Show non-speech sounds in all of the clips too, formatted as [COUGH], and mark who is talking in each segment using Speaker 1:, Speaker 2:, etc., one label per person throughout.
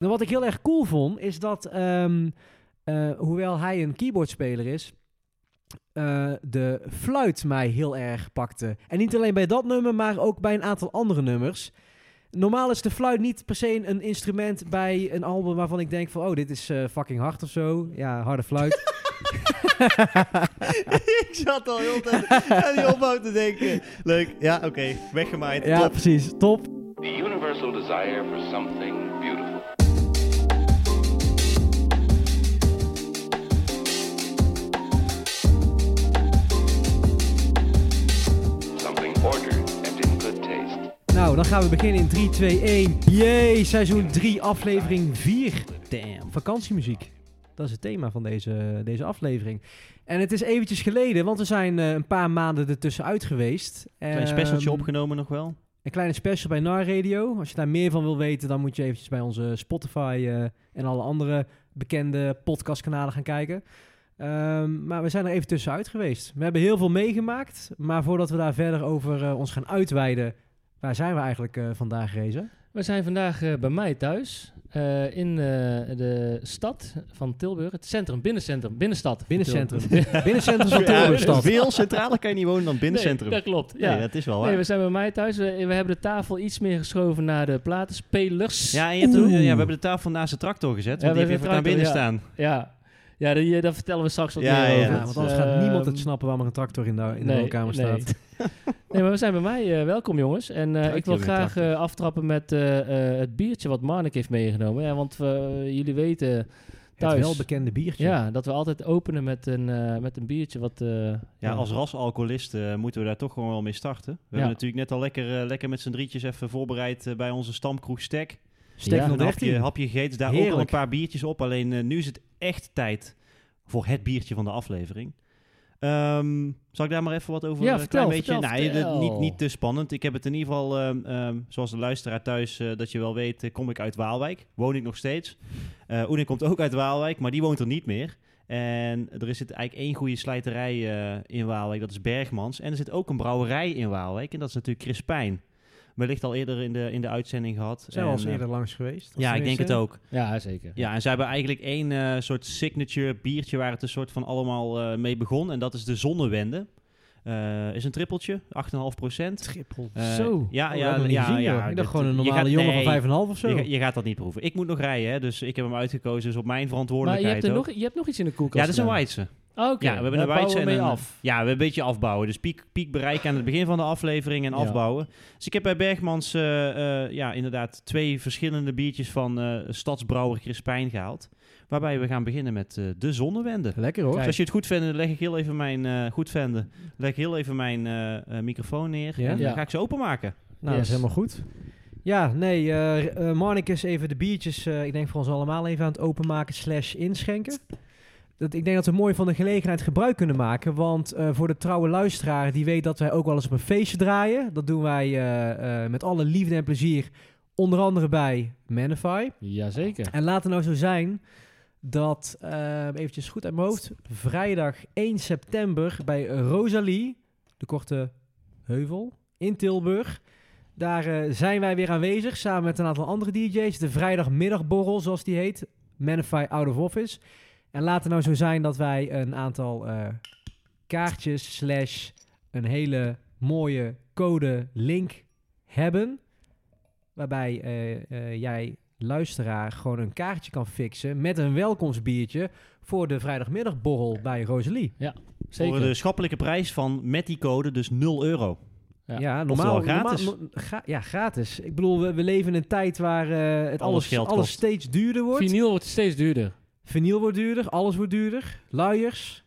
Speaker 1: Nou, wat ik heel erg cool vond, is dat, ehm, eh, hoewel hij een keyboardspeler is, eh, de fluit mij heel erg pakte. En niet alleen bij dat nummer, maar ook bij een aantal andere nummers. Normaal is de fluit niet per se een instrument bij een album waarvan ik denk van, oh, dit is eh, fucking hard of zo. Ja, harde fluit.
Speaker 2: [LAUGHS] ik zat al heel de tijd aan die opbouw te denken. Leuk, ja, oké, weggemaaid,
Speaker 1: ja,
Speaker 2: top.
Speaker 1: precies. Top.
Speaker 3: The universal desire for something beautiful. Something ordered and in good taste.
Speaker 1: Nou, dan gaan we beginnen in 3, 2, 1. Jee, seizoen 3, aflevering 4. Damn, vakantiemuziek. Dat is het thema van deze, deze aflevering. En het is eventjes geleden, want we zijn eh, een paar maanden ertussenuit geweest. Ehm,
Speaker 2: Klein specialtje opgenomen nog wel.
Speaker 1: Een kleine special bij NAR Radio. Als je daar meer van wil weten, dan moet je eventjes bij onze Spotify eh, en alle andere bekende podcastkanalen gaan kijken. Ehm, maar we zijn er even tussenuit geweest. We hebben heel veel meegemaakt, maar voordat we daar verder over eh, ons gaan uitweiden, waar zijn we eigenlijk eh, vandaag gerezen?
Speaker 4: We zijn vandaag eh, bij mij thuis eh, in eh, de stad van Tilburg. Het centrum, binnencentrum, binnenstad. van
Speaker 1: Binnencentrum. [LAUGHS]
Speaker 4: Tilburg.
Speaker 1: Binnencentrum van
Speaker 2: Ja,
Speaker 1: Tilburgstad.
Speaker 2: veel centraler kan je niet wonen dan binnencentrum.
Speaker 4: Nee, dat klopt. Ja.
Speaker 2: Nee, dat is wel waar.
Speaker 4: nee, we zijn bij mij thuis. We, we hebben de tafel iets meer geschoven naar de platenspelers.
Speaker 2: Ja, en je hebt
Speaker 1: Oeh.
Speaker 2: ook- ja, we hebben de tafel naast de tractor gezet,
Speaker 4: Ja,
Speaker 2: want
Speaker 4: we
Speaker 2: die heeft
Speaker 4: hebben
Speaker 2: even naar
Speaker 4: de
Speaker 2: binnen
Speaker 4: tractor,
Speaker 2: staan.
Speaker 4: Ja, ja die, eh, daar vertellen we straks wat
Speaker 2: Ja,
Speaker 4: meer
Speaker 2: ja,
Speaker 4: over.
Speaker 1: Ja, want anders gaat
Speaker 4: Ehm,
Speaker 1: niemand het snappen waarom er een tractor in de, in de woonkamer staat.
Speaker 4: Nee. [LAUGHS] Nee, maar we zijn bij mij. eh, welkom jongens. En eh,
Speaker 2: Dank
Speaker 4: ik wil
Speaker 2: jullie,
Speaker 4: graag
Speaker 2: dank.
Speaker 4: eh, aftrappen met eh, eh, het biertje wat Marnik heeft meegenomen. Ja, want eh, jullie weten
Speaker 1: Het
Speaker 4: Thuis.
Speaker 1: welbekende biertje.
Speaker 4: ja, dat we altijd openen met een, eh, met een biertje wat... eh,
Speaker 2: Ja, als rasalcoholisten eh, moeten we daar toch gewoon wel mee starten. We hebben natuurlijk net al lekker, eh, lekker met z'n drietjes even voorbereid eh, bij onze stamkroeg Stek.
Speaker 1: Steek
Speaker 4: Ja,
Speaker 1: van
Speaker 2: Een hapje,
Speaker 1: 13.
Speaker 2: hapje gegeten, daar ook al
Speaker 1: Heerlijk.
Speaker 2: een paar biertjes op. Alleen eh, nu is het echt tijd voor het biertje van de aflevering. Ehm, zal ik daar maar even wat over
Speaker 4: Ja,
Speaker 2: eh,
Speaker 4: vertel,
Speaker 2: klein beetje?
Speaker 4: vertel,
Speaker 2: nee, dat-
Speaker 4: vertel.
Speaker 2: niet, niet te spannend. Ik heb het in ieder geval, ehm, ehm, zoals de luisteraar thuis, eh, dat je wel weet, eh, kom ik uit Waalwijk. Woon ik nog steeds. Eh Oedin komt ook uit Waalwijk, maar die woont er niet meer. En er is het eigenlijk één goede slijterij eh, in Waalwijk, dat is Bergmans. En er zit ook een brouwerij in Waalwijk, en dat is natuurlijk Crispijn. Wellicht al eerder in de, in de uitzending gehad.
Speaker 1: Zijn we al
Speaker 2: En,
Speaker 1: eens
Speaker 2: eh,
Speaker 1: eerder langs geweest?
Speaker 2: ja, ik denk het ook.
Speaker 4: Ja, zeker.
Speaker 2: Ja, en zij hebben eigenlijk één eh, soort signature biertje waar het een soort van allemaal eh, mee begon. En dat is de Zonnewende. Eh, is een trippeltje, 8,5 procent.
Speaker 1: Trippel.
Speaker 4: Zo.
Speaker 2: Eh, Ja,
Speaker 1: Oh,
Speaker 2: ja,
Speaker 1: dat heb ik niet
Speaker 2: ja,
Speaker 1: gezien,
Speaker 2: ja,
Speaker 1: joh. Ik
Speaker 2: dit-
Speaker 1: dacht gewoon een
Speaker 2: je
Speaker 1: normale
Speaker 2: gaat-
Speaker 1: jongen
Speaker 2: nee,
Speaker 1: van 5,5 of zo.
Speaker 2: Je, ga- je gaat dat niet proeven. Ik moet nog rijden, hè, dus ik heb hem uitgekozen. Dus op mijn
Speaker 4: Maar je
Speaker 2: verantwoordelijkheid
Speaker 4: hebt, er
Speaker 2: ook.
Speaker 4: nog, je hebt nog iets in de koelkast.
Speaker 2: ja, dat is een
Speaker 4: gedaan.
Speaker 2: Weidse.
Speaker 4: Oh, Oké,
Speaker 2: Ja, we hebben een
Speaker 4: Daar bouwen
Speaker 2: Weidse en
Speaker 4: we mee
Speaker 2: een-
Speaker 4: af.
Speaker 2: Ja, we een beetje afbouwen. Dus piek, piek bereiken aan het begin van de aflevering en
Speaker 4: Ja.
Speaker 2: afbouwen. Dus ik heb bij Bergmans eh, eh, ja, inderdaad twee verschillende biertjes van eh, stadsbrouwer Crispijn gehaald. Waarbij we gaan beginnen met eh, de zonnewende.
Speaker 1: Lekker hoor.
Speaker 2: Dus als je het goed vindt, leg ik heel even mijn, eh, goed vinden, leg ik heel even mijn eh, eh, microfoon neer.
Speaker 1: Ja?
Speaker 2: En dan
Speaker 4: Ja.
Speaker 2: ga ik ze openmaken.
Speaker 1: Nou, dat is
Speaker 4: Yes.
Speaker 1: helemaal goed. Ja, nee, eh eh, Marnik is even de biertjes, eh, ik denk voor ons allemaal even aan het openmaken slash inschenken. Dat, ik denk dat we mooi van de gelegenheid gebruik kunnen maken, want eh, voor de trouwe luisteraar die weet dat wij ook wel eens op een feestje draaien. Dat doen wij eh, eh, met alle liefde en plezier, onder andere bij Manify.
Speaker 4: Jazeker.
Speaker 1: En laat het nou zo zijn dat, eh, eventjes goed uit mijn hoofd, vrijdag 1 september bij Rosalie, de korte heuvel, in Tilburg. Daar eh, zijn wij weer aanwezig, samen met een aantal andere DJ's. De vrijdagmiddagborrel, zoals die heet, Manify Out of Office. En laat het nou zo zijn dat wij een aantal eh, kaartjes slash een hele mooie code link hebben. Waarbij eh, eh, jij luisteraar gewoon een kaartje kan fixen met een welkomstbiertje voor de vrijdagmiddagborrel bij Rosalie.
Speaker 4: Zeker.
Speaker 2: Voor de schappelijke prijs van met die code dus 0 euro.
Speaker 1: Ja,
Speaker 4: Ja.
Speaker 1: normaal
Speaker 2: Oftewel gratis.
Speaker 1: normaal- no- gra- ja, gratis. Ik bedoel, we, we leven in een tijd waar eh, het
Speaker 2: Alles
Speaker 1: alles,
Speaker 2: geld
Speaker 1: alles,
Speaker 2: kost.
Speaker 1: steeds duurder wordt.
Speaker 4: Vinyl wordt steeds duurder. [LAUGHS]
Speaker 1: Vinyl wordt duurder, alles wordt duurder. Luiers.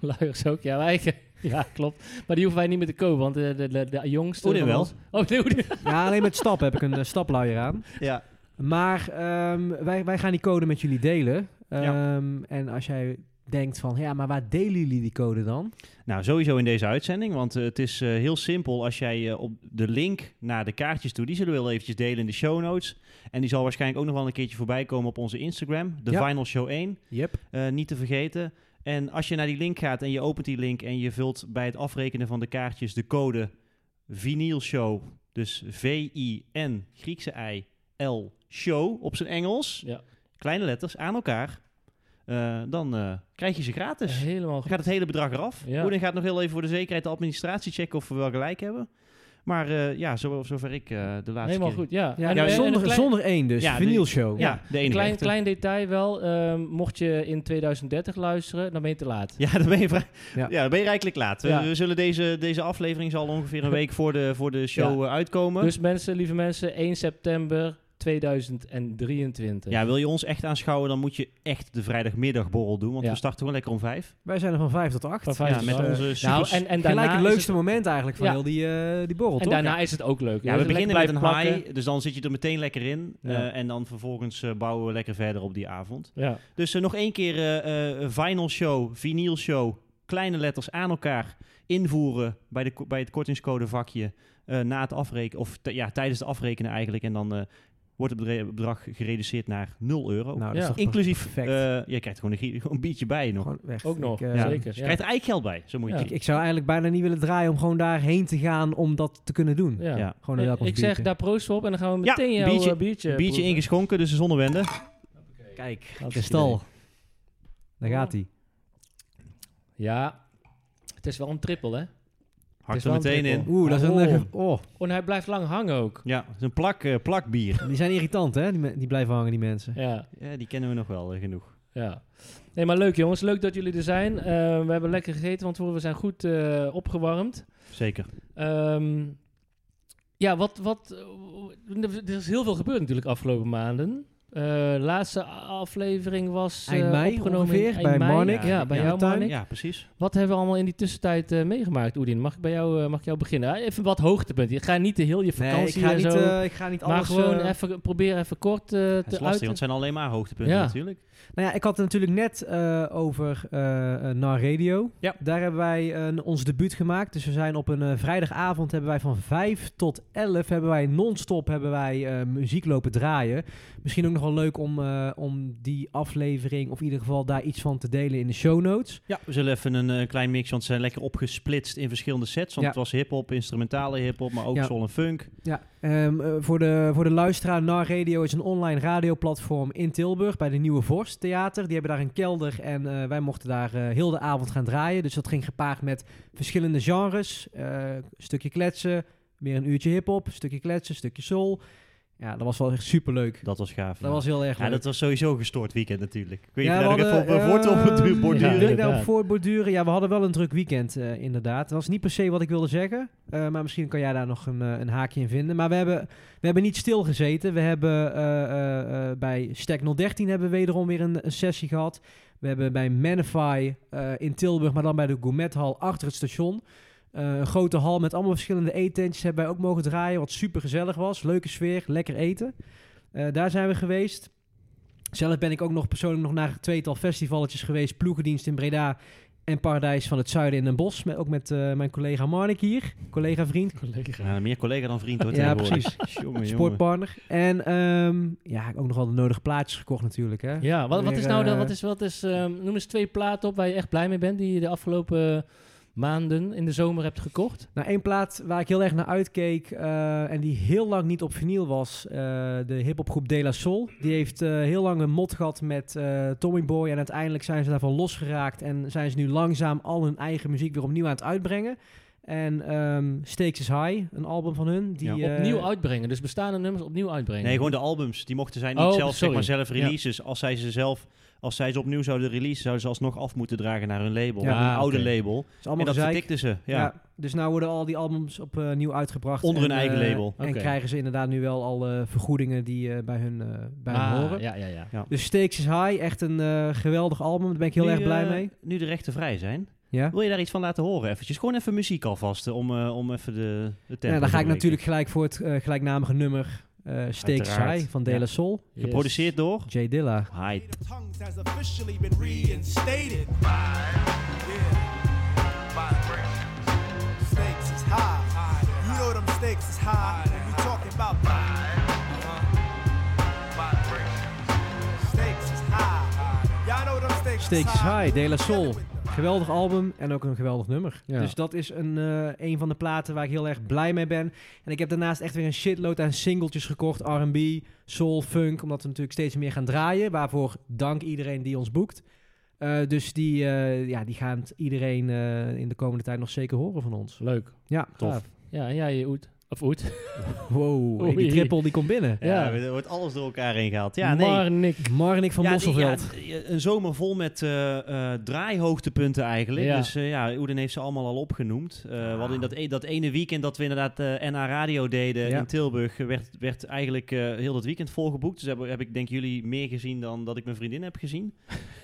Speaker 4: Luiers ook, ja. Wij, [LAUGHS] ja, klopt. Maar die hoeven wij niet meer te kopen, want de, de, de, de jongste...
Speaker 2: Oedin
Speaker 4: van
Speaker 2: wel.
Speaker 4: ons- Oh, nee,
Speaker 2: [LAUGHS]
Speaker 4: Oedin.
Speaker 1: ja, alleen met stap heb ik een eh, stapluier aan.
Speaker 2: Ja.
Speaker 1: Maar ehm, wij, wij gaan die code met jullie delen.
Speaker 2: Ja.
Speaker 1: Ehm, En als jij denkt van, ja, maar waar delen jullie die code dan?
Speaker 2: Nou, sowieso in deze uitzending, want eh, het is eh, heel simpel als jij eh, op de link naar de kaartjes toe, die zullen we wel eventjes delen in de show notes. En die zal waarschijnlijk ook nog wel een keertje voorbij komen op onze Instagram, de
Speaker 1: Ja.
Speaker 2: Final Show 1,
Speaker 1: Yep.
Speaker 2: eh, niet te vergeten. En als je naar die link gaat en je opent die link en je vult bij het afrekenen van de kaartjes de code VINILSHOW, dus V-I-N, Griekse I, L Show op zijn Engels.
Speaker 4: Ja.
Speaker 2: Kleine letters aan elkaar. Eh, dan eh, krijg je ze gratis.
Speaker 4: Helemaal
Speaker 2: Dan gaat het hele bedrag eraf.
Speaker 4: Ja.
Speaker 2: Oedin gaat nog heel even voor de zekerheid de administratie checken of we wel gelijk hebben. Maar eh, ja, zo, zover ik eh, de laatste
Speaker 4: Helemaal
Speaker 2: keer...
Speaker 4: goed, ja.
Speaker 1: Ja,
Speaker 4: En-
Speaker 2: ja,
Speaker 4: en- en
Speaker 1: zonder,
Speaker 4: een klein-
Speaker 1: zonder één dus.
Speaker 2: Ja,
Speaker 1: Vinyl show.
Speaker 2: Ja, de enige
Speaker 4: Klein,
Speaker 2: echte.
Speaker 4: klein detail wel. ehm, mocht je in 2030 luisteren, dan ben je te laat.
Speaker 2: [LAUGHS] Ja, dan ben je, vrij,
Speaker 1: Ja.
Speaker 2: ja. dan ben je rijkelijk laat. We-
Speaker 4: Ja.
Speaker 2: We, zullen deze, deze aflevering zal ongeveer
Speaker 4: [LAUGHS]
Speaker 2: een week voor de, voor de show eh, uitkomen.
Speaker 4: Dus mensen, lieve mensen, 1 september 2023.
Speaker 2: ja, wil je ons echt aanschouwen, dan moet je echt de vrijdagmiddagborrel doen. Want
Speaker 4: Ja.
Speaker 2: we starten gewoon lekker om vijf.
Speaker 1: Wij zijn er van vijf tot acht.
Speaker 4: Van vijf
Speaker 2: Ja,
Speaker 4: tot
Speaker 2: met
Speaker 4: acht.
Speaker 1: eh,
Speaker 2: onze super...
Speaker 4: nou, en, en daarna
Speaker 1: Gelijk het
Speaker 4: is
Speaker 1: leukste moment eigenlijk van
Speaker 4: Ja.
Speaker 1: heel die, eh, die borrel,
Speaker 4: En
Speaker 1: toch?
Speaker 4: daarna is het ook leuk.
Speaker 2: ja,
Speaker 4: Dus
Speaker 2: we
Speaker 4: lekker
Speaker 2: beginnen met
Speaker 4: blijven
Speaker 2: een
Speaker 4: plakken.
Speaker 2: high, dus dan zit je er meteen lekker in.
Speaker 4: Ja.
Speaker 2: Eh, en dan vervolgens eh, bouwen we lekker verder op die avond.
Speaker 4: Ja.
Speaker 2: Dus eh, nog één keer eh, eh, vinyl show, vinyl show, kleine letters aan elkaar invoeren bij, de, ko- bij het kortingscode vakje eh, na het afrekenen, of t- ja, tijdens het afrekenen eigenlijk. En dan eh, wordt het bedre- bedrag gereduceerd naar 0 euro.
Speaker 1: Nou, dat
Speaker 4: Ja.
Speaker 1: is toch
Speaker 2: Inclusief,
Speaker 1: perfect.
Speaker 2: eh je krijgt gewoon een, gie- gewoon een biertje bij nog.
Speaker 1: Gewoon weg.
Speaker 4: Ook nog,
Speaker 1: Ik, eh,
Speaker 2: ja.
Speaker 4: zeker.
Speaker 2: Dus je
Speaker 4: ja.
Speaker 2: krijgt er eigenlijk geld bij, zo moet je
Speaker 4: Ja.
Speaker 1: ik,
Speaker 2: het zien.
Speaker 1: ik zou eigenlijk bijna niet willen draaien om gewoon daarheen te gaan om dat te kunnen doen.
Speaker 4: Ja.
Speaker 2: Ja.
Speaker 1: Gewoon een
Speaker 4: Ik-
Speaker 1: welkom
Speaker 4: ik zeg,
Speaker 1: biertje.
Speaker 4: daar proost we op en dan gaan we
Speaker 2: Ja,
Speaker 4: meteen jouw
Speaker 2: biertje-
Speaker 4: eh, biertje
Speaker 2: Biertje
Speaker 4: proeven.
Speaker 2: ingeschonken, dus de zonnewende.
Speaker 1: Kijk,
Speaker 4: Hartstikke
Speaker 1: kristal. Daar gaat hij.
Speaker 4: Ja, het is wel een triple, hè?
Speaker 2: Hakt er
Speaker 4: wel een
Speaker 2: meteen in.
Speaker 4: triple.
Speaker 1: Oeh, dat is een...
Speaker 4: Oh.
Speaker 1: eh, Oh,
Speaker 4: Oh, en hij blijft lang hangen ook.
Speaker 2: Ja, het is een plak, eh, plakbier.
Speaker 1: die zijn irritant, hè? Die, me- die blijven hangen, die mensen.
Speaker 4: Ja,
Speaker 2: Ja, die kennen we nog wel eh, genoeg.
Speaker 4: ja. Nee, maar leuk jongens. Leuk dat jullie er zijn. Eh, we hebben lekker gegeten, want we zijn goed eh, opgewarmd.
Speaker 2: Zeker.
Speaker 4: Ehm, ja, wat, wat... eh, Er is heel veel gebeurd natuurlijk afgelopen maanden. Eh, laatste aflevering was eh,
Speaker 1: Eind mei
Speaker 4: opgenomen in
Speaker 1: ongeveer,
Speaker 4: eind
Speaker 1: bij
Speaker 4: mei.
Speaker 1: Marnik.
Speaker 4: Ja, bij
Speaker 2: Ja,
Speaker 4: jou
Speaker 1: tuin.
Speaker 4: Marnik.
Speaker 2: Ja, precies.
Speaker 4: Wat hebben we allemaal in die tussentijd eh, meegemaakt, Oedin? Mag ik bij jou, eh, mag ik jou beginnen? Ah, even wat hoogtepunten. Ga niet te heel je
Speaker 1: Nee,
Speaker 4: vakantie
Speaker 1: ik, ga
Speaker 4: en
Speaker 1: niet,
Speaker 4: zo.
Speaker 1: eh, ik ga niet
Speaker 4: maar
Speaker 1: alles...
Speaker 4: gewoon
Speaker 1: eh,
Speaker 4: even, probeer even kort eh,
Speaker 2: Het is lastig,
Speaker 4: te
Speaker 2: want het
Speaker 4: uiten.
Speaker 2: zijn alleen maar hoogtepunten
Speaker 4: Ja.
Speaker 2: natuurlijk.
Speaker 1: Nou ja, ik had het natuurlijk net eh, over eh eh, NAR Radio.
Speaker 2: Ja.
Speaker 1: Daar hebben wij een ons debuut gemaakt. Dus we zijn op een eh, vrijdagavond hebben wij van 5 tot 11 hebben wij non-stop hebben wij, eh, muziek lopen draaien. Misschien ook nog wel leuk om, eh, om die aflevering, of in ieder geval daar iets van te delen in de show notes.
Speaker 2: Ja, we zullen even een eh, klein mix, want ze zijn lekker opgesplitst in verschillende sets. Want
Speaker 1: Ja.
Speaker 2: het was hip-hop, instrumentale hip-hop, maar ook
Speaker 1: Ja.
Speaker 2: soul en funk.
Speaker 1: Ja, ehm, eh, voor, de, voor de luisteraar, NAR Radio is een online radioplatform in Tilburg bij de Nieuwe Vorst Theater. Die hebben daar een kelder en eh, wij mochten daar eh, heel de avond gaan draaien. Dus dat ging gepaard met verschillende genres. Eh, een stukje kletsen, weer een uurtje hip-hop, een stukje kletsen, een stukje soul. Ja, dat was wel echt superleuk.
Speaker 2: Dat was gaaf.
Speaker 1: Dat was heel erg
Speaker 2: ja,
Speaker 1: leuk.
Speaker 2: dat was sowieso een gestoord weekend natuurlijk. Ik weet
Speaker 1: Ja,
Speaker 2: niet
Speaker 1: we
Speaker 2: of ik even op
Speaker 1: hadden,
Speaker 2: mijn woord op het duur
Speaker 1: ehm, Wil
Speaker 2: borduren.
Speaker 4: Ja.
Speaker 1: ik daarop
Speaker 4: Inderdaad.
Speaker 1: voortborduren? Ja, we hadden wel een druk weekend, eh, inderdaad. Dat was niet per se wat ik wilde zeggen. eh, maar misschien kan jij daar nog een, eh, een haakje in vinden. Maar we hebben, we hebben niet stilgezeten. We hebben eh, eh, eh, bij Stack 013 hebben we wederom weer een, een sessie gehad. We hebben bij Manify eh, in Tilburg, maar dan bij de Gourmethal achter het station. eh, een grote hal met allemaal verschillende eetentjes hebben wij ook mogen draaien. Wat super gezellig was. Leuke sfeer, lekker eten. Eh, daar zijn we geweest. Zelf ben ik ook nog persoonlijk nog naar tweetal festivaletjes geweest. Ploegendienst in Breda en Paradijs van het Zuiden in Den Bosch. Met, ook met eh, mijn collega Marnik hier. Collega vriend.
Speaker 4: Collega.
Speaker 2: Ja, nou, meer collega dan vriend hoor.
Speaker 1: Ja, precies.
Speaker 2: tegenwoordig. [LAUGHS] Jongen, jongen.
Speaker 1: Sportpartner. En ehm, ja, ook nog wel de nodige plaatjes gekocht natuurlijk. Hè?
Speaker 4: Ja, wat, wat
Speaker 1: Weer,
Speaker 4: is nou dan,
Speaker 1: eh,
Speaker 4: wat is, wat is, ehm, noem eens twee platen op waar je echt blij mee bent, die je de afgelopen maanden in de zomer hebt gekocht.
Speaker 1: Nou, één plaat waar ik heel erg naar uitkeek eh, en die heel lang niet op vinyl was, eh, de hiphopgroep De La Soul. Die heeft eh, heel lang een mot gehad met eh, Tommy Boy en uiteindelijk zijn ze daarvan losgeraakt en zijn ze nu langzaam al hun eigen muziek weer opnieuw aan het uitbrengen. En ehm Stakes is High, een album van hun. Die,
Speaker 2: Ja,
Speaker 1: eh,
Speaker 4: opnieuw uitbrengen, dus bestaande nummers opnieuw uitbrengen.
Speaker 2: Nee, gewoon de albums. Die mochten zij niet
Speaker 4: Oh,
Speaker 2: zelf, zeg
Speaker 4: sorry.
Speaker 2: maar, zelf
Speaker 4: Ja.
Speaker 2: releases. Als zij ze zelf... Als zij ze opnieuw zouden releasen, zouden ze alsnog af moeten dragen naar hun label.
Speaker 1: Ja.
Speaker 2: naar
Speaker 4: Ah,
Speaker 2: een oude
Speaker 4: oké.
Speaker 2: label.
Speaker 1: is allemaal
Speaker 2: en dat
Speaker 1: gezeik.
Speaker 2: vertikten ze. Ja.
Speaker 1: Ja. dus nou worden al die albums opnieuw uitgebracht.
Speaker 2: Onder
Speaker 1: en,
Speaker 2: hun eigen
Speaker 1: eh,
Speaker 2: label.
Speaker 1: En
Speaker 4: Oké.
Speaker 1: krijgen ze inderdaad nu wel al eh, vergoedingen die eh, bij hun, eh, bij
Speaker 4: Ah,
Speaker 1: hun horen.
Speaker 4: Ja, ja, ja.
Speaker 1: Dus Stakes is High, echt een eh, geweldig album. Daar ben ik heel
Speaker 2: Nu,
Speaker 1: erg blij
Speaker 2: eh,
Speaker 1: mee.
Speaker 2: Nu de rechten vrij zijn.
Speaker 1: Ja.
Speaker 2: Wil je daar iets van laten horen eventjes? Gewoon even muziek alvast, eh, om, eh, om even de, de tempo
Speaker 1: Ja, dan
Speaker 2: te
Speaker 1: ga ik
Speaker 2: breken.
Speaker 1: natuurlijk gelijk voor het eh, gelijknamige nummer eh Stakes is
Speaker 2: Uiteraard.
Speaker 1: High van De La
Speaker 2: Ja.
Speaker 1: Soul.
Speaker 2: Geproduceerd door...
Speaker 1: Jay Dilla.
Speaker 2: Hi.
Speaker 5: Tongues has officially been reinstated. Yeah. Stakes is high. You know them stakes is high. When you talking about Stakes is high. Y'all know them stakes
Speaker 1: Stakes is High, De La Soul. Geweldig album en ook een geweldig nummer.
Speaker 4: Ja.
Speaker 1: Dus dat is een, eh, een van de platen waar ik heel erg blij mee ben. En ik heb daarnaast echt weer een shitload aan singeltjes gekocht. R&B, soul, funk. Omdat we natuurlijk steeds meer gaan draaien. Waarvoor dank iedereen die ons boekt. Eh, dus die, eh, ja, die gaan het iedereen eh, in de komende tijd nog zeker horen van ons.
Speaker 4: Leuk.
Speaker 1: Ja,
Speaker 2: Tof.
Speaker 4: Gaaf. Ja, en jij, Oet. Of Oet.
Speaker 1: Wow, hey,
Speaker 4: Oei.
Speaker 1: die triple die komt binnen.
Speaker 4: Ja.
Speaker 2: Ja, er wordt alles door elkaar heen gehaald. Ja, nee.
Speaker 4: Maar Nick.
Speaker 1: Marnik van
Speaker 2: ja,
Speaker 1: Mosselveld.
Speaker 2: ja, een zomer vol met eh, eh, draaihoogtepunten eigenlijk.
Speaker 4: Ja.
Speaker 2: Dus eh, ja, Oeden heeft ze allemaal al opgenoemd. Eh We hadden in dat, e- dat ene weekend dat we inderdaad eh, NA Radio deden
Speaker 1: Ja.
Speaker 2: in Tilburg... eh, werd, werd eigenlijk eh, heel dat weekend volgeboekt. Dus heb, heb ik denk jullie meer gezien dan dat ik mijn vriendin heb
Speaker 1: [LAUGHS]
Speaker 2: gezien.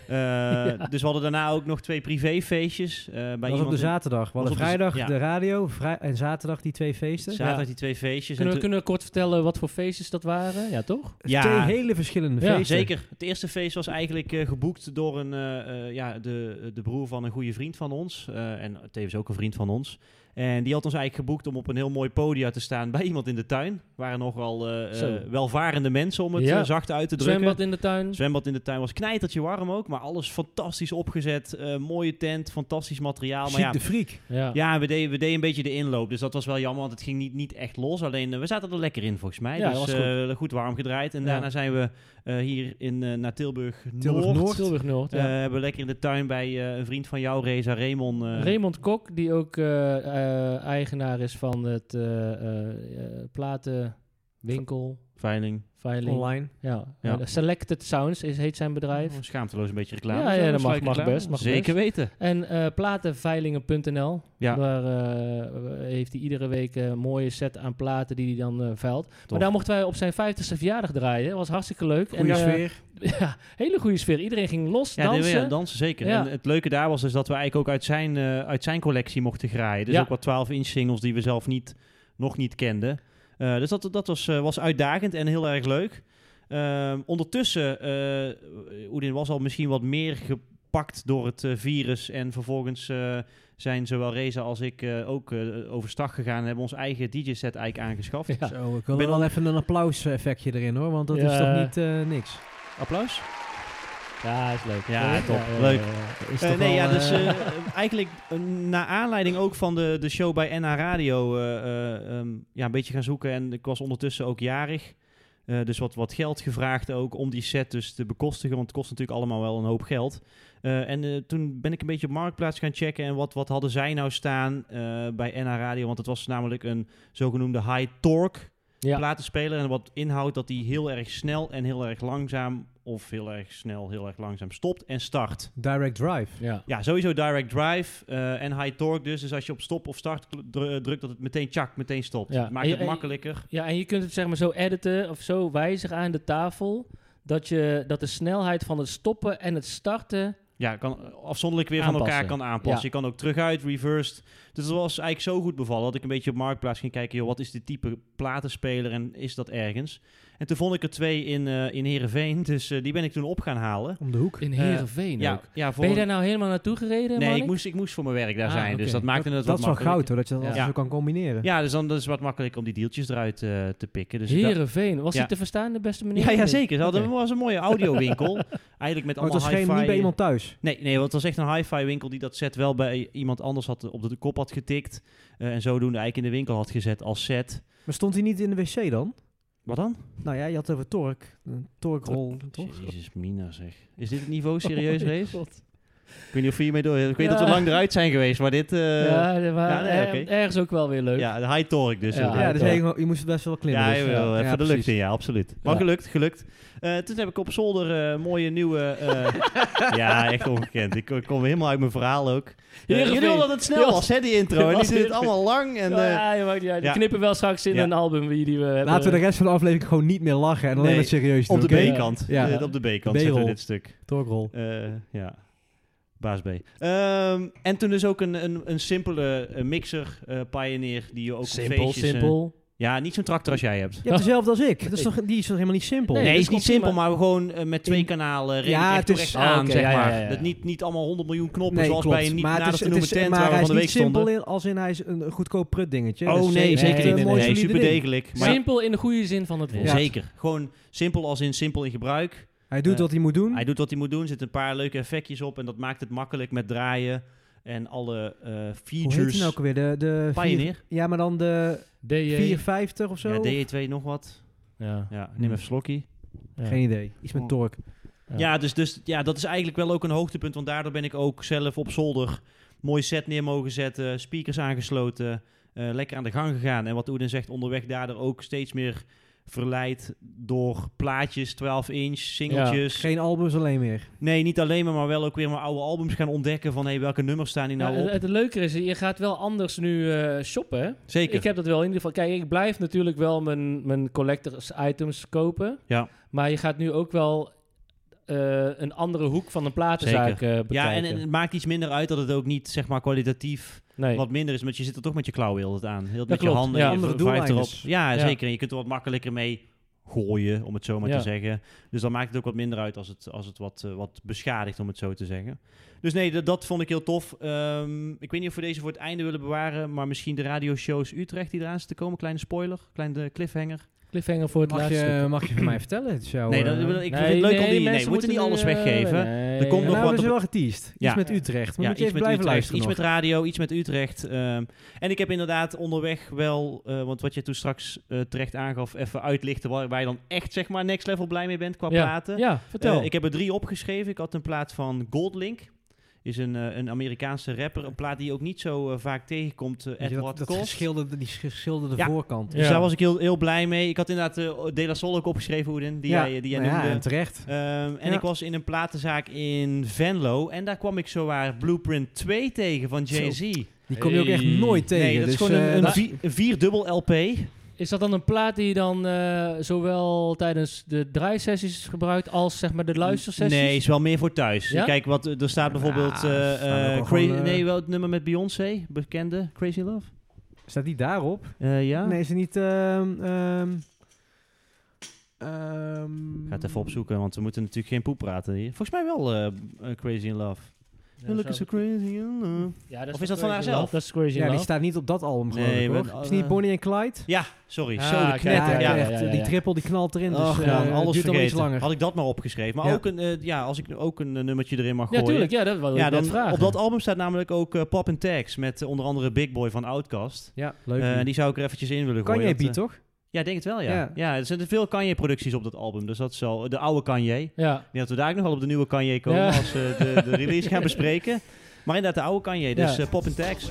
Speaker 2: Eh, Dus we hadden daarna ook nog twee privéfeestjes. eh bij
Speaker 1: Dat was
Speaker 2: iemand
Speaker 1: op de
Speaker 2: in-
Speaker 1: zaterdag. We
Speaker 2: was
Speaker 1: hadden
Speaker 2: op de z-
Speaker 1: vrijdag
Speaker 2: ja.
Speaker 1: de radio vrij- en zaterdag die twee feesten.
Speaker 2: Zaterdag
Speaker 4: Ja.
Speaker 2: die twee feestjes.
Speaker 4: Kunnen we,
Speaker 2: en toen-
Speaker 4: kunnen we kort vertellen wat voor feestjes dat waren? Ja, toch?
Speaker 1: Twee
Speaker 2: ja,
Speaker 1: hele verschillende
Speaker 4: Ja.
Speaker 1: feesten.
Speaker 2: Zeker. Het eerste feest was eigenlijk eh, geboekt door een, eh, eh, ja, de, de broer van een goede vriend van ons. eh, en tevens ook een vriend van ons. En die had ons eigenlijk geboekt om op een heel mooi podium te staan bij iemand in de tuin. Waren nogal eh,
Speaker 4: Zo.
Speaker 2: eh, welvarende mensen om het
Speaker 4: Ja.
Speaker 2: eh, zacht uit te drukken.
Speaker 4: Zwembad in de tuin.
Speaker 2: Zwembad in de tuin was knijtertje warm ook, maar alles fantastisch opgezet. Eh, mooie tent, fantastisch materiaal. Maar
Speaker 1: Chic
Speaker 2: ja,
Speaker 1: de freak.
Speaker 4: Ja.
Speaker 2: ja we, deden, we deden een beetje de inloop, dus dat was wel jammer, want het ging niet, niet echt los. Alleen eh, we zaten er lekker in volgens mij.
Speaker 4: Ja,
Speaker 2: dus
Speaker 4: dat was
Speaker 2: eh, goed. warm gedraaid. En
Speaker 4: Ja.
Speaker 2: daarna zijn we eh, hier in, eh, naar Tilburg Noord.
Speaker 1: Tilburg Noord.
Speaker 4: Tilburg Noord.
Speaker 2: Eh,
Speaker 4: ja.
Speaker 2: hebben we lekker in de tuin bij eh, een vriend van jou, Reza Raymond. eh,
Speaker 4: Raymond Kok, die ook eh, eh, eigenaar is van het eh, eh, eh, platenwinkel,
Speaker 2: Veiling.
Speaker 4: veiling.
Speaker 1: Online.
Speaker 4: Ja.
Speaker 2: Ja.
Speaker 4: Eh, Selected Sounds is, heet zijn bedrijf.
Speaker 2: Oh, schaamteloos een beetje reclame.
Speaker 4: Ja,
Speaker 2: Zo,
Speaker 4: ja, dat
Speaker 2: dus
Speaker 4: mag-
Speaker 2: leuk
Speaker 4: mag
Speaker 2: reclame.
Speaker 4: best, mag
Speaker 2: Zeker weten.
Speaker 4: En eh, platenveilingen.nl,
Speaker 2: Ja.
Speaker 4: daar eh, heeft hij iedere week een mooie set aan platen die hij dan eh, veilt. Maar
Speaker 2: Tof.
Speaker 4: daar mochten wij op zijn 50ste verjaardag draaien. Dat was hartstikke leuk.
Speaker 1: Goeie
Speaker 4: en, eh,
Speaker 1: sfeer.
Speaker 4: [LAUGHS] ja, hele goede sfeer. Iedereen ging los
Speaker 2: Ja,
Speaker 4: dansen.
Speaker 2: dansen. dansen zeker.
Speaker 4: Ja.
Speaker 2: En het leuke daar was dus dat we eigenlijk ook uit zijn, eh, uit zijn collectie mochten graaien. Dus
Speaker 4: Ja.
Speaker 2: ook wat 12-inch singles die we zelf niet, nog niet kenden. Eh, dus dat, dat was, eh, was uitdagend en heel erg leuk. Ehm, ondertussen, eh Oedin was al misschien wat meer gepakt door het eh, virus. En vervolgens eh, zijn zowel Reza als ik eh, ook eh, overstag gegaan en hebben ons eigen DJ-set eigenlijk aangeschaft.
Speaker 4: Ja.
Speaker 1: Zo, ik wil
Speaker 2: Ben-
Speaker 1: wel even een applaus-effectje erin hoor, want dat is
Speaker 4: Ja.
Speaker 1: toch niet eh, niks.
Speaker 2: Applaus.
Speaker 4: Ja, is leuk.
Speaker 2: Ja, top.
Speaker 4: eh,
Speaker 2: Leuk.
Speaker 4: eh,
Speaker 1: Is
Speaker 2: Eh,
Speaker 1: toch
Speaker 2: nee,
Speaker 1: wel,
Speaker 2: ja, dus
Speaker 1: eh,
Speaker 2: eh, eigenlijk eh, naar aanleiding ook van de, de show bij NH Radio eh, eh, ehm, ja, een beetje gaan zoeken. En ik was ondertussen ook jarig. Eh, dus wat, wat geld gevraagd ook om die set dus te bekostigen. Want het kost natuurlijk allemaal wel een hoop geld. Eh, en eh, toen ben ik een beetje op Marktplaats gaan checken. En wat, wat hadden zij nou staan eh, bij NH Radio? Want het was namelijk een zogenoemde high torque
Speaker 4: Ja.
Speaker 2: platenspeler. En wat inhoudt dat die heel erg snel en heel erg langzaam... of heel erg snel, heel erg langzaam stopt en start.
Speaker 1: Direct drive.
Speaker 4: ja.
Speaker 2: Ja, sowieso direct drive eh, en high torque dus. Dus als je op stop of start kl- dru- eh, drukt, dat het meteen tjak, meteen stopt.
Speaker 4: Ja.
Speaker 2: Het
Speaker 4: En
Speaker 2: maakt
Speaker 4: je-
Speaker 2: het
Speaker 4: en je-
Speaker 2: makkelijker.
Speaker 4: Ja, en je kunt het zeg maar zo editen of zo wijzigen aan de tafel. Dat, je, dat de snelheid van het stoppen en het starten.
Speaker 2: Ja, kan afzonderlijk weer van
Speaker 4: Aanpassen.
Speaker 2: elkaar kan aanpassen.
Speaker 4: Ja.
Speaker 2: Je kan ook teruguit, reversed. Dus dat was eigenlijk zo goed bevallen dat ik een beetje op Marktplaats ging kijken. Joh, wat is dit type platenspeler en is dat ergens? En toen vond ik er twee in, eh in Heerenveen, dus eh, die ben ik toen op gaan halen.
Speaker 1: Om de hoek.
Speaker 4: In Heerenveen
Speaker 2: Eh, ja,
Speaker 4: ook.
Speaker 2: ja, voor
Speaker 4: Ben je daar
Speaker 2: een-
Speaker 4: nou helemaal naartoe gereden?
Speaker 2: Nee, ik
Speaker 4: Marnik?
Speaker 2: moest, ik moest voor mijn werk daar
Speaker 4: Ah,
Speaker 2: zijn,
Speaker 4: oké.
Speaker 2: dus dat maakte het
Speaker 1: Dat is
Speaker 2: wat
Speaker 1: wel
Speaker 2: makkelijker.
Speaker 1: goud hoor, dat je dat
Speaker 4: Ja.
Speaker 1: zo kan combineren.
Speaker 2: Ja, dus dan dat is het wat makkelijker om die deeltjes eruit eh, te pikken. Dus ik dacht-
Speaker 4: Heerenveen. Was
Speaker 2: Ja.
Speaker 4: hij te verstaan, de beste meneer?
Speaker 2: Ja, ja, zeker. Ze hadden,
Speaker 4: Oké.
Speaker 2: Het was een mooie audiowinkel. Eigenlijk met
Speaker 1: Maar het was
Speaker 2: allemaal
Speaker 1: geen, niet bij
Speaker 2: hi-fi.
Speaker 1: iemand thuis.
Speaker 2: Nee, nee, want het was echt een hi-fi winkel die dat set wel bij iemand anders had, op de kop had getikt. eh, en zodoende eigenlijk in de winkel had gezet als set.
Speaker 1: Maar stond hij niet in de wc dan?
Speaker 2: Wat dan?
Speaker 1: Nou ja, je had het over Tork. Een Torkrol, toch?
Speaker 2: Jezus, Mina zeg. Is dit het niveau serieus,
Speaker 4: Oh, mijn
Speaker 2: Rees?
Speaker 4: God.
Speaker 2: Ik weet niet of we hiermee door... Ik weet dat we
Speaker 4: Ja.
Speaker 2: lang eruit zijn geweest, maar dit... eh, ja.
Speaker 4: ja, de- maar
Speaker 2: ja, nee,
Speaker 4: er-
Speaker 2: oké.
Speaker 4: ergens ook wel weer leuk.
Speaker 2: de high torque dus.
Speaker 4: Ja,
Speaker 2: eh,
Speaker 1: Ja, dus
Speaker 4: Tork.
Speaker 1: je, je moest het best wel klimmen.
Speaker 2: Ja,
Speaker 1: dus.
Speaker 2: jawel, even de lucht
Speaker 1: precies.
Speaker 2: in, ja, absoluut. Maar
Speaker 4: Ja.
Speaker 2: gelukt, gelukt. Eh, toen heb ik op zolder eh, mooie nieuwe... eh, ja, echt ongekend. Ik, ik kom helemaal uit mijn verhaal ook. Eh,
Speaker 4: Heerenveen.
Speaker 2: jullie wilden dat het snel
Speaker 4: Ja.
Speaker 2: was, hè, die intro. En
Speaker 4: Ja,
Speaker 2: nu zit het
Speaker 4: Heerenveen.
Speaker 2: allemaal lang. En, eh,
Speaker 4: ja, ja, maakt niet uit. Die
Speaker 2: ja.
Speaker 4: knippen wel straks in
Speaker 2: Ja.
Speaker 4: een album wie die we hebben.
Speaker 1: Laten we de rest van de aflevering gewoon niet meer lachen en alleen
Speaker 2: Eh, Nee,
Speaker 1: maar serieus doen.
Speaker 2: op de
Speaker 1: oké?
Speaker 4: oké.
Speaker 2: B-kant.
Speaker 1: Ja.
Speaker 2: Eh, op de B-kant zetten we
Speaker 1: B-roll.
Speaker 2: dit stuk.
Speaker 1: Torkrol.
Speaker 2: Eh, ja, baas B. Ehm, en toen dus ook een, een, een simpele eh, mixer, eh, Pioneer, die je ook op
Speaker 4: simpel,
Speaker 2: feestjes... eh,
Speaker 4: simpel.
Speaker 2: ja, niet zo'n tractor als jij hebt.
Speaker 1: Je hebt dezelfde als ik. Dat is toch, die is toch helemaal niet simpel?
Speaker 2: Nee, dus
Speaker 4: Nee,
Speaker 2: is
Speaker 4: dat
Speaker 2: niet
Speaker 4: klopt,
Speaker 2: simpel, maar gewoon eh, met twee
Speaker 1: In-
Speaker 2: kanalen redelijk
Speaker 1: Ja,
Speaker 2: recht
Speaker 1: het
Speaker 2: door
Speaker 1: is-
Speaker 2: recht aan,
Speaker 4: oké,
Speaker 2: zeg
Speaker 4: ja, ja,
Speaker 2: maar.
Speaker 4: ja, ja.
Speaker 2: Dat niet, niet allemaal 100 miljoen knoppen
Speaker 1: Nee,
Speaker 2: zoals
Speaker 1: klopt.
Speaker 2: bij een niet
Speaker 1: Maar het
Speaker 2: nader
Speaker 1: is-
Speaker 2: te
Speaker 1: het
Speaker 2: noemen
Speaker 1: is-
Speaker 2: tent
Speaker 1: maar
Speaker 2: waar we
Speaker 1: hij
Speaker 2: van
Speaker 1: is
Speaker 2: de week
Speaker 1: niet simpel
Speaker 2: stonden.
Speaker 1: in- als in hij is een goedkoop prutdingetje. Dat
Speaker 2: Oh
Speaker 1: is
Speaker 2: nee,
Speaker 1: echt
Speaker 2: zeker
Speaker 1: een
Speaker 2: niet. Nee,
Speaker 1: mooi
Speaker 2: nee,
Speaker 1: solide
Speaker 2: super
Speaker 1: ding.
Speaker 2: degelijk. Maar
Speaker 4: Simpel in de goede zin van het woord.
Speaker 1: Ja.
Speaker 2: Zeker. Gewoon simpel als in simpel in gebruik.
Speaker 1: Hij doet
Speaker 2: Eh,
Speaker 1: wat hij moet doen.
Speaker 2: Hij doet wat hij moet doen, zit een paar leuke effectjes op en dat maakt het makkelijk met draaien en alle eh,
Speaker 1: Hoe heet
Speaker 2: features.
Speaker 1: hij nou ook alweer? De, de vier-
Speaker 2: Pioneer.
Speaker 1: ja, maar dan de
Speaker 4: DJ.
Speaker 1: 450 of zo?
Speaker 2: Ja, DE2 nog wat.
Speaker 4: Ja,
Speaker 2: Ja, ik
Speaker 1: Hmm.
Speaker 2: neem even slokkie.
Speaker 4: ja.
Speaker 1: Geen idee. Iets met
Speaker 2: Oh.
Speaker 1: torque.
Speaker 4: Ja.
Speaker 2: Ja, dus, dus ja, dat is eigenlijk wel ook een hoogtepunt, want daardoor ben ik ook zelf op zolder mooi set neer mogen zetten, speakers aangesloten, eh, lekker aan de gang gegaan. En wat Oeden zegt, onderweg daardoor ook steeds meer verleid door plaatjes, 12 inch, singeltjes.
Speaker 1: Geen albums alleen meer.
Speaker 2: Nee, niet alleen maar, maar wel ook weer mijn oude albums gaan ontdekken van hey, welke nummers staan hier nou
Speaker 4: Nou,
Speaker 2: op.
Speaker 4: het, het leuke is, je gaat wel anders nu eh, shoppen. hè?
Speaker 2: Zeker.
Speaker 4: Ik heb dat wel in ieder geval. Kijk, ik blijf natuurlijk wel mijn, mijn collectors items kopen.
Speaker 2: Ja.
Speaker 4: Maar je gaat nu ook wel eh, een andere hoek van een platenzaak eh bekijken.
Speaker 2: ja, en, en het maakt iets minder uit dat het ook niet, zeg maar, kwalitatief
Speaker 4: nee.
Speaker 2: wat minder is. Want je zit er toch met je klauw heel het aan. Heel met
Speaker 4: klopt,
Speaker 2: je handen,
Speaker 4: ja.
Speaker 2: je
Speaker 1: Andere
Speaker 2: vibe
Speaker 1: doeleinden.
Speaker 2: erop. Ja,
Speaker 4: Ja.
Speaker 2: zeker. En je kunt er wat makkelijker mee gooien, om het zo maar
Speaker 4: Ja.
Speaker 2: te zeggen. Dus dan maakt het ook wat minder uit als het, als het wat, eh, wat beschadigt, om het zo te zeggen. Dus nee, dat, dat vond ik heel tof. Ehm, ik weet niet of we deze voor het einde willen bewaren, maar misschien de radioshows Utrecht die eraan zitten te komen. Kleine spoiler, kleine cliffhanger.
Speaker 4: Cliffhanger voor het
Speaker 1: Mag
Speaker 4: laatste.
Speaker 1: je, mag je van mij vertellen? Het is jouw,
Speaker 2: nee, dat,
Speaker 1: eh,
Speaker 2: ik
Speaker 1: ja,
Speaker 2: vind het leuk om die... Nee, we moeten niet alles
Speaker 4: eh,
Speaker 2: weggeven. Er komt nog
Speaker 1: nou, we
Speaker 2: wat op-
Speaker 1: zijn wel geteased. Iets
Speaker 2: Ja.
Speaker 1: met Utrecht. Maar moet je
Speaker 2: iets
Speaker 1: even
Speaker 2: met
Speaker 1: blijven
Speaker 2: Utrecht,
Speaker 1: luisteren
Speaker 2: Iets
Speaker 1: nog.
Speaker 2: met radio, iets met Utrecht. ehm. en ik heb inderdaad onderweg wel, eh, want wat je toen straks eh, terecht aangaf, even uitlichten waar, waar je dan echt zeg maar next level blij mee bent qua
Speaker 4: ja.
Speaker 2: platen.
Speaker 4: Ja, vertel.
Speaker 2: Eh, ik heb er drie opgeschreven. Ik had een plaat van Goldlink. Is een, eh, een Amerikaanse rapper. Een plaat die je ook niet zo eh, vaak tegenkomt. eh
Speaker 1: Weet je,
Speaker 2: at
Speaker 1: dat,
Speaker 2: what
Speaker 1: dat
Speaker 2: cost.
Speaker 1: geschilderde, die geschilderde
Speaker 2: Ja.
Speaker 1: voorkant.
Speaker 4: Ja.
Speaker 2: Dus daar was ik heel, heel blij mee. Ik had inderdaad eh De La Soul ook opgeschreven, Oedin, eh, die jij, die jij
Speaker 1: nou ja,
Speaker 2: noemde.
Speaker 1: en terecht.
Speaker 2: Ehm, en
Speaker 1: Ja.
Speaker 2: ik was in een platenzaak in Venlo. En daar kwam ik zowaar Blueprint 2 tegen van Jay-Z.
Speaker 1: Die kom je ook echt
Speaker 4: Hey.
Speaker 1: nooit tegen.
Speaker 2: Nee, dat
Speaker 1: dus,
Speaker 2: is gewoon
Speaker 1: eh,
Speaker 2: een, een,
Speaker 1: dat-
Speaker 2: vier, een vierdubbel LP.
Speaker 4: Is dat dan een plaat die je dan eh, zowel tijdens de draaisessies gebruikt als zeg maar de luistersessies?
Speaker 2: Nee, is wel meer voor thuis.
Speaker 4: Ja?
Speaker 2: Kijk, wat, er staat
Speaker 1: Ja,
Speaker 2: bijvoorbeeld...
Speaker 1: staan
Speaker 2: eh,
Speaker 1: ook wel
Speaker 2: eh,
Speaker 1: gewoon,
Speaker 2: Cra-
Speaker 1: eh,
Speaker 2: nee, wel het nummer met Beyoncé, bekende. Crazy Love.
Speaker 1: Staat die daarop?
Speaker 2: Eh, ja?
Speaker 1: Nee, is het niet... ehm ehm ehm,
Speaker 2: Ik ga het even opzoeken, want we moeten natuurlijk geen poep praten hier. Volgens mij wel eh, eh, Crazy in Love. You look so crazy in love.
Speaker 4: Ja, dat
Speaker 2: Of
Speaker 4: wel
Speaker 2: is dat van
Speaker 4: Crazy
Speaker 2: haarzelf?
Speaker 4: Love. Dat is Crazy
Speaker 1: Ja, die
Speaker 4: Love.
Speaker 1: staat niet op dat album geloof
Speaker 2: Nee, eh,
Speaker 1: ik,
Speaker 2: maar-
Speaker 1: hoor. is het niet Bonnie en Clyde?
Speaker 2: Ja, sorry.
Speaker 4: Ah,
Speaker 2: zo de
Speaker 4: kijk,
Speaker 2: knetter.
Speaker 1: Ja,
Speaker 4: ja, ja,
Speaker 1: echt,
Speaker 4: ja, ja.
Speaker 1: Die trippel die knalt erin. Dus
Speaker 2: Ach,
Speaker 1: eh,
Speaker 2: man,
Speaker 1: het
Speaker 2: alles
Speaker 1: duurt nog iets
Speaker 2: vergeten.
Speaker 1: langer.
Speaker 2: Had ik dat maar opgeschreven. Maar
Speaker 1: Ja.
Speaker 2: ook een, eh, ja, als ik ook een eh, nummertje erin mag
Speaker 4: Ja,
Speaker 2: gooien.
Speaker 4: tuurlijk. Ja, dat wil ik
Speaker 2: Ja,
Speaker 4: net
Speaker 2: dan,
Speaker 4: vragen.
Speaker 2: op dat album staat namelijk ook eh, Pop and Tags met eh, onder andere Big Boy van Outkast.
Speaker 1: Ja, leuk.
Speaker 2: Eh, en die zou ik er eventjes in
Speaker 1: kan
Speaker 2: willen gooien.
Speaker 1: jij
Speaker 2: Dat, eh,
Speaker 1: beat, toch?
Speaker 2: Ja, denk het wel, ja.
Speaker 1: Ja.
Speaker 2: ja. er zitten veel Kanye-producties op dat album, dus dat zal... De oude Kanye. Ik
Speaker 4: Ja.
Speaker 2: denk dat we daar ook nog wel op de nieuwe Kanye komen
Speaker 4: Ja.
Speaker 2: als we de, de release gaan bespreken. Maar inderdaad, de oude Kanye, dus
Speaker 4: Ja.
Speaker 2: eh, Pop and Tags.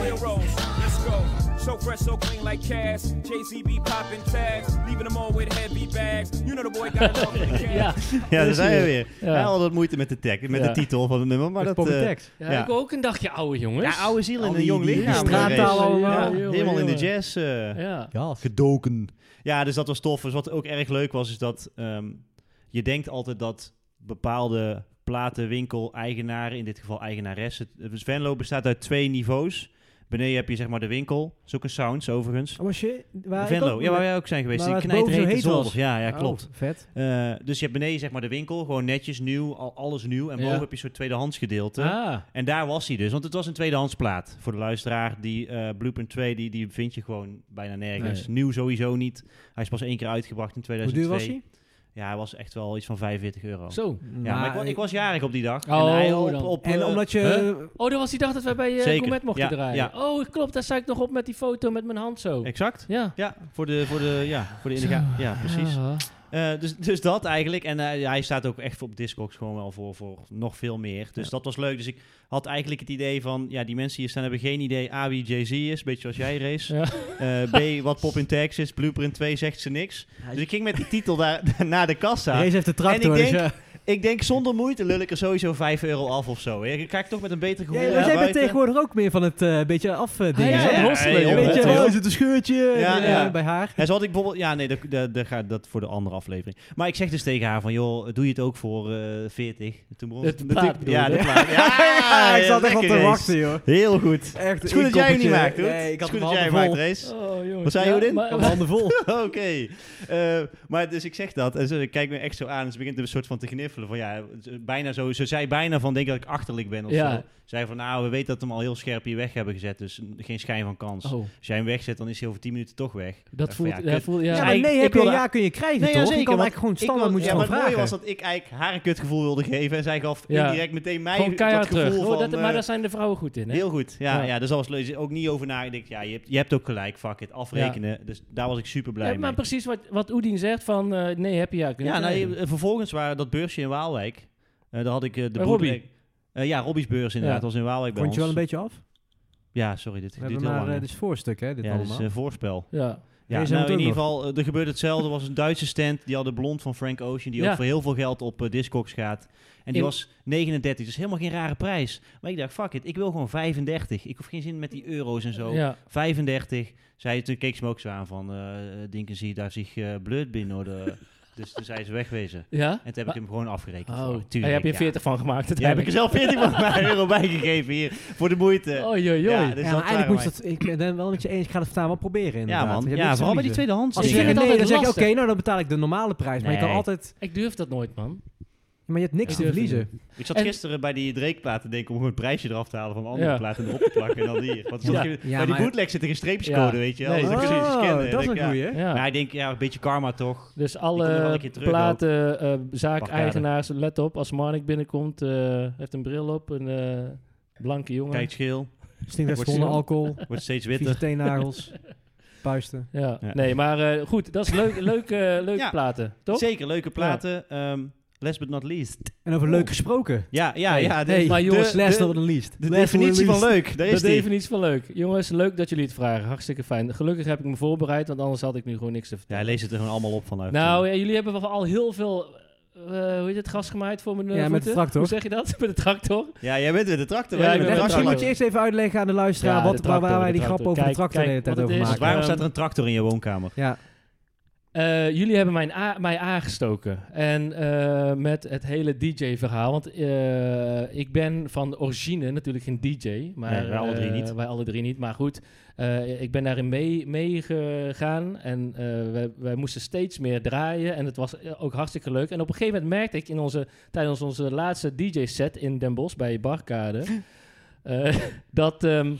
Speaker 5: Railroads, let's go. So fresh, so clean like cash. Jay-Z be popping tags. Leaving them all with heavy bags. You know the boy got it all
Speaker 1: [LAUGHS]
Speaker 5: in the cash.
Speaker 4: Ja.
Speaker 2: Ja, daar zijn we weer.
Speaker 4: Ja.
Speaker 2: Ja. Al dat moeite met de tag, met
Speaker 4: Ja.
Speaker 2: de titel van het nummer, maar
Speaker 1: Met
Speaker 2: dat...
Speaker 1: Pop
Speaker 2: eh,
Speaker 1: Tex.
Speaker 4: Ja,
Speaker 2: Ja.
Speaker 4: ik wil ook een dagje oude jongens.
Speaker 2: ja, oude ziel in
Speaker 1: Al
Speaker 2: een
Speaker 1: die-
Speaker 2: jong
Speaker 1: die
Speaker 2: lichaam.
Speaker 1: straattaal
Speaker 2: Ja,
Speaker 1: allemaal.
Speaker 2: ja,
Speaker 4: Jongen,
Speaker 2: helemaal in de
Speaker 4: jongen.
Speaker 2: jazz. eh.
Speaker 4: Ja.
Speaker 1: Ja.
Speaker 2: gedoken. Ja, dus dat was tof. Dus wat ook erg leuk was, is dat ehm, je denkt altijd dat bepaalde platenwinkel-eigenaren, in dit geval eigenaressen, dus Venlo bestaat uit twee niveaus. Beneden heb je zeg maar de winkel, is ook een sounds overigens.
Speaker 1: Was je... Waar ik
Speaker 2: Venlo,
Speaker 1: ook-
Speaker 2: ja, waar wij ook zijn geweest.
Speaker 1: maar
Speaker 2: Die
Speaker 1: waar het boven zo
Speaker 2: knijterhete
Speaker 1: heet
Speaker 2: zolder.
Speaker 1: was.
Speaker 2: Ja, ja,
Speaker 1: Oh,
Speaker 2: klopt.
Speaker 1: vet.
Speaker 2: Eh, dus je hebt beneden zeg maar de winkel, gewoon netjes nieuw, al, alles nieuw. En
Speaker 4: Ja.
Speaker 2: boven heb je zo'n tweedehands gedeelte.
Speaker 4: Ah,
Speaker 2: En daar was hij dus, want het was een tweedehands plaat. Voor de luisteraar, die eh Blueprint 2, die, die vind je gewoon bijna nergens.
Speaker 4: Nee.
Speaker 2: Nieuw sowieso niet. Hij is pas één keer uitgebracht in
Speaker 1: Hoe
Speaker 2: 2002.
Speaker 1: duur was hij?
Speaker 2: Ja, hij was echt wel iets van 45 euro.
Speaker 4: zo.
Speaker 2: Ja, maar ik, wa- ik was jarig op die dag.
Speaker 4: Oh,
Speaker 2: en hij op,
Speaker 4: dan.
Speaker 2: op,
Speaker 1: En
Speaker 2: eh,
Speaker 1: omdat je...
Speaker 4: Oh, dat was die dag dat wij bij eh,
Speaker 2: Zeker.
Speaker 4: Gourmet mochten
Speaker 2: Ja,
Speaker 4: draaien.
Speaker 2: ja.
Speaker 4: Oh, klopt. Daar sta ik nog op met die foto met mijn hand zo.
Speaker 2: Exact.
Speaker 4: ja.
Speaker 2: Ja, voor de, voor de, ja, voor de in de ga- Ja, precies.
Speaker 4: Ja.
Speaker 2: Eh, dus, dus dat eigenlijk. En eh, hij staat ook echt op Discogs gewoon wel voor, voor nog veel meer. Dus dat was leuk. Dus ik had eigenlijk het idee van... Ja, die mensen hier staan hebben geen idee A, wie Jay-Z is. Beetje zoals jij, Race.
Speaker 4: Ja.
Speaker 2: Eh, B, wat Pop in Tags is. Blueprint 2 zegt ze niks. Dus ik ging met die titel daar [LAUGHS] naar de kassa.
Speaker 1: Race heeft de tractor.
Speaker 2: En ik
Speaker 1: dus,
Speaker 2: denk-
Speaker 1: ja.
Speaker 2: Ik denk, zonder moeite lul ik er sowieso 5 euro af of zo. Ik kijk toch met een beter gevoel
Speaker 1: Ja,
Speaker 2: naar
Speaker 1: want jij bent
Speaker 2: buiten.
Speaker 1: tegenwoordig ook meer van het eh, beetje afdingen.
Speaker 4: ja, ja,
Speaker 2: hosselen, joh.
Speaker 1: Beetje,
Speaker 2: Hosselen,
Speaker 1: oh,
Speaker 2: joh.
Speaker 1: is het een scheurtje
Speaker 2: Ja,
Speaker 1: eh,
Speaker 2: ja.
Speaker 1: bij haar?
Speaker 2: En zo had ik bijvoorbeeld... Ja, nee, dat, dat, dat gaat dat voor de andere aflevering. Maar ik zeg dus tegen haar van... joh, doe je het ook voor eh 40? Toen begon ze-
Speaker 4: Het plaat
Speaker 2: natuurlijk- Ja,
Speaker 4: bedoel
Speaker 2: de plaat.
Speaker 1: [LAUGHS]
Speaker 2: Ja,
Speaker 1: ik zat echt op
Speaker 2: lekker,
Speaker 1: te
Speaker 2: Race.
Speaker 1: wachten, joh.
Speaker 2: Heel goed.
Speaker 1: Echt
Speaker 2: Het is goed dat jij hem niet maakt, hoor.
Speaker 1: Nee, ik had
Speaker 2: het is
Speaker 1: hem
Speaker 2: goed dat jij hem
Speaker 1: handen
Speaker 2: maakt,
Speaker 1: vol.
Speaker 2: Race.
Speaker 4: Oh, jongens.
Speaker 2: Wat zei
Speaker 4: Ja,
Speaker 2: Odin?
Speaker 4: maar-
Speaker 1: handen vol.
Speaker 2: [LAUGHS] Oké. Eh, maar dus ik zeg dat. En ze kijkt me echt zo aan. En ze begint een soort van te gniffelen. Van ja, ze- bijna zo. Ze zei bijna van, denk ik dat ik achterlijk ben of
Speaker 4: Ja.
Speaker 2: zo. Zei van, nou, we weten dat we hem al heel scherp hier weg hebben gezet. Dus geen schijn van kans.
Speaker 4: Oh,
Speaker 2: Als jij hem wegzet, dan is hij over 10 minuten toch weg.
Speaker 4: dat
Speaker 2: Echt van,
Speaker 4: voelt...
Speaker 2: ja,
Speaker 4: Ja,
Speaker 2: kut.
Speaker 4: voelt ja.
Speaker 1: Ja,
Speaker 2: Ja,
Speaker 1: maar
Speaker 2: ik-
Speaker 1: nee
Speaker 2: ik
Speaker 1: heb je
Speaker 2: wil
Speaker 1: een
Speaker 2: daar-
Speaker 1: ja kun je krijgen,
Speaker 2: Nee, ja,
Speaker 1: toch? je
Speaker 2: zeker,
Speaker 1: kan
Speaker 2: want
Speaker 1: eigenlijk gewoon
Speaker 2: Ik
Speaker 1: standaard
Speaker 2: wil-
Speaker 1: moet je
Speaker 2: ja, maar
Speaker 1: gewoon
Speaker 2: het mooie
Speaker 1: vragen.
Speaker 2: was dat ik eigenlijk haar een kutgevoel wilde geven. En zij gaf
Speaker 4: Ja.
Speaker 2: indirect meteen mij
Speaker 4: Gewoon
Speaker 2: dat
Speaker 4: keihard
Speaker 2: gevoel
Speaker 4: terug. Oh,
Speaker 2: van...
Speaker 4: dat,
Speaker 2: eh,
Speaker 4: maar daar zijn de vrouwen goed in, hè?
Speaker 2: Heel goed, ja.
Speaker 4: Ja.
Speaker 2: ja. dus dat was leuk. Ook niet over nagedacht. Ja, je hebt, je hebt ook gelijk, fuck it. Afrekenen. Dus daar was ik super blij
Speaker 4: ja, maar
Speaker 2: mee.
Speaker 4: precies wat, wat Oedien zegt van... eh, nee, heb je ja kunnen
Speaker 2: Ja, nou,
Speaker 4: krijgen.
Speaker 2: eh, vervolgens waren dat beursje in Waalwijk. Eh, daar had ik eh, de
Speaker 4: Eh,
Speaker 2: broeder-
Speaker 4: Robbie.
Speaker 2: Eh, ja, Robby's beurs inderdaad.
Speaker 4: Ja.
Speaker 2: was in Waalwijk bij
Speaker 1: Vond je wel
Speaker 2: ons.
Speaker 1: een beetje af?
Speaker 2: Ja, sorry, dit
Speaker 1: We
Speaker 2: duurt heel
Speaker 1: hebben maar,
Speaker 2: lang.
Speaker 1: eh,
Speaker 2: hè.
Speaker 1: dit is voorstuk, hè, dit
Speaker 2: ja, dit is
Speaker 1: allemaal.
Speaker 2: een voorspel.
Speaker 4: Ja.
Speaker 2: Ja,
Speaker 1: Deze hebben we het
Speaker 2: nou,
Speaker 1: ook
Speaker 2: in ieder
Speaker 1: nog.
Speaker 2: geval, eh, er gebeurde hetzelfde. Er was een Duitse stand, die had de blond van Frank Ocean, die
Speaker 4: Ja.
Speaker 2: ook voor heel veel geld op eh, Discogs gaat. En die
Speaker 4: In-
Speaker 2: was 39, dus helemaal geen rare prijs. Maar ik dacht, fuck it, ik wil gewoon 35. Ik hoef geen zin met die euro's en zo.
Speaker 4: ja.
Speaker 2: 35. Zij, toen keek ze me ook zo aan van, eh denken ze daar zich eh blöd binnen. Oder, [LAUGHS] dus toen zei ze wegwezen.
Speaker 4: Ja?
Speaker 2: En toen heb ik hem gewoon afgerekend.
Speaker 4: Oh,
Speaker 2: voor haar.
Speaker 4: tuurlijk, daar heb je
Speaker 2: ja.
Speaker 4: 40 van gemaakt.
Speaker 2: Ja, heb ik er zelf 14 van mijn euro bijgegeven hier, voor de moeite.
Speaker 4: Oh, joh,
Speaker 2: Ja,
Speaker 4: joh.
Speaker 2: dus
Speaker 1: Ja,
Speaker 2: dat
Speaker 1: maar eigenlijk
Speaker 2: waren
Speaker 1: moet je
Speaker 2: wij.
Speaker 1: dat... Ik ben het wel met je eens. Ik ga het staan wel proberen,
Speaker 2: ja
Speaker 1: inderdaad. Je
Speaker 2: man,
Speaker 1: hebt
Speaker 2: ja,
Speaker 1: niks te
Speaker 2: vooral bij
Speaker 1: verliezen.
Speaker 2: die tweedehands
Speaker 1: Als je
Speaker 4: Ik
Speaker 1: zegt,
Speaker 4: vind
Speaker 2: dingen.
Speaker 4: het
Speaker 1: nee, dan
Speaker 4: altijd
Speaker 1: zeg je, oké,
Speaker 4: lastig.
Speaker 1: nou dan betaal ik de normale prijs. Maar je kan
Speaker 2: Nee.
Speaker 1: altijd...
Speaker 4: Ik durf dat nooit, man.
Speaker 1: Maar je hebt niks
Speaker 4: Ja.
Speaker 1: te verliezen.
Speaker 2: Ik zat
Speaker 4: En-
Speaker 2: gisteren bij die Drake-plaat te denken om gewoon het prijsje eraf te halen van een andere
Speaker 4: Ja.
Speaker 2: plaat en erop te plakken en dan hier. Want
Speaker 4: Ja.
Speaker 2: soms-
Speaker 1: Ja,
Speaker 2: bij die
Speaker 1: maar-
Speaker 2: bootleg zit er geen streepjescode,
Speaker 4: Ja.
Speaker 2: weet je wel.
Speaker 4: Nee,
Speaker 2: Dus dan kun je
Speaker 1: Oh,
Speaker 2: ze scannen.
Speaker 1: dat is een
Speaker 2: Denk ik, ja.
Speaker 1: goeie.
Speaker 4: Ja.
Speaker 2: Maar ik denk, ja, een beetje karma toch.
Speaker 4: Dus
Speaker 2: komt er wel een
Speaker 4: alle
Speaker 2: keer terug
Speaker 4: platen, eh zaakeigenaars, let op. Als Marnik binnenkomt, eh, heeft een bril op, een eh, blanke jongen.
Speaker 2: Kijk, schil.
Speaker 1: Stinkt naar
Speaker 2: Wordt
Speaker 1: schoenen,
Speaker 2: zo.
Speaker 1: alcohol,
Speaker 2: Wordt steeds
Speaker 1: vieze
Speaker 2: witter.
Speaker 4: [LAUGHS]
Speaker 1: teennagels, puisten.
Speaker 4: Ja.
Speaker 2: Ja.
Speaker 4: nee, maar eh, goed, dat is leuk, leuk, eh,
Speaker 2: [LAUGHS]
Speaker 4: leuke
Speaker 2: Ja.
Speaker 4: platen, toch?
Speaker 2: Zeker, leuke platen. Ehm, last but not least.
Speaker 1: En over leuk gesproken.
Speaker 2: Ja, ja,
Speaker 4: Hey.
Speaker 2: ja. De,
Speaker 1: Hey,
Speaker 4: maar jongens,
Speaker 2: de-
Speaker 1: Last
Speaker 2: de-
Speaker 1: not least.
Speaker 2: de definitie van leuk. Daar
Speaker 4: Dat
Speaker 2: is
Speaker 4: is
Speaker 2: die.
Speaker 4: definitie van leuk. Jongens, leuk dat jullie het vragen. Hartstikke fijn. Gelukkig heb ik me voorbereid, want anders had ik nu gewoon niks te
Speaker 2: Ja,
Speaker 4: vertellen.
Speaker 2: hij leest het er gewoon allemaal op vanuit. eh.
Speaker 4: nou, ja, jullie hebben wel al heel veel, eh, hoe heet het, gas gemaaid voor mijn eh,
Speaker 1: Ja, met de
Speaker 4: voeten.
Speaker 1: tractor.
Speaker 4: Hoe zeg je dat? [LAUGHS] met de tractor.
Speaker 2: ja, jij bent weer de tractor.
Speaker 4: Ja,
Speaker 2: Wij
Speaker 4: ik
Speaker 2: hebben de
Speaker 4: ben weer de
Speaker 1: Misschien
Speaker 2: tractor.
Speaker 1: moet je eerst even uitleggen aan de luisteraar
Speaker 4: Ja, de
Speaker 1: wat, waar- waar
Speaker 4: tractor,
Speaker 1: wij
Speaker 4: de
Speaker 1: die grap
Speaker 4: tractor.
Speaker 1: over de
Speaker 4: Kijk,
Speaker 1: tractor de hele tijd
Speaker 4: kijk wat
Speaker 1: over
Speaker 4: het is.
Speaker 2: Dus
Speaker 1: maken.
Speaker 2: waarom
Speaker 4: Ehm,
Speaker 2: staat er een tractor in je woonkamer?
Speaker 1: Ja,
Speaker 4: Eh, jullie hebben mijn a- mij aangestoken. En eh, met het hele DJ-verhaal. Want eh, ik ben van origine natuurlijk geen DJ. Maar,
Speaker 2: Nee, wij alle drie
Speaker 4: eh,
Speaker 2: niet.
Speaker 4: Wij alle drie niet. Maar goed, eh, ik ben daarin meegegaan. Mee gegaan en eh, wij, wij moesten steeds meer draaien. En het was eh, ook hartstikke leuk. En op een gegeven moment merkte ik in onze, tijdens onze laatste DJ-set in Den Bosch bij Barkade.
Speaker 2: [LAUGHS]
Speaker 4: eh, dat. ehm,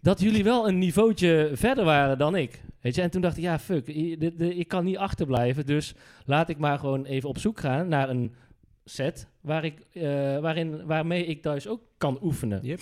Speaker 4: dat jullie wel een niveautje verder waren dan ik. Weet je? En toen dacht ik, ja, fuck, i- dit- dit- ik kan niet achterblijven. Dus laat ik maar gewoon even op zoek gaan naar een set waar ik, eh, waarin, waarmee ik thuis ook kan oefenen.
Speaker 1: Yep.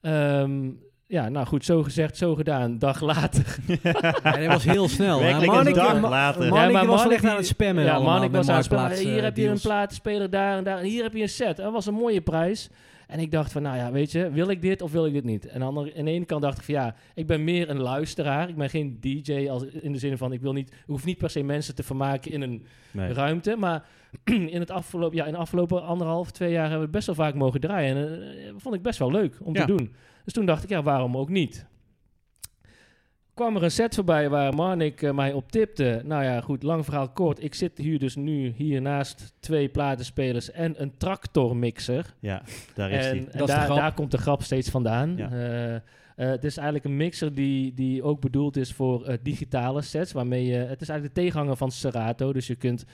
Speaker 4: Ehm, ja, nou goed, zo gezegd, zo gedaan. Dag later.
Speaker 1: Ja, dat was heel snel. hè.
Speaker 2: Werkelijk een
Speaker 1: Manneke-
Speaker 2: dag
Speaker 1: Ma-
Speaker 2: later.
Speaker 1: Manneke
Speaker 4: Ja,
Speaker 1: was
Speaker 4: maar
Speaker 1: wel echt
Speaker 4: Manneke-
Speaker 1: aan het spammen.
Speaker 4: ja,
Speaker 1: allemaal
Speaker 4: man, ik
Speaker 1: met
Speaker 4: was aan het spelen.
Speaker 1: marktplaats,
Speaker 4: Hier
Speaker 1: eh,
Speaker 4: heb je een
Speaker 1: deals.
Speaker 4: platenspeler daar en daar. En hier heb je een set. Dat was een mooie prijs. En ik dacht van, nou ja, weet je, wil ik dit of wil ik dit niet? En aan de aan de ene kant dacht ik van, ja, ik ben meer een luisteraar. Ik ben geen DJ als, in de zin van, ik wil niet, ik hoef niet per se mensen te vermaken in een
Speaker 2: Nee.
Speaker 4: ruimte. Maar [CLEARS THROAT] in het afgelopen, ja, in de afgelopen anderhalf, twee jaar hebben we het best wel vaak mogen draaien. En eh, vond ik best wel leuk om
Speaker 2: Ja.
Speaker 4: te doen. Dus toen dacht ik, ja, waarom ook niet? kwam er een set voorbij waar Marnik eh, mij op tipte. Nou ja, goed, lang verhaal kort. Ik zit hier dus nu hier naast twee platenspelers en een tractormixer.
Speaker 2: Ja, daar is
Speaker 4: En,
Speaker 2: die.
Speaker 4: en
Speaker 1: Dat is de
Speaker 4: daar,
Speaker 1: grap.
Speaker 4: daar komt de grap steeds vandaan.
Speaker 2: Ja.
Speaker 4: Eh, eh, het is eigenlijk een mixer die, die ook bedoeld is voor eh, digitale sets. Waarmee je, het is eigenlijk de tegenhanger van Serato. Dus je kunt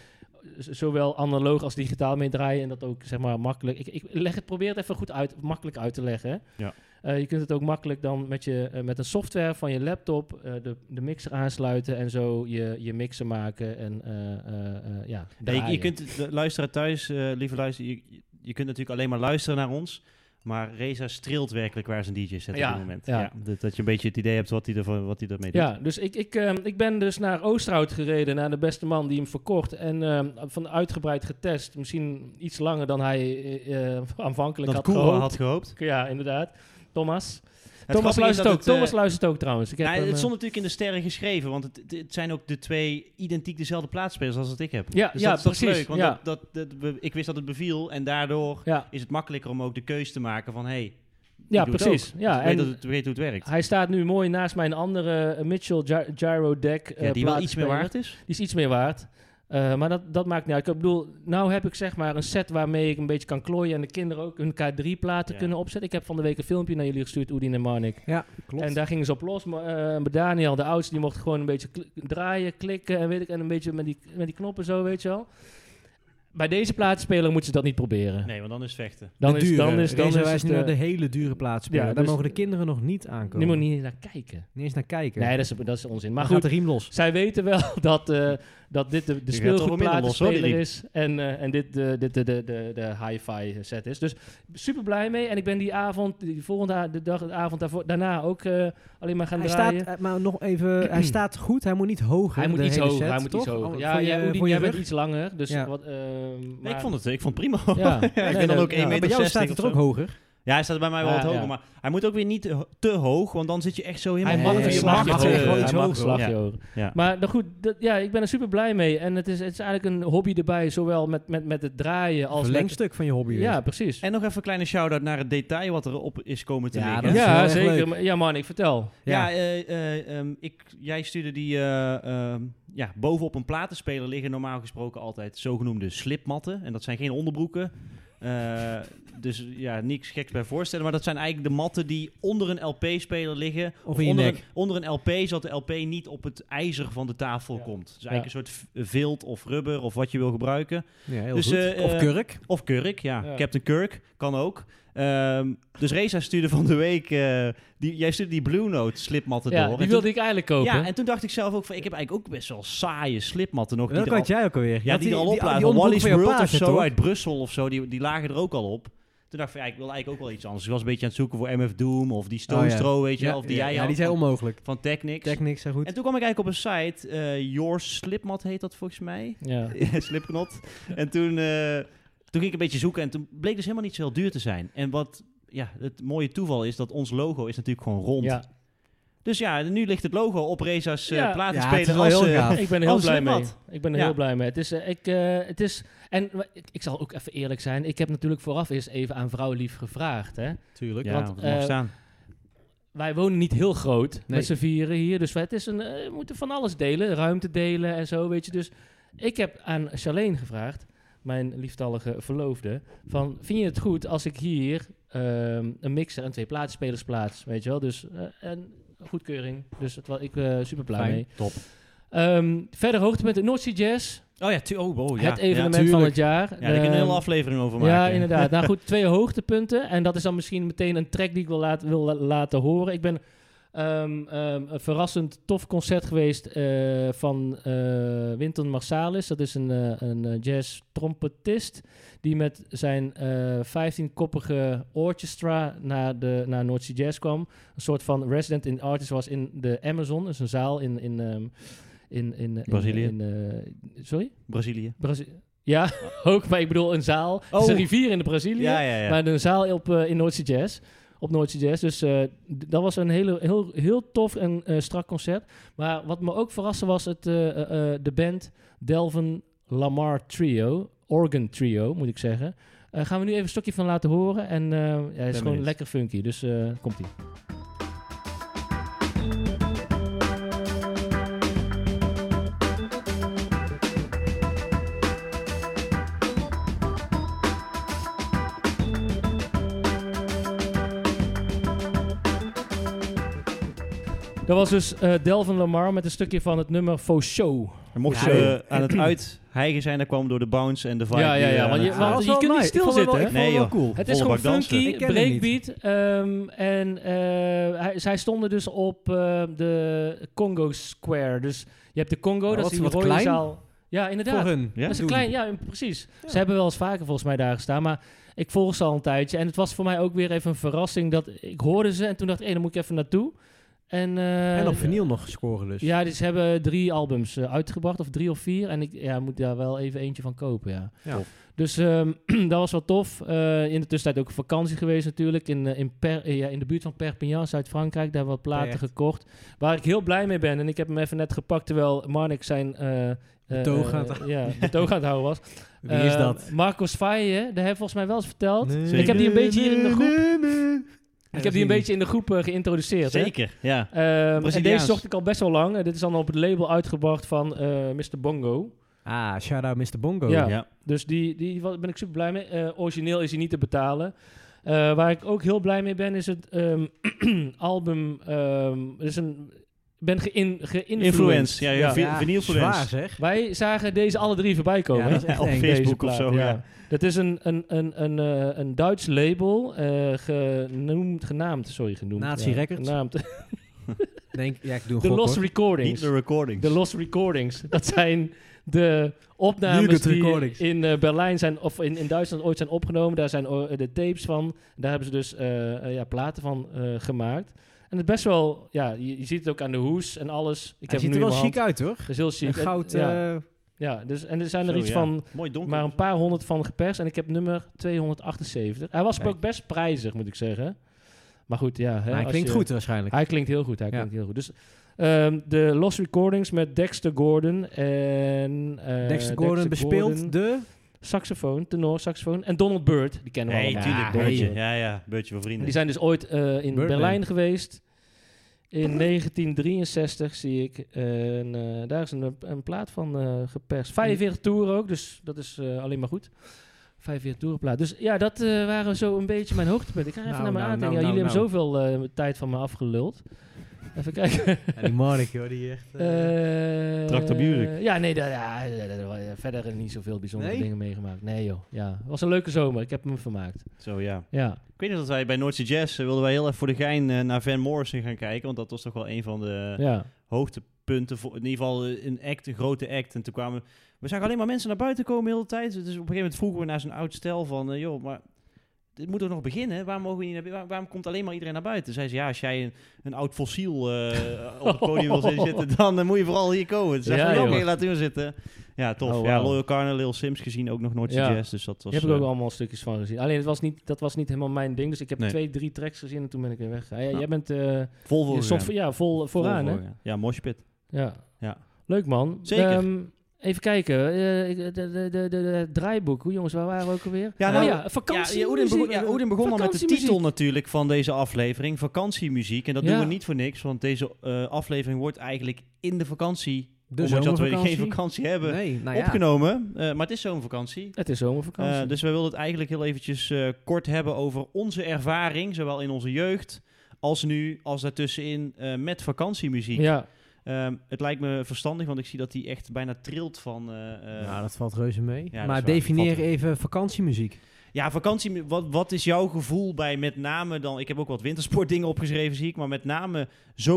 Speaker 4: z- zowel analoog als digitaal mee draaien. En dat ook zeg maar makkelijk. Ik, ik leg het, probeer het even goed uit, makkelijk uit te leggen. hè.
Speaker 2: Ja.
Speaker 4: Eh, je kunt het ook makkelijk dan met, je, eh, met een software van je laptop eh, de, de mixer aansluiten. En zo je, je mixer maken. En eh, eh, eh, ja,
Speaker 2: Ja, je, je
Speaker 4: draaien.
Speaker 2: kunt de luisteraar thuis, eh, lieve luisteraar, je, je kunt natuurlijk alleen maar luisteren naar ons. Maar Reza streelt werkelijk waar zijn DJ zet
Speaker 4: Ja,
Speaker 2: op dit moment.
Speaker 4: ja.
Speaker 2: Ja. dat, dat je een beetje het idee hebt wat hij ervan- wat hij ermee doet.
Speaker 4: Ja, dus ik, ik, ehm, ik ben dus naar Oosterhout gereden, naar de beste man die hem verkocht. En ehm, van uitgebreid getest, misschien iets langer dan hij eh, eh, aanvankelijk
Speaker 2: Dat
Speaker 4: had
Speaker 2: Koel
Speaker 4: gehoopt.
Speaker 2: had gehoopt.
Speaker 4: Ja, inderdaad. Thomas.
Speaker 2: Het
Speaker 4: Thomas
Speaker 2: grappige is
Speaker 4: luistert
Speaker 2: dat
Speaker 4: ook.
Speaker 2: het, eh,
Speaker 4: Thomas luistert ook trouwens. Ik heb
Speaker 2: nou,
Speaker 4: hem,
Speaker 2: het
Speaker 4: eh,
Speaker 2: stond natuurlijk in de sterren geschreven, want het, het- het zijn ook de twee identiek dezelfde plaatspelers als dat ik heb.
Speaker 4: Ja,
Speaker 2: Dus
Speaker 4: ja
Speaker 2: dat is toch
Speaker 4: precies.
Speaker 2: leuk, want
Speaker 4: ja.
Speaker 2: dat, dat, dat be- ik wist dat het beviel en daardoor
Speaker 4: ja,
Speaker 2: is het makkelijker om ook de keus te maken van, hé, hey,
Speaker 4: ja
Speaker 2: ik doe het
Speaker 4: precies.
Speaker 2: ook. Dus
Speaker 4: Ja,
Speaker 2: ik weet, dat
Speaker 4: en
Speaker 2: het, weet hoe het werkt.
Speaker 4: hij staat nu mooi naast mijn andere eh, Mitchell Gy- Gyro Deck. eh,
Speaker 2: ja, die wel iets meer
Speaker 4: plaatspeler.
Speaker 2: waard is.
Speaker 4: Die is iets meer waard. Eh, Eh, maar dat, dat maakt niet uit. Ik bedoel, nou heb ik zeg maar een set waarmee ik een beetje kan klooien. En de kinderen ook hun K3-platen
Speaker 2: Ja.
Speaker 4: kunnen opzetten. Ik heb van de week een filmpje naar jullie gestuurd, Oedien en Marnik.
Speaker 1: Ja, klopt.
Speaker 4: En daar gingen ze op los. Maar eh, maar Daniel, de oudste, die mocht gewoon een beetje kli- draaien, klikken en weet ik. En een beetje met die, met die knoppen zo, weet je wel. Bij deze platenspeler moeten ze dat niet proberen.
Speaker 2: Nee, want dan is het vechten.
Speaker 4: Dan,
Speaker 1: de
Speaker 4: is, dan
Speaker 1: dure.
Speaker 4: is dan is
Speaker 1: Racerwijs
Speaker 4: het,
Speaker 1: nu naar de
Speaker 4: eh,
Speaker 1: hele dure plaats spelen.
Speaker 4: ja,
Speaker 1: Daar
Speaker 4: dus-
Speaker 1: mogen de kinderen nog niet aankomen.
Speaker 4: die moet niet naar kijken.
Speaker 1: Niet eens naar kijken.
Speaker 4: Nee, dat is, dat is onzin. Maar
Speaker 1: Dan
Speaker 4: goed,
Speaker 1: gaat de riem los.
Speaker 4: zij weten wel [LAUGHS] dat, eh, dat dit de, de
Speaker 2: toch wel minder los, hoor,
Speaker 4: speelgoedplatenspeler
Speaker 2: die
Speaker 4: is. En, eh, en dit de, dit de, de, de, de hi-fi set is. Dus super blij mee. En ik ben die avond, die volgende de dag, de avond daarvoor, daarna ook eh, alleen maar gaan
Speaker 1: Hij staat,
Speaker 4: draaien.
Speaker 1: eh, maar nog even, hij staat goed. Hij moet niet hoger.
Speaker 4: hij moet
Speaker 1: de
Speaker 4: iets
Speaker 1: hele
Speaker 4: hoger,
Speaker 1: set,
Speaker 4: hij moet iets
Speaker 1: toch?
Speaker 4: hoger.
Speaker 1: Oh,
Speaker 4: Ja,
Speaker 1: voor je,
Speaker 4: jij, Oedien,
Speaker 1: voor je
Speaker 4: jij bent
Speaker 1: rug.
Speaker 4: iets langer, dus
Speaker 1: Ja.
Speaker 4: wat... ehm, maar,
Speaker 2: Nee, ik vond het, ik vond het prima. [LAUGHS]
Speaker 4: Ja.
Speaker 2: ik
Speaker 4: Nee,
Speaker 2: ben
Speaker 4: dat-
Speaker 2: dan ook
Speaker 4: ja.
Speaker 2: 1 meter
Speaker 4: Maar
Speaker 1: Bij jou staat het er ook hoger.
Speaker 2: Ja, hij staat bij mij wel
Speaker 4: Ja,
Speaker 2: wat hoger,
Speaker 4: ja.
Speaker 2: maar hij moet ook weer niet te, te hoog, want dan zit je echt zo helemaal...
Speaker 1: mag
Speaker 2: Nee,
Speaker 1: een
Speaker 2: je
Speaker 1: slagje
Speaker 2: mag
Speaker 1: hoger.
Speaker 2: het, eh,
Speaker 1: Gewoon
Speaker 4: Hij
Speaker 1: iets
Speaker 4: mag een
Speaker 1: hoger,
Speaker 4: slagje
Speaker 2: ja.
Speaker 4: hoger.
Speaker 2: Ja.
Speaker 4: Maar dan goed, dat, ja, ik ben er super blij mee. En het is, het is eigenlijk een hobby erbij, zowel met, met, met het draaien als met...
Speaker 1: Verlengstuk van je hobby.
Speaker 4: Ja, precies.
Speaker 2: En nog even een kleine shout-out naar het detail wat erop is komen te
Speaker 1: Ja,
Speaker 2: liggen.
Speaker 1: dat is heel
Speaker 4: ja,
Speaker 1: erg leuk.
Speaker 4: zeker. Maar- Ja, man, ik vertel.
Speaker 2: Ja,
Speaker 1: Ja.
Speaker 2: eh, eh, ehm, ik, jij stuurde die eh, ehm, ja, bovenop een platenspeler liggen normaal gesproken altijd zogenoemde slipmatten. En dat zijn geen onderbroeken. Eh, dus ja, niks geks bij voorstellen. Maar dat zijn eigenlijk de matten die onder een LP-speler liggen.
Speaker 1: Of in je
Speaker 2: onder,
Speaker 1: nek.
Speaker 2: Een, onder een LP, zodat de LP niet op het ijzer van de tafel
Speaker 4: Ja.
Speaker 2: komt. Dus
Speaker 4: Ja.
Speaker 2: eigenlijk een soort v- vilt of rubber of wat je wil gebruiken.
Speaker 1: Ja, heel
Speaker 2: Dus,
Speaker 1: goed.
Speaker 2: eh,
Speaker 1: of
Speaker 2: eh,
Speaker 1: kurk.
Speaker 2: Of Kirk, ja.
Speaker 4: Ja.
Speaker 2: Captain Kirk kan ook. Ehm, dus Reza stuurde van de week... eh, die, jij stuurde die Blue Note slipmatten
Speaker 4: Ja,
Speaker 2: door.
Speaker 4: die
Speaker 2: En
Speaker 4: wilde ik eigenlijk
Speaker 2: toen,
Speaker 4: kopen.
Speaker 2: ja, en toen dacht ik zelf ook van... Ik heb eigenlijk ook best wel saaie slipmatten nog.
Speaker 1: Dat
Speaker 2: die er al,
Speaker 1: had jij ook alweer.
Speaker 2: ja, die, er al op lagen.
Speaker 1: omhoek
Speaker 2: Wallis
Speaker 1: van je
Speaker 2: World
Speaker 1: plaat
Speaker 2: of
Speaker 1: zit,
Speaker 2: zo
Speaker 1: toch?
Speaker 2: uit Brussel of zo. Die, die lagen er ook al op. Toen dacht ik van... Ja, ik wil eigenlijk ook wel iets anders. Ik was een beetje aan het zoeken voor MF Doom... of die Stone
Speaker 1: Oh, ja.
Speaker 2: Throw, weet je
Speaker 1: Ja,
Speaker 2: wel, Of die
Speaker 1: ja,
Speaker 2: jij
Speaker 1: ja,
Speaker 2: had
Speaker 1: die zijn
Speaker 2: van,
Speaker 1: onmogelijk.
Speaker 2: van Technics.
Speaker 1: Technics zijn goed.
Speaker 2: en toen kwam ik eigenlijk op een site, eh, Your Slipmat heet dat volgens mij. [LAUGHS]
Speaker 4: Ja.
Speaker 2: Ja, slipknot. En toen, eh, toen ging ik een beetje zoeken en toen bleek dus helemaal niet zo heel duur te zijn. En wat ja, het mooie toeval is dat ons logo is natuurlijk gewoon rond.
Speaker 4: Ja.
Speaker 2: Dus ja, nu ligt het logo op Reza's eh
Speaker 4: Ja.
Speaker 1: Ja,
Speaker 2: platenspeler.
Speaker 1: het is wel
Speaker 2: als,
Speaker 1: heel
Speaker 2: eh,
Speaker 1: gaaf.
Speaker 4: Ik ben er heel
Speaker 2: Oh,
Speaker 4: blij
Speaker 2: slim
Speaker 4: mee.
Speaker 2: wat.
Speaker 4: Ik ben er
Speaker 2: Ja.
Speaker 4: heel blij mee. Het is, eh, ik, eh, het is, en wa- ik, ik zal ook even eerlijk zijn. Ik heb natuurlijk vooraf eerst even aan vrouwlief gevraagd. Hè.
Speaker 1: Tuurlijk.
Speaker 2: ja,
Speaker 4: want,
Speaker 2: want, mag
Speaker 4: eh,
Speaker 2: staan.
Speaker 4: Wij wonen niet heel groot
Speaker 1: Nee.
Speaker 4: met z'n vieren hier. Dus wij- het is een, eh, we moeten van alles delen. Ruimte delen en zo, weet je. Dus ik heb aan Charlene gevraagd, mijn lieftallige verloofde... van, vind je het goed als ik hier ehm, een mixer en twee plaatspelers plaats? Weet je wel? Dus, eh, en goedkeuring. Dus het, wa- ik ben super blij
Speaker 1: Fijn.
Speaker 4: mee.
Speaker 2: Top.
Speaker 4: Ehm, verder hoogtepunten, North Sea Jazz...
Speaker 2: Oh ja, tu- oh, oh, ja.
Speaker 4: het evenement
Speaker 2: Ja, tuurlijk.
Speaker 4: van het jaar.
Speaker 2: Ja, daar kun je een
Speaker 4: Ehm,
Speaker 2: hele aflevering over maken.
Speaker 4: ja, inderdaad. nou goed, twee hoogtepunten. En dat is dan misschien meteen een track die ik wil, laat, wil la- laten horen. Ik ben ehm, ehm, een verrassend tof concert geweest eh, van eh, Winton Marsalis. Dat is een, eh, een eh, jazz trompetist die met zijn eh 15-koppige orchestra naar, de, naar North Sea Jazz kwam. Een soort van resident in artist was in de Amazon. Dat is een zaal in... in ehm, in, in, in-
Speaker 2: Brazilië.
Speaker 4: in, eh, sorry?
Speaker 2: Brazilië.
Speaker 4: Brazi- ja, [LAUGHS] ook, maar ik bedoel een zaal. Het is
Speaker 2: Oh.
Speaker 4: een rivier in de Brazilië,
Speaker 2: Ja, ja, ja.
Speaker 4: maar een zaal op, eh, in Noordse Jazz. Op Noordse Jazz. Dus eh, d- dat was een hele, heel, heel tof en eh, strak concert. Maar wat me ook verraste was het, eh, eh, eh, de band Delvin Lamar Trio. Organ Trio, moet ik zeggen. Eh, gaan we nu even een stukje van laten horen. En eh, ja, het is gewoon
Speaker 2: benieuwd.
Speaker 4: lekker funky, dus eh, komt-ie. Dat was dus eh, Delvin Lamar met een stukje van het nummer Faux Show.
Speaker 2: En mocht
Speaker 1: Ja,
Speaker 2: ze
Speaker 1: ja.
Speaker 2: eh,
Speaker 4: [CLEARS THROAT]
Speaker 2: aan het uithijgen zijn, dan kwam door de bounce en de vibe.
Speaker 4: Ja, ja,
Speaker 2: die,
Speaker 4: ja,
Speaker 2: eh,
Speaker 4: want je-
Speaker 2: aan
Speaker 1: Ja,
Speaker 2: het-
Speaker 4: want
Speaker 1: dat is
Speaker 4: je
Speaker 1: wel
Speaker 4: kunt niet
Speaker 1: nice. Ik vond het
Speaker 4: stilzitten,
Speaker 1: wel-
Speaker 4: hè?
Speaker 1: Ik vond het wel
Speaker 2: Nee,
Speaker 1: cool.
Speaker 4: Het is
Speaker 2: Volle
Speaker 4: gewoon
Speaker 2: bak dansen.
Speaker 4: funky,
Speaker 1: Ik ken hem niet.
Speaker 4: breakbeat. ehm, en eh, hij, zij stonden dus op eh, de Congo Square. Dus je hebt de Congo,
Speaker 1: Ja,
Speaker 4: dat
Speaker 1: wat-
Speaker 4: is die
Speaker 1: wat
Speaker 4: rode
Speaker 1: klein
Speaker 4: zaal. Ja,
Speaker 1: Voor
Speaker 4: inderdaad.
Speaker 1: hun.
Speaker 2: Ja?
Speaker 4: dat is een
Speaker 1: Doen.
Speaker 4: klein, ja, precies. Ze hebben wel eens vaker volgens mij daar gestaan, maar ik volg ze al een tijdje. En het was voor mij ook weer even een verrassing dat ik hoorde ze en toen dacht ik, hé, dan moet ik even naartoe. En, eh,
Speaker 1: En op vinyl nog scoren dus.
Speaker 4: Ja, dus ze hebben drie albums eh, uitgebracht, of drie of vier. En ik ja, moet daar wel even eentje van kopen, ja.
Speaker 1: Ja.
Speaker 4: Dus ehm, [CLEARS THROAT] dat was wel tof. Eh, in de tussentijd ook op vakantie geweest natuurlijk. In, eh, in, per, eh, ja, in de buurt van Perpignan, Zuid-Frankrijk. Daar wat platen
Speaker 1: Terecht.
Speaker 4: gekocht. Waar ik heel blij mee ben. En ik heb hem even net gepakt terwijl Marnik zijn... eh, eh,
Speaker 1: Betoog
Speaker 4: eh,
Speaker 1: aan het-
Speaker 4: ja, betoog aan het houden was.
Speaker 1: [LAUGHS] Wie is
Speaker 4: Eh,
Speaker 1: dat?
Speaker 4: Marcos Faye, daar hebben we volgens mij wel eens verteld.
Speaker 1: Nee.
Speaker 4: Ik heb die een beetje hier in de groep, ik
Speaker 1: dat
Speaker 4: heb
Speaker 1: is
Speaker 4: die een
Speaker 1: niet-
Speaker 4: beetje in de groep eh, geïntroduceerd. hè?
Speaker 2: Zeker, ja.
Speaker 4: Ehm, en
Speaker 2: Braziliaans.
Speaker 4: deze zocht ik al best wel lang. En dit is dan op het label uitgebracht van eh Mr. Bongo.
Speaker 1: Ah, shout-out Mr. Bongo.
Speaker 4: Ja.
Speaker 2: ja.
Speaker 4: Dus die, die wa- ben ik super blij mee. Eh, origineel is hij niet te betalen. Eh, waar ik ook heel blij mee ben, is het ehm, [CLEARS THROAT] album. ehm, het is een, ik ben geïn, geïnfluenced.
Speaker 2: Influence. Ja, ja, vi- vinylfluence.
Speaker 1: zwaar zeg.
Speaker 4: Wij zagen deze alle drie voorbij komen.
Speaker 1: Ja, dat is
Speaker 4: [LAUGHS]
Speaker 1: echt
Speaker 2: Op
Speaker 1: eng.
Speaker 4: Deze
Speaker 2: Facebook of
Speaker 4: plaat,
Speaker 2: zo, ja.
Speaker 4: Dat is een, een, een, een, eh, een Duits label, eh, genoemd, genaamd, sorry, genoemd.
Speaker 1: Nazi
Speaker 4: ja,
Speaker 1: Records?
Speaker 4: Genaamd.
Speaker 1: Denk, ja, ik doe een
Speaker 4: De
Speaker 1: gok,
Speaker 4: Lost
Speaker 1: hoor.
Speaker 2: Niet
Speaker 4: Recordings.
Speaker 2: de recordings.
Speaker 4: De Lost Recordings. Dat zijn de opnames
Speaker 1: Jugend
Speaker 4: die
Speaker 1: recordings.
Speaker 4: in eh, Berlijn zijn, of in, in Duitsland ooit zijn opgenomen. Daar zijn o- de tapes van. Daar hebben ze dus eh, eh, ja, platen van eh, gemaakt. En het is best wel, ja, je, je ziet het ook aan de hoes en alles. Ik
Speaker 1: Hij
Speaker 4: heb
Speaker 1: ziet er
Speaker 4: hem nu
Speaker 1: wel
Speaker 4: in mijn hand.
Speaker 1: chic uit, hoor.
Speaker 4: Dat is heel chic.
Speaker 1: Een goud...
Speaker 4: ja,
Speaker 1: eh,
Speaker 4: ja, dus, en er zijn er
Speaker 2: Zo,
Speaker 4: iets
Speaker 2: ja.
Speaker 4: van
Speaker 2: Mooi donker.
Speaker 4: maar een paar honderd van geperst. En ik heb nummer 278. Hij was
Speaker 2: Kijk.
Speaker 4: ook best prijzig, moet ik zeggen. Maar goed, ja. Hè,
Speaker 1: maar hij
Speaker 4: als
Speaker 1: klinkt
Speaker 4: je-
Speaker 1: goed waarschijnlijk.
Speaker 4: Hij klinkt heel goed. Hij
Speaker 1: Ja.
Speaker 4: klinkt heel goed. Dus ehm, de Lost Recordings met Dexter Gordon en... eh,
Speaker 1: Dexter Gordon bespeelt
Speaker 4: Gordon,
Speaker 1: de...
Speaker 4: [LAUGHS] saxofoon, tenor saxofoon. En Donald Byrd, die kennen we
Speaker 2: Nee,
Speaker 4: allemaal.
Speaker 2: tuurlijk.
Speaker 1: Ja,
Speaker 2: Beurtje.
Speaker 1: hey.
Speaker 2: Ja, ja. Beurtje van
Speaker 4: En
Speaker 2: vrienden.
Speaker 4: Die zijn dus ooit eh, in
Speaker 1: Birdman.
Speaker 4: Berlijn geweest. In 1963 zie ik. En eh, daar is een, een plaat van eh, geperst. 45 toeren ook, dus dat is eh, alleen maar goed. 45 toeren plaat. Dus ja, dat eh, waren zo een beetje mijn hoogtepunten. Ik ga even
Speaker 1: Nou,
Speaker 4: naar mijn
Speaker 1: nou,
Speaker 4: aantal.
Speaker 1: nou,
Speaker 4: ja, jullie
Speaker 1: nou,
Speaker 4: hebben zoveel eh, tijd van me afgeluld. Even kijken.
Speaker 1: Ja, die Marnik, joh, die echt...
Speaker 4: [LAUGHS]
Speaker 1: eh,
Speaker 4: Eh,
Speaker 2: Tractor Buick.
Speaker 4: Ja, nee, daar, ja, daar- daar- daar- eh, verder niet zoveel bijzondere
Speaker 1: Nee?
Speaker 4: dingen meegemaakt. Nee joh, ja. Het was een leuke zomer. Ik heb me vermaakt.
Speaker 2: Zo, ja.
Speaker 4: Ja.
Speaker 2: Ik weet niet dat wij bij Noordse Jazz eh, wilden wij heel even voor de gein eh, naar Van Morrison gaan kijken. Want dat was toch wel een van de
Speaker 4: ja.
Speaker 2: hoogtepunten. Voor, in ieder geval eh, een act, een grote act. En toen kwamen... We zagen alleen maar mensen naar buiten komen de hele tijd. Dus op een gegeven moment vroegen we naar zo'n oud stel van... eh, joh, maar dit moet toch nog beginnen? Waarom, mogen we niet naar, bu- waar- waarom komt alleen maar iedereen naar buiten? Toen zei ze, ja, als jij een, een oud fossiel eh, op het podium
Speaker 4: [LAUGHS]
Speaker 2: wil zitten zitten... dan eh, moet je vooral hier komen. Toen zei
Speaker 4: Oh. Ja,
Speaker 2: ja, oké,
Speaker 4: joh.
Speaker 2: laat hem zitten. Ja, tof.
Speaker 4: Oh,
Speaker 2: Ja,
Speaker 4: wauw.
Speaker 2: Loyal Carner, Lil Sims gezien. Ook nog Noordse
Speaker 4: Ja.
Speaker 2: Jazz. Dus dat was...
Speaker 4: Daar heb ik
Speaker 2: eh,
Speaker 4: ook allemaal stukjes van gezien. Alleen het was niet, dat was niet helemaal mijn ding. Dus ik heb
Speaker 2: Nee.
Speaker 4: twee, drie tracks gezien en toen ben ik weer weg. ja,
Speaker 2: Ja.
Speaker 4: Jij bent eh,
Speaker 2: vol
Speaker 4: je
Speaker 2: voor
Speaker 4: stond
Speaker 2: gegaan.
Speaker 4: voor, ja, vol vooraan.
Speaker 2: Volvo, ja. Ja, moshpit.
Speaker 4: hè? Ja.
Speaker 2: Ja.
Speaker 4: Leuk man.
Speaker 2: Zeker.
Speaker 4: Ehm, even kijken. Eh, ik- de, de, de, de, het draaiboek. Hoe jongens, waar waren we ook alweer?
Speaker 2: Ja, nou,
Speaker 4: oh, ja vakantie.
Speaker 2: ja, Oedin begon, ja, Oedin begon al met de titel natuurlijk van deze aflevering, vakantiemuziek. En dat doen
Speaker 4: Ja.
Speaker 2: we niet voor niks, want deze eh, aflevering wordt eigenlijk in de vakantie,
Speaker 1: de
Speaker 2: ondanks dat we
Speaker 1: zomervakantie.
Speaker 2: geen vakantie hebben,
Speaker 1: Nee, nou ja.
Speaker 2: opgenomen. Eh, maar het is zo'n vakantie.
Speaker 4: Het is zomervakantie.
Speaker 2: Eh, dus wij wilden het eigenlijk heel eventjes eh, kort hebben over onze ervaring, zowel in onze jeugd als nu, als daartussenin eh, met vakantiemuziek.
Speaker 4: ja.
Speaker 2: Ehm, het lijkt me verstandig, want ik zie dat die echt bijna trilt van... eh, eh,
Speaker 1: Nou, dat valt reuze mee.
Speaker 2: dat is
Speaker 1: maar
Speaker 2: waar.
Speaker 1: definieer
Speaker 2: Valt er-
Speaker 1: even vakantiemuziek.
Speaker 2: Ja, vakantie. Wat, wat is jouw gevoel bij met name dan? Ik heb ook wat wintersportdingen opgeschreven, zie ik. Maar met name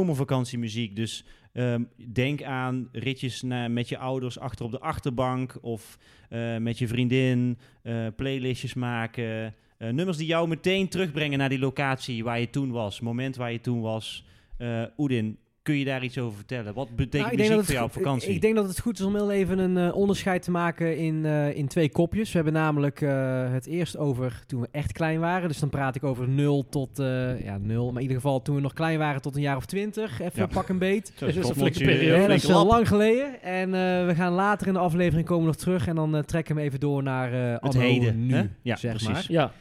Speaker 2: zomervakantiemuziek. Dus ehm, denk aan ritjes naar, met je ouders achter op de achterbank. Of eh, met je vriendin. eh, playlistjes maken. eh, nummers die jou meteen terugbrengen naar die locatie waar je toen was. Moment waar je toen was. Eh Oedin, kun je daar iets over vertellen? Wat betekent
Speaker 1: Nou,
Speaker 2: muziek voor
Speaker 1: het
Speaker 2: jou op
Speaker 1: goed-
Speaker 2: vakantie?
Speaker 1: Ik, ik denk dat het goed is om heel even een eh, onderscheid te maken in, eh, in twee kopjes. We hebben namelijk eh, het eerst over toen we echt klein waren. Dus dan praat ik over 0 tot eh, ja, 0. Maar in ieder geval toen we nog klein waren tot een jaar of 20. Even
Speaker 2: Ja.
Speaker 1: pak een beet.
Speaker 2: [LAUGHS] Zo, het
Speaker 4: is een
Speaker 2: komt
Speaker 4: flinke
Speaker 2: nog eens, eh,
Speaker 4: periode.
Speaker 1: Ja, dat
Speaker 2: flink
Speaker 1: is al
Speaker 2: lap.
Speaker 1: lang geleden. En eh, we gaan later in de aflevering komen we nog terug. En dan eh, trekken we hem even door naar eh
Speaker 2: Het
Speaker 1: anno
Speaker 2: heden.
Speaker 1: nu,
Speaker 2: hè? Ja,
Speaker 1: zeg
Speaker 2: precies.
Speaker 1: maar.
Speaker 4: ja.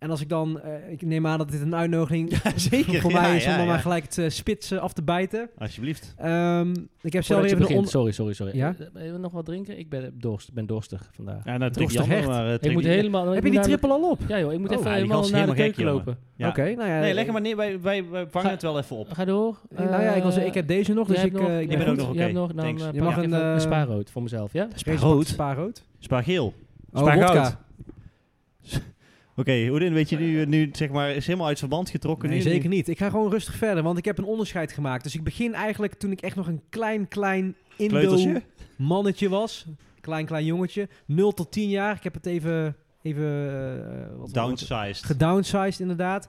Speaker 1: En als ik dan... eh, ik neem aan dat dit een
Speaker 2: [LAUGHS]
Speaker 1: uitnodiging
Speaker 2: Zeker.
Speaker 1: voor mij is om
Speaker 2: ja,
Speaker 1: dan
Speaker 2: ja.
Speaker 1: maar gelijk het eh, spits eh, af te bijten.
Speaker 2: Alsjeblieft.
Speaker 1: Ehm, ik heb zelf
Speaker 4: Voordat je
Speaker 1: even een
Speaker 4: begint.
Speaker 1: on-
Speaker 4: Sorry, sorry, sorry.
Speaker 1: Ja?
Speaker 4: Eh, Even nog wat drinken? Ik ben, dorst, ben dorstig vandaag.
Speaker 2: Ja, nou, trek
Speaker 1: Dorstig
Speaker 2: die andere
Speaker 1: hecht.
Speaker 2: maar. eh, trek
Speaker 4: Ik moet
Speaker 2: die-
Speaker 4: helemaal...
Speaker 1: Heb
Speaker 4: ik
Speaker 1: je
Speaker 4: moet
Speaker 1: die
Speaker 4: naar de-
Speaker 1: trippel al op?
Speaker 4: Ja joh, ik moet
Speaker 2: Oh,
Speaker 4: even
Speaker 2: ja, die
Speaker 4: helemaal
Speaker 2: gast is
Speaker 4: naar de
Speaker 2: helemaal
Speaker 4: keuken
Speaker 2: gek,
Speaker 4: lopen.
Speaker 2: Ja.
Speaker 1: Oké, nou ja.
Speaker 2: Nee, leg hem maar neer. Wij, wij, wij vangen
Speaker 4: Ga-
Speaker 2: het wel even op.
Speaker 4: Ga door.
Speaker 1: Eh, nou ja, ik, was, ik heb deze nog,
Speaker 4: Jij
Speaker 1: dus
Speaker 4: hebt
Speaker 1: ik, eh,
Speaker 4: nog-
Speaker 1: ik
Speaker 2: ben
Speaker 1: ben
Speaker 2: ook
Speaker 1: goed.
Speaker 2: nog-
Speaker 4: Jij
Speaker 2: oké.
Speaker 4: hebt nog dan,
Speaker 2: Thanks.
Speaker 4: eh,
Speaker 1: Je mag
Speaker 4: pak
Speaker 1: een,
Speaker 4: even een
Speaker 1: eh,
Speaker 4: spaarrood voor mezelf, ja?
Speaker 1: Spaarrood. Spaarrood.
Speaker 2: Spaargeel.
Speaker 1: Oh,
Speaker 2: Spaargoud.
Speaker 1: wodka.
Speaker 2: Oké, Oedin, weet je nu, eh, nu zeg maar, is helemaal uit verband getrokken.
Speaker 1: Nee,
Speaker 2: nu,
Speaker 1: zeker niet. Ik ga gewoon rustig verder, want ik heb een onderscheid gemaakt. Dus ik begin eigenlijk toen ik echt nog een klein, klein
Speaker 2: Kleutertje?
Speaker 1: Indo-mannetje was. Klein, klein jongetje. 0 tot 10 jaar. Ik heb het even... even eh, wat- wat-
Speaker 2: Downsized.
Speaker 1: gedownsized inderdaad.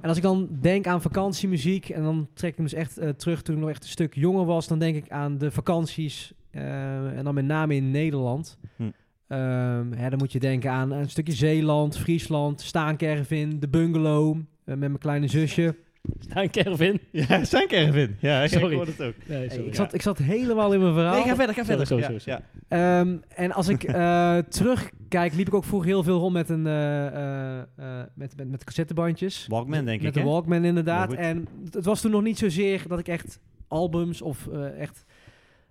Speaker 1: En als ik dan denk aan vakantiemuziek, en dan trek ik hem dus echt eh, terug toen ik nog echt een stuk jonger was, dan denk ik aan de vakanties. eh, en dan met name in Nederland.
Speaker 2: Hm.
Speaker 1: Ehm, hè, dan moet je denken aan een stukje Zeeland, Friesland, Staankervin, de bungalow eh, met mijn kleine zusje.
Speaker 4: [LAUGHS] Staan Kervin.
Speaker 2: [LAUGHS] ja, zijn Erwin. Ja,
Speaker 4: Sorry.
Speaker 2: ik hoorde het ook.
Speaker 4: Nee,
Speaker 1: Hey, ik,
Speaker 4: sorry.
Speaker 1: zat, ik zat helemaal in mijn verhaal.
Speaker 2: Nee, ga verder, ga verder.
Speaker 4: Sorry, sorry,
Speaker 2: Ja,
Speaker 4: sorry.
Speaker 2: ja.
Speaker 1: Ehm, en als ik eh, [LAUGHS] terugkijk, liep ik ook vroeger heel veel rond met, een, eh, eh, eh, met, met, met cassettebandjes.
Speaker 2: Walkman, denk ik,
Speaker 1: Met
Speaker 2: hè?
Speaker 1: de Walkman inderdaad.
Speaker 2: Maar goed.
Speaker 1: en het- het was toen nog niet zozeer dat ik echt albums of eh, echt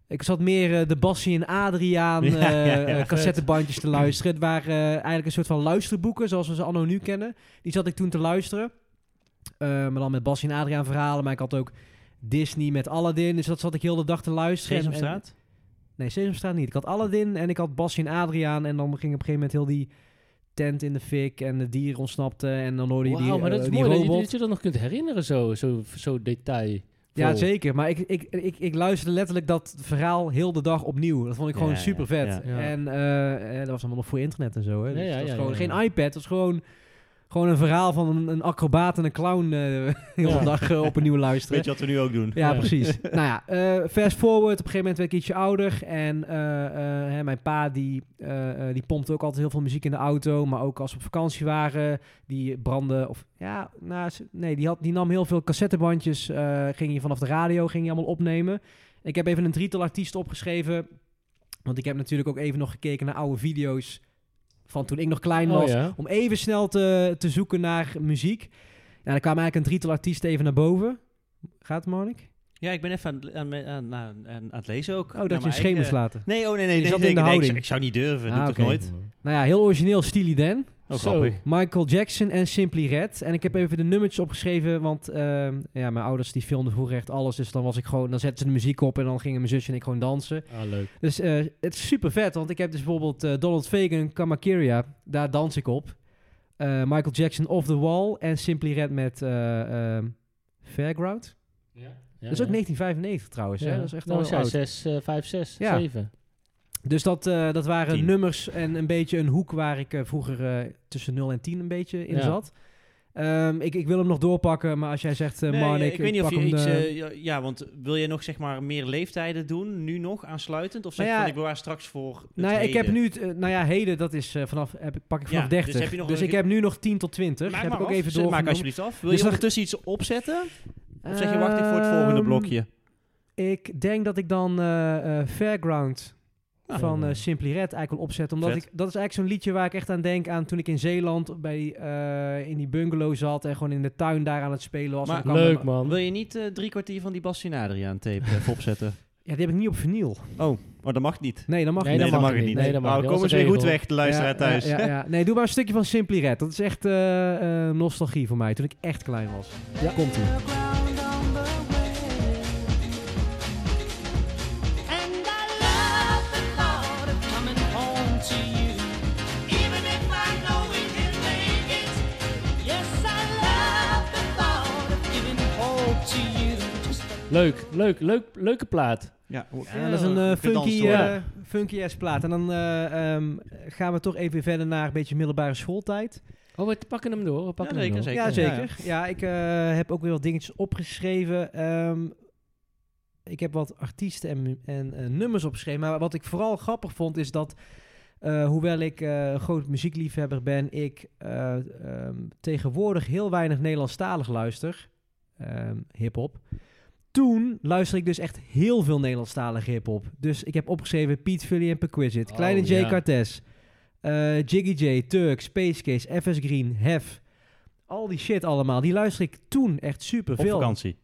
Speaker 1: Ik zat meer eh, de Bassie en Adriaan
Speaker 2: [LAUGHS] Ja,
Speaker 1: eh
Speaker 2: ja, ja.
Speaker 1: eh, cassettebandjes
Speaker 2: [CLEARS THROAT]
Speaker 1: te luisteren. Het waren eh, eigenlijk een soort van luisterboeken, zoals we ze anno nu kennen. Die zat ik toen te luisteren. Eh, maar dan met Bassie en Adriaan verhalen. Maar ik had ook Disney met Aladdin. Dus dat zat ik heel de dag te luisteren. En- en-
Speaker 2: Sesamstraat?
Speaker 1: Nee, Sesamstraat niet. Ik had Aladdin en ik had Bassie en Adriaan. En dan ging op een gegeven moment heel die tent in de fik. En de dieren ontsnapten. En dan hoorde je die,
Speaker 4: Wauw, maar dat
Speaker 1: eh,
Speaker 4: is
Speaker 1: die
Speaker 4: mooi dat je,
Speaker 1: robot.
Speaker 4: dat je dat nog kunt herinneren, zo, zo, zo detail.
Speaker 1: Ja, zeker. Maar ik, ik, ik, ik luisterde letterlijk dat verhaal heel de dag opnieuw. Dat vond ik
Speaker 2: Ja,
Speaker 1: gewoon
Speaker 2: ja,
Speaker 1: super vet.
Speaker 2: ja.
Speaker 4: Ja.
Speaker 1: En eh, eh, dat was allemaal nog voor internet en zo. Hè.
Speaker 4: Ja,
Speaker 1: Dus
Speaker 4: ja,
Speaker 1: dat was
Speaker 4: ja,
Speaker 1: gewoon
Speaker 4: ja, ja.
Speaker 1: geen iPad. Dat was gewoon, gewoon een verhaal van een, een acrobaat en een clown eh [LAUGHS] heel de
Speaker 4: Ja.
Speaker 1: dag eh, opnieuw luisteren.
Speaker 2: Weet je wat we nu ook doen?
Speaker 1: Ja,
Speaker 4: Ja.
Speaker 1: precies.
Speaker 4: [LAUGHS]
Speaker 1: nou ja, eh, fast forward. Op een gegeven moment werd ik ietsje ouder. En eh, eh, hè, mijn pa, die, eh, eh, die pompte ook altijd heel veel muziek in de auto. Maar ook als we op vakantie waren, die brandde... Of, ja, nou, ze- nee, die, had, die nam heel veel cassettebandjes. eh, ging je vanaf de radio, ging je allemaal opnemen. Ik heb even een drietal artiesten opgeschreven. Want ik heb natuurlijk ook even nog gekeken naar oude video's... van toen ik nog klein was
Speaker 4: Oh, ja.
Speaker 1: om even snel te, te zoeken naar muziek. Nou, er kwamen eigenlijk een drietal artiesten even naar boven. Gaat het, Monik?
Speaker 2: Ja, ik ben even aan, aan, aan, aan, aan het lezen ook.
Speaker 1: Oh,
Speaker 2: Naar
Speaker 1: dat je
Speaker 2: mijn
Speaker 1: een scheem moest
Speaker 2: eigen-
Speaker 1: laten.
Speaker 2: Nee, oh nee, nee.
Speaker 1: Je
Speaker 2: nee,
Speaker 1: zat in
Speaker 2: nee,
Speaker 1: de
Speaker 2: nee, ik-
Speaker 1: houding.
Speaker 2: ik, zou niet durven,
Speaker 1: Ah,
Speaker 2: doe
Speaker 1: oké.
Speaker 2: toch nooit.
Speaker 1: Nou ja, heel origineel Steely Dan.
Speaker 2: Oh,
Speaker 4: Oh. Zo.
Speaker 2: grappig.
Speaker 1: Michael Jackson en Simply Red. En ik heb even de nummertjes opgeschreven, want ehm, ja, mijn ouders die filmden vroeger echt alles. Dus dan was ik gewoon, dan zetten ze de muziek op en dan gingen mijn zusje en ik gewoon dansen.
Speaker 4: Ah, leuk.
Speaker 1: Dus eh, het is super vet, want ik heb dus bijvoorbeeld eh, Donald Fagan en Kamakiria. Daar dans ik op. Eh, Michael Jackson Off The Wall en Simply Red met eh, ehm, Fairground.
Speaker 4: Ja,
Speaker 1: dat is ook
Speaker 4: ja.
Speaker 1: 1995 trouwens. Hè?
Speaker 4: Ja.
Speaker 1: Dat is echt
Speaker 4: Dan
Speaker 2: Nou,
Speaker 1: al heel
Speaker 4: was jij eh,
Speaker 1: oud.
Speaker 4: 6, 5, 6,
Speaker 1: Ja.
Speaker 4: 7.
Speaker 1: Dus dat, eh, dat waren
Speaker 2: Tien.
Speaker 1: nummers en een beetje een hoek waar ik eh, vroeger eh, tussen 0 en 10 een beetje in
Speaker 4: Ja.
Speaker 1: zat. Ehm, ik, ik wil hem nog doorpakken, maar als jij zegt, eh
Speaker 2: Nee,
Speaker 1: Marnik,
Speaker 2: ik, weet niet of
Speaker 1: pak
Speaker 2: je
Speaker 1: hem
Speaker 2: iets...
Speaker 1: de-
Speaker 2: eh, ja, ja, want wil je nog zeg maar meer leeftijden doen, nu nog, aansluitend? Of zeg
Speaker 1: Nou
Speaker 2: je
Speaker 1: ja,
Speaker 2: van, ik bewaar straks voor het
Speaker 1: nou ja, ik heb
Speaker 2: heden?
Speaker 1: nu, het, eh, nou ja, heden, dat is eh, vanaf, heb, ik- pak ik vanaf
Speaker 2: Ja, dus
Speaker 1: 30. Dus,
Speaker 2: heb je nog een-
Speaker 1: ik heb nu nog 10 tot 20.
Speaker 2: Maak
Speaker 1: heb
Speaker 2: maar
Speaker 1: ik ook
Speaker 2: af.
Speaker 1: even
Speaker 2: Zet-
Speaker 1: door.
Speaker 2: Maak alsjeblieft af. Wil
Speaker 1: Dus
Speaker 2: je
Speaker 1: dan-
Speaker 2: ondertussen iets opzetten? Of zeg je, wacht ik voor
Speaker 1: Ehm,
Speaker 2: het volgende blokje?
Speaker 1: Ik denk dat ik dan eh, eh, Fairground
Speaker 2: Ah.
Speaker 1: van eh, Simply Red eigenlijk wil opzetten. Omdat
Speaker 2: Vet.
Speaker 1: ik, dat is eigenlijk zo'n liedje waar ik echt aan denk aan toen ik in Zeeland bij, eh, in die bungalow zat en gewoon in de tuin daar aan het spelen was.
Speaker 2: Maar-
Speaker 1: En dan kwam
Speaker 4: Leuk,
Speaker 1: er-
Speaker 4: man.
Speaker 2: Wil je niet eh, drie kwartier van die Bastien Adriaan tape [LAUGHS] even opzetten?
Speaker 1: Ja, die heb ik niet op vinyl.
Speaker 2: Oh, maar dat mag niet.
Speaker 1: Nee, dat mag
Speaker 4: Nee,
Speaker 1: niet.
Speaker 4: dat mag het niet. Nee, dat mag
Speaker 2: Nou,
Speaker 4: niet.
Speaker 2: komen
Speaker 4: Dat
Speaker 2: ze
Speaker 4: is
Speaker 2: weer
Speaker 4: de
Speaker 2: goed
Speaker 4: regel.
Speaker 2: weg, de luisteraar
Speaker 1: Ja,
Speaker 2: thuis.
Speaker 1: Ja, ja, ja. Nee, doe maar een stukje van Simply Red. Dat is echt eh, eh, nostalgie voor mij toen ik echt klein was.
Speaker 4: Ja.
Speaker 1: Komt ie.
Speaker 6: And I love the thought of coming home to you. Even if I know we can make it. Yes, I love the thought of giving hope to you. Just a
Speaker 4: Leuk, leuk, leuk, leuke plaat.
Speaker 2: Ja,
Speaker 1: Ja, dat is een eh,
Speaker 2: gedanst
Speaker 1: funky,
Speaker 2: worden.
Speaker 1: eh funky ass plaat. En dan eh, ehm, gaan we toch even verder naar een beetje middelbare schooltijd.
Speaker 4: Oh, we pakken hem door. We pakken
Speaker 2: Ja,
Speaker 4: hem
Speaker 2: zeker,
Speaker 4: door.
Speaker 2: zeker.
Speaker 1: Ja, zeker. Ja, ik eh, heb ook weer wat dingetjes opgeschreven. Ehm, ik heb wat artiesten en, mu- en eh, nummers opgeschreven. Maar wat ik vooral grappig vond is dat, eh, hoewel ik eh, een groot muziekliefhebber ben, ik eh, ehm, tegenwoordig heel weinig Nederlandstalig luister. Ehm hip-hop. Toen luister ik dus echt heel veel Nederlandstalige hip-hop. Dus ik heb opgeschreven Piet Vully en Perquisite,
Speaker 4: Oh,
Speaker 1: Kleine J.
Speaker 4: ja.
Speaker 1: Cartes, eh, Jiggy J, Turk, Space Case, FS Green, Hef. Al die shit allemaal. Die luister ik toen echt super
Speaker 2: [LAUGHS] Op
Speaker 1: veel.
Speaker 2: vakantie.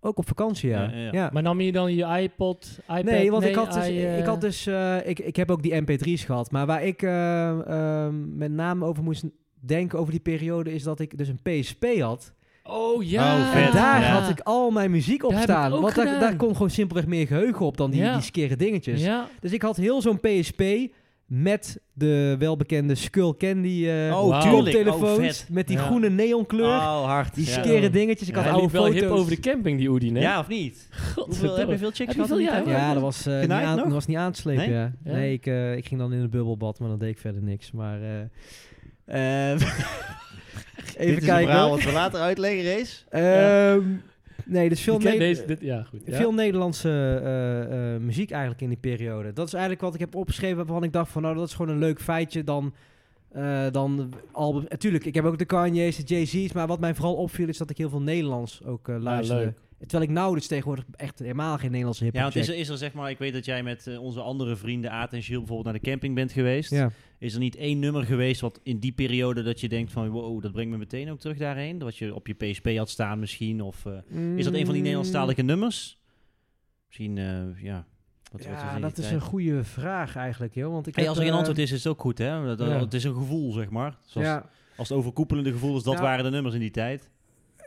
Speaker 1: Ook op vakantie, ja.
Speaker 2: Ja, ja, ja.
Speaker 1: Ja.
Speaker 4: Maar nam je dan je iPod, iPad?
Speaker 1: Nee, want ik had
Speaker 4: I,
Speaker 1: dus,
Speaker 4: eh,
Speaker 1: ik, had dus eh, ik, ik heb ook die mp3's gehad. Maar waar ik eh, ehm, met name over moest denken over die periode... is dat ik dus een PSP had.
Speaker 4: Oh ja.
Speaker 2: Oh, vet.
Speaker 1: en daar
Speaker 4: Ja.
Speaker 1: had ik al mijn muziek op
Speaker 4: Daar heb ik
Speaker 1: staan.
Speaker 4: ook
Speaker 1: Want daar,
Speaker 4: gedaan.
Speaker 1: daar kon gewoon simpelweg meer geheugen op... dan die,
Speaker 4: Ja.
Speaker 1: die skere dingetjes.
Speaker 4: Ja.
Speaker 1: Dus ik had heel zo'n PSP... met de welbekende Skull Candy eh
Speaker 2: Oh,
Speaker 4: Wauw.
Speaker 2: tuurlijk. Oh,
Speaker 1: telefoons.
Speaker 2: vet.
Speaker 1: met die
Speaker 4: Ja.
Speaker 1: groene neonkleur.
Speaker 2: Oh, hard.
Speaker 1: Die
Speaker 2: Ja.
Speaker 1: skere dingetjes. Ik
Speaker 2: Ja,
Speaker 1: had
Speaker 4: Hij
Speaker 1: oude
Speaker 4: liep wel
Speaker 1: foto's.
Speaker 4: hip over de camping, die Oedi, hè?
Speaker 2: Ja, of niet? Hoeveel, heb je veel chicks
Speaker 4: Heb je
Speaker 2: gehad?
Speaker 4: veel,
Speaker 2: in die
Speaker 4: ja,
Speaker 2: tijd?
Speaker 4: hoor.
Speaker 1: Ja, dat was, eh, niet
Speaker 2: Genaaid
Speaker 1: aan,
Speaker 2: nog?
Speaker 1: dat was niet aan te slepen.
Speaker 2: Nee?
Speaker 1: Ja.
Speaker 4: Ja.
Speaker 1: Nee, ik, eh, ik ging dan in een bubbelbad, maar dat deed ik verder niks. Maar eh,
Speaker 2: [LAUGHS]
Speaker 1: ehm,
Speaker 2: Eh, Dit
Speaker 1: even
Speaker 2: is een verhaal
Speaker 1: kijken.
Speaker 2: wat we later uitleggen, Race.
Speaker 1: Ehm, nee, dus veel,
Speaker 4: Ik ken
Speaker 1: Ne-
Speaker 4: deze, dit, ja, goed. Ja.
Speaker 1: veel Nederlandse eh, eh, muziek eigenlijk in die periode. Dat is eigenlijk wat ik heb opgeschreven, waarvan ik dacht van, nou, dat is gewoon een leuk feitje dan. eh, dan album. Natuurlijk, ik heb ook de Kanye's, de Jay-Z's, maar wat mij vooral opviel is dat ik heel veel Nederlands ook
Speaker 2: Ah,
Speaker 1: eh, luisterde.
Speaker 4: leuk.
Speaker 1: Terwijl ik nauwelijks tegenwoordig echt helemaal geen Nederlandse hip-hop
Speaker 2: Ja, want is
Speaker 1: check.
Speaker 2: er, is er zeg maar, ik weet dat jij met eh, onze andere vrienden Aad en Gilles bijvoorbeeld naar de camping bent geweest.
Speaker 1: Ja.
Speaker 2: Is er niet één nummer geweest wat in die periode dat je denkt van wow, dat brengt me meteen ook terug daarheen? Wat je op je PSP had staan misschien? Of eh, is dat een van die
Speaker 1: Mm.
Speaker 2: Nederlandstalige nummers? Misschien, eh, ja. Wat, wat was
Speaker 1: ja,
Speaker 2: in
Speaker 1: dat
Speaker 2: die
Speaker 1: is
Speaker 2: tijd?
Speaker 1: een goede vraag eigenlijk, joh. Want ik
Speaker 2: Hey,
Speaker 1: heb,
Speaker 2: als er geen
Speaker 1: eh,
Speaker 2: antwoord is, is het ook goed, hè? Dat, dat-
Speaker 4: Ja.
Speaker 2: Het is een gevoel, zeg maar. Zoals,
Speaker 1: Ja.
Speaker 2: Als het overkoepelende gevoel is, dat
Speaker 1: Ja.
Speaker 2: waren de nummers in die tijd.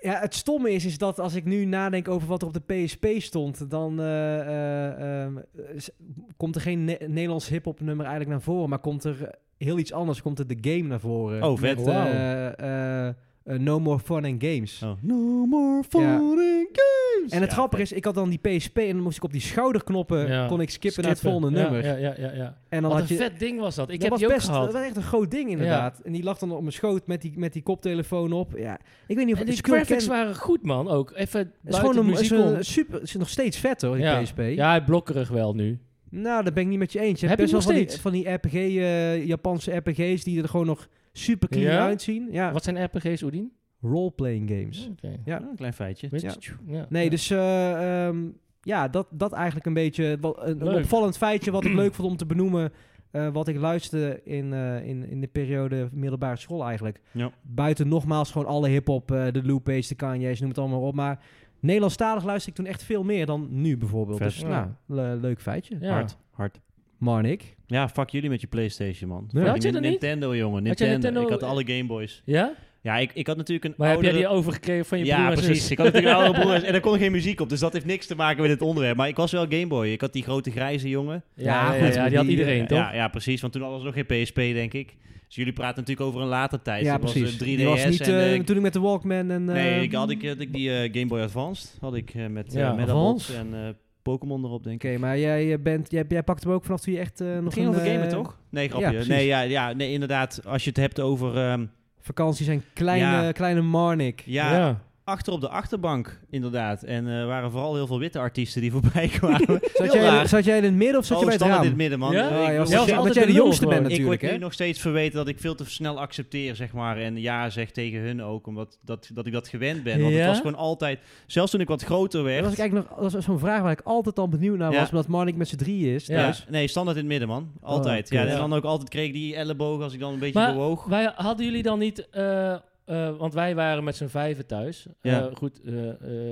Speaker 1: ja, het stomme is, is dat als ik nu nadenk over wat er op de PSP stond, dan eh, eh, ehm, s- komt er geen Ne- Nederlands hip-hop nummer eigenlijk naar voren, maar komt er eh, heel iets anders, komt er de game naar voren.
Speaker 2: Oh, vet.
Speaker 1: Met,
Speaker 4: Wauw.
Speaker 1: eh, eh, eh, no More Fun and Games.
Speaker 2: Oh. No more fun
Speaker 1: Ja.
Speaker 2: and games.
Speaker 1: En het
Speaker 2: Ja,
Speaker 1: grappige
Speaker 2: vet.
Speaker 1: is, ik had dan die PSP en dan moest ik op die schouderknoppen
Speaker 4: Ja.
Speaker 1: kon ik skippen, naar het
Speaker 4: Skippen.
Speaker 1: volgende
Speaker 4: Ja,
Speaker 1: nummer.
Speaker 4: Ja, ja, ja, ja.
Speaker 1: En dan
Speaker 4: Wat een
Speaker 1: had je,
Speaker 4: vet ding was dat. Ik
Speaker 1: dat
Speaker 4: heb
Speaker 1: was
Speaker 4: die ook
Speaker 1: best,
Speaker 4: gehad.
Speaker 1: Dat was echt een groot ding inderdaad. En die lag dan op mijn schoot met die, met die koptelefoon op. Ja, ik weet niet of het
Speaker 4: En die
Speaker 1: is
Speaker 4: graphics waren goed, man. Ook even
Speaker 1: Het is gewoon een, is
Speaker 4: muziek
Speaker 1: een super, is nog steeds vet hoor, die
Speaker 4: ja.
Speaker 1: PSP.
Speaker 4: ja, hij blokkerig wel nu.
Speaker 1: Nou, daar ben ik niet met je eens. Je
Speaker 4: Heb
Speaker 1: hebt
Speaker 4: je
Speaker 1: best wel
Speaker 4: nog
Speaker 1: van die,
Speaker 4: steeds?
Speaker 1: van die RPG, eh, Japanse RPG's die er gewoon nog super clean
Speaker 4: Ja?
Speaker 1: uitzien. Ja,
Speaker 4: Wat zijn RPG's, Oedien?
Speaker 1: role-playing games.
Speaker 4: Oké.
Speaker 1: Ja.
Speaker 2: Ah, een klein feitje.
Speaker 4: Weet
Speaker 1: Ja.
Speaker 4: je- ja.
Speaker 1: Nee,
Speaker 4: Ja.
Speaker 1: dus eh, ehm, ja, dat, dat eigenlijk een beetje wat, een, een
Speaker 4: Leuk.
Speaker 1: opvallend feitje wat ik
Speaker 4: [CLEARS THROAT]
Speaker 1: leuk vond om te benoemen. eh, wat ik luisterde in, eh, in, in de periode middelbare school eigenlijk.
Speaker 2: Ja.
Speaker 1: Buiten nogmaals gewoon alle hip-hop, eh, de Lupe's, de Kanye's, noem het allemaal op. Maar Nederlandstalig luister ik toen echt veel meer dan nu bijvoorbeeld.
Speaker 2: Vet.
Speaker 1: Dus
Speaker 4: Ja.
Speaker 1: nou, le- leuk feitje.
Speaker 4: Ja.
Speaker 2: Hard, hard.
Speaker 1: Marnik.
Speaker 2: Ja, fuck jullie met je Playstation, man.
Speaker 1: Ja.
Speaker 2: Fucking
Speaker 4: Had je dat niet?
Speaker 2: Nintendo, jongen.
Speaker 4: Had jij
Speaker 2: Nintendo. Ik had
Speaker 4: Nintendo-
Speaker 2: alle Game Boys.
Speaker 4: Ja?
Speaker 2: Ja, ik, ik had natuurlijk een
Speaker 4: Maar heb jij
Speaker 2: oudere-
Speaker 4: die overgekregen van je
Speaker 2: ja,
Speaker 4: broer en
Speaker 2: precies.
Speaker 4: zus?
Speaker 2: Ik had natuurlijk [LAUGHS] een oude broer en er kon geen muziek op. Dus dat heeft niks te maken met het onderwerp. Maar ik was wel Gameboy. Ik had die grote grijze jongen.
Speaker 4: Ja,
Speaker 1: Ja,
Speaker 4: ja,
Speaker 1: goed,
Speaker 4: ja,
Speaker 1: maar
Speaker 4: die had
Speaker 1: die,
Speaker 4: iedereen,
Speaker 1: eh,
Speaker 4: toch?
Speaker 2: Ja, ja, precies. Want toen hadden ze nog geen PSP, denk ik. Dus jullie praten natuurlijk over een later tijd.
Speaker 1: Ja,
Speaker 2: Dat was, eh,
Speaker 1: precies.
Speaker 2: 3DS
Speaker 1: Die was niet
Speaker 2: en, eh,
Speaker 1: eh, toen ik met de Walkman en... eh,
Speaker 2: nee, ik had, ik, had ik die eh, Game Boy Advanced. Had ik eh, met, eh
Speaker 4: Ja,
Speaker 2: met
Speaker 1: Advance.
Speaker 2: Advance en eh, Pokémon erop, denk ik.
Speaker 1: Oké, maar jij, eh, bent, jij, jij pakt hem ook vanaf toen je echt eh, nog
Speaker 2: Het ging
Speaker 1: een,
Speaker 2: over gamen,
Speaker 1: eh,
Speaker 2: toch? Nee, grapje.
Speaker 1: ja, precies.
Speaker 2: nee, ja, ja, nee, inderdaad. Als je het hebt over... ehm,
Speaker 1: Vakanties en kleine,
Speaker 2: Ja.
Speaker 1: kleine Marnik.
Speaker 2: ja, achter op de achterbank, inderdaad. En er waren vooral heel veel witte artiesten die [LAUGHS] voorbij kwamen.
Speaker 1: Zat
Speaker 2: Heel
Speaker 1: jij,
Speaker 2: raar.
Speaker 1: zat jij in het midden of zat
Speaker 2: Oh,
Speaker 1: je bij het
Speaker 2: standaard
Speaker 1: raam?
Speaker 2: in het midden, man.
Speaker 4: Ja?
Speaker 2: Ik
Speaker 1: Ah, ja, was
Speaker 2: word
Speaker 4: Jij
Speaker 2: steeds-
Speaker 4: was
Speaker 1: omdat
Speaker 4: altijd
Speaker 1: jij de
Speaker 4: de nul
Speaker 1: jongste bent
Speaker 4: gewoon.
Speaker 2: Ik word
Speaker 1: natuurlijk,
Speaker 2: nu
Speaker 1: hè?
Speaker 2: nog steeds verweten dat ik veel te snel accepteer, zeg maar. En ja zeg tegen hun ook, omdat dat, dat ik dat gewend ben. Want
Speaker 4: Ja?
Speaker 2: het was gewoon altijd... Zelfs toen ik wat groter
Speaker 1: Dat
Speaker 2: werd...
Speaker 1: was ik eigenlijk nog dat was zo'n vraag waar ik altijd al benieuwd naar
Speaker 2: Ja.
Speaker 1: was, omdat Marnik met z'n drieën is.
Speaker 2: ja,
Speaker 1: thuis.
Speaker 2: Nee, standaard in het midden, man. Altijd.
Speaker 1: Oh,
Speaker 2: ja,
Speaker 1: kut.
Speaker 2: en dan ook altijd kreeg ik die elleboog als ik dan een beetje
Speaker 4: Maar
Speaker 2: bewoog.
Speaker 4: wij, hadden jullie dan niet... eh, eh, want wij waren met z'n vijven thuis. Eh,
Speaker 2: Ja.
Speaker 4: goed. eh,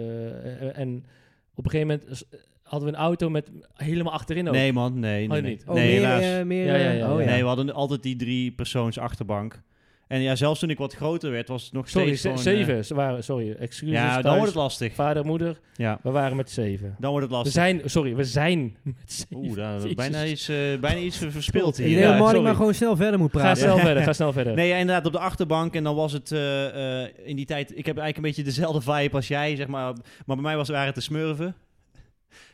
Speaker 4: eh, en op een gegeven moment s- eh, hadden we een auto met helemaal achterin ook.
Speaker 2: Nee, man. Nee, nee,
Speaker 4: Oh,
Speaker 2: nee.
Speaker 4: niet.
Speaker 1: Oh,
Speaker 2: nee,
Speaker 1: meer,
Speaker 2: helaas.
Speaker 1: eh, meer,
Speaker 4: Ja, ja,
Speaker 1: eh,
Speaker 4: ja,
Speaker 1: oh,
Speaker 4: ja.
Speaker 2: Nee, we hadden altijd die drie persoons achterbank. En ja, zelfs toen ik wat groter werd, was het nog
Speaker 4: Sorry,
Speaker 2: steeds
Speaker 4: ze-
Speaker 2: gewoon, eh,
Speaker 4: zeven. Ze waren, sorry, excuses.
Speaker 2: ja, dan
Speaker 4: thuis. Dus
Speaker 2: wordt het lastig.
Speaker 4: Vader, moeder,
Speaker 2: Ja,
Speaker 4: we waren met zeven.
Speaker 2: dan wordt het
Speaker 4: We
Speaker 2: lastig.
Speaker 4: zijn, sorry, we zijn met zeven.
Speaker 2: Oeh, daar
Speaker 4: Jezus.
Speaker 2: bijna iets, eh, bijna iets ver- verspild
Speaker 1: Ik
Speaker 2: hier.
Speaker 1: denk dat
Speaker 4: Ja,
Speaker 1: Marnik
Speaker 4: sorry.
Speaker 1: maar gewoon snel verder moet
Speaker 4: Ga
Speaker 1: praten.
Speaker 4: snel verder, ga snel verder.
Speaker 2: Nee, ja, inderdaad, op de achterbank. En dan was het eh, eh, in die tijd... Ik heb eigenlijk een beetje dezelfde vibe als jij, zeg maar. Maar bij mij was, waren het de smurven.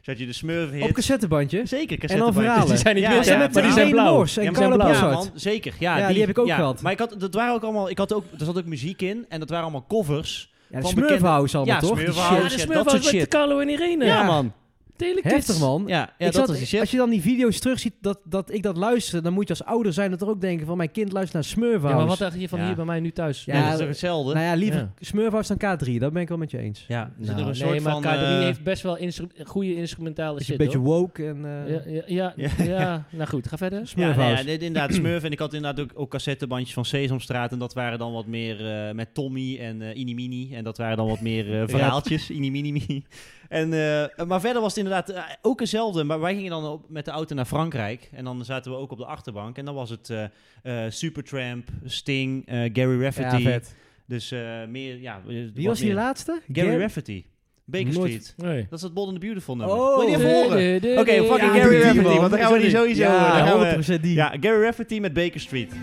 Speaker 2: Zat je de smurven hit.
Speaker 1: Op cassettebandjes.
Speaker 2: Zeker,
Speaker 1: verhalen.
Speaker 4: Die zijn niet
Speaker 2: Ja,
Speaker 4: meer,
Speaker 2: ja,
Speaker 4: maar die
Speaker 2: maar-
Speaker 4: zijn blauw.
Speaker 1: Mors en
Speaker 2: Ja, maar-
Speaker 1: Carlo
Speaker 4: zijn blauw.
Speaker 2: ja,
Speaker 1: Bossart.
Speaker 2: man, zeker. Ja,
Speaker 1: Ja, die heb ik ook gehad.
Speaker 2: Maar ik had, dat waren ook allemaal, ik had ook, er zat ook muziek in en dat waren allemaal covers.
Speaker 1: Ja, de
Speaker 2: Van
Speaker 1: Smurf
Speaker 2: bekende-
Speaker 1: House allemaal,
Speaker 2: Ja,
Speaker 1: toch? Die
Speaker 2: Smurf
Speaker 1: shit.
Speaker 2: House.
Speaker 4: Ja, de
Speaker 2: shit,
Speaker 4: smurf
Speaker 2: dat soort
Speaker 4: was met
Speaker 2: shit.
Speaker 4: Carlo en Irene.
Speaker 1: Ja.
Speaker 2: man.
Speaker 4: Telekids.
Speaker 1: Heftig, man.
Speaker 2: Ja, ja
Speaker 1: Ik
Speaker 2: dat
Speaker 1: zat-
Speaker 2: was die shit.
Speaker 1: Als je dan die video's terugziet dat, dat ik dat luister, dan moet je als ouder zijn dat er ook denken van mijn kind luistert naar Smurf
Speaker 4: Ja, maar
Speaker 1: House.
Speaker 4: wat dacht je van
Speaker 2: Ja.
Speaker 4: hier bij mij nu thuis?
Speaker 1: Ja,
Speaker 2: Ja, dat is toch hetzelfde?
Speaker 1: Nou ja, liever
Speaker 4: Ja.
Speaker 1: Smurf House dan K3, dat ben ik wel met je eens.
Speaker 2: ja,
Speaker 4: Nou, nee, maar K3
Speaker 2: eh,
Speaker 4: heeft best wel instru- goede instrumentale
Speaker 1: Is
Speaker 4: shit,
Speaker 1: een beetje
Speaker 4: hoor.
Speaker 1: woke en... eh,
Speaker 4: Ja, ja, ja,
Speaker 2: Ja.
Speaker 4: ja. nou goed, ga verder.
Speaker 2: ja,
Speaker 1: Smurf
Speaker 2: nee, ja,
Speaker 1: House.
Speaker 2: dit-
Speaker 1: [CLEARS THROAT]
Speaker 2: inderdaad, Smurf. En ik had inderdaad ook, ook cassettebandjes van Sesamstraat. En dat waren dan wat meer eh, met Tommy en eh Inimini. En dat waren dan wat
Speaker 1: [LAUGHS]
Speaker 2: meer eh, verhaaltjes. Inimini. [LAUGHS] En, eh, maar verder was het inderdaad eh, ook hetzelfde. Maar wij gingen dan op, met de auto naar Frankrijk. En dan zaten we ook op de achterbank. En dan was het eh, eh, Supertramp, Sting, eh, Gary
Speaker 1: Ja,
Speaker 2: Rafferty.
Speaker 1: vet.
Speaker 2: dus eh, meer, ja...
Speaker 1: Wie was die
Speaker 2: laatste?
Speaker 1: laatste?
Speaker 2: Gary Rafferty. Baker
Speaker 1: Nooit-
Speaker 2: Street.
Speaker 4: Nee.
Speaker 2: Dat is dat Bold and the Beautiful nummer.
Speaker 1: Oh.
Speaker 2: Wil je die even horen?
Speaker 4: Oké,
Speaker 2: Oké, fucking
Speaker 1: Ja,
Speaker 2: Gary
Speaker 1: die
Speaker 2: Rafferty,
Speaker 1: man.
Speaker 2: want dan gaan we die sowieso...
Speaker 1: Ja,
Speaker 2: eh, dan gaan we-
Speaker 1: 100% die.
Speaker 2: ja, Gary Rafferty met Baker Street.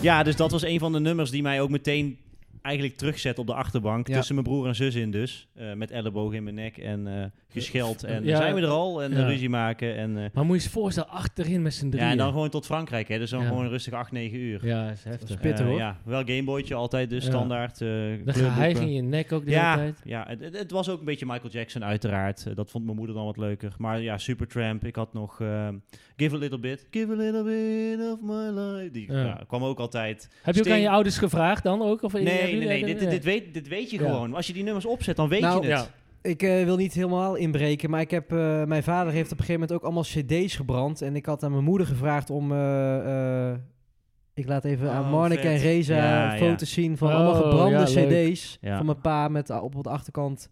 Speaker 2: Ja, dus dat was een van de nummers die mij ook meteen eigenlijk terugzet op de achterbank.
Speaker 1: Ja.
Speaker 2: Tussen mijn broer en zus in dus. Eh, met elleboog in mijn nek en eh, gescheld. En
Speaker 4: Ja.
Speaker 2: zijn we er al? En eh,
Speaker 4: Ja.
Speaker 2: ruzie maken. En, eh,
Speaker 4: Maar moet je eens voorstellen, achterin met z'n drieën.
Speaker 2: ja, en dan gewoon tot Frankrijk. Hè. Dus dan
Speaker 4: Ja.
Speaker 2: gewoon rustig 8, 9 uur.
Speaker 4: Ja, is heftig.
Speaker 1: pittig,
Speaker 2: Eh,
Speaker 1: hoor.
Speaker 2: Ja, wel Gameboytje altijd dus,
Speaker 4: Ja.
Speaker 2: standaard. eh,
Speaker 4: Dan
Speaker 2: kleurboeken.
Speaker 4: ga je in je nek ook de hele
Speaker 2: Ja,
Speaker 4: tijd.
Speaker 2: ja het, het- het was ook een beetje Michael Jackson uiteraard. Eh, dat vond mijn moeder dan wat leuker. Maar ja, Supertramp. Ik had nog ehm, Give a Little Bit. Give a little bit of my life. Die
Speaker 4: Ja.
Speaker 2: ja, kwam ook altijd.
Speaker 4: Heb je ook
Speaker 2: Sting.
Speaker 4: aan je ouders gevraagd dan ook? Of
Speaker 2: Nee, nee, nee. Dit, dit, weet, dit weet je
Speaker 4: Ja.
Speaker 2: gewoon. Als je die nummers opzet, dan weet
Speaker 1: Nou,
Speaker 2: je het.
Speaker 4: Oh, ja.
Speaker 1: Ik eh, wil niet helemaal inbreken, maar ik heb, eh, mijn vader heeft op een gegeven moment ook allemaal cd's gebrand. En ik had aan mijn moeder gevraagd om... eh, eh, ik laat even aan
Speaker 2: Oh,
Speaker 1: Marnik
Speaker 2: vet.
Speaker 1: en Reza
Speaker 2: Ja,
Speaker 1: foto's zien van
Speaker 4: Oh,
Speaker 1: allemaal gebrande
Speaker 4: ja, leuk.
Speaker 1: cd's.
Speaker 2: Ja.
Speaker 1: Van mijn pa met ah, op de achterkant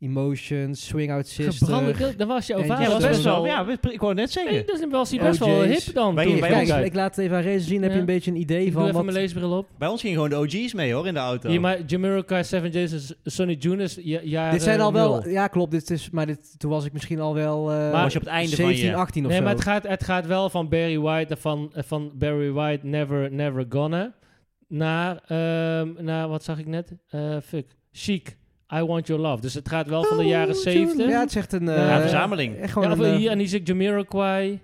Speaker 1: Emotions, Swing Out Sister.
Speaker 4: Gebrande, dat was jouw
Speaker 1: Ja,
Speaker 4: vader.
Speaker 1: dat
Speaker 4: was
Speaker 1: is
Speaker 4: best wel...
Speaker 2: Ja, ik wou net zeggen.
Speaker 4: Hey, dat is was hij
Speaker 1: Oh,
Speaker 4: best wel
Speaker 1: jeez.
Speaker 4: hip dan.
Speaker 2: Wij-
Speaker 4: toen.
Speaker 2: wij-
Speaker 4: Kijk,
Speaker 1: Kijk,
Speaker 2: ons
Speaker 4: kijk.
Speaker 1: ik laat het even aan Reza zien. Dan
Speaker 4: Ja.
Speaker 1: heb je een beetje een idee
Speaker 4: Ik doe
Speaker 1: van
Speaker 4: even
Speaker 1: wat...
Speaker 4: mijn leesbril op.
Speaker 2: Bij ons gingen gewoon de OG's mee hoor in de auto.
Speaker 4: Hier, maar Jamiroquai, Seven Jays en Sonny June is ja, jaren
Speaker 1: Dit zijn al
Speaker 4: nul.
Speaker 1: wel... Ja, klopt. Dit is, maar dit, toen was ik misschien al wel... eh,
Speaker 4: Maar-
Speaker 2: was je op het einde
Speaker 1: 17,
Speaker 2: van je...
Speaker 1: 18 of
Speaker 4: Nee,
Speaker 1: zo.
Speaker 4: maar het gaat, het gaat wel van Barry White, eh, van, eh, van Barry White, Never, Never Gonna, naar, ehm, naar wat zag ik net? Eh, fuck, Chic, I Want Your Love. Dus het gaat wel van de jaren
Speaker 1: Oh, June.
Speaker 4: 70.
Speaker 1: Ja, het zegt een... eh,
Speaker 4: Ja,
Speaker 2: een verzameling.
Speaker 1: echt
Speaker 4: Ja,
Speaker 1: gewoon
Speaker 4: of
Speaker 1: een, eh,
Speaker 4: hier, en die zit Jamiroquai,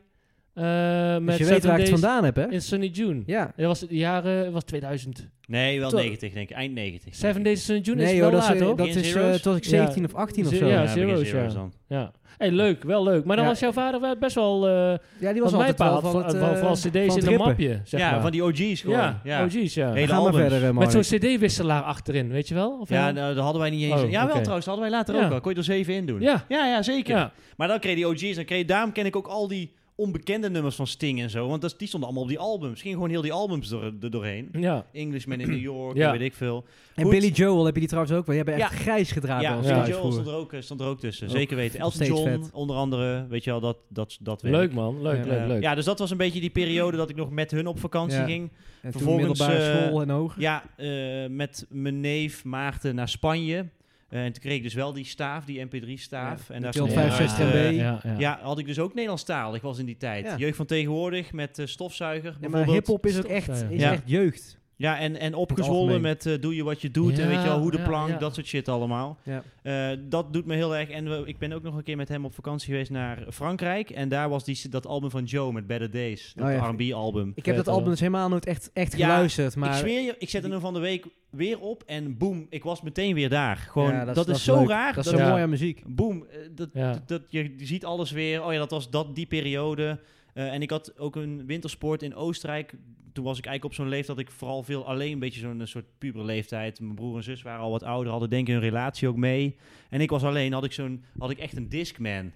Speaker 4: eh
Speaker 1: dus
Speaker 4: met
Speaker 1: je weet
Speaker 4: Seven
Speaker 1: waar ik het
Speaker 4: Days
Speaker 1: vandaan heb, hè?
Speaker 4: in Sunny June.
Speaker 1: Ja.
Speaker 4: Dat was het jaren, was 2000.
Speaker 2: Nee, wel
Speaker 1: Toch.
Speaker 2: 90 denk ik. Eind 90.
Speaker 4: Seven Days in Sunny June
Speaker 1: Nee
Speaker 4: is
Speaker 1: joh,
Speaker 4: wel
Speaker 1: dat
Speaker 4: laat,
Speaker 1: is,
Speaker 4: hoor.
Speaker 1: dat
Speaker 2: Begin
Speaker 1: is eh,
Speaker 2: zero's?
Speaker 1: toen was ik
Speaker 4: Ja.
Speaker 1: 17 of 18 of
Speaker 4: Ze-
Speaker 1: zo.
Speaker 4: ja,
Speaker 1: Ja,
Speaker 2: begin
Speaker 4: zero's,
Speaker 2: zero's
Speaker 4: ja.
Speaker 2: dan.
Speaker 4: Ja. Hey, leuk, wel leuk. Maar dan
Speaker 1: Ja.
Speaker 4: was jouw vader wel- best wel... eh
Speaker 1: die was
Speaker 4: was mijn
Speaker 1: altijd
Speaker 4: pa
Speaker 1: wel
Speaker 4: had
Speaker 1: van
Speaker 4: van,
Speaker 1: het,
Speaker 4: van,
Speaker 1: eh,
Speaker 4: van cd's
Speaker 1: van
Speaker 4: in
Speaker 1: het
Speaker 4: een
Speaker 1: rippen.
Speaker 4: mapje, zeg
Speaker 2: Ja,
Speaker 4: maar.
Speaker 2: van die OG's gewoon.
Speaker 4: ja,
Speaker 2: Ja,
Speaker 4: oh jeez, ja.
Speaker 2: Hele
Speaker 1: Ga maar
Speaker 2: albums.
Speaker 1: verder, eh,
Speaker 4: Met
Speaker 1: Mark.
Speaker 4: zo'n cd-wisselaar achterin, weet je wel? Of
Speaker 2: Ja,
Speaker 4: ja,
Speaker 2: nou, dat hadden wij niet eens.
Speaker 4: Oh,
Speaker 2: ja, wel
Speaker 4: oké.
Speaker 2: trouwens, dat hadden wij later
Speaker 4: Ja.
Speaker 2: ook wel. Kon je er zeven in doen.
Speaker 4: Ja.
Speaker 2: ja, ja, zeker.
Speaker 4: ja.
Speaker 2: Maar dan kreeg je die OG's. Dan kreeg, je- daarom ken ik ook al die onbekende nummers van Sting en zo. Want dat, die stonden allemaal op die albums. Ging gewoon heel die albums er, er doorheen.
Speaker 4: ja.
Speaker 2: Englishman in New York,
Speaker 4: Ja.
Speaker 2: en weet ik veel.
Speaker 1: En
Speaker 2: Goed.
Speaker 1: Billy Joel heb je die trouwens ook wel. Die hebben echt
Speaker 2: Ja.
Speaker 1: grijs gedraaid bij
Speaker 2: ja,
Speaker 1: ons
Speaker 2: Billy
Speaker 1: thuis
Speaker 2: Joel stond
Speaker 1: vroeger.
Speaker 2: er, ook, eh, stond er ook tussen.
Speaker 1: Ook
Speaker 2: Zeker weten.
Speaker 1: nog
Speaker 2: Elton
Speaker 1: steeds
Speaker 2: John,
Speaker 1: vet.
Speaker 2: onder andere. Weet je wel, dat, dat, dat werk.
Speaker 4: Leuk man, leuk,
Speaker 1: Ja.
Speaker 4: leuk,
Speaker 2: Eh,
Speaker 4: leuk.
Speaker 2: Ja, dus dat was een beetje die periode dat ik nog met hun op vakantie
Speaker 1: Ja.
Speaker 2: ging.
Speaker 1: En toen
Speaker 2: Vervolgens,
Speaker 1: middelbare
Speaker 2: eh,
Speaker 1: school en hoger.
Speaker 2: Ja, eh, met mijn neef Maarten naar Spanje. Eh, en toen kreeg ik dus wel die staaf, die MP3-staaf.
Speaker 1: Ja,
Speaker 2: en daar
Speaker 1: die
Speaker 2: stond
Speaker 1: 256
Speaker 2: eh,
Speaker 1: MB.
Speaker 4: Ja, ja.
Speaker 2: Ja, had ik dus ook Nederlandstalig was in die tijd.
Speaker 1: Ja.
Speaker 2: Jeugd van tegenwoordig met eh, stofzuiger.
Speaker 1: Ja, maar
Speaker 2: bijvoorbeeld.
Speaker 1: hiphop is ook echt,
Speaker 4: Stop, ja.
Speaker 1: is
Speaker 2: Ja.
Speaker 1: echt jeugd.
Speaker 2: Ja, en, en
Speaker 1: In
Speaker 2: opgezwollen
Speaker 1: het
Speaker 2: met eh, doe je wat je doet en
Speaker 4: Ja,
Speaker 2: weet je wel, hoe de
Speaker 4: ja,
Speaker 2: plank,
Speaker 4: ja.
Speaker 2: dat soort shit allemaal.
Speaker 1: Ja.
Speaker 2: Eh, dat doet me heel erg. En we- ik ben ook nog een keer met hem op vakantie geweest naar Frankrijk. En daar was die, dat album van Joe met Better Days, dat
Speaker 1: Oh ja.
Speaker 2: R&B-album.
Speaker 1: Ik heb
Speaker 4: Vet,
Speaker 1: dat album dus helemaal nooit echt, echt
Speaker 2: Ja,
Speaker 1: geluisterd. Maar
Speaker 2: ik zweer je, ik zette hem van de week weer op en boem, ik was meteen weer daar. Gewoon,
Speaker 1: Ja,
Speaker 2: dat, is,
Speaker 1: dat
Speaker 2: zo
Speaker 1: leuk.
Speaker 2: raar.
Speaker 1: dat is
Speaker 2: dat-
Speaker 1: zo
Speaker 4: Ja.
Speaker 1: mooi aan muziek.
Speaker 2: boem, eh, dat,
Speaker 4: Ja.
Speaker 2: dat, dat- je ziet alles weer. Oh ja, dat was dat, die periode. Eh, en ik had ook een wintersport in Oostenrijk. Toen was ik eigenlijk op zo'n leeftijd dat ik vooral veel alleen, een beetje zo'n eh, soort puberleeftijd. Mijn broer en zus waren al wat ouder, hadden denk ik hun relatie ook mee. En ik was alleen, had ik, zo'n, had ik echt een Discman.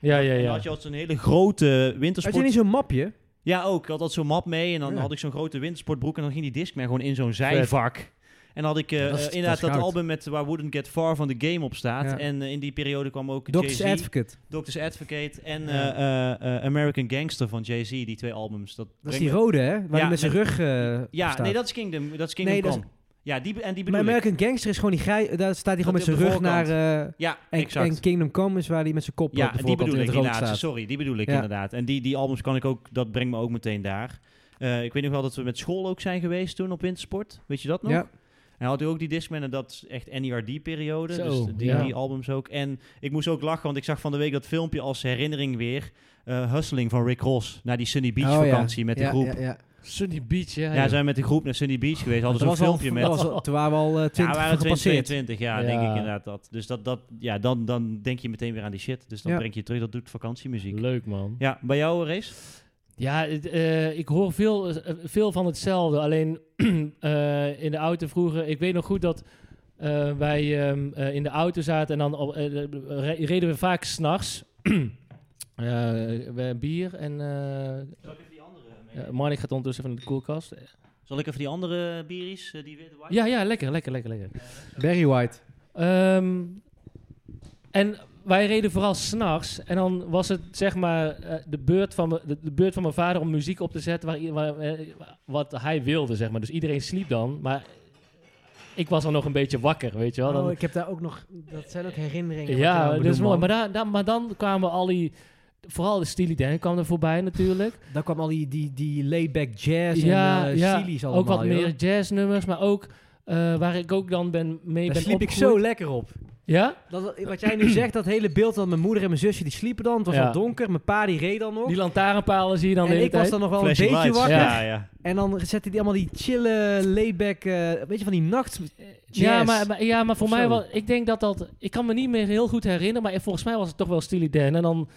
Speaker 4: ja, ja,
Speaker 2: En dan
Speaker 4: ja.
Speaker 2: had je altijd zo'n hele grote
Speaker 1: Had je
Speaker 2: wintersport.
Speaker 1: niet zo'n mapje?
Speaker 2: Ja, ook. Ik had altijd zo'n map mee en dan
Speaker 1: Ja.
Speaker 2: had ik zo'n grote wintersportbroek en dan ging die Discman gewoon in zo'n zijvak. En dan had ik eh,
Speaker 1: Dat is-
Speaker 2: eh,
Speaker 1: dat is
Speaker 2: inderdaad dat,
Speaker 1: goud.
Speaker 2: album met waar Wouldn't Get Far van The Game op staat.
Speaker 1: Ja.
Speaker 2: En eh, in die periode kwam ook
Speaker 1: Doctor's
Speaker 2: Jay-Z.
Speaker 1: Advocate.
Speaker 2: Doctor's Advocate en
Speaker 1: Ja.
Speaker 2: eh, eh, eh, American Gangster van Jay-Z, die twee albums. Dat,
Speaker 1: Dat
Speaker 2: brengt
Speaker 1: is die
Speaker 2: me-
Speaker 1: rode, hè? Waar
Speaker 2: Ja,
Speaker 1: hij met zijn
Speaker 2: met-
Speaker 1: rug eh, op
Speaker 2: Ja,
Speaker 1: staat.
Speaker 2: nee, dat is Kingdom, dat is Kingdom
Speaker 1: Nee, dat is-
Speaker 2: Come. Ja, die, be- en die
Speaker 1: Maar
Speaker 2: bedoel ik.
Speaker 1: American Gangster is gewoon die grij... Daar staat hij gewoon met zijn
Speaker 2: Dat hij op
Speaker 1: rug
Speaker 2: de
Speaker 1: naar...
Speaker 2: voorkant.
Speaker 1: eh,
Speaker 2: Ja,
Speaker 1: en,
Speaker 2: exact.
Speaker 1: en Kingdom Come is waar hij met zijn kop op
Speaker 2: ja,
Speaker 1: de
Speaker 2: die
Speaker 1: voorkant
Speaker 2: bedoel
Speaker 1: in
Speaker 2: ik
Speaker 1: het rood
Speaker 2: inderdaad.
Speaker 1: staat.
Speaker 2: Sorry, die bedoel ik
Speaker 1: Ja.
Speaker 2: inderdaad. En die, die albums kan ik ook, dat brengt me ook meteen daar. Eh, ik weet nog wel dat we met school ook zijn geweest toen op wintersport. Weet je dat nog?
Speaker 1: Ja.
Speaker 2: En had u ook die Discman en dat is echt NERD-periode.
Speaker 4: Zo,
Speaker 2: Dus die,
Speaker 4: ja.
Speaker 2: die albums ook. En ik moest ook lachen, want ik zag van de week dat filmpje als herinnering weer. eh Hustling van Rick Ross. Naar die Sunny Beach
Speaker 1: Oh, ja.
Speaker 2: vakantie met de
Speaker 1: Ja,
Speaker 2: groep.
Speaker 1: ja, ja.
Speaker 4: Sunny Beach, ja.
Speaker 2: Ja, zijn we met de groep naar Sunny Beach geweest. Hadden
Speaker 1: Dat
Speaker 2: zo'n
Speaker 1: was al-
Speaker 2: filmpje met...
Speaker 1: dat was al- Toen waren we al eh,
Speaker 2: ja,
Speaker 1: 20
Speaker 2: waren
Speaker 1: gepasseerd.
Speaker 2: 22, ja,
Speaker 4: Ja.
Speaker 2: denk ik inderdaad dat. Dus dat, dat, ja, dan, dan denk je meteen weer aan die shit. Dus dan
Speaker 1: Ja.
Speaker 2: breng je terug, dat doet vakantiemuziek.
Speaker 4: Leuk man.
Speaker 2: Ja, bij jou, Race?
Speaker 4: Ja, het, eh, ik hoor veel, eh, veel van hetzelfde. Alleen [CLEARS THROAT] eh, in de auto vroeger, ik weet nog goed dat eh, wij ehm, eh, in de auto zaten en dan op- eh, re- reden we vaak s'nachts. [CLEARS THROAT] Eh, bier en eh
Speaker 2: Zal ik even die andere...
Speaker 4: eh, Marnik gaat ondertussen van de koelkast.
Speaker 2: Zal ik even die andere bieries, eh, die witte white?
Speaker 4: Ja, ja, lekker, lekker, lekker, lekker.
Speaker 1: Barry White.
Speaker 4: Ehm, en wij reden vooral s'nachts. En dan was het zeg maar eh, de, beurt van me- de, de beurt van mijn vader om muziek op te zetten waar, i- waar- eh, wat hij wilde, zeg maar. Dus iedereen sliep dan, maar ik was dan nog een beetje wakker, weet je wel. Dan,
Speaker 1: Oh, ik heb daar ook nog... Dat zijn ook herinneringen.
Speaker 4: ja, dat is mooi. Maar, daar- daar- maar dan kwamen al die... Vooral de Steely Dan kwam er voorbij natuurlijk.
Speaker 1: Daar kwam al die, die, die laid-back jazz
Speaker 4: ja,
Speaker 1: en eh,
Speaker 4: ja
Speaker 1: Sili's allemaal.
Speaker 4: ook wat
Speaker 1: joh.
Speaker 4: meer jazznummers, maar ook eh, waar ik ook dan ben mee
Speaker 1: Daar
Speaker 4: ben
Speaker 1: sliep ik zo
Speaker 4: opgegroeid.
Speaker 1: lekker op.
Speaker 4: Ja?
Speaker 1: Dat, wat jij nu zegt, dat hele beeld van mijn moeder en mijn zusje, die sliepen dan. Het was
Speaker 4: Ja.
Speaker 1: al donker. Mijn pa die reed dan nog.
Speaker 4: Die lantaarnpalen zie je dan de
Speaker 1: en
Speaker 4: hele
Speaker 1: ik was
Speaker 4: tijd.
Speaker 1: dan nog wel
Speaker 2: Flashing
Speaker 1: een beetje
Speaker 2: lights.
Speaker 1: wakker.
Speaker 2: Ja, ja.
Speaker 1: En dan zette die allemaal die chille, layback, eh weet je, van die nacht...
Speaker 4: Ja
Speaker 1: Jazz.
Speaker 4: maar, maar- ja, maar voor
Speaker 1: Of
Speaker 4: mij
Speaker 1: zo.
Speaker 4: was... Ik denk dat dat... Ik kan me niet meer heel goed herinneren, maar volgens mij was het toch wel Steely Dan. En dan...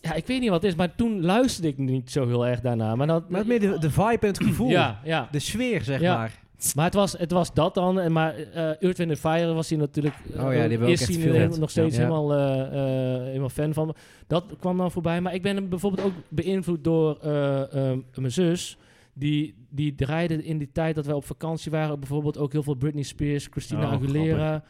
Speaker 4: Ja, ik weet niet wat het is, maar toen luisterde ik niet zo heel erg daarna. Maar dat...
Speaker 1: Maar meer de, de vibe en het gevoel.
Speaker 4: Ja, ja.
Speaker 1: De sfeer, zeg
Speaker 4: Ja.
Speaker 1: maar.
Speaker 4: Maar het was, het was dat dan. En maar eh Earth, Wind and Fire was hij natuurlijk... eh,
Speaker 1: Oh ja, die hebben we
Speaker 4: is
Speaker 1: ook echt
Speaker 4: hij
Speaker 1: veel
Speaker 4: nu
Speaker 1: gehad.
Speaker 4: nog steeds
Speaker 1: Ja.
Speaker 4: helemaal, eh, eh, helemaal fan van. Dat kwam dan voorbij. Maar ik ben hem bijvoorbeeld ook beïnvloed door eh, eh, mijn zus. Die, die draaide in die tijd dat wij op vakantie waren... bijvoorbeeld ook heel veel Britney Spears, Christina
Speaker 2: Oh,
Speaker 4: Aguilera.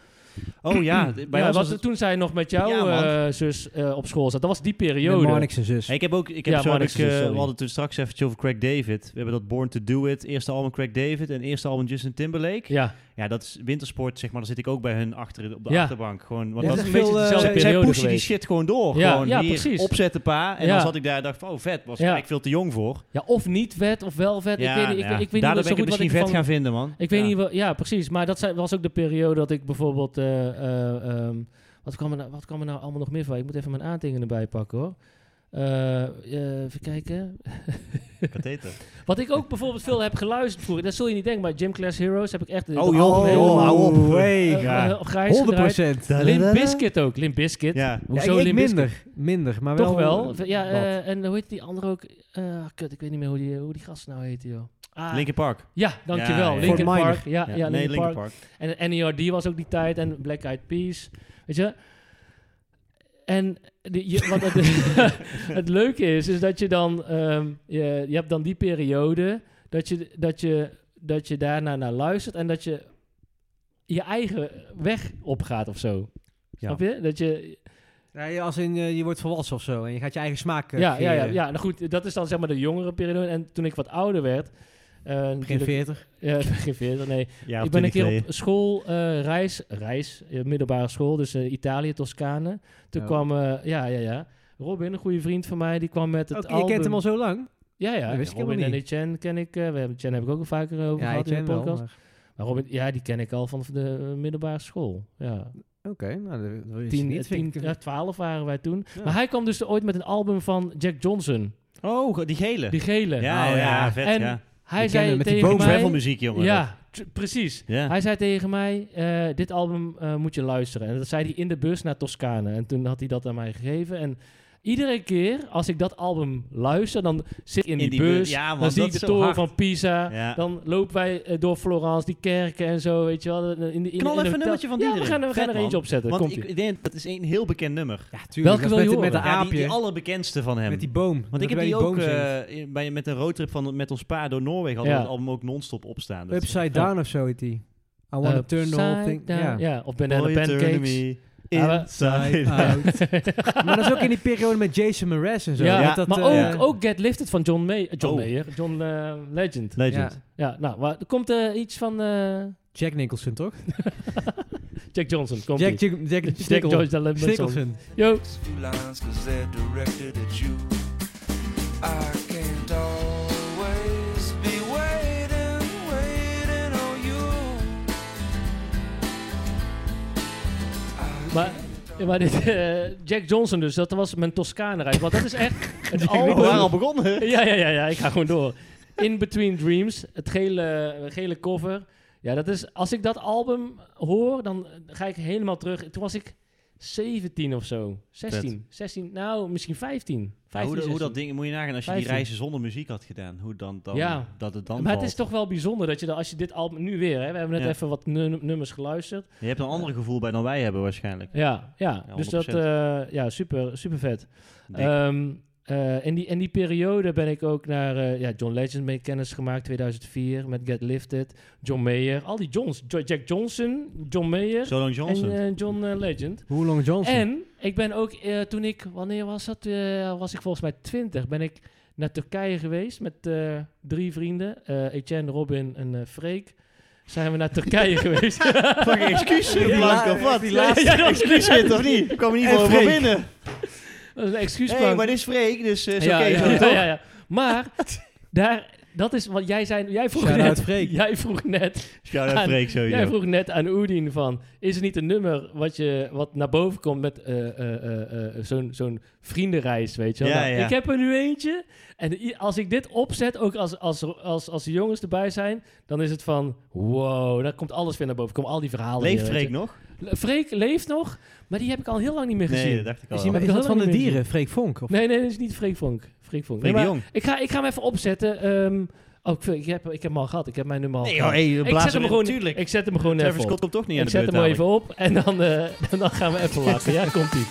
Speaker 1: [CLEARS THROAT]
Speaker 2: Oh ja, d- bij
Speaker 4: ja,
Speaker 2: ons was
Speaker 4: was
Speaker 2: het...
Speaker 4: toen zij nog met jouw
Speaker 2: Ja, man.
Speaker 4: eh, zus eh, op school zat. Dat was die periode.
Speaker 1: Marnix zijn zus.
Speaker 2: Hey, ik heb ook, ik heb
Speaker 4: Ja,
Speaker 2: zo
Speaker 4: Marnix
Speaker 2: ook,
Speaker 4: is het,
Speaker 2: eh,
Speaker 4: sorry.
Speaker 2: we hadden toen straks eventjes over Craig David. We hebben dat Born to Do It, eerste album Craig David en eerste album Justin Timberlake. Ja,
Speaker 4: Ja,
Speaker 2: dat is wintersport, zeg maar. Dan zit ik ook bij hun achter op de
Speaker 4: Ja.
Speaker 2: achterbank. Gewoon, want
Speaker 1: Ja,
Speaker 2: dat
Speaker 1: dat
Speaker 2: is
Speaker 1: is
Speaker 2: een
Speaker 1: veel, eh,
Speaker 2: beetje dezelfde
Speaker 4: zij- zij
Speaker 2: periode
Speaker 4: pushen die
Speaker 2: die shit gewoon door.
Speaker 4: Ja,
Speaker 2: gewoon
Speaker 4: ja,
Speaker 2: hier
Speaker 4: precies.
Speaker 2: opzetten, pa. En
Speaker 4: Ja.
Speaker 2: dan zat ik daar en dacht, oh vet, was
Speaker 4: Ja.
Speaker 2: ik veel te jong voor.
Speaker 4: ja, of niet vet of wel vet.
Speaker 2: Ja,
Speaker 4: ik weet, niet- ik,
Speaker 2: nou ja.
Speaker 4: ik weet
Speaker 2: Daardoor
Speaker 4: niet zo
Speaker 2: ben ik het
Speaker 4: goed wat
Speaker 2: misschien
Speaker 4: ik
Speaker 2: vet
Speaker 4: ervan
Speaker 2: gaan vinden, man.
Speaker 4: Ik weet
Speaker 2: Ja.
Speaker 4: niet wel, ja, precies. Maar dat zijn- was ook de periode dat ik bijvoorbeeld. eh, eh, ehm, wat, kwam er nou, wat kwam er nou allemaal nog meer van? Ik moet even mijn aantekeningen erbij pakken hoor. Eh, eh, even kijken.
Speaker 2: Katheter.
Speaker 4: [LAUGHS] Wat ik ook bijvoorbeeld veel heb geluisterd vroeger, dat zul je niet denken, maar Gym Class Heroes heb ik echt.
Speaker 2: Oh, joh,
Speaker 4: algemeen
Speaker 2: joh,
Speaker 4: helemaal,
Speaker 2: hou op.
Speaker 4: eh,
Speaker 1: Hey.
Speaker 2: ja.
Speaker 4: eh, op grijs
Speaker 1: 100
Speaker 4: gedraaid.
Speaker 1: procent.
Speaker 4: Limp Bizkit ook, Limp Bizkit.
Speaker 2: Ja.
Speaker 4: Hoezo
Speaker 1: ik
Speaker 4: Limp Bizkit?
Speaker 1: minder, minder, maar wel...
Speaker 4: Toch wel?
Speaker 1: eh,
Speaker 4: Ja,
Speaker 1: wat.
Speaker 4: eh, en hoe heet die andere ook? Eh, kut, ik weet niet meer hoe die, hoe die gast nou heette, joh. Ah,
Speaker 2: Linkin Park.
Speaker 4: Ja,
Speaker 2: Ja,
Speaker 4: dankjewel.
Speaker 2: ja, ja.
Speaker 4: Linkin
Speaker 1: Fort Minor.
Speaker 4: Park. Ja, ja,
Speaker 2: nee,
Speaker 4: Linkin Park.
Speaker 2: Park.
Speaker 4: En de NERD was ook die tijd. En Black Eyed Peas. Weet je? En de, je- wat het, [LAUGHS] het leuke is, is dat je dan... ehm, je, je hebt dan die periode dat je, dat je, dat je daarna naar luistert... en dat je je eigen weg opgaat of zo. Snap je? Dat je,
Speaker 1: Nee, als in, eh, je wordt volwassen of zo en je gaat je eigen smaak eh,
Speaker 4: ja, ja, ja,
Speaker 1: creëren.
Speaker 4: ja, nou goed, dat is dan zeg maar de jongere periode. En toen ik wat ouder werd... eh,
Speaker 1: Begin
Speaker 4: natuurlijk-
Speaker 1: 40.
Speaker 4: [LAUGHS] ja, begin 40, nee.
Speaker 2: Ja,
Speaker 4: ik ben een keer op school, eh, reis, reis, eh, middelbare school, dus eh, Italië, Toscane. Toen
Speaker 1: Oh.
Speaker 4: kwam, eh, ja, ja, ja. Robin, een goede vriend van mij, die kwam met het
Speaker 1: Oké,
Speaker 4: album.
Speaker 1: je kent hem al zo lang.
Speaker 4: Ja, ja.
Speaker 1: Dat wist ik
Speaker 4: Robin
Speaker 1: helemaal
Speaker 4: en
Speaker 1: niet.
Speaker 4: Etienne ken ik. eh, we hebben, Etienne heb ik ook al vaker eh, over
Speaker 1: Ja, ik
Speaker 4: gehad in de
Speaker 1: ken
Speaker 4: podcast.
Speaker 1: wel.
Speaker 4: maar.
Speaker 1: maar-
Speaker 4: Robin, ja, die ken ik al van de eh, middelbare school. Ja.
Speaker 1: Oké, nou, dat- dat wist ik
Speaker 4: Tien, eh,
Speaker 1: niet.
Speaker 4: tien,
Speaker 1: Vind ik-
Speaker 4: ja, twaalf waren wij toen.
Speaker 1: Ja.
Speaker 4: Maar hij kwam dus ooit met een album van Jack Johnson,
Speaker 2: Oh, die gele.
Speaker 4: die gele.
Speaker 2: ja,
Speaker 1: Oh,
Speaker 2: ja,
Speaker 1: ja.
Speaker 2: vet,
Speaker 4: En
Speaker 2: ja.
Speaker 4: Hij
Speaker 1: Je
Speaker 4: zei
Speaker 1: kende met die
Speaker 4: tegen
Speaker 1: boom-
Speaker 4: mij...
Speaker 2: Travel muziek, jongen.
Speaker 4: Ja, tr- precies.
Speaker 2: Ja.
Speaker 4: Hij zei tegen mij, eh, dit album eh, moet je luisteren. En dat zei hij in de bus naar Toscane. En toen had hij dat aan mij gegeven. En iedere keer als ik dat album luister, dan zit ik in,
Speaker 2: In
Speaker 4: die
Speaker 2: die
Speaker 4: bus.
Speaker 2: bus. Ja, man,
Speaker 4: dan zie ik
Speaker 2: dat
Speaker 4: de
Speaker 2: is zo
Speaker 4: toren
Speaker 2: hard.
Speaker 4: van Pisa.
Speaker 2: Ja.
Speaker 4: Dan lopen wij eh, door Florence, die kerken en zo, weet je wel. In de, in de, in
Speaker 2: Knal
Speaker 4: de-
Speaker 2: even
Speaker 4: in de
Speaker 2: een
Speaker 4: hotel-
Speaker 2: nummertje van
Speaker 4: Ja,
Speaker 2: die
Speaker 4: we gaan, we gaan er eentje opzetten.
Speaker 2: Want
Speaker 4: Komt
Speaker 2: ik, ik denk, dat is een heel bekend nummer.
Speaker 1: Ja, tuurlijk.
Speaker 4: Welke
Speaker 1: dat is
Speaker 4: wil je
Speaker 1: met,
Speaker 4: horen?
Speaker 1: Met de
Speaker 2: Ja,
Speaker 1: aapje.
Speaker 2: die, die allerbekendste van hem.
Speaker 1: met die boom. Dat
Speaker 2: Want ik heb
Speaker 1: bij
Speaker 2: die ook
Speaker 1: boom zingt.
Speaker 2: eh, in- bij, met een roadtrip van, met ons pa door Noorwegen hadden
Speaker 4: Ja.
Speaker 2: we het album ook non-stop opstaan. Dat-
Speaker 1: Upside Down of zo heet die. I wanna turn the whole thing.
Speaker 4: Ja.
Speaker 1: Ja.
Speaker 4: Eh, ja, of
Speaker 2: Boy,
Speaker 4: Banana
Speaker 2: you turn
Speaker 4: Pancakes.
Speaker 2: me
Speaker 4: Ja, we-
Speaker 2: Inside
Speaker 4: [LAUGHS]
Speaker 2: out.
Speaker 1: Out. maar dat is ook in die periode met Jason Mraz en zo.
Speaker 4: Ja,
Speaker 1: Dat dat,
Speaker 4: maar
Speaker 1: eh,
Speaker 4: ook, ook Get Lifted van John, May, John
Speaker 2: Oh.
Speaker 4: Mayer, John eh, Legend.
Speaker 2: Legend.
Speaker 1: ja,
Speaker 4: Ja, nou, maar er komt eh, iets van eh,
Speaker 1: Jack Nicholson, toch?
Speaker 4: Jack Johnson. Komt
Speaker 1: Jack, Jack, Jack,
Speaker 4: [LAUGHS] Jack Johnson.
Speaker 1: Nicholson.
Speaker 4: Yo.
Speaker 7: few lines cause they're directed at you. I can't always be waiting, waiting on you.
Speaker 4: Maar, ja, maar dit, eh, Jack Johnson dus, dat was mijn Toscane-reis. Want dat is echt
Speaker 2: [LAUGHS]
Speaker 4: een
Speaker 2: Oh, we waren al
Speaker 4: album...
Speaker 2: begonnen.
Speaker 4: [LAUGHS] Ja, ja, ja, ja, ik ga gewoon door. In Between Dreams, het gele, gele cover. Ja, dat is... Als ik dat album hoor, dan ga ik helemaal terug. Toen was ik 17 of zo. 16. 16, nou, misschien 15. 15
Speaker 2: Hoe, dat- hoe dat
Speaker 4: 16.
Speaker 2: ding, moet je nagaan, als je die
Speaker 4: 15.
Speaker 2: reizen zonder muziek had gedaan, hoe dan, dan
Speaker 4: Ja.
Speaker 2: dat het dan
Speaker 4: Maar het
Speaker 2: valt.
Speaker 4: is toch wel bijzonder dat je dan, als je dit album... Nu weer, hè. We hebben net
Speaker 2: Ja.
Speaker 4: even wat nu- nummers geluisterd.
Speaker 2: Je hebt een ander gevoel bij dan wij hebben waarschijnlijk.
Speaker 4: Ja, ja.
Speaker 2: Ja,
Speaker 4: dus dat...
Speaker 2: 100%.
Speaker 4: eh, ja, super, super vet.
Speaker 2: Dik.
Speaker 4: Ehm, eh, in, die, in die periode ben ik ook naar eh, ja, John Legend mee kennis gemaakt, 2004, met Get Lifted, John Mayer, al die Johns, Jo- Jack Johnson, John Mayer
Speaker 2: Zo lang Johnson.
Speaker 4: en eh, John eh, Legend.
Speaker 1: Hoe Long Johnson.
Speaker 4: En ik ben ook, eh, toen ik, wanneer was dat, Eh, was ik volgens mij 20, ben ik naar Turkije geweest met eh, drie vrienden, eh, Etienne, Robin en eh Freek. Zijn we naar
Speaker 2: [LAUGHS]
Speaker 4: Turkije geweest? [LAUGHS]
Speaker 2: Fucking excuus,
Speaker 1: Die
Speaker 2: Blank,
Speaker 1: la-
Speaker 2: of wat?
Speaker 1: die
Speaker 4: Ja,
Speaker 1: laatste-
Speaker 4: ja, dat was-
Speaker 2: Excuus zit of niet? Ik kwam in ieder
Speaker 1: En
Speaker 2: geval wel
Speaker 1: Freek.
Speaker 2: binnen.
Speaker 4: dat is een excuus.
Speaker 2: Hé, hey, maar dit is Freek, dus eh, is
Speaker 4: ja,
Speaker 2: oké
Speaker 4: ja,
Speaker 2: zo,
Speaker 4: [LAUGHS] ja,
Speaker 2: toch?
Speaker 4: ja, ja. Maar daar, dat is wat jij zei. Jij vroeg
Speaker 1: Shout-out
Speaker 4: net.
Speaker 1: Freek.
Speaker 4: Jij vroeg net.
Speaker 2: Shout-out
Speaker 4: Aan-
Speaker 2: Freek
Speaker 4: Jij
Speaker 2: sowieso.
Speaker 4: vroeg net aan Oedien van. Is er niet een nummer wat je wat naar boven komt met eh, eh, eh, eh, zo'n zo'n vriendenreis, weet je wel?
Speaker 2: Ja,
Speaker 4: Nou,
Speaker 2: ja.
Speaker 4: Ik heb er nu eentje. En i- als ik dit opzet, ook als als als als de jongens erbij zijn, dan is het van wow. Daar komt alles weer naar boven. Komen al die verhalen.
Speaker 2: Leeft
Speaker 4: weer,
Speaker 2: Freek
Speaker 4: weet je.
Speaker 2: nog?
Speaker 4: Le- Freek leeft nog, maar die heb ik al heel lang niet meer gezien.
Speaker 2: Nee, dat dacht ik al.
Speaker 1: is,
Speaker 2: wel.
Speaker 1: die,
Speaker 4: heb
Speaker 1: is
Speaker 4: ik
Speaker 1: dat
Speaker 4: al
Speaker 1: van de
Speaker 4: lang niet meer
Speaker 1: dieren? Freek Vonk? Of
Speaker 4: Nee, nee, dat is niet Freek Vonk. Freek Vonk.
Speaker 2: Freek
Speaker 4: Nee,
Speaker 2: de
Speaker 4: maar-
Speaker 2: Jong.
Speaker 4: ik ga, ik ga hem even opzetten. ehm, Oh, ik, vind- ik, heb, ik heb hem al gehad. Ik heb mijn nummer al
Speaker 2: Nee, joh,
Speaker 4: gehad.
Speaker 2: hey,
Speaker 4: ik,
Speaker 2: blaas
Speaker 4: zet hem
Speaker 2: hem
Speaker 4: gewoon,
Speaker 2: Tuurlijk.
Speaker 4: ik zet hem gewoon
Speaker 2: Travis
Speaker 4: even
Speaker 2: Scott
Speaker 4: op.
Speaker 2: komt toch niet aan
Speaker 4: Ik
Speaker 2: de
Speaker 4: zet
Speaker 2: beurt
Speaker 4: hem wel even
Speaker 2: dadelijk.
Speaker 4: op en dan, eh, [LAUGHS] dan gaan we even laten. Ja, komt ie.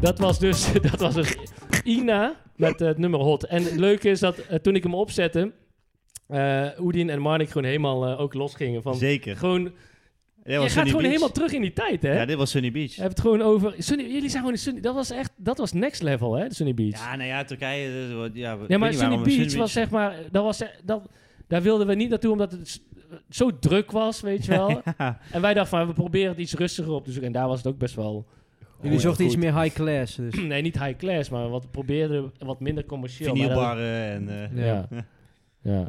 Speaker 4: Dat was dus [LAUGHS] dat was een Ina met eh, het nummer Hot. En het leuke is dat eh, toen ik hem opzette, eh Oedien en Marnik gewoon helemaal eh, ook losgingen. Van,
Speaker 2: Zeker.
Speaker 4: gewoon,
Speaker 2: Dit
Speaker 4: je
Speaker 2: was
Speaker 4: gaat
Speaker 2: Sunny
Speaker 4: gewoon
Speaker 2: Beach.
Speaker 4: helemaal terug in die tijd, hè?
Speaker 2: Ja, dit was Sunny Beach.
Speaker 4: Je hebt het gewoon over... Sunny, jullie zijn gewoon... Sunny, dat was echt... Dat was next level, hè? de Sunny Beach. Ja,
Speaker 2: Ja, nou ja, Turkije... dus wat- ja, we- ik weet niet
Speaker 4: maar Sunny
Speaker 2: waarom we
Speaker 4: Beach was zeg maar... Dat was, dat, daar wilden we niet naartoe, omdat het s- zo druk was, weet je
Speaker 2: [LAUGHS]
Speaker 4: wel.
Speaker 2: Ja.
Speaker 4: En wij dachten van, we proberen het iets rustiger op te zoeken. En daar was het ook best wel... [CLEARS THROAT]
Speaker 1: Jullie
Speaker 4: Oh,
Speaker 1: zochten
Speaker 4: ja,
Speaker 1: iets
Speaker 4: goed.
Speaker 1: meer high class. Dus.
Speaker 4: Nee, niet high class, maar wat we probeerden wat minder commercieel. maar dat-
Speaker 2: vinylbarren en... eh,
Speaker 4: Ja.
Speaker 2: Ja.
Speaker 4: ja.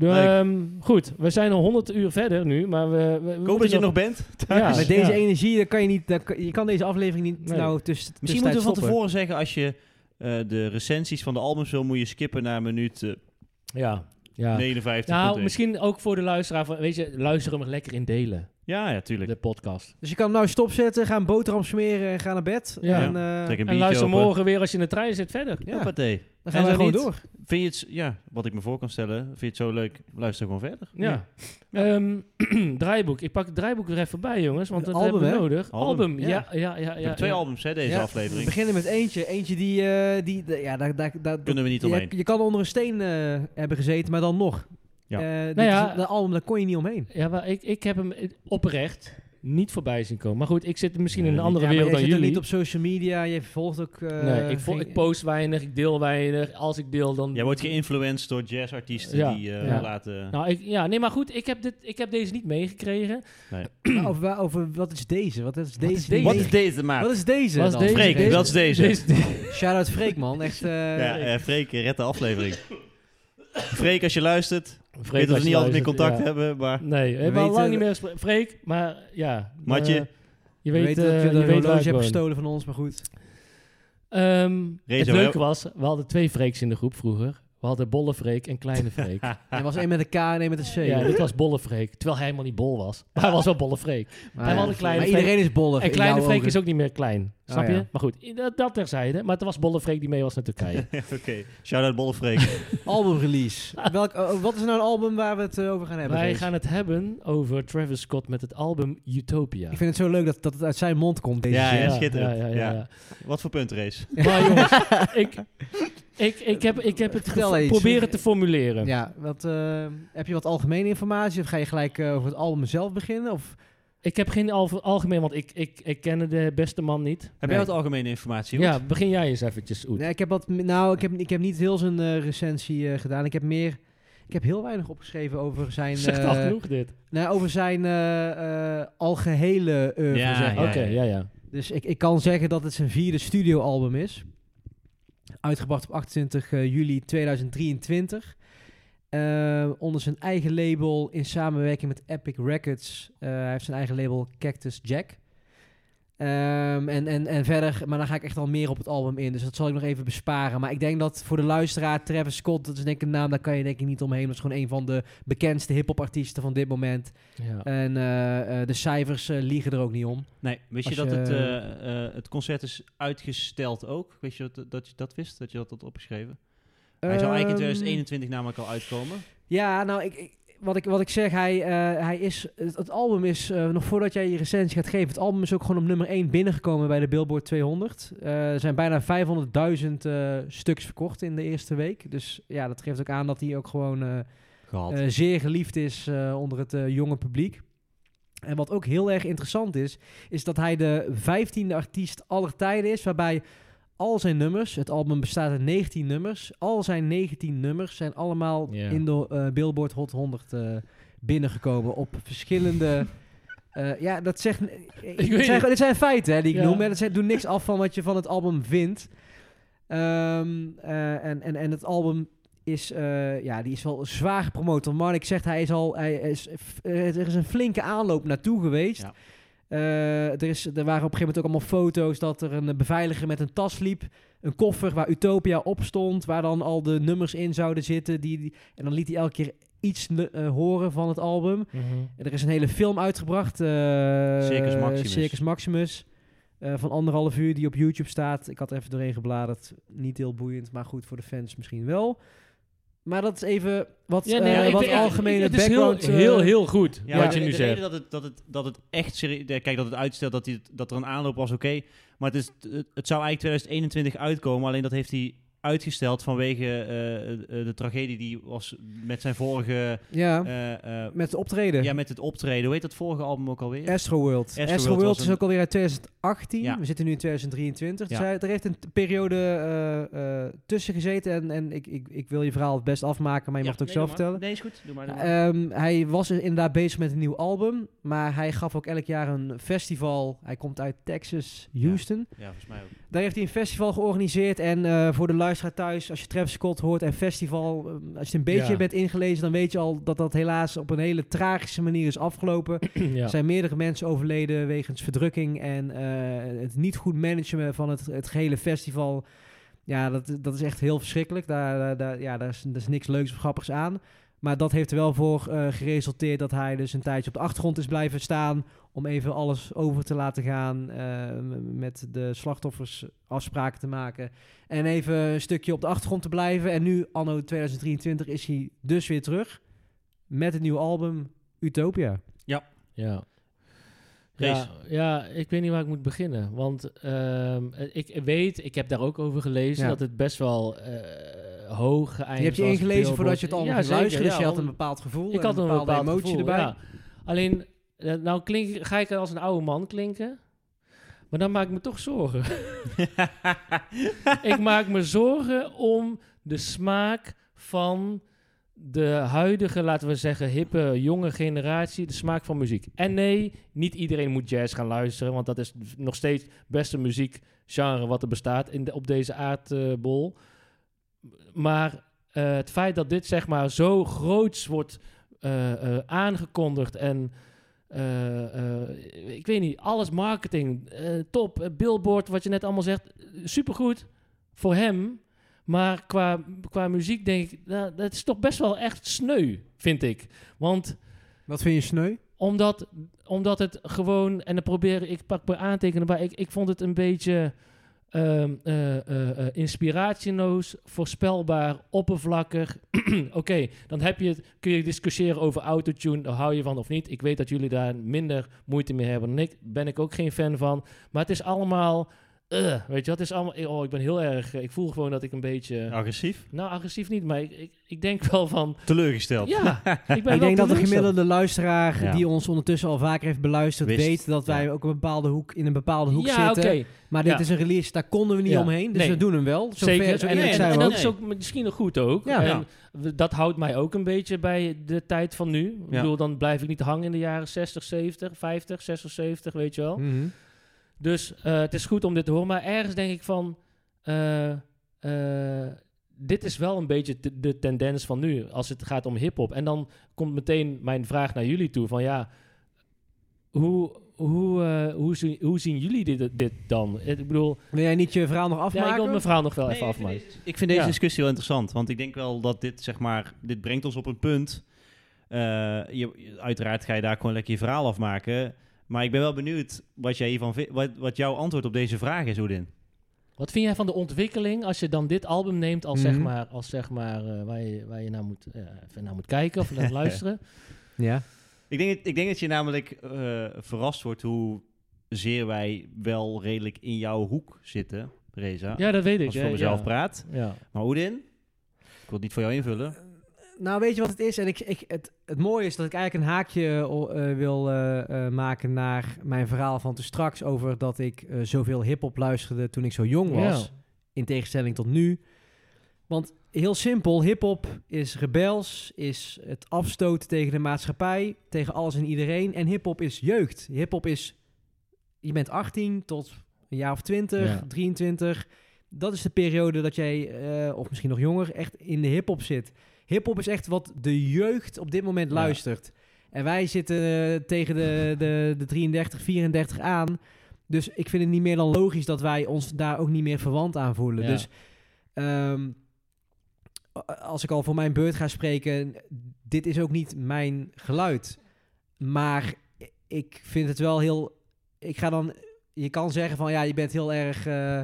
Speaker 2: Leuk.
Speaker 4: Ehm, goed, we zijn al 100 uur verder nu, maar we... we, we
Speaker 2: Ik hoop
Speaker 4: moeten
Speaker 2: dat je er nog
Speaker 4: dus
Speaker 2: bent.
Speaker 4: Ja,
Speaker 1: Met deze
Speaker 4: ja.
Speaker 1: energie, dan kan je, niet, dan kan- je kan deze aflevering niet
Speaker 4: Nee.
Speaker 1: nou tussen tussentijd
Speaker 2: Misschien moeten we van
Speaker 1: stoppen.
Speaker 2: tevoren zeggen, als je eh, de recensies van de albums wil, moet je skippen naar minuut eh,
Speaker 4: Ja, ja.
Speaker 2: 59.
Speaker 4: Nou, misschien ook voor de luisteraar van... Weet je, luister hem er lekker in delen,
Speaker 2: Ja, ja, tuurlijk.
Speaker 4: de podcast.
Speaker 1: Dus je kan hem nou stopzetten, gaan boterham smeren en gaan naar bed.
Speaker 4: Ja.
Speaker 1: En, eh,
Speaker 2: Trek een
Speaker 4: En
Speaker 2: biertje
Speaker 4: luister
Speaker 2: open.
Speaker 4: morgen weer als je in de trein zit verder.
Speaker 1: ja,
Speaker 2: Hoppatee.
Speaker 1: dan
Speaker 2: En
Speaker 1: gaan we
Speaker 2: zo
Speaker 1: gewoon
Speaker 2: niet?
Speaker 1: door.
Speaker 2: Vind je het, ja, wat ik me voor kan stellen, vind je het zo leuk, luister gewoon verder.
Speaker 4: Ja. Ehm, [CLEARS THROAT] draaiboek. Ik pak het draaiboek er even bij, jongens, want
Speaker 1: Een
Speaker 4: dat
Speaker 1: album,
Speaker 4: hebben we
Speaker 1: hè?
Speaker 4: nodig.
Speaker 2: Album,
Speaker 4: Album, ja, ja, ja. ja,
Speaker 2: Ik heb twee
Speaker 4: ja.
Speaker 2: albums, hè, deze
Speaker 1: Ja, We
Speaker 2: aflevering.
Speaker 1: beginnen met eentje. Eentje die... eh, die de- ja, daar, daar, daar,
Speaker 2: Kunnen we niet
Speaker 1: je,
Speaker 2: omheen.
Speaker 1: je kan onder een steen eh, hebben gezeten, maar dan nog.
Speaker 2: Ja.
Speaker 1: Eh, dit
Speaker 4: Nou ja.
Speaker 1: is een album, daar kon je niet omheen.
Speaker 4: Ja, maar ik, ik heb hem eh, oprecht niet voorbij zien komen. Maar goed, ik zit misschien in een
Speaker 2: Nee,
Speaker 4: andere
Speaker 1: Ja, maar jij
Speaker 4: wereld dan
Speaker 1: zit ook
Speaker 4: jullie.
Speaker 1: niet op social media, je volgt ook... eh,
Speaker 4: nee, ik, vo-
Speaker 1: geen-
Speaker 4: ik post weinig, ik deel weinig. Als ik deel, dan...
Speaker 2: Jij wordt geïnfluenced door jazzartiesten
Speaker 4: Ja,
Speaker 2: die eh,
Speaker 4: ja.
Speaker 2: laten...
Speaker 4: Nou, ik, ja, nee, maar goed, ik heb, dit, ik heb deze niet meegekregen.
Speaker 1: Maar [CLEARS THROAT] over, wa- over wat is deze? Wat is
Speaker 4: Wat
Speaker 1: deze?
Speaker 4: is deze?
Speaker 2: Wat is deze maat?
Speaker 1: Wat is deze
Speaker 4: Wat is
Speaker 1: dan?
Speaker 4: deze?
Speaker 2: Freek,
Speaker 4: Deze- [LAUGHS]
Speaker 2: dat is deze.
Speaker 1: Shout-out Freek, man. Echt, eh,
Speaker 2: ja, eh, Freek, eh, red de aflevering. Freek, als je luistert,
Speaker 4: Freek,
Speaker 2: weet dat
Speaker 4: als
Speaker 2: we
Speaker 4: je
Speaker 2: niet altijd meer
Speaker 4: luistert,
Speaker 2: contact
Speaker 4: ja.
Speaker 2: hebben, maar [LAUGHS]
Speaker 4: Nee, we hebben
Speaker 1: We
Speaker 4: al lang
Speaker 1: weten-
Speaker 4: niet meer gesproken. Freek, maar ja.
Speaker 2: Matje.
Speaker 4: eh, je
Speaker 1: we
Speaker 4: weet,
Speaker 1: weten
Speaker 4: eh,
Speaker 1: dat je
Speaker 4: je
Speaker 1: een
Speaker 4: weet waar
Speaker 1: horloge
Speaker 4: ik
Speaker 1: hebt
Speaker 4: woon.
Speaker 1: gestolen van ons, maar goed.
Speaker 4: Ehm, het
Speaker 2: Rezo,
Speaker 4: leuke
Speaker 2: hè?
Speaker 4: was, we hadden twee Freeks in de groep vroeger. We hadden Bolle Freek en Kleine
Speaker 2: [LAUGHS]
Speaker 4: Freek.
Speaker 1: Er was één met een K en één met een C.
Speaker 4: ja, dit was Bolle Freek. Terwijl hij helemaal niet bol was. Maar hij was wel Bolle Freek.
Speaker 1: maar,
Speaker 4: en we hadden Kleine
Speaker 1: maar iedereen is bollig.
Speaker 4: En
Speaker 1: in
Speaker 4: Kleine
Speaker 1: jouw
Speaker 4: Freek
Speaker 1: ogen.
Speaker 4: is ook niet meer klein. Snap
Speaker 1: Oh,
Speaker 4: je?
Speaker 1: ja.
Speaker 4: Maar goed, i- dat, dat terzijde. Maar het was Bolle Freek die mee was naar
Speaker 1: [LAUGHS]
Speaker 4: Turkije.
Speaker 2: oké. Shout-out Bolle Freek. [LAUGHS]
Speaker 1: Albumrelease. Welk, eh, wat is nou een album waar we het eh, over gaan hebben?
Speaker 4: Wij
Speaker 1: Gees?
Speaker 4: gaan het hebben over Travis Scott met het album Utopia.
Speaker 1: Ik vind het zo leuk dat, dat het uit zijn mond komt, deze
Speaker 2: Ja,
Speaker 1: zin.
Speaker 2: ja. schitterend.
Speaker 4: Ja, ja,
Speaker 2: Ja.
Speaker 4: ja. ja.
Speaker 2: Wat voor puntrace?
Speaker 4: Maar jongens, ik, ik, ik, heb, ik heb het
Speaker 1: Vertel
Speaker 4: gevo-
Speaker 1: eens.
Speaker 4: proberen te formuleren.
Speaker 1: Ja, wat, eh, heb je wat algemene informatie? Of ga je gelijk eh, over het album zelf beginnen? Of
Speaker 4: Ik heb geen al, algemeen, want ik, ik, ik ken de beste man niet.
Speaker 2: Heb jij wat algemene informatie? Hoed?
Speaker 4: Ja, begin jij eens eventjes, Oet.
Speaker 1: Nee, ik heb wat, nou, ik heb, ik heb niet heel zijn eh, recensie eh, gedaan. Ik heb meer, ik heb heel weinig opgeschreven over zijn,
Speaker 4: Zegt
Speaker 1: eh,
Speaker 4: al genoeg dit.
Speaker 1: nou, over zijn eh, eh, algehele oeuvre,
Speaker 2: Ja,
Speaker 1: zeg maar.
Speaker 4: Oké, ja, ja.
Speaker 1: Dus ik, ik kan zeggen dat het zijn vierde studioalbum is. Uitgebracht op 28 eh, juli 2023. Eh, onder zijn eigen label in samenwerking met Epic Records. Eh, hij heeft zijn eigen label Cactus Jack. Ehm, en, en, en verder, maar dan ga ik echt al meer op het album in. Dus dat zal ik nog even besparen. Maar ik denk dat voor de luisteraar Travis Scott, dat is denk ik een naam, daar kan je denk ik niet omheen. Dat is gewoon een van de bekendste hip-hop artiesten van dit moment.
Speaker 4: ja.
Speaker 1: En eh, eh, de cijfers eh, liegen er ook niet om.
Speaker 2: Nee, wist je
Speaker 1: Als
Speaker 2: dat
Speaker 1: je-
Speaker 2: het, eh, eh, het concert is uitgesteld ook? Wist je dat, dat je dat wist, dat je dat had opgeschreven? Hij zou eigenlijk in
Speaker 1: Ehm,
Speaker 2: 2021 namelijk al uitkomen.
Speaker 1: Ja, nou, ik, ik- wat, ik, wat ik zeg, hij, eh, hij is, het, het album is, eh, nog voordat jij je recensie gaat geven, het album is ook gewoon op nummer 1 binnengekomen bij de Billboard 200. Eh, er zijn bijna 500.000 eh, stuks verkocht in de eerste week. Dus ja, dat geeft ook aan dat hij ook gewoon eh,
Speaker 2: Gehad.
Speaker 1: eh, zeer geliefd is eh, onder het eh, jonge publiek. En wat ook heel erg interessant is, is dat hij de vijftiende artiest aller tijden is, waarbij al zijn nummers, het album bestaat uit 19 nummers, al zijn 19 nummers zijn allemaal
Speaker 4: Ja.
Speaker 1: in de eh, Billboard Hot 100 eh, binnengekomen op
Speaker 4: [LAUGHS]
Speaker 1: verschillende... eh, ja, dat zegt...
Speaker 4: weet
Speaker 1: dit, zijn,
Speaker 4: het.
Speaker 1: dit zijn feiten hè, die ik
Speaker 4: Ja.
Speaker 1: noem. En dat zijn, doen niks af van wat je van het album vindt. Ehm, eh, en, en, en het album is, eh, ja, die is wel zwaar gepromoot. Want Marnik zegt, hij is al, hij is, f- eh, er is een flinke aanloop naartoe geweest.
Speaker 2: Ja.
Speaker 1: Eh, er, is, er waren op een gegeven moment ook allemaal foto's dat er een eh, beveiliger met een tas liep. Een koffer waar Utopia op stond, waar dan al de nummers in zouden zitten. Die, die- en dan liet hij elke keer iets ne- eh, horen van het album.
Speaker 4: Mhm.
Speaker 1: En Er is een hele film uitgebracht. eh,
Speaker 2: Circus Maximus.
Speaker 1: Circus Maximus, eh, van anderhalf uur, die op YouTube staat. Ik had er even doorheen gebladerd. Niet heel boeiend, maar goed, voor de fans misschien wel. Maar dat is even wat,
Speaker 4: Ja,
Speaker 1: ja,
Speaker 4: nee, ik
Speaker 1: wat
Speaker 4: vind- ja,
Speaker 1: algemene
Speaker 4: het is
Speaker 1: background.
Speaker 4: Heel,
Speaker 1: eh,
Speaker 4: heel, heel goed
Speaker 2: Ja,
Speaker 4: wat
Speaker 2: maar
Speaker 4: je
Speaker 2: de-
Speaker 4: nu
Speaker 2: de
Speaker 4: zegt.
Speaker 2: reden dat het, dat het, dat het echt serieus... Kijk, dat het uitstelt, dat, hij, het- dat er een aanloop was, oké. Maar het, is, het, het zou eigenlijk 2021 uitkomen. Alleen dat heeft hij uitgesteld vanwege eh, eh, de tragedie die was met zijn vorige...
Speaker 1: ja,
Speaker 2: eh, eh,
Speaker 1: met het optreden.
Speaker 2: ja, met het optreden. Hoe heet dat vorige album ook alweer?
Speaker 1: Astro World.
Speaker 2: Astro
Speaker 1: Astro,
Speaker 2: World
Speaker 1: World,
Speaker 2: was
Speaker 1: is
Speaker 2: een-
Speaker 1: ook alweer uit 2018.
Speaker 2: Ja.
Speaker 1: We zitten nu in 2023. Dus
Speaker 2: Ja.
Speaker 1: hij, er heeft een t- periode eh, eh, tussen gezeten. En, en ik, ik, ik wil je verhaal best afmaken, maar je
Speaker 2: Ja.
Speaker 1: mag het ook
Speaker 2: Nee,
Speaker 1: zelf
Speaker 2: doe maar.
Speaker 1: vertellen.
Speaker 2: Nee, is goed. Doe maar. doe maar.
Speaker 1: Ehm, hij was inderdaad bezig met een nieuw album. Maar hij gaf ook elk jaar een festival. Hij komt uit Texas, Houston.
Speaker 2: ja, volgens mij ook.
Speaker 1: Daar heeft hij een festival georganiseerd. En eh, voor de luisteraar thuis, als je Travis Scott hoort en festival... ehm, als je het een beetje
Speaker 4: Ja.
Speaker 1: bent ingelezen, dan weet je al dat dat helaas op een hele tragische manier is afgelopen.
Speaker 4: [CLEARS THROAT] ja.
Speaker 1: Er zijn meerdere mensen overleden wegens verdrukking en eh, het niet goed managen van het, het gehele festival. Ja, dat, dat is echt heel verschrikkelijk. Daar, daar, daar- ja, daar, is, daar is niks leuks of grappigs aan. Maar dat heeft er wel voor eh, geresulteerd dat hij dus een tijdje op de achtergrond is blijven staan. Om even alles over te laten gaan. eh, m- met de slachtoffers afspraken te maken. En even een stukje op de achtergrond te blijven. En nu, anno 2023, is hij dus weer terug. Met het nieuwe album Utopia.
Speaker 4: Ja.
Speaker 2: Kees.
Speaker 4: Ja, ja, ik weet niet waar ik moet beginnen. Want ehm, ik weet, ik heb daar ook over gelezen,
Speaker 1: Ja.
Speaker 4: dat het best wel eh, hoog geëindigd
Speaker 1: Je hebt je
Speaker 4: was op
Speaker 1: ingelezen voordat
Speaker 4: Billboard.
Speaker 1: je het allemaal
Speaker 4: Ja,
Speaker 1: ging luisteren.
Speaker 4: zeker,
Speaker 1: Dus
Speaker 4: ja,
Speaker 1: je had een
Speaker 4: want
Speaker 1: bepaald gevoel.
Speaker 4: Ik had
Speaker 1: en
Speaker 4: een
Speaker 1: bepaalde
Speaker 4: bepaald
Speaker 1: emotie
Speaker 4: gevoel,
Speaker 1: erbij.
Speaker 4: ja. Alleen, eh, nou klink, ga ik als een oude man klinken. Maar dan maak ik me toch zorgen.
Speaker 1: [LAUGHS]
Speaker 4: ik maak me zorgen om de smaak van de huidige, laten we zeggen, hippe, jonge generatie, de smaak van muziek. En nee, niet iedereen moet jazz gaan luisteren, want dat is nog steeds het beste muziekgenre wat er bestaat in de, op deze aardbol. Maar eh, het feit dat dit zeg maar zo groots wordt eh, eh, aangekondigd en eh, eh, ik weet niet, alles marketing, eh, top, eh, billboard, wat je net allemaal zegt, eh, supergoed voor hem. Maar qua, qua muziek denk ik, nou, dat is toch best wel echt sneu, vind ik. Want
Speaker 1: Wat vind je sneu?
Speaker 4: omdat, omdat het gewoon, en dan probeer ik, ik pak mijn aantekenen bij, ik, ik vond het een beetje ehm eh, eh, eh, inspiratieloos, voorspelbaar, oppervlakkig. [CLEARS THROAT] Oké, dan heb je het, kun je discussiëren over autotune, daar hou je van of niet. Ik weet dat jullie daar minder moeite mee hebben dan ik, ben ik ook geen fan van. Maar het is allemaal, eh, weet je, wat, het is allemaal, oh, ik ben heel erg, eh, ik voel gewoon dat ik een beetje,
Speaker 2: Agressief.
Speaker 4: nou agressief niet, maar ik, ik, ik denk wel van,
Speaker 2: Teleurgesteld.
Speaker 4: ja, ik ben
Speaker 1: [LAUGHS]
Speaker 4: wel
Speaker 1: ik denk dat de
Speaker 4: teleurgesteld.
Speaker 1: gemiddelde luisteraar
Speaker 2: Ja.
Speaker 1: die ons ondertussen al vaker heeft beluisterd,
Speaker 2: Wist,
Speaker 1: weet dat wij
Speaker 2: ja.
Speaker 1: ook een bepaalde hoek, in een bepaalde hoek
Speaker 4: Ja, oké.
Speaker 1: zitten. Maar dit
Speaker 4: Ja.
Speaker 1: is een release, daar konden we niet
Speaker 4: Ja.
Speaker 1: omheen. Dus
Speaker 4: Nee.
Speaker 1: we doen hem wel. Zo
Speaker 4: Zeker.
Speaker 1: ver- zo
Speaker 4: en,
Speaker 1: eerlijk
Speaker 4: en-
Speaker 1: zijn we
Speaker 4: en
Speaker 1: ook.
Speaker 4: dat is ook misschien nog goed ook.
Speaker 1: Ja.
Speaker 4: En we- dat houdt mij ook een beetje bij de tijd van nu. Ik
Speaker 2: Ja.
Speaker 4: bedoel, dan blijf ik niet hangen in de jaren 60, 70, 50, 60, 70, weet je wel.
Speaker 1: Mhm.
Speaker 4: Dus eh, het is goed om dit te horen. Maar ergens denk ik van... eh, eh, dit is wel een beetje de, de tendens van nu als het gaat om hip-hop. En dan komt meteen mijn vraag naar jullie toe: van ja, hoe, hoe, eh, hoe, zien, hoe zien jullie dit, dit dan? Ik bedoel,
Speaker 1: Wil jij niet je verhaal nog
Speaker 4: ja, ik
Speaker 1: afmaken?
Speaker 4: wil mijn verhaal nog wel even
Speaker 2: Nee,
Speaker 4: afmaken.
Speaker 2: Ik vind deze, ik vind deze
Speaker 4: Ja.
Speaker 2: discussie wel interessant. Want ik denk wel dat dit, zeg maar, dit brengt ons op een punt. Eh, je, uiteraard ga je daar gewoon lekker je verhaal afmaken. Maar ik ben wel benieuwd wat, jij hiervan vindt, wat, wat jouw antwoord op deze vraag is, Oedin.
Speaker 4: Wat vind jij van de ontwikkeling als je dan dit album neemt als zeg
Speaker 1: Mhm.
Speaker 4: maar, als zeg maar eh, waar, je, waar je naar moet, eh, even naar moet kijken of
Speaker 1: [LAUGHS]
Speaker 4: naar luisteren?
Speaker 1: ja.
Speaker 2: Ik denk, dat- ik denk dat je namelijk eh, verrast wordt hoe zeer wij wel redelijk in jouw hoek zitten, Reza.
Speaker 4: Ja, dat weet ik.
Speaker 2: als ik
Speaker 4: ja,
Speaker 2: voor mezelf
Speaker 4: ja.
Speaker 2: praat.
Speaker 4: Ja.
Speaker 2: Maar Oedin, ik wil het niet voor jou invullen.
Speaker 1: Nou, weet je wat het is? En ik, ik, het, het mooie is dat ik eigenlijk een haakje o- eh, wil eh, eh, maken naar mijn verhaal van te straks over dat ik eh, zoveel hip-hop luisterde toen ik zo jong was.
Speaker 4: Ja.
Speaker 1: In tegenstelling tot nu. Want heel simpel, hip-hop is rebels, is het afstoten tegen de maatschappij, tegen alles en iedereen. En hip-hop is jeugd. Hip-hop is, je bent 18 tot een jaar of 20,
Speaker 4: Ja.
Speaker 1: 23. Dat is de periode dat jij, eh, of misschien nog jonger, echt in de hip-hop zit. Hip-hop is echt wat de jeugd op dit moment
Speaker 4: Ja.
Speaker 1: luistert. En wij zitten eh, tegen de, de, de 33, 34 aan. Dus ik vind het niet meer dan logisch dat wij ons daar ook niet meer verwant aan voelen.
Speaker 4: Ja.
Speaker 1: Dus ehm, a- als ik al voor mijn beurt ga spreken, dit is ook niet mijn geluid. Maar i- ik vind het wel heel... Ik ga dan... Je kan zeggen van, ja, je bent heel erg... eh,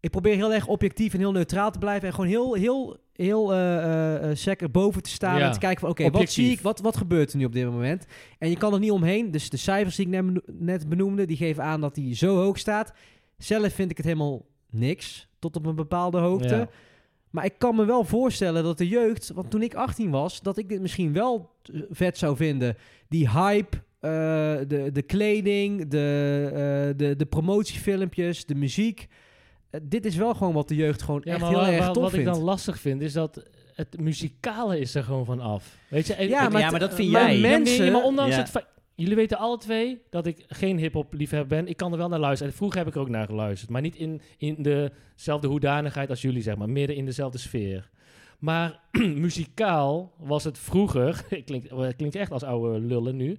Speaker 1: ik probeer heel erg objectief en heel neutraal te blijven. En gewoon heel, heel, heel eh eh, eh, sec erboven te staan.
Speaker 4: Ja.
Speaker 1: En te kijken van, oké, wat zie
Speaker 4: Objectief.
Speaker 1: ik? Wat, wat gebeurt er nu op dit moment? En je kan er niet omheen. Dus de cijfers die ik net beno- net benoemde, die geven aan dat hij zo hoog staat. Zelf vind ik het helemaal niks. Tot op een bepaalde hoogte.
Speaker 4: Ja.
Speaker 1: Maar ik kan me wel voorstellen dat de jeugd, want toen ik 18 was, dat ik dit misschien wel t- vet zou vinden. Die hype, eh, de, de kleding, de, eh, de, de promotiefilmpjes, de muziek. Eh, dit is wel gewoon wat de jeugd gewoon
Speaker 4: Ja,
Speaker 1: echt
Speaker 4: maar
Speaker 1: heel
Speaker 4: wa-
Speaker 1: erg
Speaker 4: wa-
Speaker 1: tof
Speaker 4: wat ik
Speaker 1: vindt.
Speaker 4: dan lastig vind, is dat het muzikale is er gewoon van af. Weet je? en-
Speaker 1: Ja,
Speaker 4: en-
Speaker 1: maar eh,
Speaker 8: ja, maar dat vind
Speaker 1: maar
Speaker 8: jij.
Speaker 1: men-
Speaker 4: Ja, nee,
Speaker 1: mensen-
Speaker 4: maar ondanks
Speaker 2: Ja.
Speaker 4: het fa- Jullie weten alle twee dat ik geen hip-hop liefhebber ben. Ik kan er wel naar luisteren. En vroeger heb ik er ook naar geluisterd. Maar niet in, in dezelfde hoedanigheid als jullie, zeg maar. Midden in dezelfde sfeer. Maar [CLEARS THROAT] muzikaal was het vroeger. [LAUGHS] Het klinkt, het klinkt echt als oude lullen nu.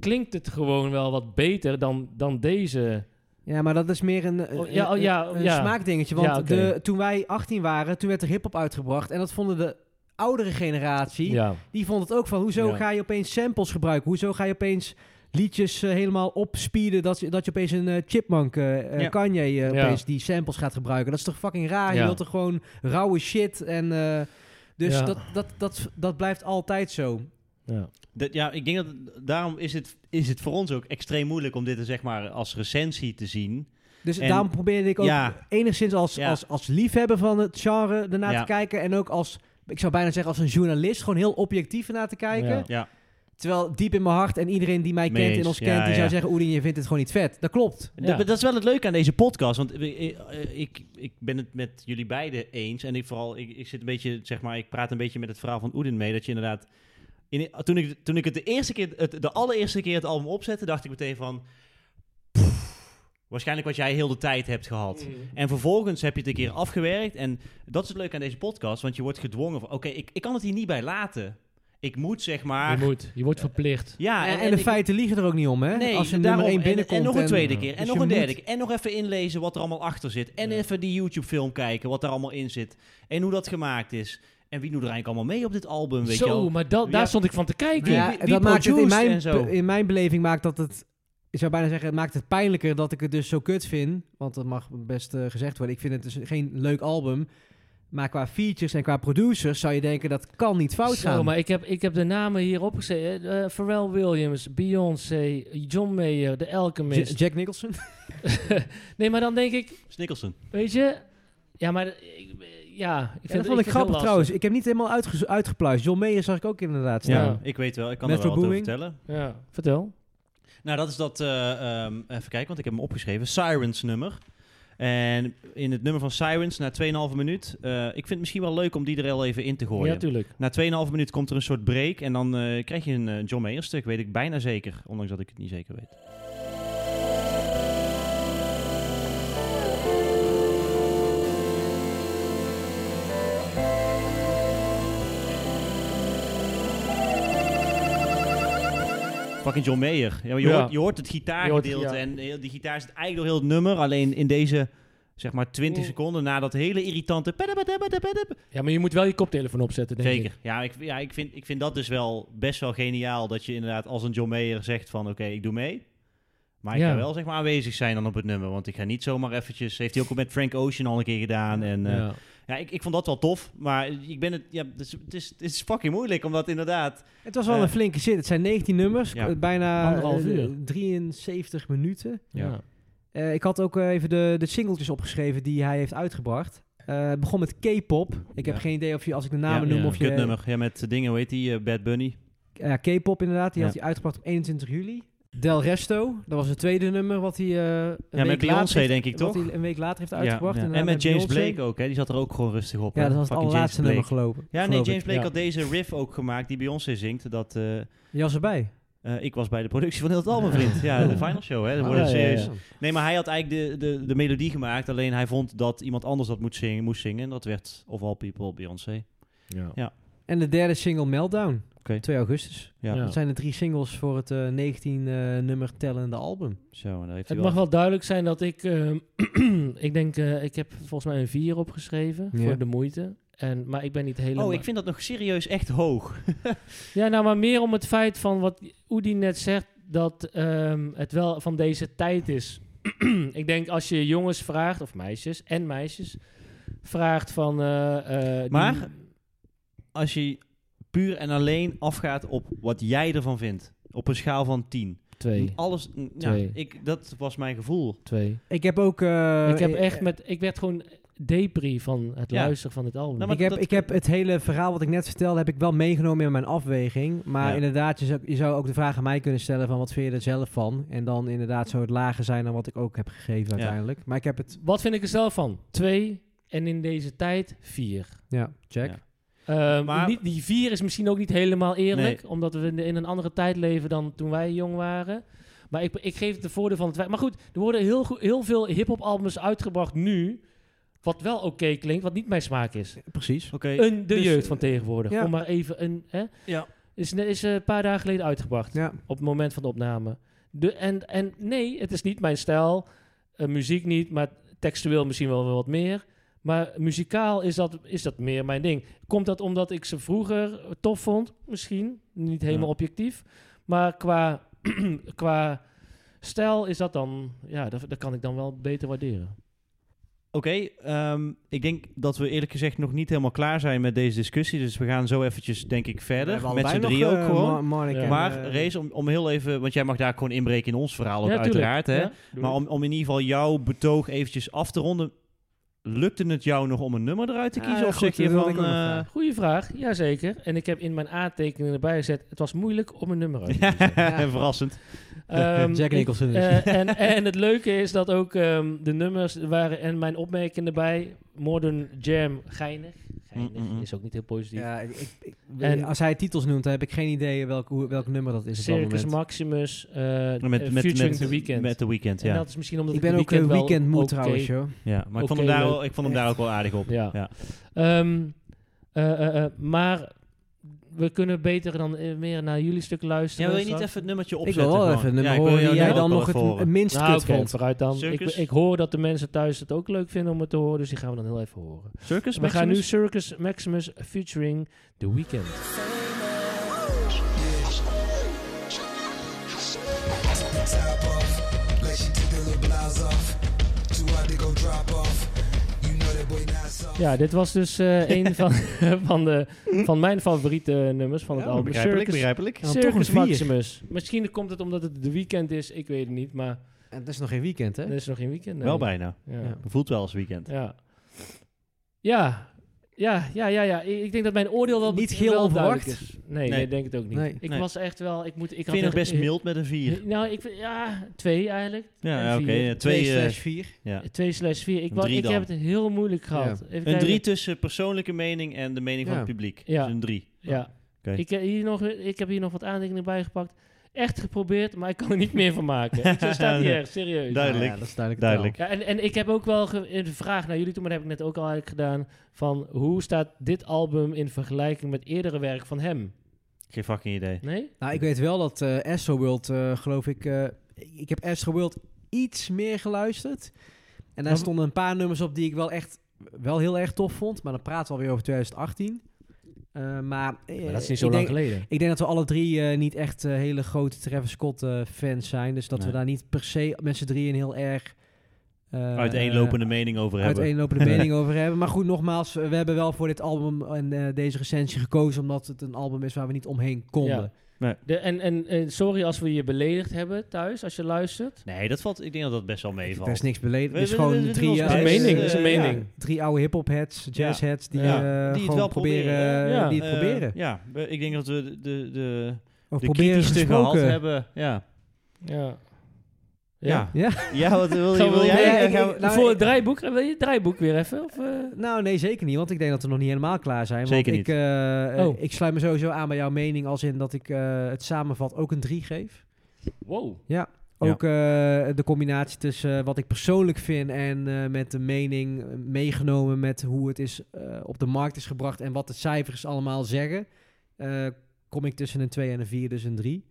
Speaker 4: Klinkt het gewoon wel wat beter dan, dan deze.
Speaker 1: Ja, maar dat is meer een, een-
Speaker 4: Oh, ja, oh, ja,
Speaker 1: een- een
Speaker 4: ja.
Speaker 1: smaakdingetje. Want
Speaker 4: Ja, oké.
Speaker 1: de, toen wij 18 waren, toen werd er hip-hop uitgebracht. En dat vonden de oudere generatie.
Speaker 4: Ja.
Speaker 1: Die vond het ook van, hoezo
Speaker 4: Ja.
Speaker 1: ga je opeens samples gebruiken? Hoezo ga je opeens liedjes eh, helemaal opspeeden dat, je- dat je opeens een eh, chipmunk, eh eh,
Speaker 2: Ja.
Speaker 1: Kanye, eh,
Speaker 4: Ja.
Speaker 1: opeens die samples gaat gebruiken? Dat is toch fucking raar? Je
Speaker 4: Ja.
Speaker 1: wilt er gewoon rauwe shit en... eh, dus
Speaker 4: Ja.
Speaker 1: dat, dat, dat, dat blijft altijd zo.
Speaker 4: ja.
Speaker 2: Dat, ja, ik denk dat daarom is het, is het voor ons ook extreem moeilijk om dit eh, zeg maar, als recensie te zien.
Speaker 1: Dus
Speaker 2: En-
Speaker 1: daarom probeerde ik ook
Speaker 2: Ja.
Speaker 1: enigszins als,
Speaker 2: Ja.
Speaker 1: als, als liefhebber van het genre ernaar
Speaker 2: Ja.
Speaker 1: te kijken. En ook als, ik zou bijna zeggen als een journalist, gewoon heel objectief ernaar te kijken.
Speaker 4: Ja.
Speaker 2: Ja.
Speaker 1: Terwijl diep in mijn hart en iedereen die mij
Speaker 2: Mee
Speaker 1: kent en
Speaker 2: eens.
Speaker 1: ons
Speaker 2: Ja,
Speaker 1: kent, die zou
Speaker 2: ja.
Speaker 1: zeggen, Oedin, je vindt het gewoon niet vet. Dat klopt.
Speaker 4: Ja.
Speaker 2: Dat, dat is wel het leuke aan deze podcast. Want ik, ik, ik ben het met jullie beiden eens. En ik vooral, ik, ik zit een beetje, zeg maar, ik praat een beetje met het verhaal van Oedin mee. Dat je inderdaad. In, toen, ik, toen ik het de eerste keer, het, de allereerste keer het album opzette, dacht ik meteen van. "Pff, waarschijnlijk wat jij heel de tijd hebt gehad.
Speaker 1: Mm.
Speaker 2: En vervolgens heb je het een keer afgewerkt. En dat is het leuke aan deze podcast. Want je wordt gedwongen van: oké, ik, ik kan het hier niet bij laten. Ik moet zeg maar.
Speaker 4: Je moet. Je wordt verplicht.
Speaker 2: Ja,
Speaker 1: En, en de
Speaker 2: ik-
Speaker 1: feiten liegen er ook niet om, hè?
Speaker 2: Nee,
Speaker 1: Als je
Speaker 2: daarom.
Speaker 1: nummer één
Speaker 2: En-
Speaker 1: binnenkomt.
Speaker 2: En, nog een tweede keer. En
Speaker 1: dus
Speaker 2: nog
Speaker 1: je
Speaker 2: een derde
Speaker 1: moet-
Speaker 2: keer. En nog even inlezen wat er allemaal achter zit. En even die YouTube-film kijken, wat er allemaal in zit. En hoe dat gemaakt is. En wie doet er eigenlijk allemaal mee op dit album, weet je
Speaker 4: Zo,
Speaker 2: wel?
Speaker 4: maar dat- daar
Speaker 2: Ja.
Speaker 4: stond ik van te kijken.
Speaker 1: Ja,
Speaker 2: wie- wie
Speaker 1: dat maakt het in
Speaker 2: produced
Speaker 1: mijn,
Speaker 2: en zo?
Speaker 1: be- in mijn beleving maakt dat het... Ik zou bijna zeggen, het maakt het pijnlijker dat ik het dus zo kut vind. Want dat mag best eh, gezegd worden. Ik vind het dus geen leuk album. Maar qua features en qua producers zou je denken, dat kan niet fout
Speaker 4: Zo,
Speaker 1: gaan.
Speaker 4: maar ik heb, ik heb de namen hier opgeschreven. Eh, Pharrell Williams, Beyoncé, John Mayer, The
Speaker 1: Ja-
Speaker 4: Alchemist.
Speaker 1: Jack Nicholson?
Speaker 4: nee, maar dan denk ik,
Speaker 2: Snickelson.
Speaker 4: weet je... Ja, maar eh, ik, ja, ik vind
Speaker 1: Ja, dat vond ik
Speaker 4: vind het heel
Speaker 1: grappig
Speaker 4: lastig.
Speaker 1: trouwens. Ik heb niet helemaal uitge- uitgepluist. John Mayer zag ik ook inderdaad
Speaker 2: Ja.
Speaker 1: staan.
Speaker 2: ik weet wel. Ik kan
Speaker 1: Metro
Speaker 2: er wel wat over
Speaker 1: Booming.
Speaker 2: vertellen.
Speaker 4: Ja, vertel.
Speaker 2: Nou, dat is dat... eh, ehm, even kijken, want ik heb hem opgeschreven. Sirens nummer. En in het nummer van Sirens, na 2,5 minuut... eh, ik vind het misschien wel leuk om die er al even in te gooien.
Speaker 4: Ja, tuurlijk.
Speaker 2: Na 2,5 minuut komt er een soort break en dan eh, krijg je een eh, John Mayer stuk, weet ik bijna zeker. Ondanks dat ik het niet zeker weet. Fucking John Mayer. Ja, maar je,
Speaker 4: Ja.
Speaker 2: Hoort, je hoort het gitaargedeelte
Speaker 4: Je hoort- ja.
Speaker 2: en heel- die gitaar zit eigenlijk door heel het nummer. Alleen in deze, zeg maar, 20
Speaker 4: Mm.
Speaker 2: seconden na dat hele irritante... padabadabadabadab,
Speaker 4: Ja, maar je moet wel je koptelefoon opzetten, denk
Speaker 2: Zeker.
Speaker 4: ik.
Speaker 2: Ja, ik, ja ik, vind, ik vind dat dus wel best wel geniaal. Dat je inderdaad als een John Mayer zegt van oké, ik doe mee. Maar ik
Speaker 4: Ja.
Speaker 2: ga wel zeg maar aanwezig zijn dan op het nummer. Want ik ga niet zomaar eventjes... Heeft hij ook al met Frank Ocean al een keer gedaan. En eh, ja,
Speaker 4: Ja.
Speaker 2: ik, ik vond dat wel tof. Maar ik ben het... Ja, het is, het is, het is fucking moeilijk. Omdat inderdaad...
Speaker 1: Het was wel
Speaker 2: Eh.
Speaker 1: een flinke zit. Het zijn 19 nummers.
Speaker 2: Ja.
Speaker 1: k- Bijna
Speaker 4: Anderhalf
Speaker 1: eh,
Speaker 4: uur.
Speaker 1: 73 minuten.
Speaker 4: Ja.
Speaker 2: Ja.
Speaker 1: Eh, ik had ook eh, even de, de singeltjes opgeschreven die hij heeft uitgebracht. Eh, het begon met K-pop. Ik heb
Speaker 2: Ja.
Speaker 1: geen idee of je, als ik de namen
Speaker 2: ja,
Speaker 1: noem,
Speaker 4: ja.
Speaker 1: of je...
Speaker 2: Kut nummer. Ja, met eh, dingen, hoe heet die? eh, Bad Bunny.
Speaker 1: Ja, K-pop inderdaad. Die
Speaker 2: Ja.
Speaker 1: had hij uitgebracht op 21 juli. Del Resto, dat was het tweede nummer wat hij eh, een
Speaker 2: Ja, met
Speaker 1: week
Speaker 2: Beyoncé
Speaker 1: later heeft-
Speaker 2: denk ik
Speaker 1: wat
Speaker 2: toch?
Speaker 1: hij een week later heeft
Speaker 2: Ja,
Speaker 1: uitgebracht.
Speaker 2: ja.
Speaker 1: inderdaad,
Speaker 2: En met James
Speaker 1: Beyoncé.
Speaker 2: Blake ook, hè? Die zat er ook gewoon rustig op.
Speaker 1: Ja,
Speaker 2: hè?
Speaker 1: dat was het
Speaker 2: Fucking
Speaker 1: allerlaatste
Speaker 2: James
Speaker 1: nummer
Speaker 2: Blake.
Speaker 1: gelopen.
Speaker 2: Ja, nee,
Speaker 1: geloof
Speaker 2: James
Speaker 1: ik.
Speaker 2: Blake
Speaker 4: Ja.
Speaker 2: had deze riff ook gemaakt die Beyoncé zingt. Dat... eh,
Speaker 1: Je was erbij.
Speaker 2: Eh, ik was bij de productie van heel het album, vriend. Ja,
Speaker 4: [LAUGHS]
Speaker 2: de final show, hè. Dat wordt
Speaker 4: Oh. Ja, ja, ja.
Speaker 2: serieus. Nee, maar hij had eigenlijk de, de, de melodie gemaakt. Alleen hij vond dat iemand anders dat moet zingen, moest zingen. En dat werd Of All People Beyoncé.
Speaker 1: En de derde single, Meltdown.
Speaker 2: Oké.
Speaker 1: 2 augustus.
Speaker 2: Ja,
Speaker 4: Ja.
Speaker 1: Dat zijn de drie singles voor het eh, 19 eh, nummer tellende album.
Speaker 2: zo. En daar heeft
Speaker 4: Het
Speaker 2: hij
Speaker 4: mag
Speaker 2: wel...
Speaker 4: wel duidelijk ehm, [CLEARS THROAT] zijn dat ik... eh, ik denk, eh, ik heb volgens mij een 4 opgeschreven
Speaker 1: Ja.
Speaker 4: voor de moeite. En, maar ik ben niet helemaal...
Speaker 2: Oh, ik vind dat nog serieus echt hoog.
Speaker 4: Ja, nou, maar meer om het feit van wat Oedi net zegt, dat ehm, het wel van deze tijd is. [CLEARS THROAT] ik denk als je jongens vraagt, of meisjes, en meisjes, vraagt van... eh, eh, die-
Speaker 2: Maar- Als je puur en alleen afgaat op wat jij ervan vindt. Op een schaal van 10.
Speaker 4: Twee,
Speaker 2: Alles, n- ja,
Speaker 4: Twee.
Speaker 2: ik, dat was mijn gevoel.
Speaker 4: twee.
Speaker 1: Ik heb ook... eh,
Speaker 4: ik heb
Speaker 1: eh,
Speaker 4: echt met... Ik werd gewoon depri van het
Speaker 2: Ja.
Speaker 4: luisteren van het album.
Speaker 2: Nou, maar
Speaker 1: Ik heb,
Speaker 2: dat-
Speaker 1: ik heb het hele verhaal wat ik net vertelde, heb ik wel meegenomen in mijn afweging. Maar
Speaker 2: Ja.
Speaker 1: inderdaad, je zou, je zou ook de vraag aan mij kunnen stellen van wat vind je er zelf van? En dan inderdaad zou het lager zijn dan wat ik ook heb gegeven uiteindelijk. Maar ik heb het,
Speaker 4: Wat vind ik er zelf van? Twee, en in deze tijd vier.
Speaker 1: ja, check.
Speaker 2: Ja.
Speaker 4: Ehm,
Speaker 2: Maar-
Speaker 4: niet, die vier is misschien ook niet helemaal eerlijk,
Speaker 2: Nee.
Speaker 4: omdat we in, in een andere tijd leven dan toen wij jong waren. Maar ik, ik geef het de voordeel van het wij- Maar goed, er worden heel, goe- heel veel hip-hop albums uitgebracht nu. Wat wel oké klinkt, wat niet mijn smaak is.
Speaker 1: Precies.
Speaker 2: Oké,
Speaker 4: Een, de
Speaker 2: dus-
Speaker 4: jeugd van tegenwoordig.
Speaker 1: ja.
Speaker 4: Om maar even een. Hè?
Speaker 2: Ja.
Speaker 4: Is, ne- is eh, een paar dagen geleden uitgebracht.
Speaker 1: Ja,
Speaker 4: Op het moment van de opname. De, en, en nee, het is niet mijn stijl. Eh, muziek niet, maar textueel misschien wel wat meer. Maar muzikaal is dat, is dat meer mijn ding. Komt dat omdat ik ze vroeger tof vond? Misschien. Niet helemaal
Speaker 2: Ja.
Speaker 4: objectief. Maar qua, [CLEARS THROAT] qua stijl is dat dan... Ja, dat, dat kan ik dan wel beter waarderen.
Speaker 2: Oké, ehm, ik denk dat we eerlijk gezegd nog niet helemaal klaar zijn met deze discussie. Dus we gaan zo eventjes, denk ik, verder. Met z'n drieën ook
Speaker 1: eh,
Speaker 2: gewoon.
Speaker 4: eh, Ja.
Speaker 2: maar Rees, om, om heel even, want jij mag daar gewoon inbreken in ons verhaal ook
Speaker 4: ja, tuurlijk.
Speaker 2: uiteraard. Hè?
Speaker 4: Ja, doe
Speaker 2: Maar
Speaker 4: ik.
Speaker 2: om, om in ieder geval jouw betoog eventjes af te ronden. Lukte het jou nog om een nummer eruit te
Speaker 1: Ah,
Speaker 2: kiezen? of
Speaker 1: goed,
Speaker 2: zeg je
Speaker 1: dat wilde ik
Speaker 2: van...
Speaker 1: ook nog
Speaker 2: eh,
Speaker 1: vragen.
Speaker 4: Goeie vraag, jazeker. En ik heb in mijn aantekeningen erbij gezet... het was moeilijk om een nummer
Speaker 2: [LAUGHS]
Speaker 4: uit te
Speaker 2: ja,
Speaker 4: kiezen.
Speaker 2: verrassend.
Speaker 4: Ehm,
Speaker 1: Jack
Speaker 4: ik-
Speaker 1: Nicholson is.
Speaker 2: [LAUGHS]
Speaker 4: eh, en, en het leuke is dat ook ehm, de nummers waren en mijn opmerkingen erbij. Modern Jam, geinig. Geinig
Speaker 2: Mm, mm, mm.
Speaker 4: is ook niet heel positief.
Speaker 1: Ja, ik, ik- ik- eh,
Speaker 4: En-
Speaker 1: als hij titels noemt, dan heb ik geen idee welk, hoe- welk nummer dat is op dat
Speaker 4: Circus
Speaker 1: moment.
Speaker 4: Maximus, eh
Speaker 2: Met, met,
Speaker 4: featuring
Speaker 2: met,
Speaker 4: The Weeknd.
Speaker 2: Met The Weeknd,
Speaker 4: En
Speaker 2: ja.
Speaker 4: dat is misschien omdat
Speaker 1: Ik
Speaker 4: ik,
Speaker 1: ben
Speaker 4: The
Speaker 1: ook een
Speaker 4: wel
Speaker 1: weekend moe
Speaker 4: oké-
Speaker 1: trouwens, joh.
Speaker 2: ja maar ik vond
Speaker 4: Oké,
Speaker 2: hem, daar
Speaker 4: leuk.
Speaker 2: wel, ik vond hem daar ook wel aardig op.
Speaker 4: Ja.
Speaker 2: Ja.
Speaker 4: Ehm, eh, eh, eh, maar we kunnen beter dan eh, meer naar jullie stuk luisteren.
Speaker 2: Ja, wil je niet
Speaker 4: straks?
Speaker 2: even het nummertje
Speaker 1: Ik
Speaker 2: opzetten?
Speaker 1: wil wel
Speaker 2: gewoon?
Speaker 1: even een
Speaker 2: Ja,
Speaker 1: nummer
Speaker 2: ik wil
Speaker 1: horen
Speaker 2: jouw
Speaker 1: die jij
Speaker 2: nummer
Speaker 1: dan
Speaker 2: ook
Speaker 1: nog het,
Speaker 2: wel even
Speaker 1: het
Speaker 2: horen.
Speaker 1: minst
Speaker 4: Nou,
Speaker 1: kut
Speaker 4: oké,
Speaker 1: vond.
Speaker 4: vooruit dan. Ik,
Speaker 2: Circus?
Speaker 4: ik hoor dat de mensen thuis het ook leuk vinden om het te horen, dus die gaan we dan heel even horen.
Speaker 2: Circus
Speaker 4: We gaan nu
Speaker 2: Maximus?
Speaker 4: Circus Maximus featuring The Weeknd.
Speaker 8: top off. Let you take the little blouse off. Too hard to go drop off. You know that boy not soft.
Speaker 4: Ja, dit was dus [LAUGHS] eh, een van, van, de, van mijn favoriete nummers van het
Speaker 2: Ja,
Speaker 4: album.
Speaker 2: begrijpelijk,
Speaker 4: Circus,
Speaker 2: begrijpelijk.
Speaker 1: Ja, dan toch een
Speaker 4: Circus
Speaker 1: vier.
Speaker 4: Maximus. Misschien komt het omdat het de weekend is, ik weet het niet, maar
Speaker 1: En het is nog geen weekend, hè?
Speaker 4: er is nog geen weekend. nee.
Speaker 2: Wel bijna.
Speaker 4: Ja.
Speaker 2: Voelt wel als weekend.
Speaker 4: Ja. Ja. Ja, ja, ja, ja. Ik ik denk dat mijn oordeel wel
Speaker 1: Niet
Speaker 4: heel
Speaker 1: geheel
Speaker 4: wel duidelijk
Speaker 1: onverwacht.
Speaker 4: is. Nee,
Speaker 2: Nee.
Speaker 4: nee, ik denk het ook niet.
Speaker 1: Nee.
Speaker 4: Ik
Speaker 2: Nee.
Speaker 4: was echt wel, ik moet, ik
Speaker 2: Ik
Speaker 4: had
Speaker 2: vind het
Speaker 4: echt-
Speaker 2: best mild met een 4.
Speaker 4: Nou, ik vind, ja, twee eigenlijk.
Speaker 2: Ja,
Speaker 4: en
Speaker 2: ja, oké.
Speaker 4: vier.
Speaker 2: ja, twee, eh,
Speaker 1: 4.
Speaker 2: ja.
Speaker 4: Twee slash vier. Ik,
Speaker 2: Een
Speaker 4: wou-
Speaker 2: drie
Speaker 4: ik
Speaker 2: dan.
Speaker 4: heb het heel moeilijk gehad. Even
Speaker 2: Een
Speaker 4: kijken.
Speaker 2: 3 tussen persoonlijke mening en de mening van
Speaker 1: Ja.
Speaker 2: het publiek.
Speaker 4: Ja.
Speaker 2: Dus een 3.
Speaker 4: Ja.
Speaker 2: Oké.
Speaker 4: Ik, heb hier nog, eh, ik heb hier nog wat aantekeningen bij gepakt. Echt geprobeerd, maar ik kan er niet meer van maken. [LAUGHS] Het staat niet erg, serieus.
Speaker 2: Duidelijk.
Speaker 1: Nou Ja, dat is duidelijk.
Speaker 2: Duidelijk.
Speaker 4: Ja, en, en ik heb ook wel ge- een vraag naar jullie toe, maar dat heb ik net ook al eigenlijk gedaan. Van hoe staat dit album in vergelijking met eerdere werk van hem?
Speaker 2: Geen fucking idee.
Speaker 4: Nee?
Speaker 1: Nou, ik weet wel dat eh Astroworld, eh, geloof ik... eh, ik heb Astroworld iets meer geluisterd. En daar
Speaker 4: Maar-
Speaker 1: stonden een paar nummers op die ik wel echt... wel heel erg tof vond. Maar dan praten we alweer over 2018. Eh, maar, eh,
Speaker 4: Maar dat is niet zo
Speaker 1: ik
Speaker 4: lang
Speaker 1: denk,
Speaker 4: geleden.
Speaker 1: Ik denk dat we alle drie eh, niet echt eh, hele grote Travis Scott-fans zijn. Dus dat
Speaker 2: Nee.
Speaker 1: we daar niet per se met z'n drieën heel erg... eh,
Speaker 2: Uiteenlopende mening over hebben. [LAUGHS]
Speaker 1: uiteenlopende mening over hebben. Maar goed, nogmaals, eh, we hebben wel voor dit album en eh, deze recensie gekozen... omdat het een album is waar we niet omheen konden.
Speaker 4: Ja. De, en, en, en sorry als we je beledigd hebben thuis, als je luistert.
Speaker 2: Nee, dat valt, ik denk dat dat best wel meevalt.
Speaker 1: Er is niks beledigd.
Speaker 2: We-
Speaker 1: Het is
Speaker 2: we- we-
Speaker 1: gewoon
Speaker 2: we
Speaker 1: drie...
Speaker 2: doen ons
Speaker 1: eh,
Speaker 2: best.
Speaker 4: Het is een mening,
Speaker 1: eh,
Speaker 4: het is een
Speaker 1: ja,
Speaker 4: mening.
Speaker 1: drie oude hip-hop heads, jazz heads... die,
Speaker 2: Ja.
Speaker 1: eh,
Speaker 2: Die het
Speaker 1: gewoon
Speaker 2: wel
Speaker 1: proberen,
Speaker 2: proberen,
Speaker 1: eh,
Speaker 4: ja.
Speaker 1: die het
Speaker 2: Eh,
Speaker 1: proberen.
Speaker 2: Ja, we- ik denk dat we de, de, de,
Speaker 1: Of
Speaker 2: de
Speaker 1: proberen
Speaker 2: kritisch te gehad
Speaker 1: gesproken.
Speaker 2: hebben. Ja.
Speaker 4: Ja.
Speaker 2: Ja.
Speaker 1: Ja.
Speaker 2: ja, wat wil,
Speaker 4: Gaan
Speaker 2: je,
Speaker 4: we-
Speaker 2: wil
Speaker 1: Nee,
Speaker 2: jij?
Speaker 1: ik-
Speaker 2: gaan we-
Speaker 1: ik- nou,
Speaker 4: Voor
Speaker 1: ik-
Speaker 4: het draaiboek, wil je het draaiboek weer even? Of, eh?
Speaker 1: Nou, nee, zeker niet. Want ik denk dat we nog niet helemaal klaar zijn.
Speaker 2: Zeker
Speaker 1: want
Speaker 2: niet.
Speaker 1: Ik, eh, eh,
Speaker 4: Oh.
Speaker 1: ik sluit me sowieso aan bij jouw mening... als in dat ik eh, het samenvat ook een drie geef.
Speaker 4: Wow.
Speaker 2: Ja.
Speaker 1: Ook eh, de combinatie tussen eh, wat ik persoonlijk vind en eh, met de mening eh, meegenomen met hoe het is, eh, op de markt is gebracht en wat de cijfers allemaal zeggen, eh, kom ik tussen een 2 en een 4, dus een 3.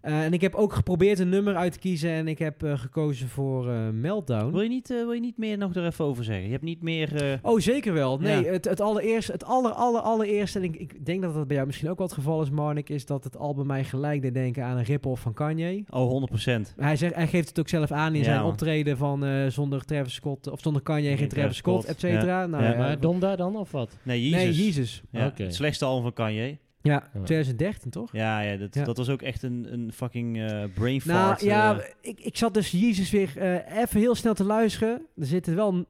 Speaker 1: Eh, en ik heb ook geprobeerd een nummer uit te kiezen en ik heb eh, gekozen voor eh, Meltdown.
Speaker 2: Wil je, niet, eh, wil je niet meer nog er even over zeggen? Je hebt niet meer... eh,
Speaker 1: Oh, zeker wel. Nee,
Speaker 2: Ja.
Speaker 1: het, het allereerste, het aller, aller, allereerste, en ik, ik denk dat dat bij jou misschien ook wel het geval is, Marnik, is dat het album mij gelijk deed denken aan een rip-off van Kanye.
Speaker 2: Oh, 100%.
Speaker 1: Hij, zegt, hij geeft het ook zelf aan in
Speaker 2: Ja,
Speaker 1: zijn
Speaker 2: man.
Speaker 1: optreden van eh, zonder Travis Scott, of zonder Kanye geen
Speaker 2: Geen
Speaker 1: Travis
Speaker 2: Travis
Speaker 1: Scott,
Speaker 2: Scott.
Speaker 1: et cetera. Nou,
Speaker 2: Ja,
Speaker 1: ja,
Speaker 4: maar Donda dan, of wat?
Speaker 2: Nee, Jezus.
Speaker 1: nee, Jezus.
Speaker 2: Ja,
Speaker 4: Oké.
Speaker 2: Het slechtste album van Kanye.
Speaker 1: Ja, 2013 toch?
Speaker 2: Ja, ja, dat,
Speaker 1: Ja.
Speaker 2: dat was ook echt een, een fucking eh brain
Speaker 1: Nou
Speaker 2: fart,
Speaker 1: ja,
Speaker 2: eh.
Speaker 1: ik, ik zat dus Jezus weer eh, even heel snel te luisteren. Er zitten wel n-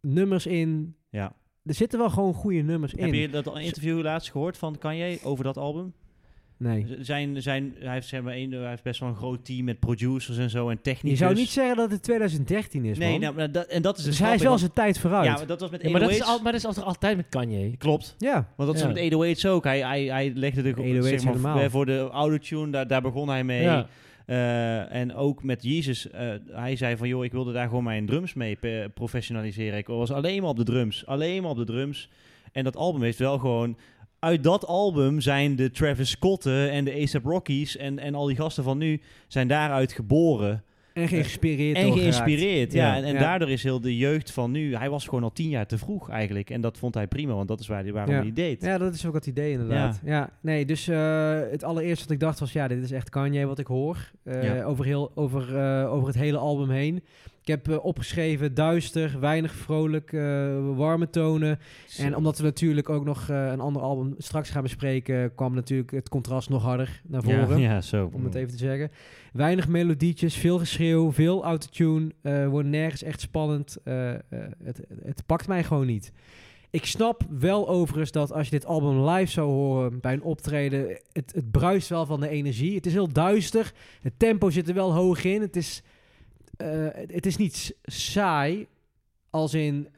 Speaker 1: nummers in.
Speaker 2: Ja.
Speaker 1: Er zitten wel gewoon goede nummers in.
Speaker 2: Heb je dat interview laatst gehoord van Kanye over dat album?
Speaker 1: Nee.
Speaker 2: Z- Zijn, zijn, hij, heeft, zeg maar, een, hij heeft best wel een groot team met producers en zo en
Speaker 1: Je
Speaker 2: technicus.
Speaker 1: zou niet zeggen dat het 2013 is,
Speaker 2: Nee,
Speaker 1: man.
Speaker 2: nou, maar dat, en dat is het
Speaker 1: dus hij is wel
Speaker 2: grappige,
Speaker 1: zijn tijd
Speaker 2: want-
Speaker 1: vooruit.
Speaker 2: Ja,
Speaker 1: Ja.
Speaker 2: maar dat was met
Speaker 4: Ja, maar, dat is
Speaker 2: 808's.
Speaker 4: al, maar dat is altijd- altijd met Kanye.
Speaker 2: Klopt. Want dat is
Speaker 4: Ja.
Speaker 2: met 808's ook. Hij, hij, hij legde de
Speaker 1: 808's
Speaker 2: zeg maar,
Speaker 1: helemaal.
Speaker 2: voor de autotune, daar, daar begon hij mee.
Speaker 4: Ja.
Speaker 2: Eh, en ook met Jezus, eh, hij zei van joh, ik wilde daar gewoon mijn drums mee pe- professionaliseren. Ik was alleen maar op de drums, alleen maar op de drums. En dat album heeft wel gewoon, uit dat album zijn de Travis Scotten en de A$AP Rockies en, en al die gasten van nu, zijn daaruit geboren.
Speaker 1: En geïnspireerd
Speaker 2: En
Speaker 1: door
Speaker 2: geïnspireerd, ja.
Speaker 1: Ja.
Speaker 2: En, en
Speaker 1: Ja.
Speaker 2: daardoor is heel de jeugd van nu, hij was gewoon al tien jaar te vroeg eigenlijk. En dat vond hij prima, want dat is waar, hij- waarom hij deed.
Speaker 1: Ja, dat is ook het idee inderdaad. Ja, nee, dus eh, het allereerste wat ik dacht was, ja, dit is echt Kanye wat ik hoor. Eh,
Speaker 2: Ja.
Speaker 1: over, heel, over, eh, over het hele album heen. Ik heb eh, opgeschreven duister, weinig vrolijk, eh, warme tonen. En omdat we natuurlijk ook nog eh, een ander album straks gaan bespreken, kwam natuurlijk het contrast nog harder naar voren.
Speaker 2: ja, ja, zo.
Speaker 1: Om het even te zeggen. Weinig melodietjes, veel geschreeuw, veel autotune. eh wordt nergens echt spannend. Eh, eh, het, het pakt mij gewoon niet. Ik snap wel overigens dat als je dit album live zou horen bij een optreden, het, het bruist wel van de energie. Het is heel duister, het tempo zit er wel hoog in. Het is, eh, het, het is niet s- saai, als in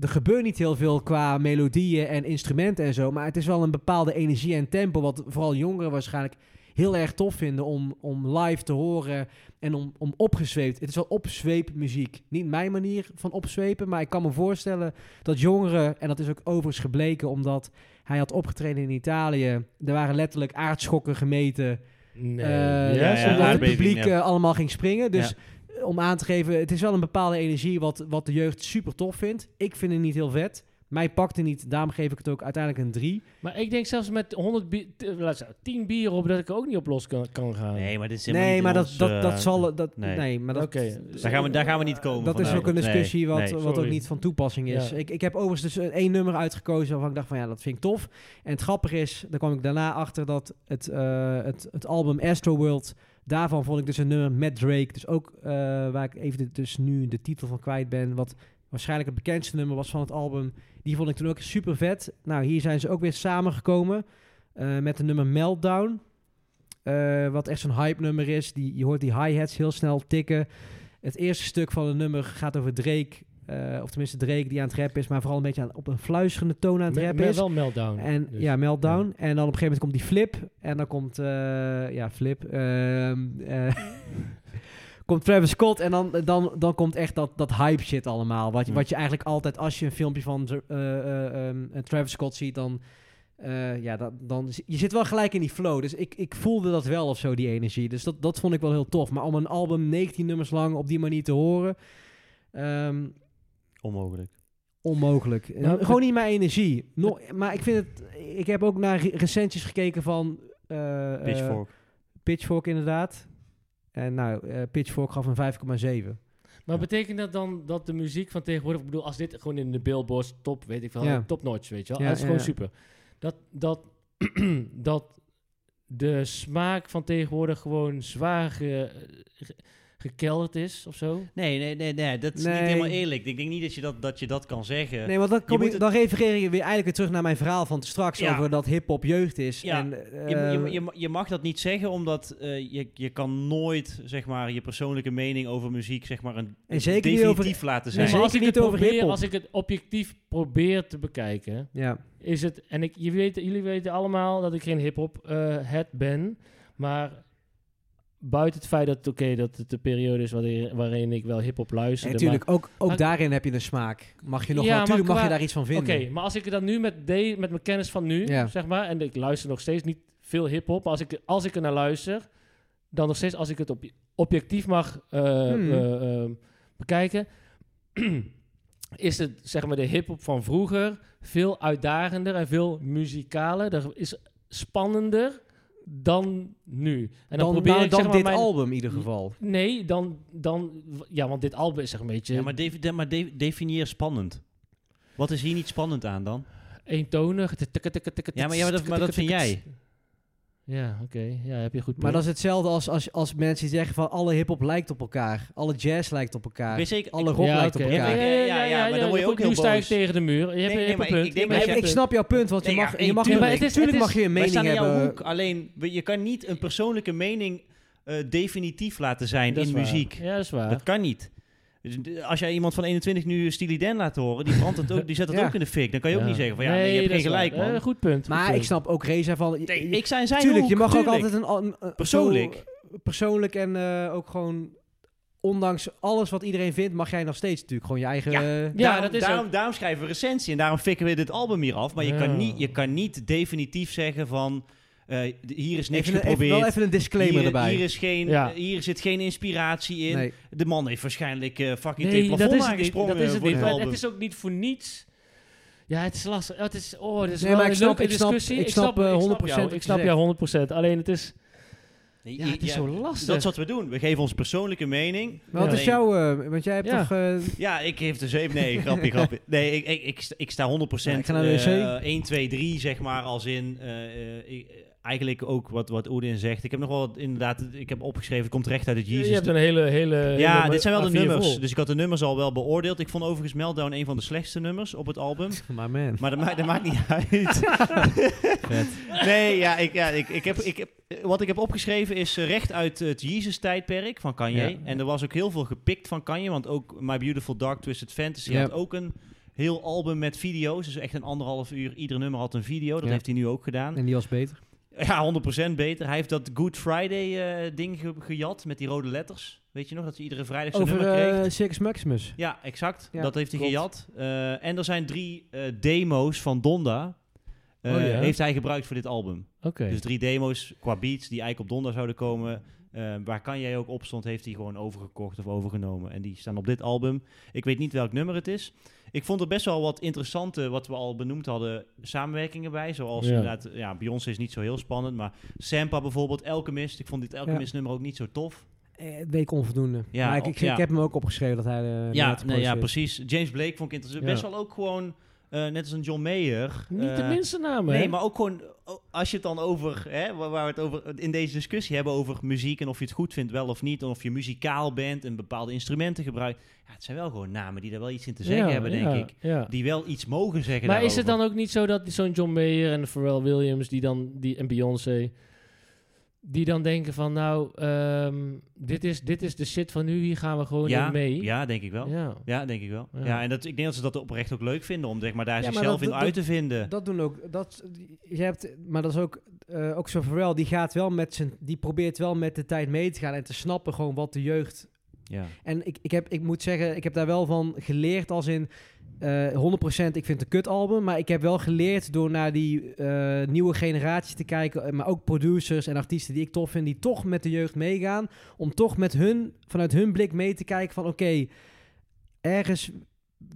Speaker 1: er gebeurt niet heel veel qua melodieën en instrumenten en zo, maar het is wel een bepaalde energie en tempo wat vooral jongeren waarschijnlijk heel erg tof vinden om, om live te horen en om, om opgezweept. Het is wel opzweepmuziek. Niet mijn manier van opzwepen, maar ik kan me voorstellen dat jongeren, en dat is ook overigens gebleken omdat hij had opgetreden in Italië, er waren letterlijk aardschokken gemeten
Speaker 4: Nee.
Speaker 1: eh,
Speaker 2: ja, ja,
Speaker 1: omdat het
Speaker 2: aardbeving,
Speaker 1: publiek
Speaker 2: ja.
Speaker 1: eh, allemaal ging springen. Dus eh, om aan te geven, het is wel een bepaalde energie wat, wat de jeugd super tof vindt. Ik vind het niet heel vet. Mij pakt het niet, daarom geef ik het ook uiteindelijk een 3.
Speaker 4: Maar ik denk zelfs met 100 bier, t- eh, laat zeggen, 10 bier op dat ik er ook niet op los kan, kan gaan.
Speaker 2: Nee, maar dit is helemaal
Speaker 1: Nee,
Speaker 2: niet
Speaker 1: maar
Speaker 2: in
Speaker 1: dat,
Speaker 2: ons,
Speaker 1: dat,
Speaker 2: eh,
Speaker 1: dat zal... Dat, nee.
Speaker 2: nee.
Speaker 1: maar dat,
Speaker 4: Oké.
Speaker 2: Daar gaan, we, daar gaan we niet komen.
Speaker 1: dat is
Speaker 2: vandaag.
Speaker 1: ook een
Speaker 2: Nee,
Speaker 1: discussie wat,
Speaker 2: nee.
Speaker 1: wat ook
Speaker 4: sorry.
Speaker 1: niet van toepassing is.
Speaker 4: Ja.
Speaker 1: Ik, ik heb overigens dus eh, één nummer uitgekozen waarvan ik dacht van ja, dat vind ik tof. En het grappige is, daar kwam ik daarna achter dat het, eh, het, het album Astroworld, daarvan vond ik dus een nummer met Drake. Dus ook eh, waar ik even de- dus nu de titel van kwijt ben, wat waarschijnlijk het bekendste nummer was van het album. Die vond ik toen ook super vet. Nou, hier zijn ze ook weer samengekomen eh, met de nummer Meltdown. Eh, wat echt zo'n hype nummer is. Die, je hoort die hi-hats heel snel tikken. Het eerste stuk van het nummer gaat over Drake. eh, of tenminste Drake die aan het rappen is, maar vooral een beetje aan, op een fluisterende toon aan het
Speaker 4: Me-
Speaker 1: rappen
Speaker 4: me-
Speaker 1: is.
Speaker 4: wel meltdown.
Speaker 1: En
Speaker 4: dus.
Speaker 1: ja, meltdown. En dan op een gegeven moment komt die flip. En dan komt, eh, ja, flip. ehm, eh, [LAUGHS] komt Travis Scott. En dan, dan, dan komt echt dat, dat hype shit allemaal. Wat je,
Speaker 2: Hm.
Speaker 1: wat je eigenlijk altijd, als je een filmpje van Dr- eh, eh, ehm, eh, Travis Scott ziet, dan. eh, ja, dat, dan, je zit wel gelijk in die flow. Dus ik, ik voelde dat wel of zo, die energie. Dus dat, dat vond ik wel heel tof. Maar om een album 19 nummers lang op die manier te horen. ehm,
Speaker 2: Onmogelijk.
Speaker 1: Onmogelijk. Eh,
Speaker 4: Nou,
Speaker 1: Gewoon niet mijn energie. No- maar ik vind het... Ik heb ook naar re- recensies gekeken van... eh, eh,
Speaker 2: Pitchfork.
Speaker 1: Pitchfork, inderdaad. En nou, eh, Pitchfork gaf een 5,7.
Speaker 4: Maar betekent dat dan dat de muziek van tegenwoordig, ik bedoel, als dit gewoon in de Billboard top, weet ik wel,
Speaker 1: Ja.
Speaker 4: top notch, weet je wel,
Speaker 1: Ja,
Speaker 4: dat is
Speaker 1: ja,
Speaker 4: gewoon
Speaker 1: ja.
Speaker 4: super. Dat, dat, [CLEARS THROAT] dat de smaak van tegenwoordig gewoon zwaar ge- ge- gekelderd is of zo.
Speaker 2: Nee, nee, nee, nee, dat is
Speaker 1: Nee.
Speaker 2: niet helemaal eerlijk. Ik denk niet dat je dat, dat, je dat kan zeggen.
Speaker 1: Nee, want dan, kom
Speaker 2: moet
Speaker 1: je,
Speaker 2: het-
Speaker 1: dan refereer je weer eigenlijk weer terug naar mijn verhaal van straks...
Speaker 2: Ja.
Speaker 1: over dat hip-hop jeugd is.
Speaker 2: Ja.
Speaker 1: En,
Speaker 2: Je,
Speaker 1: eh,
Speaker 2: je, je, je mag dat niet zeggen, omdat eh, je, je kan nooit zeg maar, je persoonlijke mening over muziek zeg maar, een
Speaker 1: En zeker niet
Speaker 2: definitief
Speaker 1: over-
Speaker 2: laten
Speaker 1: Nee,
Speaker 2: zijn.
Speaker 4: maar als
Speaker 1: zeker
Speaker 4: ik,
Speaker 1: niet
Speaker 4: het
Speaker 1: over
Speaker 4: probeer,
Speaker 1: hiphop.
Speaker 4: als ik het objectief probeer te bekijken,
Speaker 1: ja.
Speaker 4: is het, en ik, je weet, jullie weten allemaal dat ik geen hip-hop eh head ben, maar buiten het feit dat, oké, dat het de periode is waarin, waarin ik wel hip-hop luister.
Speaker 1: En natuurlijk, ook, ook
Speaker 4: maar-
Speaker 1: daarin heb je een smaak. Mag je nog
Speaker 4: Ja,
Speaker 1: wel,
Speaker 4: maar
Speaker 1: natuurlijk mag je
Speaker 4: qua-
Speaker 1: daar iets van
Speaker 4: Oké,
Speaker 1: vinden.
Speaker 4: maar als ik dat nu met, de, met mijn kennis van nu,
Speaker 1: Ja.
Speaker 4: zeg maar, en ik luister nog steeds niet veel hip-hop. Als ik, als ik er naar luister, dan nog steeds als ik het op, objectief mag eh,
Speaker 1: Hmm.
Speaker 4: eh, eh, bekijken, [CLEARS THROAT] is het zeg maar de hip-hop van vroeger veel uitdagender en veel muzikaler. Er is spannender dan nu. En dan,
Speaker 1: dan
Speaker 4: probeer
Speaker 1: nou,
Speaker 4: ik
Speaker 1: dan
Speaker 4: zeg maar
Speaker 1: dit
Speaker 4: mijn-
Speaker 1: album in ieder geval.
Speaker 4: Nee, dan, dan. Ja, want dit album is zeg een beetje
Speaker 2: Ja, maar, defi- de- maar de- definieer spannend. Wat is hier niet spannend aan dan?
Speaker 4: eentonig.
Speaker 2: Ja, maar, ja, maar, dat, maar dat vind jij.
Speaker 4: Ja, oké. Ja, heb je goed.
Speaker 1: Maar dat is hetzelfde als, als, als mensen zeggen van alle hip-hop lijkt op elkaar. Alle jazz lijkt op elkaar.
Speaker 2: Weet je, ik,
Speaker 1: alle
Speaker 2: ik-
Speaker 1: rock lijkt op
Speaker 4: oké.
Speaker 1: elkaar.
Speaker 2: Ja, ja, ja, ja, maar dan word je
Speaker 4: goed,
Speaker 2: ook heel
Speaker 4: nu sta ik
Speaker 2: boos.
Speaker 4: tegen de muur. Je hebt,
Speaker 2: nee,
Speaker 4: je hebt
Speaker 2: maar
Speaker 4: een
Speaker 2: ik-
Speaker 4: punt.
Speaker 2: ik denk
Speaker 4: Nee,
Speaker 2: dat
Speaker 4: maar
Speaker 1: ik,
Speaker 2: je-
Speaker 1: ik snap jouw punt, want je
Speaker 2: Nee, ja,
Speaker 1: mag,
Speaker 2: nee,
Speaker 1: je mag, natuurlijk-
Speaker 2: tuurlijk.
Speaker 4: Maar het is-
Speaker 1: tuurlijk
Speaker 4: het
Speaker 1: mag
Speaker 4: is-
Speaker 1: je een
Speaker 2: Wij
Speaker 1: mening
Speaker 2: staan in jouw
Speaker 1: hebben.
Speaker 2: hoek, alleen we- je kan niet een persoonlijke mening eh, definitief laten zijn
Speaker 4: dat is
Speaker 2: in
Speaker 4: waar.
Speaker 2: muziek.
Speaker 4: Ja, dat is waar.
Speaker 2: Dat kan niet. Dus d- Als jij iemand van 21 nu Steely Dan laat horen, die, brandt het ook, die zet het
Speaker 1: Ja.
Speaker 2: ook in de fik. Dan kan je ook
Speaker 4: [LAUGHS] Ja.
Speaker 2: niet zeggen van ja,
Speaker 4: Nee,
Speaker 2: nee, je hebt
Speaker 4: dat
Speaker 2: geen
Speaker 4: is waar.
Speaker 2: gelijk man.
Speaker 4: Eh, goed punt. goed
Speaker 1: Maar ik
Speaker 4: punt.
Speaker 1: snap ook Reza van... je-
Speaker 2: Nee,
Speaker 1: je-
Speaker 2: ik zijn zijn
Speaker 1: tuurlijk,
Speaker 2: hoek,
Speaker 1: je mag ook
Speaker 2: tuurlijk.
Speaker 1: altijd een... een- een-
Speaker 2: Persoonlijk.
Speaker 1: zo persoonlijk en eh, ook gewoon... Ondanks alles wat iedereen vindt, mag jij nog steeds natuurlijk gewoon je eigen...
Speaker 2: Ja.
Speaker 1: eh,
Speaker 4: Ja,
Speaker 2: daarom,
Speaker 4: dat is
Speaker 2: daarom, daarom schrijven we recensie en daarom fikken we dit album hier af. Maar je,
Speaker 4: Ja.
Speaker 2: kan, niet, je kan niet definitief zeggen van eh, d- hier is niks
Speaker 1: even, even-
Speaker 2: geprobeerd.
Speaker 1: wel even een disclaimer
Speaker 2: hier,
Speaker 1: erbij.
Speaker 2: Hier, is geen,
Speaker 4: Ja.
Speaker 2: eh, hier zit geen inspiratie in.
Speaker 1: nee.
Speaker 2: De man heeft waarschijnlijk eh fucking
Speaker 4: Nee,
Speaker 2: tegen het
Speaker 4: dat
Speaker 2: plafond
Speaker 4: is het niet.
Speaker 2: aangesprongen
Speaker 4: Dat is het
Speaker 2: voor
Speaker 4: niet.
Speaker 2: dit
Speaker 4: Maar
Speaker 2: album.
Speaker 4: het is ook niet voor niets. Ja, het is lastig. Het is, oh, het is
Speaker 1: Nee,
Speaker 4: wel
Speaker 1: maar
Speaker 4: een
Speaker 1: ik snap-
Speaker 4: leuke
Speaker 1: ik snap-
Speaker 4: discussie.
Speaker 1: ik snap, eh,
Speaker 4: jou,
Speaker 1: 100% wat
Speaker 4: Ik
Speaker 1: je
Speaker 4: snap
Speaker 1: zegt.
Speaker 4: jou 100%. Alleen het is,
Speaker 2: Nee,
Speaker 4: ja, het is
Speaker 2: ja,
Speaker 4: zo lastig.
Speaker 2: Dat is wat we doen. We geven onze persoonlijke mening.
Speaker 1: Maar wat
Speaker 2: Ja.
Speaker 1: is jouw... eh, want jij hebt
Speaker 4: Ja.
Speaker 1: toch...
Speaker 2: [LAUGHS]
Speaker 1: eh,
Speaker 2: Ja, ik geef de zeep. Nee,
Speaker 1: [LAUGHS]
Speaker 2: grapje, grapje. Nee, ik, ik, ik, sta- ik sta 100%
Speaker 1: Ja, ik ga naar de
Speaker 2: eh, 1, 2, 3, zeg maar, als in... eh, eh, ik- eigenlijk ook wat, wat Oedin zegt. Ik heb nog wel wat- inderdaad... Ik heb opgeschreven, het komt recht uit het
Speaker 4: Je
Speaker 2: Jesus.
Speaker 4: hebt een hele... hele
Speaker 1: eh,
Speaker 2: ja,
Speaker 4: hele
Speaker 2: dit zijn wel de
Speaker 4: A4
Speaker 2: nummers.
Speaker 4: vol.
Speaker 2: Dus ik had de nummers al wel beoordeeld. Ik vond overigens Meltdown een van de slechtste nummers op het album.
Speaker 1: maar man.
Speaker 2: Maar dat, ma- dat maakt niet
Speaker 1: [LAUGHS]
Speaker 2: uit. nee, ja, ik, ja ik, ik heb, ik heb, eh, wat ik heb opgeschreven is eh, recht uit het Jezus-tijdperk van Kanye.
Speaker 4: Ja.
Speaker 2: En er was ook heel veel gepikt van Kanye, want ook My Beautiful Dark Twisted Fantasy
Speaker 1: Ja.
Speaker 2: had ook een heel album met video's. Dus echt een anderhalf uur, ieder nummer had een video. Dat
Speaker 1: Ja.
Speaker 2: heeft hij nu ook gedaan.
Speaker 1: En die was beter.
Speaker 2: Ja, 100% beter. Hij heeft dat Good Friday eh, ding ge- gejat met die rode letters. Weet je nog, dat hij iedere vrijdag zijn
Speaker 1: Over
Speaker 2: nummer kreeg.
Speaker 1: eh Circus Maximus.
Speaker 2: Ja, exact.
Speaker 1: Ja,
Speaker 2: dat heeft hij
Speaker 1: klopt.
Speaker 2: gejat. Eh, en er zijn drie eh, demo's van Donda. eh,
Speaker 4: Oh ja.
Speaker 2: Heeft hij gebruikt voor dit album.
Speaker 4: Oké.
Speaker 2: Dus drie demo's qua beats die eigenlijk op Donda zouden komen. eh, waar kan jij ook op stond, heeft hij gewoon overgekocht of overgenomen. En die staan op dit album. Ik weet niet welk nummer het is. Ik vond er best wel wat interessante, wat we al benoemd hadden, samenwerkingen bij. Zoals
Speaker 4: Ja.
Speaker 2: inderdaad, ja, Beyoncé is niet zo heel spannend. Maar Sampa bijvoorbeeld, Elchemist. Ik vond dit Elchemist nummer ook niet zo tof.
Speaker 1: Eh, het week onvoldoende.
Speaker 2: Ja,
Speaker 1: maar ik,
Speaker 2: op-
Speaker 1: ik,
Speaker 2: ja.
Speaker 1: ik heb hem ook opgeschreven dat hij... eh,
Speaker 2: Ja,
Speaker 1: net
Speaker 2: nee, ja,
Speaker 1: geproduceerd.
Speaker 2: precies. James Blake vond ik interessant. Best
Speaker 4: Ja.
Speaker 2: wel ook gewoon, eh, net als een John Mayer.
Speaker 4: Niet de
Speaker 2: eh,
Speaker 4: minste namen,
Speaker 2: Nee,
Speaker 4: hè?
Speaker 2: maar ook gewoon, oh, als je het dan over, hè, waar, waar we het over in deze discussie hebben over muziek en of je het goed vindt wel of niet, en of je muzikaal bent en bepaalde instrumenten gebruikt. Ja, het zijn wel gewoon namen die daar wel iets in te zeggen
Speaker 4: Ja,
Speaker 2: hebben, denk
Speaker 4: ja,
Speaker 2: ik.
Speaker 4: Ja.
Speaker 2: Die wel iets mogen zeggen
Speaker 4: Maar is het dan
Speaker 2: daarover.
Speaker 4: ook niet zo dat zo'n John Mayer en Pharrell Williams die dan, die, en Beyoncé, die dan denken van nou, ehm, dit, is, dit is de shit van nu, hier gaan we gewoon
Speaker 2: ja,
Speaker 4: in mee.
Speaker 2: Ja, denk ik wel. Ja.
Speaker 4: ja.
Speaker 2: denk ik wel.
Speaker 4: Ja.
Speaker 2: Ja, en dat, ik denk dat ze dat oprecht ook leuk vinden om zeg maar, daar
Speaker 1: Ja, maar
Speaker 2: zichzelf
Speaker 1: dat-
Speaker 2: in
Speaker 1: dat-
Speaker 2: uit te vinden.
Speaker 1: Dat doen ook. Dat, je hebt, maar dat is ook, eh ook zo Pharrell. Die gaat wel met zijn, die probeert wel met de tijd mee te gaan en te snappen gewoon wat de jeugd.
Speaker 2: ja.
Speaker 1: En ik, ik, heb, ik moet zeggen, ik heb daar wel van geleerd als in eh 100%. Ik vind het een kut album, maar ik heb wel geleerd door naar die eh, nieuwe generaties te kijken, eh, maar ook producers en artiesten die ik tof vind, die toch met de jeugd meegaan, om toch met hun vanuit hun blik mee te kijken van oké, ergens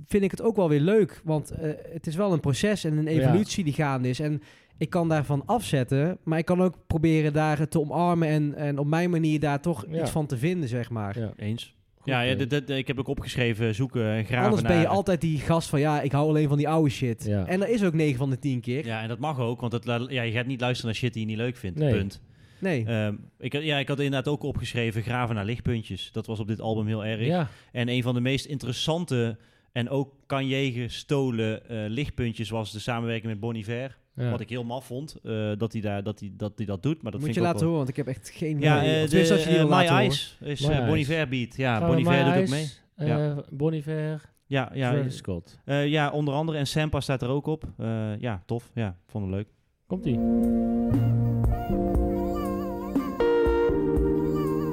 Speaker 1: vind ik het ook wel weer leuk. Want eh, het is wel een proces en een evolutie die gaande is. En ik kan daarvan afzetten, maar ik kan ook proberen daar het te omarmen en, en op mijn manier daar toch
Speaker 4: Ja.
Speaker 1: iets van te vinden, zeg maar.
Speaker 4: Ja.
Speaker 2: Eens. ja, ja
Speaker 4: punt.
Speaker 2: dit- dit- ik heb ook opgeschreven zoeken en graven
Speaker 1: Anders ben
Speaker 2: naar-
Speaker 1: je altijd die gast van ja, ik hou alleen van die oude shit.
Speaker 4: Ja.
Speaker 1: En dat is ook 9 van de 10 keer.
Speaker 2: Ja, en dat mag ook, want dat, la- ja, je gaat niet luisteren naar shit die je niet leuk vindt.
Speaker 4: Nee.
Speaker 2: Punt.
Speaker 1: Nee.
Speaker 2: Ehm, ik, had- ja, ik had inderdaad ook opgeschreven graven naar lichtpuntjes. Dat was op dit album heel erg.
Speaker 4: ja.
Speaker 2: En een van de meest interessante en ook Kanye gestolen eh, lichtpuntjes was de samenwerking met Bon Iver.
Speaker 4: ja.
Speaker 2: Wat ik heel maf vond, eh, dat hij daar- dat, hij- dat, hij dat doet. Maar dat
Speaker 1: Moet
Speaker 2: vind
Speaker 1: je
Speaker 2: ik ook
Speaker 1: laten
Speaker 2: wel-
Speaker 1: horen, want ik heb echt geen
Speaker 2: Ja,
Speaker 1: idee. Of
Speaker 2: eh, de,
Speaker 1: tenminste, als je die
Speaker 2: eh,
Speaker 1: wil
Speaker 2: My
Speaker 1: laten horen.
Speaker 2: Eyes is
Speaker 4: My
Speaker 2: eh, Bon
Speaker 4: Eyes.
Speaker 2: Iver beat. Ja,
Speaker 4: Gaan we
Speaker 2: Bon Iver
Speaker 4: My
Speaker 2: doet ook
Speaker 4: Eyes,
Speaker 2: mee.
Speaker 4: eh,
Speaker 2: Ja.
Speaker 4: Bon Iver,
Speaker 2: Ja, ja,
Speaker 4: Travis Scott.
Speaker 2: eh, ja, onder andere. En Sampa staat er ook op. Eh, ja, tof. Ja, vond het leuk.
Speaker 4: Komt-ie.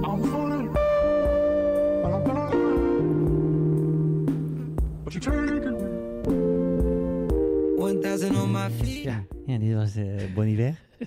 Speaker 9: I'm falling, but I'm falling. But you take it.
Speaker 7: 1,000 on my feet.
Speaker 1: [LAUGHS]
Speaker 2: Ja, ja dit was Bonnie Bonnie Iver. eh,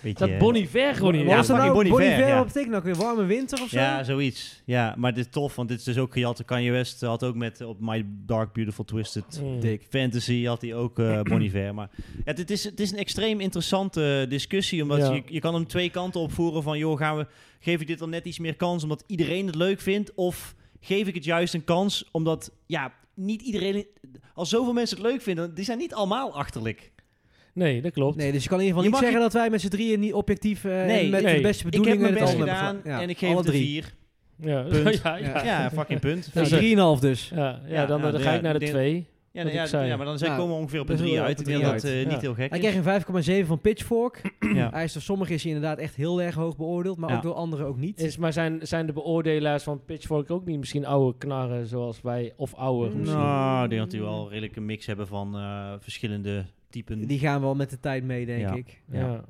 Speaker 2: Beetje,
Speaker 4: Dat
Speaker 2: eh,
Speaker 4: Bonnie Ver gewoon
Speaker 2: Ja,
Speaker 4: in
Speaker 1: Wat
Speaker 4: was.
Speaker 1: is dat
Speaker 2: fucking
Speaker 1: nou?
Speaker 2: Bon
Speaker 1: Bon
Speaker 2: Iver,
Speaker 1: Iver,
Speaker 2: ja.
Speaker 1: wat betekent dat ook weer? Warme winter of zo?
Speaker 2: Ja, zoiets. Ja, maar dit is tof, want dit is dus ook gejat. Kanye West had ook met eh, op My Dark Beautiful Twisted
Speaker 4: Mm.
Speaker 1: Dik.
Speaker 2: Fantasy had hij ook eh
Speaker 1: [CLEARS THROAT]
Speaker 2: Bon Iver. Maar ja, dit is, het is een extreem interessante discussie. Omdat
Speaker 4: Ja.
Speaker 2: je, je kan hem twee kanten opvoeren. Van joh, gaan we, geef ik dit dan net iets meer kans omdat iedereen het leuk vindt? Of geef ik het juist een kans omdat ja, niet iedereen... Als zoveel mensen het leuk vinden, die zijn niet allemaal achterlijk.
Speaker 4: Nee, dat klopt.
Speaker 1: Nee, dus je kan in ieder
Speaker 2: Je
Speaker 1: geval
Speaker 2: mag
Speaker 1: niet zeggen dat wij met z'n drieën niet objectief eh, en
Speaker 2: Nee,
Speaker 1: met
Speaker 4: nee.
Speaker 1: de beste
Speaker 2: Ik heb
Speaker 1: bedoelingen
Speaker 2: mijn
Speaker 1: het
Speaker 2: best
Speaker 1: allemaal
Speaker 2: gedaan
Speaker 1: hebben gedaan.
Speaker 2: en ik
Speaker 1: Ja,
Speaker 2: geef
Speaker 1: alle
Speaker 2: het een
Speaker 1: drie.
Speaker 2: vier.
Speaker 4: Ja,
Speaker 2: Punt.
Speaker 4: [LAUGHS] ja, ja.
Speaker 2: Ja, fucking punt.
Speaker 1: Nou,
Speaker 2: Dus, eh,
Speaker 1: drieënhalf dus.
Speaker 4: Ja, ja,
Speaker 2: Ja,
Speaker 4: dan,
Speaker 2: nou,
Speaker 4: dan ga
Speaker 2: ja,
Speaker 4: ik naar de
Speaker 2: ik denk-
Speaker 4: twee.
Speaker 2: ja,
Speaker 4: wat
Speaker 2: nou, ja,
Speaker 4: ik zei.
Speaker 2: ja, maar dan zijn
Speaker 1: Nou,
Speaker 2: komen we ongeveer op een
Speaker 1: dus
Speaker 2: drie
Speaker 1: wel op
Speaker 2: uit.
Speaker 1: een
Speaker 2: Ik denk
Speaker 1: drie
Speaker 2: dat
Speaker 1: uit.
Speaker 2: eh, niet
Speaker 4: Ja.
Speaker 2: heel gek
Speaker 1: Hij
Speaker 2: is.
Speaker 1: kreeg een 5,7 van Pitchfork.
Speaker 2: [CLEARS THROAT] Ja.
Speaker 1: Hij is door sommigen is hij inderdaad echt heel erg hoog beoordeeld, maar
Speaker 2: Ja.
Speaker 1: ook door anderen ook niet.
Speaker 4: Is, maar zijn, zijn de beoordelaars van Pitchfork ook niet misschien oude knarren zoals wij? Of ouder misschien?
Speaker 2: Nou, ik denk dat die wel redelijk een mix hebben van eh, verschillende typen.
Speaker 1: Die gaan wel met de tijd mee, denk
Speaker 2: Ja.
Speaker 1: ik.
Speaker 4: ja.
Speaker 2: ja.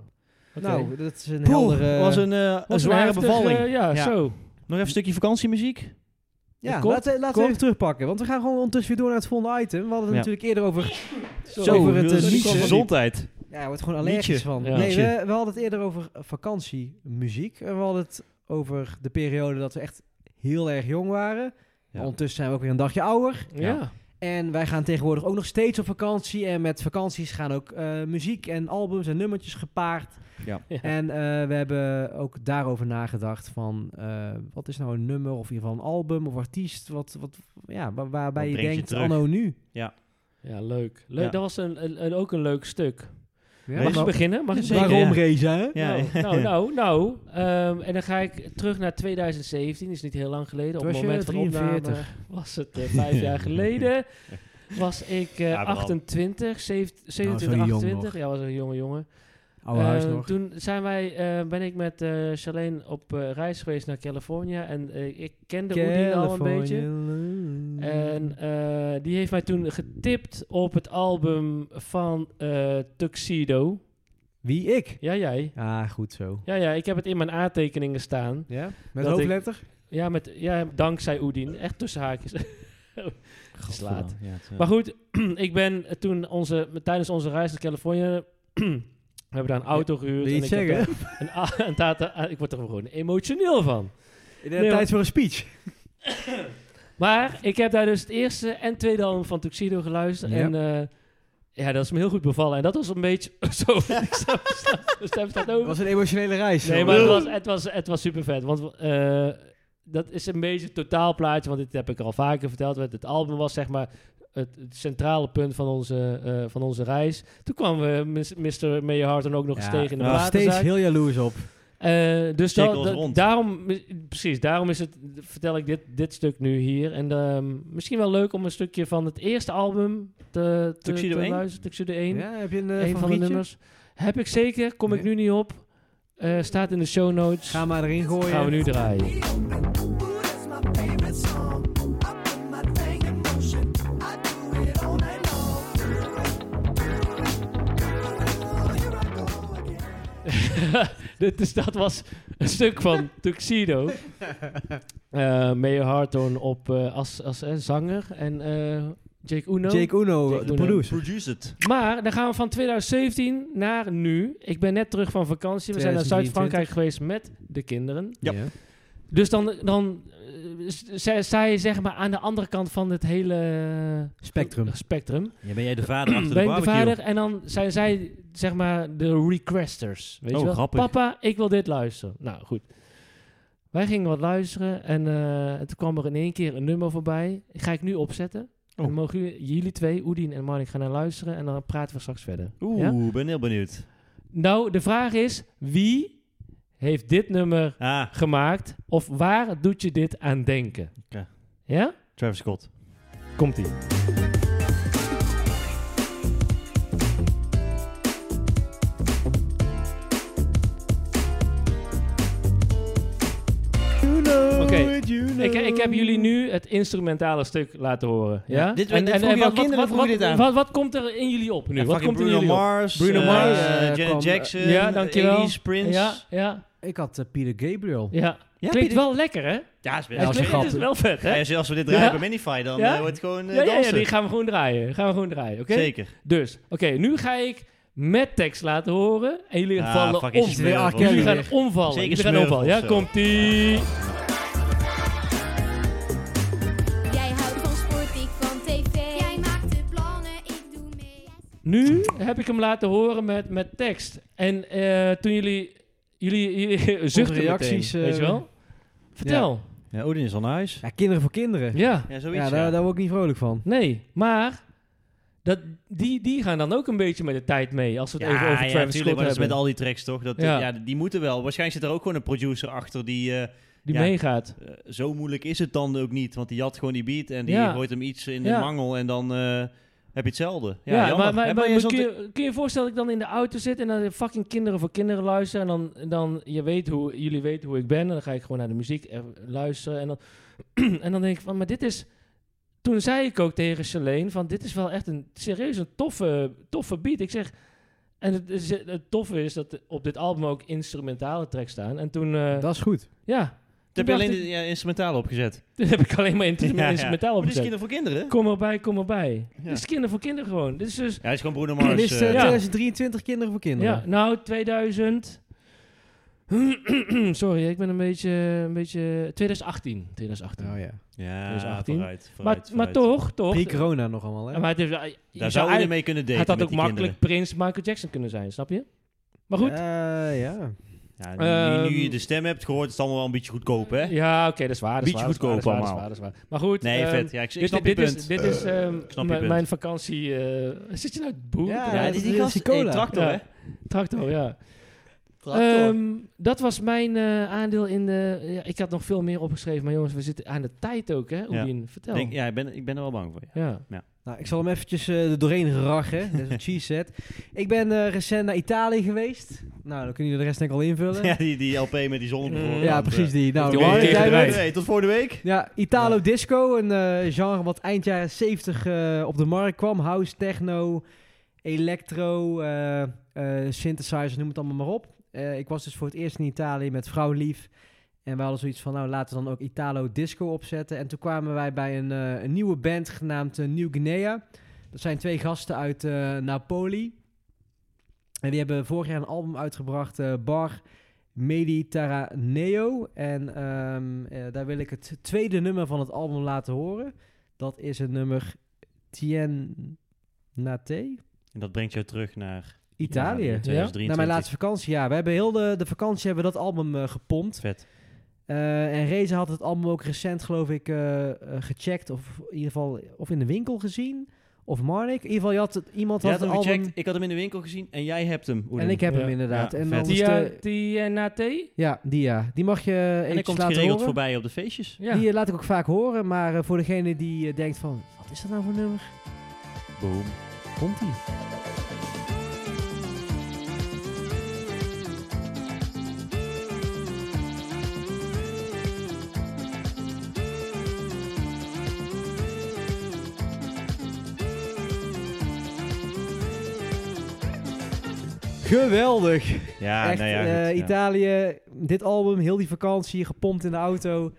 Speaker 4: Oké.
Speaker 1: Nou, dat is een
Speaker 2: Poeh,
Speaker 1: heldere...
Speaker 2: was een, eh, een zware
Speaker 4: heftige,
Speaker 2: bevalling.
Speaker 4: eh, ja,
Speaker 2: Ja.
Speaker 4: zo.
Speaker 2: Nog even een stukje vakantiemuziek.
Speaker 1: ja,
Speaker 4: Klopt,
Speaker 1: laten, we- laten we
Speaker 4: klopt.
Speaker 1: even terugpakken. Want we gaan gewoon ondertussen weer door naar het volgende item. We hadden het
Speaker 2: Ja.
Speaker 1: natuurlijk eerder over...
Speaker 4: Zo,
Speaker 1: over het
Speaker 2: dat is
Speaker 1: eh,
Speaker 2: niet
Speaker 1: nietsen.
Speaker 2: gezondheid.
Speaker 1: Ja, er wordt gewoon allergisch
Speaker 2: Nietje.
Speaker 1: van.
Speaker 4: Ja.
Speaker 1: Nee,
Speaker 2: Nietje.
Speaker 1: we, we hadden het eerder over vakantiemuziek. En we hadden het over de periode dat we echt heel erg jong waren.
Speaker 2: Ja.
Speaker 1: Ondertussen zijn we ook weer een dagje ouder.
Speaker 4: Ja.
Speaker 1: En wij gaan tegenwoordig ook nog steeds op vakantie. En met vakanties gaan ook eh, muziek en albums en nummertjes gepaard.
Speaker 2: Ja.
Speaker 4: [LAUGHS] Ja.
Speaker 1: En eh, we hebben ook daarover nagedacht van... eh, wat is nou een nummer of in ieder geval een album of artiest? Wat, wat, ja, waar- waarbij
Speaker 2: Wat
Speaker 1: je
Speaker 2: brengt je
Speaker 1: denkt,
Speaker 2: terug?
Speaker 1: anno nu.
Speaker 4: Ja, leuk. leuk.
Speaker 2: Ja.
Speaker 4: Dat was een, een- een- ook een leuk stuk.
Speaker 1: Ja,
Speaker 2: Weet
Speaker 4: Mag
Speaker 2: je-
Speaker 4: ik
Speaker 1: [LAUGHS]
Speaker 4: beginnen? Mag ik
Speaker 2: Zeker,
Speaker 4: beginnen?
Speaker 1: waarom
Speaker 2: ja.
Speaker 1: Reza?
Speaker 2: Ja.
Speaker 4: Nou,
Speaker 2: [LAUGHS]
Speaker 4: nou, nou. nou, ehm, en dan ga ik terug naar 2017. is niet heel lang geleden. Op
Speaker 1: Toen
Speaker 4: het
Speaker 1: was je
Speaker 4: moment van
Speaker 1: 43.
Speaker 4: opname was het eh, vijf
Speaker 2: [LAUGHS]
Speaker 4: jaar geleden. Was ik eh,
Speaker 2: Ja, wel.
Speaker 4: 28, 27,
Speaker 1: Nou, zo jong
Speaker 4: 28. Ja, was een jonge jongen.
Speaker 1: Oude
Speaker 4: Eh,
Speaker 1: huis nog.
Speaker 4: Toen zijn wij, eh, ben ik met eh Charlene op eh, reis geweest naar Californië. En eh, ik kende Oedien al een beetje. En eh, die heeft mij toen getipt op het album van eh, Tuxedo.
Speaker 1: Wie ik?
Speaker 4: Ja, jij.
Speaker 1: Ah, goed zo.
Speaker 4: Ja, ja, ik heb het in mijn aantekeningen staan.
Speaker 1: Ja? Met
Speaker 4: Dat
Speaker 1: hoofdletter?
Speaker 4: Ja, met, ja dankzij Oedien. Echt tussen haakjes. [LAUGHS] Slaat.
Speaker 2: Ja, het, eh,
Speaker 4: Maar goed, ik ben toen onze, tijdens onze reis naar Californië... we hebben daar een auto gehuurd.
Speaker 1: Wil je
Speaker 4: en
Speaker 1: iets
Speaker 4: ik, heb
Speaker 1: zeggen?
Speaker 4: daar een, a- een tata, ik word er gewoon emotioneel van.
Speaker 1: Inderdaad,
Speaker 4: Nee,
Speaker 1: tijd voor een speech.
Speaker 4: Maar ik heb daar dus het eerste en tweede album van Tuxedo geluisterd.
Speaker 1: Ja.
Speaker 4: En eh, ja, dat is me heel goed bevallen. En dat was een beetje zo. ik snap- snap- snap dat
Speaker 1: Het
Speaker 4: ook.
Speaker 1: was een emotionele reis.
Speaker 4: Nee, maar het was, het was, het was super vet. Want eh, dat is een beetje het totaalplaatje. Want dit heb ik al vaker verteld. want Het album was zeg maar het, het centrale punt van onze, eh, van onze reis. Toen kwamen we mis- Mr. May Your Heart dan ook nog eens tegen in de
Speaker 1: nog steeds
Speaker 4: platenzaak.
Speaker 1: heel jaloers op.
Speaker 4: Eh, dus
Speaker 2: Cirkels
Speaker 4: dat- dat-
Speaker 2: rond.
Speaker 4: daarom, precies, daarom is het, vertel ik dit, dit stuk nu hier. En ehm, misschien wel leuk om een stukje van het eerste album te, te,
Speaker 2: Tuxedo
Speaker 4: te
Speaker 2: 1?
Speaker 4: luisteren. Tuxedo 1,
Speaker 1: Ja, heb je een, eh,
Speaker 4: een van de nummers. Heb ik zeker, kom ik
Speaker 1: Nee.
Speaker 4: nu niet op. Eh, staat in de show notes.
Speaker 1: Ga maar erin gooien.
Speaker 4: Gaan we nu draaien. Dit is, dat was een stuk van
Speaker 1: [LAUGHS]
Speaker 4: Tuxedo. Eh Mayor Harton op, eh, als, als eh, zanger en eh, Jake Uno.
Speaker 1: Jake Uno,
Speaker 4: Jake
Speaker 1: de
Speaker 4: Uno.
Speaker 1: producer.
Speaker 2: Produce it.
Speaker 4: Maar dan gaan we van 2017 naar nu. Ik ben net terug van vakantie. We zijn naar
Speaker 1: 2023.
Speaker 4: Zuid-Frankrijk geweest met de kinderen.
Speaker 2: Ja.
Speaker 4: Dus dan, dan eh, s- zij- sta je zeg maar aan de andere kant van het hele eh,
Speaker 1: Spectrum.
Speaker 4: spectrum.
Speaker 2: Ja, ben jij de [CLEARS THROAT] vader achter
Speaker 4: ben
Speaker 2: de
Speaker 4: ik de
Speaker 2: barbecue?
Speaker 4: vader en dan zijn zij zeg maar de requesters. Weet
Speaker 2: Oh,
Speaker 4: je wel?
Speaker 2: grappig.
Speaker 4: Papa, ik wil dit luisteren. Nou, goed. Wij gingen wat luisteren en eh, toen kwam er in één keer een nummer voorbij. Die Ga ik nu opzetten.
Speaker 2: Oh.
Speaker 4: En dan mogen jullie, jullie twee, Oedien en Marnik, gaan naar luisteren en dan praten we straks verder.
Speaker 2: Oeh,
Speaker 4: Ja?
Speaker 2: ben heel benieuwd.
Speaker 4: Nou, de vraag is, wie heeft dit nummer
Speaker 2: Ah,
Speaker 4: gemaakt of waar doet je dit aan denken?
Speaker 2: Oké.
Speaker 4: Ja?
Speaker 2: Travis Scott.
Speaker 4: Komt-ie.
Speaker 1: Oké.
Speaker 4: Oké. Ik, ik heb jullie nu het instrumentale stuk laten horen. Ja?
Speaker 2: Dit- dit vroegen jouw kinderen,
Speaker 4: wat,
Speaker 2: vroegen
Speaker 4: wat,
Speaker 2: dit aan.
Speaker 4: wat, wat komt er in jullie op nu?
Speaker 2: Ja,
Speaker 4: wat
Speaker 2: fucking
Speaker 4: komt er in
Speaker 2: Bruno
Speaker 4: jullie op?
Speaker 2: Mars.
Speaker 4: Bruno
Speaker 2: eh,
Speaker 4: Mars,
Speaker 1: eh,
Speaker 2: Janet
Speaker 1: kwam, eh,
Speaker 2: Jackson.
Speaker 4: ja, dankjewel.
Speaker 2: Elise Prince.
Speaker 4: Ja, ja,
Speaker 1: Ik had eh, Peter Gabriel.
Speaker 4: ja.
Speaker 2: Ja,
Speaker 4: Klinkt
Speaker 2: Peter-
Speaker 4: wel lekker, hè?
Speaker 2: Ja, is
Speaker 1: Ja,
Speaker 2: wel
Speaker 4: Het
Speaker 1: is
Speaker 4: klinkt-
Speaker 1: grappig.
Speaker 4: het is wel vet, hè?
Speaker 2: Ja,
Speaker 4: Ja,
Speaker 2: als, als we dit draaien
Speaker 4: Ja.
Speaker 2: bij Manify, dan
Speaker 4: Ja?
Speaker 2: eh, wordt het gewoon eh,
Speaker 4: ja, ja,
Speaker 2: dansen.
Speaker 4: die gaan we gewoon draaien. Gaan we gewoon draaien, oké?
Speaker 2: Zeker.
Speaker 4: Dus, oké, nu ga ik met tekst laten horen. En jullie
Speaker 2: Ah,
Speaker 4: vallen
Speaker 2: fuck, is
Speaker 4: om.
Speaker 2: het weer R. Kelly
Speaker 4: Jullie
Speaker 1: weer.
Speaker 4: gaan omvallen.
Speaker 2: Zeker
Speaker 4: jullie gaan
Speaker 2: Smurf
Speaker 4: omvallen.
Speaker 2: of
Speaker 4: Ja,
Speaker 2: zo.
Speaker 4: komt-ie.
Speaker 10: Jij houdt van sport, ik van tv. Jij maakt de plannen, ik doe mee.
Speaker 4: Nu heb ik hem laten horen met, met tekst. En eh, toen jullie... Jullie, [LAUGHS] jullie zuchten
Speaker 1: reacties,
Speaker 4: meteen,
Speaker 1: eh,
Speaker 4: weet je wel? Vertel.
Speaker 2: Ja, Odin is al naar huis.
Speaker 1: Ja, kinderen voor kinderen. Ja,
Speaker 4: Ja.
Speaker 2: Ja, zoiets.
Speaker 1: daar,
Speaker 2: ja.
Speaker 1: daar word ik niet vrolijk van.
Speaker 4: Nee, maar... Dat, die, die gaan dan ook een beetje met de tijd mee. Als we het
Speaker 2: Ja,
Speaker 4: even over
Speaker 2: ja,
Speaker 4: Travis
Speaker 2: tuurlijk,
Speaker 4: Scott
Speaker 2: maar dat
Speaker 4: hebben.
Speaker 2: is met al die tracks toch? Dat,
Speaker 4: Ja.
Speaker 2: ja. die moeten wel. Waarschijnlijk zit er ook gewoon een producer achter die... eh,
Speaker 4: die
Speaker 2: ja.
Speaker 4: meegaat.
Speaker 2: eh, zo moeilijk is het dan ook niet, want die had gewoon die beat en die
Speaker 4: Ja.
Speaker 2: gooit hem iets in
Speaker 4: Ja.
Speaker 2: de mangel en dan eh, heb je hetzelfde. Ja,
Speaker 4: Ja,
Speaker 2: jammer.
Speaker 4: maar, maar,
Speaker 2: Hè,
Speaker 4: maar
Speaker 2: je zo'n
Speaker 4: kun, je, kun je je voorstellen dat ik dan in de auto zit en dan fucking kinderen voor kinderen luister en dan, en dan je weet hoe, jullie weten hoe ik ben en dan ga ik gewoon naar de muziek eh, luisteren en dan, [CLEARS THROAT] en dan denk ik van, maar dit is, toen zei ik ook tegen Selene van, dit is wel echt een serieus een toffe, toffe beat. Ik zeg, en het, is- het toffe is dat op dit album ook instrumentale tracks staan en toen, eh,
Speaker 1: Dat is goed.
Speaker 4: ja, [LAUGHS]
Speaker 2: Heb
Speaker 4: toen,
Speaker 2: je
Speaker 4: dacht
Speaker 2: alleen
Speaker 4: ik-
Speaker 2: de ja, instrumentale opgezet?
Speaker 4: toen heb ik alleen maar
Speaker 2: [LAUGHS]
Speaker 4: instru-
Speaker 2: Ja, ja.
Speaker 4: instrumentaal
Speaker 2: Maar dit is kinderen
Speaker 4: opgezet.
Speaker 2: voor kinderen.
Speaker 4: Kom erbij, kom erbij.
Speaker 2: Ja.
Speaker 4: Dit is kinderen voor kinderen gewoon. Dit is dus
Speaker 2: Ja, het is gewoon Bruno
Speaker 1: Dan
Speaker 2: Mars.
Speaker 1: is eh,
Speaker 2: eh,
Speaker 4: ja.
Speaker 1: 2023 kinderen voor kinderen.
Speaker 4: Ja, nou, 2000. [CLEARS THROAT] Sorry, ik ben een beetje. Een beetje 2018. 2018.
Speaker 1: Oh ja.
Speaker 2: ja,
Speaker 4: Dus 18.
Speaker 2: vooruit,
Speaker 4: maar,
Speaker 2: vooruit,
Speaker 4: maar
Speaker 2: vooruit.
Speaker 4: toch, toch.
Speaker 1: Pre-corona nog allemaal, hè?
Speaker 4: Maar het is, eh, je
Speaker 2: Daar
Speaker 4: zou
Speaker 2: zou je
Speaker 4: eigenlijk-
Speaker 2: mee kunnen daten
Speaker 4: Had dat
Speaker 2: met
Speaker 4: ook
Speaker 2: die
Speaker 4: makkelijk Prins Michael Jackson kunnen zijn, snap je? Maar goed.
Speaker 1: Eh, ja.
Speaker 2: kinderen. Ja, nu, nu
Speaker 4: Ehm,
Speaker 2: je de stem hebt gehoord, is het allemaal wel een beetje goedkoop, hè?
Speaker 4: Ja, oké, dat is waar. Dat is
Speaker 2: Beetje
Speaker 4: waar, dat is waar,
Speaker 2: goedkoop
Speaker 4: dat is waar,
Speaker 2: allemaal.
Speaker 4: dat is waar, dat is waar. Maar goed.
Speaker 2: Nee,
Speaker 4: ehm,
Speaker 2: vet. Ja, ik, ik
Speaker 4: dit,
Speaker 2: snap
Speaker 4: dit
Speaker 2: je
Speaker 4: is,
Speaker 2: punt.
Speaker 4: dit is ehm,
Speaker 2: snap je
Speaker 4: mijn-
Speaker 2: punt.
Speaker 4: mijn vakantie. eh, zit je nou het boeren? te
Speaker 1: Ja,
Speaker 4: draaien?
Speaker 1: dit is die gast-
Speaker 2: Hey, tractor,
Speaker 4: Ja.
Speaker 2: hè?
Speaker 4: Tractor, ja.
Speaker 2: Tractor.
Speaker 4: Ehm, dat was mijn eh, aandeel in de... Ja, ik had nog veel meer opgeschreven, maar jongens, we zitten aan de tijd ook, hè, Oedien?
Speaker 1: Oh.
Speaker 4: Vertel.
Speaker 2: Denk- ja, ik ben, ik ben er wel bang voor.
Speaker 1: [LAUGHS]
Speaker 2: Ja.
Speaker 4: ja.
Speaker 1: Nou, ik zal hem eventjes eh, er doorheen rachen. Dat is een cheese set. Ik ben eh, recent naar Italië geweest. Nou, dan kunnen jullie de rest denk ik al invullen.
Speaker 2: Ja, die, die LP met die zon op de
Speaker 4: Ja,
Speaker 1: Ja,
Speaker 2: voorkant, eh.
Speaker 1: precies die. Nou,
Speaker 4: Die hoor je
Speaker 1: Mark,
Speaker 4: keer
Speaker 1: jij
Speaker 4: gedraaid.
Speaker 1: bent-
Speaker 2: Hey, tot volgende week.
Speaker 1: Ja, Italo Disco, een eh, genre wat eind jaren 70 eh, op de markt kwam. House, techno, electro, eh, eh, synthesizer, noem het allemaal maar op. Eh, ik was dus voor het eerst in Italië met vrouw Lief. En we hadden zoiets van, nou laten we dan ook Italo Disco opzetten. En toen kwamen wij bij een, eh, een nieuwe band genaamd eh, New Guinea. Dat zijn twee gasten uit eh, Napoli. En die hebben vorig jaar een album uitgebracht, eh, Bar Mediterraneo. En ehm, eh, daar wil ik het tweede nummer van het album laten horen. Dat is het nummer Tiennate,
Speaker 2: En dat brengt jou terug naar
Speaker 1: Italië.
Speaker 2: Ja, 2023.
Speaker 1: Naar mijn laatste vakantie, ja. We hebben heel de, de vakantie hebben we dat album eh, gepompt.
Speaker 2: Vet.
Speaker 1: Eh, en Reza had het album ook recent, geloof ik, eh, eh, gecheckt. Of in ieder geval of in de winkel gezien. Of Marnik. In ieder geval, je had het, iemand
Speaker 2: Je
Speaker 1: had
Speaker 2: had
Speaker 1: het
Speaker 2: hem
Speaker 1: album.
Speaker 2: gecheckt, ik had hem in de winkel gezien en jij hebt hem. Oedin.
Speaker 1: En ik heb
Speaker 4: Ja.
Speaker 1: hem inderdaad.
Speaker 2: Ja,
Speaker 1: en
Speaker 2: vet.
Speaker 1: dan
Speaker 4: Die,
Speaker 1: is de-
Speaker 4: eh, na T?
Speaker 1: ja, die ja. Die mag je
Speaker 2: en hij
Speaker 1: eventjes
Speaker 2: komt
Speaker 1: laten
Speaker 2: geregeld
Speaker 1: horen.
Speaker 2: voorbij op de feestjes.
Speaker 4: Ja.
Speaker 1: Die eh, laat ik ook vaak horen, maar eh, voor degene die eh, denkt van, wat is dat nou voor nummer?
Speaker 2: Boom.
Speaker 1: Komt die? Geweldig!
Speaker 2: Ja,
Speaker 1: Echt,
Speaker 2: nou ja,
Speaker 1: eh,
Speaker 2: goed, ja.
Speaker 1: Italië, dit album, heel die vakantie, gepompt in de auto.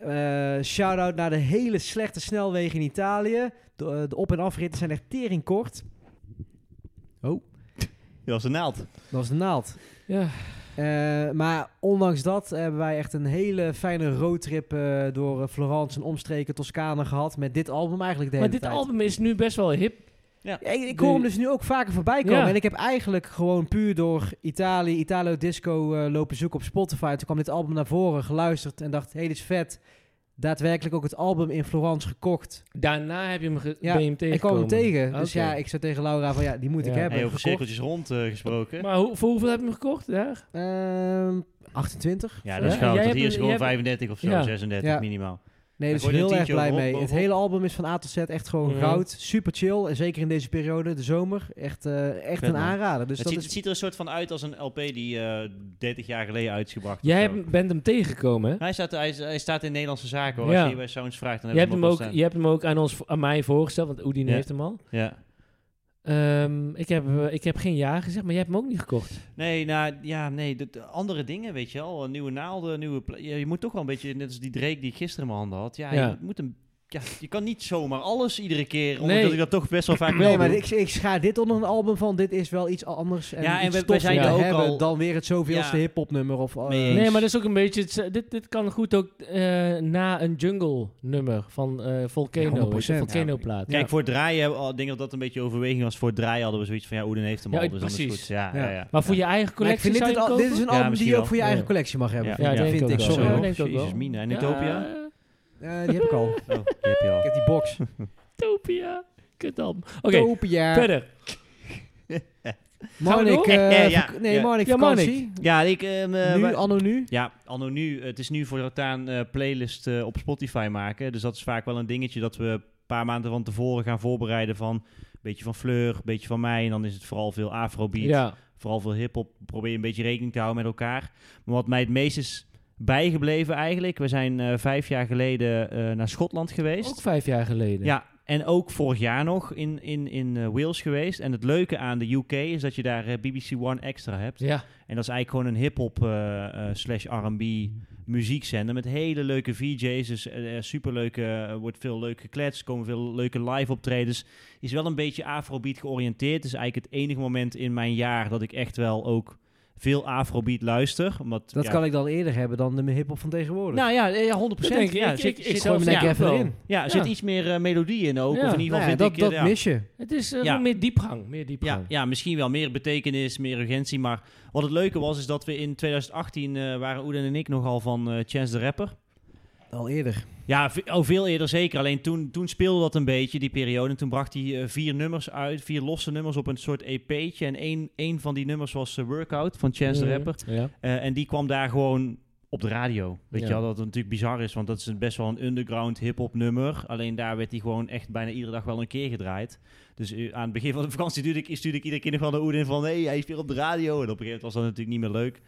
Speaker 1: Eh Shout-out naar de hele slechte snelwegen in Italië. De, eh, de op- en afritten zijn echt tering kort.
Speaker 2: Dat was een naald.
Speaker 1: Dat was de naald.
Speaker 4: Ja.
Speaker 1: Eh, maar ondanks dat hebben wij echt een hele fijne roadtrip eh, door eh, Florence en omstreken Toscane gehad. Met dit album eigenlijk de
Speaker 4: Maar
Speaker 1: hele
Speaker 4: dit
Speaker 1: tijd.
Speaker 4: album is nu best wel hip.
Speaker 1: Ja, Ik, ik hoor hem dus nu ook vaker voorbij komen.
Speaker 4: Ja.
Speaker 1: En ik heb eigenlijk gewoon puur door Italië, Italo Disco eh, lopen zoeken op Spotify. Toen kwam dit album naar voren, geluisterd en dacht, hé, hey, dit is vet. Daadwerkelijk ook het album in Florence gekocht.
Speaker 4: Daarna heb je hem ge-
Speaker 1: Ja,
Speaker 4: ben je hem
Speaker 1: Ik kwam
Speaker 4: tegengekomen.
Speaker 1: hem tegen. Dus
Speaker 4: Oké.
Speaker 1: ja, ik zei tegen Laura van, ja, die moet ik
Speaker 4: Ja.
Speaker 1: hebben.
Speaker 2: Hey, over
Speaker 1: Gekocht.
Speaker 2: cirkeltjes rond eh, gesproken.
Speaker 4: Maar hoe, voor hoeveel heb je hem gekocht daar?
Speaker 1: Ehm, 28?
Speaker 2: ja, dat is
Speaker 4: Ja,
Speaker 2: goud. Dat
Speaker 4: jij hebt
Speaker 2: hier is
Speaker 4: een-
Speaker 2: gewoon
Speaker 4: jij hebt-
Speaker 2: 35 of zo,
Speaker 4: Ja.
Speaker 2: 36
Speaker 1: Ja.
Speaker 2: minimaal.
Speaker 1: Nee,
Speaker 2: Ik
Speaker 1: dus
Speaker 2: hoor je
Speaker 1: heel
Speaker 2: een
Speaker 1: erg
Speaker 2: tientje
Speaker 1: blij
Speaker 2: overop,
Speaker 1: mee. Het
Speaker 2: overop.
Speaker 1: hele album is van A tot Z echt gewoon
Speaker 4: Mhm.
Speaker 1: goud. Super chill. En zeker in deze periode, de zomer, echt, eh, echt
Speaker 2: Vet,
Speaker 1: een
Speaker 2: man.
Speaker 1: aanrader. Dus
Speaker 2: het,
Speaker 1: dat
Speaker 2: ziet,
Speaker 1: is...
Speaker 2: het ziet er een soort van uit als een LP die eh 30 jaar geleden uitgebracht
Speaker 4: Jij
Speaker 2: of zo.
Speaker 4: hebt- bent hem tegengekomen, hè?
Speaker 2: hij, staat, hij, hij staat in Nederlandse zaken hoor.
Speaker 4: Ja.
Speaker 2: Als je hier bij Sounds vraagt, dan
Speaker 4: Je hebt, hem ook,
Speaker 2: al
Speaker 4: je hebt hem ook aan, ons, aan mij voorgesteld, want Oedien
Speaker 2: Ja.
Speaker 4: heeft hem al.
Speaker 2: staan. Ja.
Speaker 4: Ehm, ik, heb, eh, ik heb geen ja gezegd, maar jij hebt hem ook niet gekocht.
Speaker 2: Nee, nou, ja, nee, dat- andere dingen, weet je wel. Nieuwe naalden, nieuwe... pla- Ja, je moet toch wel een beetje, net als die Drake die ik gisteren in mijn handen had. Ja,
Speaker 4: Ja.
Speaker 2: je moet hem... ja, je kan niet zomaar alles iedere keer, omdat
Speaker 4: Nee.
Speaker 2: ik dat toch best wel vaak wel
Speaker 1: Nee, maar
Speaker 2: doe.
Speaker 1: ik, ik schaar dit onder een album van dit is wel iets anders en,
Speaker 2: Ja, en
Speaker 1: iets
Speaker 2: we- we
Speaker 1: tofs
Speaker 2: zijn
Speaker 1: om te
Speaker 2: er ook
Speaker 1: hebben
Speaker 2: al-
Speaker 1: dan weer het zoveelste
Speaker 2: Ja.
Speaker 1: hip-hop nummer of eh,
Speaker 2: Mee eens.
Speaker 4: Nee, maar dat is ook een beetje... het is- dit, dit kan goed ook eh, na een jungle nummer van eh
Speaker 1: Ja,
Speaker 4: Volcano.
Speaker 1: 100%.
Speaker 4: Volcano plaat.
Speaker 2: Kijk, voor het draaien, oh, ik denk dat dat een beetje overweging was. Voor het draaien hadden we zoiets van, ja, Oeden heeft hem
Speaker 4: Ja,
Speaker 2: al, dus dan is het
Speaker 4: precies.
Speaker 2: goed. Ja,
Speaker 1: Ja.
Speaker 2: ja. ja.
Speaker 4: Maar voor je eigen
Speaker 1: Maar ik
Speaker 4: collectie
Speaker 1: vind dit,
Speaker 4: zou je
Speaker 1: het al-
Speaker 4: hem
Speaker 1: dit is
Speaker 4: kopen?
Speaker 1: een album
Speaker 2: Ja,
Speaker 1: die
Speaker 2: misschien
Speaker 1: je ook
Speaker 2: wel.
Speaker 1: voor je eigen
Speaker 4: Ja.
Speaker 1: collectie mag hebben.
Speaker 2: Ja.
Speaker 4: Ja, denk
Speaker 1: vind
Speaker 4: ik ook
Speaker 1: ik
Speaker 4: wel.
Speaker 1: zo.
Speaker 4: Ja,
Speaker 2: Sorry,
Speaker 4: denk ik ook
Speaker 2: Jezus,
Speaker 4: wel.
Speaker 2: Mina. En Utopia?
Speaker 4: Ja,
Speaker 1: Eh, die heb ik al.
Speaker 2: Oh, die heb je al.
Speaker 1: Ik heb die box.
Speaker 4: Utopia. Kut dan. Oké,
Speaker 1: Utopia.
Speaker 4: verder. Gaan we
Speaker 1: Marnik,
Speaker 4: door?
Speaker 1: eh,
Speaker 2: Ja, ja.
Speaker 1: vak- nee,
Speaker 2: Ja.
Speaker 1: Marnik
Speaker 4: Ja, Marnik.
Speaker 1: vakantie.
Speaker 2: Ja, ik... ehm, eh,
Speaker 1: Nu,
Speaker 2: wa-
Speaker 1: anno nu.
Speaker 2: ja, anno nu. Het is nu voor Rotaan eh playlist eh, op Spotify maken. Dus dat is vaak wel een dingetje dat we een paar maanden van tevoren gaan voorbereiden van... Een beetje van Fleur, een beetje van mij. En dan is het vooral veel afrobeat.
Speaker 4: Ja,
Speaker 2: vooral veel hip-hop, probeer je een beetje rekening te houden met elkaar. Maar wat mij het meest is bijgebleven eigenlijk, we zijn eh, vijf jaar geleden eh, naar Schotland geweest.
Speaker 4: ook vijf jaar geleden.
Speaker 2: Ja, en ook vorig jaar nog in, in, in eh, Wales geweest. En het leuke aan de UK is dat je daar eh, BBC One Extra hebt.
Speaker 4: Ja,
Speaker 2: En dat is eigenlijk gewoon een hip-hop eh, eh, slash RB muziekzender met hele leuke VJ's. Dus eh, eh, superleuke, eh, wordt veel leuk gekletst, komen veel leuke live optredens. Is wel een beetje afrobeat georiënteerd. Is eigenlijk het enige moment in mijn jaar dat ik echt wel ook veel afrobeat luister. Omdat,
Speaker 1: Dat
Speaker 2: ja,
Speaker 1: kan ik dan eerder hebben dan de hip-hop van tegenwoordig.
Speaker 2: Nou ja, eh, ja 100
Speaker 4: dat denk ik.
Speaker 2: Ja,
Speaker 4: ik,
Speaker 2: zit-
Speaker 4: ik, ik
Speaker 2: zit
Speaker 4: gooi
Speaker 2: zelfs-
Speaker 4: me denk
Speaker 2: ja,
Speaker 4: ik even
Speaker 1: wel.
Speaker 4: in.
Speaker 2: ja, er zit
Speaker 4: Ja.
Speaker 2: iets meer eh, melodie in ook.
Speaker 4: Ja.
Speaker 2: Of in ieder
Speaker 1: Nou
Speaker 2: geval
Speaker 1: ja,
Speaker 2: vind
Speaker 1: dat,
Speaker 2: ik... eh,
Speaker 1: dat
Speaker 2: ja.
Speaker 1: mis je.
Speaker 4: Het is eh,
Speaker 2: Ja.
Speaker 4: gewoon meer diepgang. Meer diepgang.
Speaker 2: Ja, ja, misschien wel meer betekenis, meer urgentie. Maar wat het leuke was, is dat we in 2018 eh, waren Oeden en ik nogal van eh, Chance the Rapper.
Speaker 1: Al eerder.
Speaker 2: Ja, ve- oh, veel eerder zeker. Alleen toen, toen speelde dat een beetje, die periode. En toen bracht hij eh, vier nummers uit, vier losse nummers op een soort EP'tje. En één, één van die nummers was eh, Workout van Chance the
Speaker 4: Mhm.
Speaker 2: Rapper.
Speaker 4: Ja.
Speaker 2: Eh, en die kwam daar gewoon op de radio. Weet
Speaker 4: Ja.
Speaker 2: je wel, dat het natuurlijk bizar is, want dat is een best wel een underground hip-hop nummer. Alleen daar werd hij gewoon echt bijna iedere dag wel een keer gedraaid. Dus eh, aan het begin van de vakantie stuurde ik, stuurde ik iedere keer nog wel naar Oedin van nee, hij is weer op de radio. En op een gegeven moment was dat natuurlijk niet meer leuk.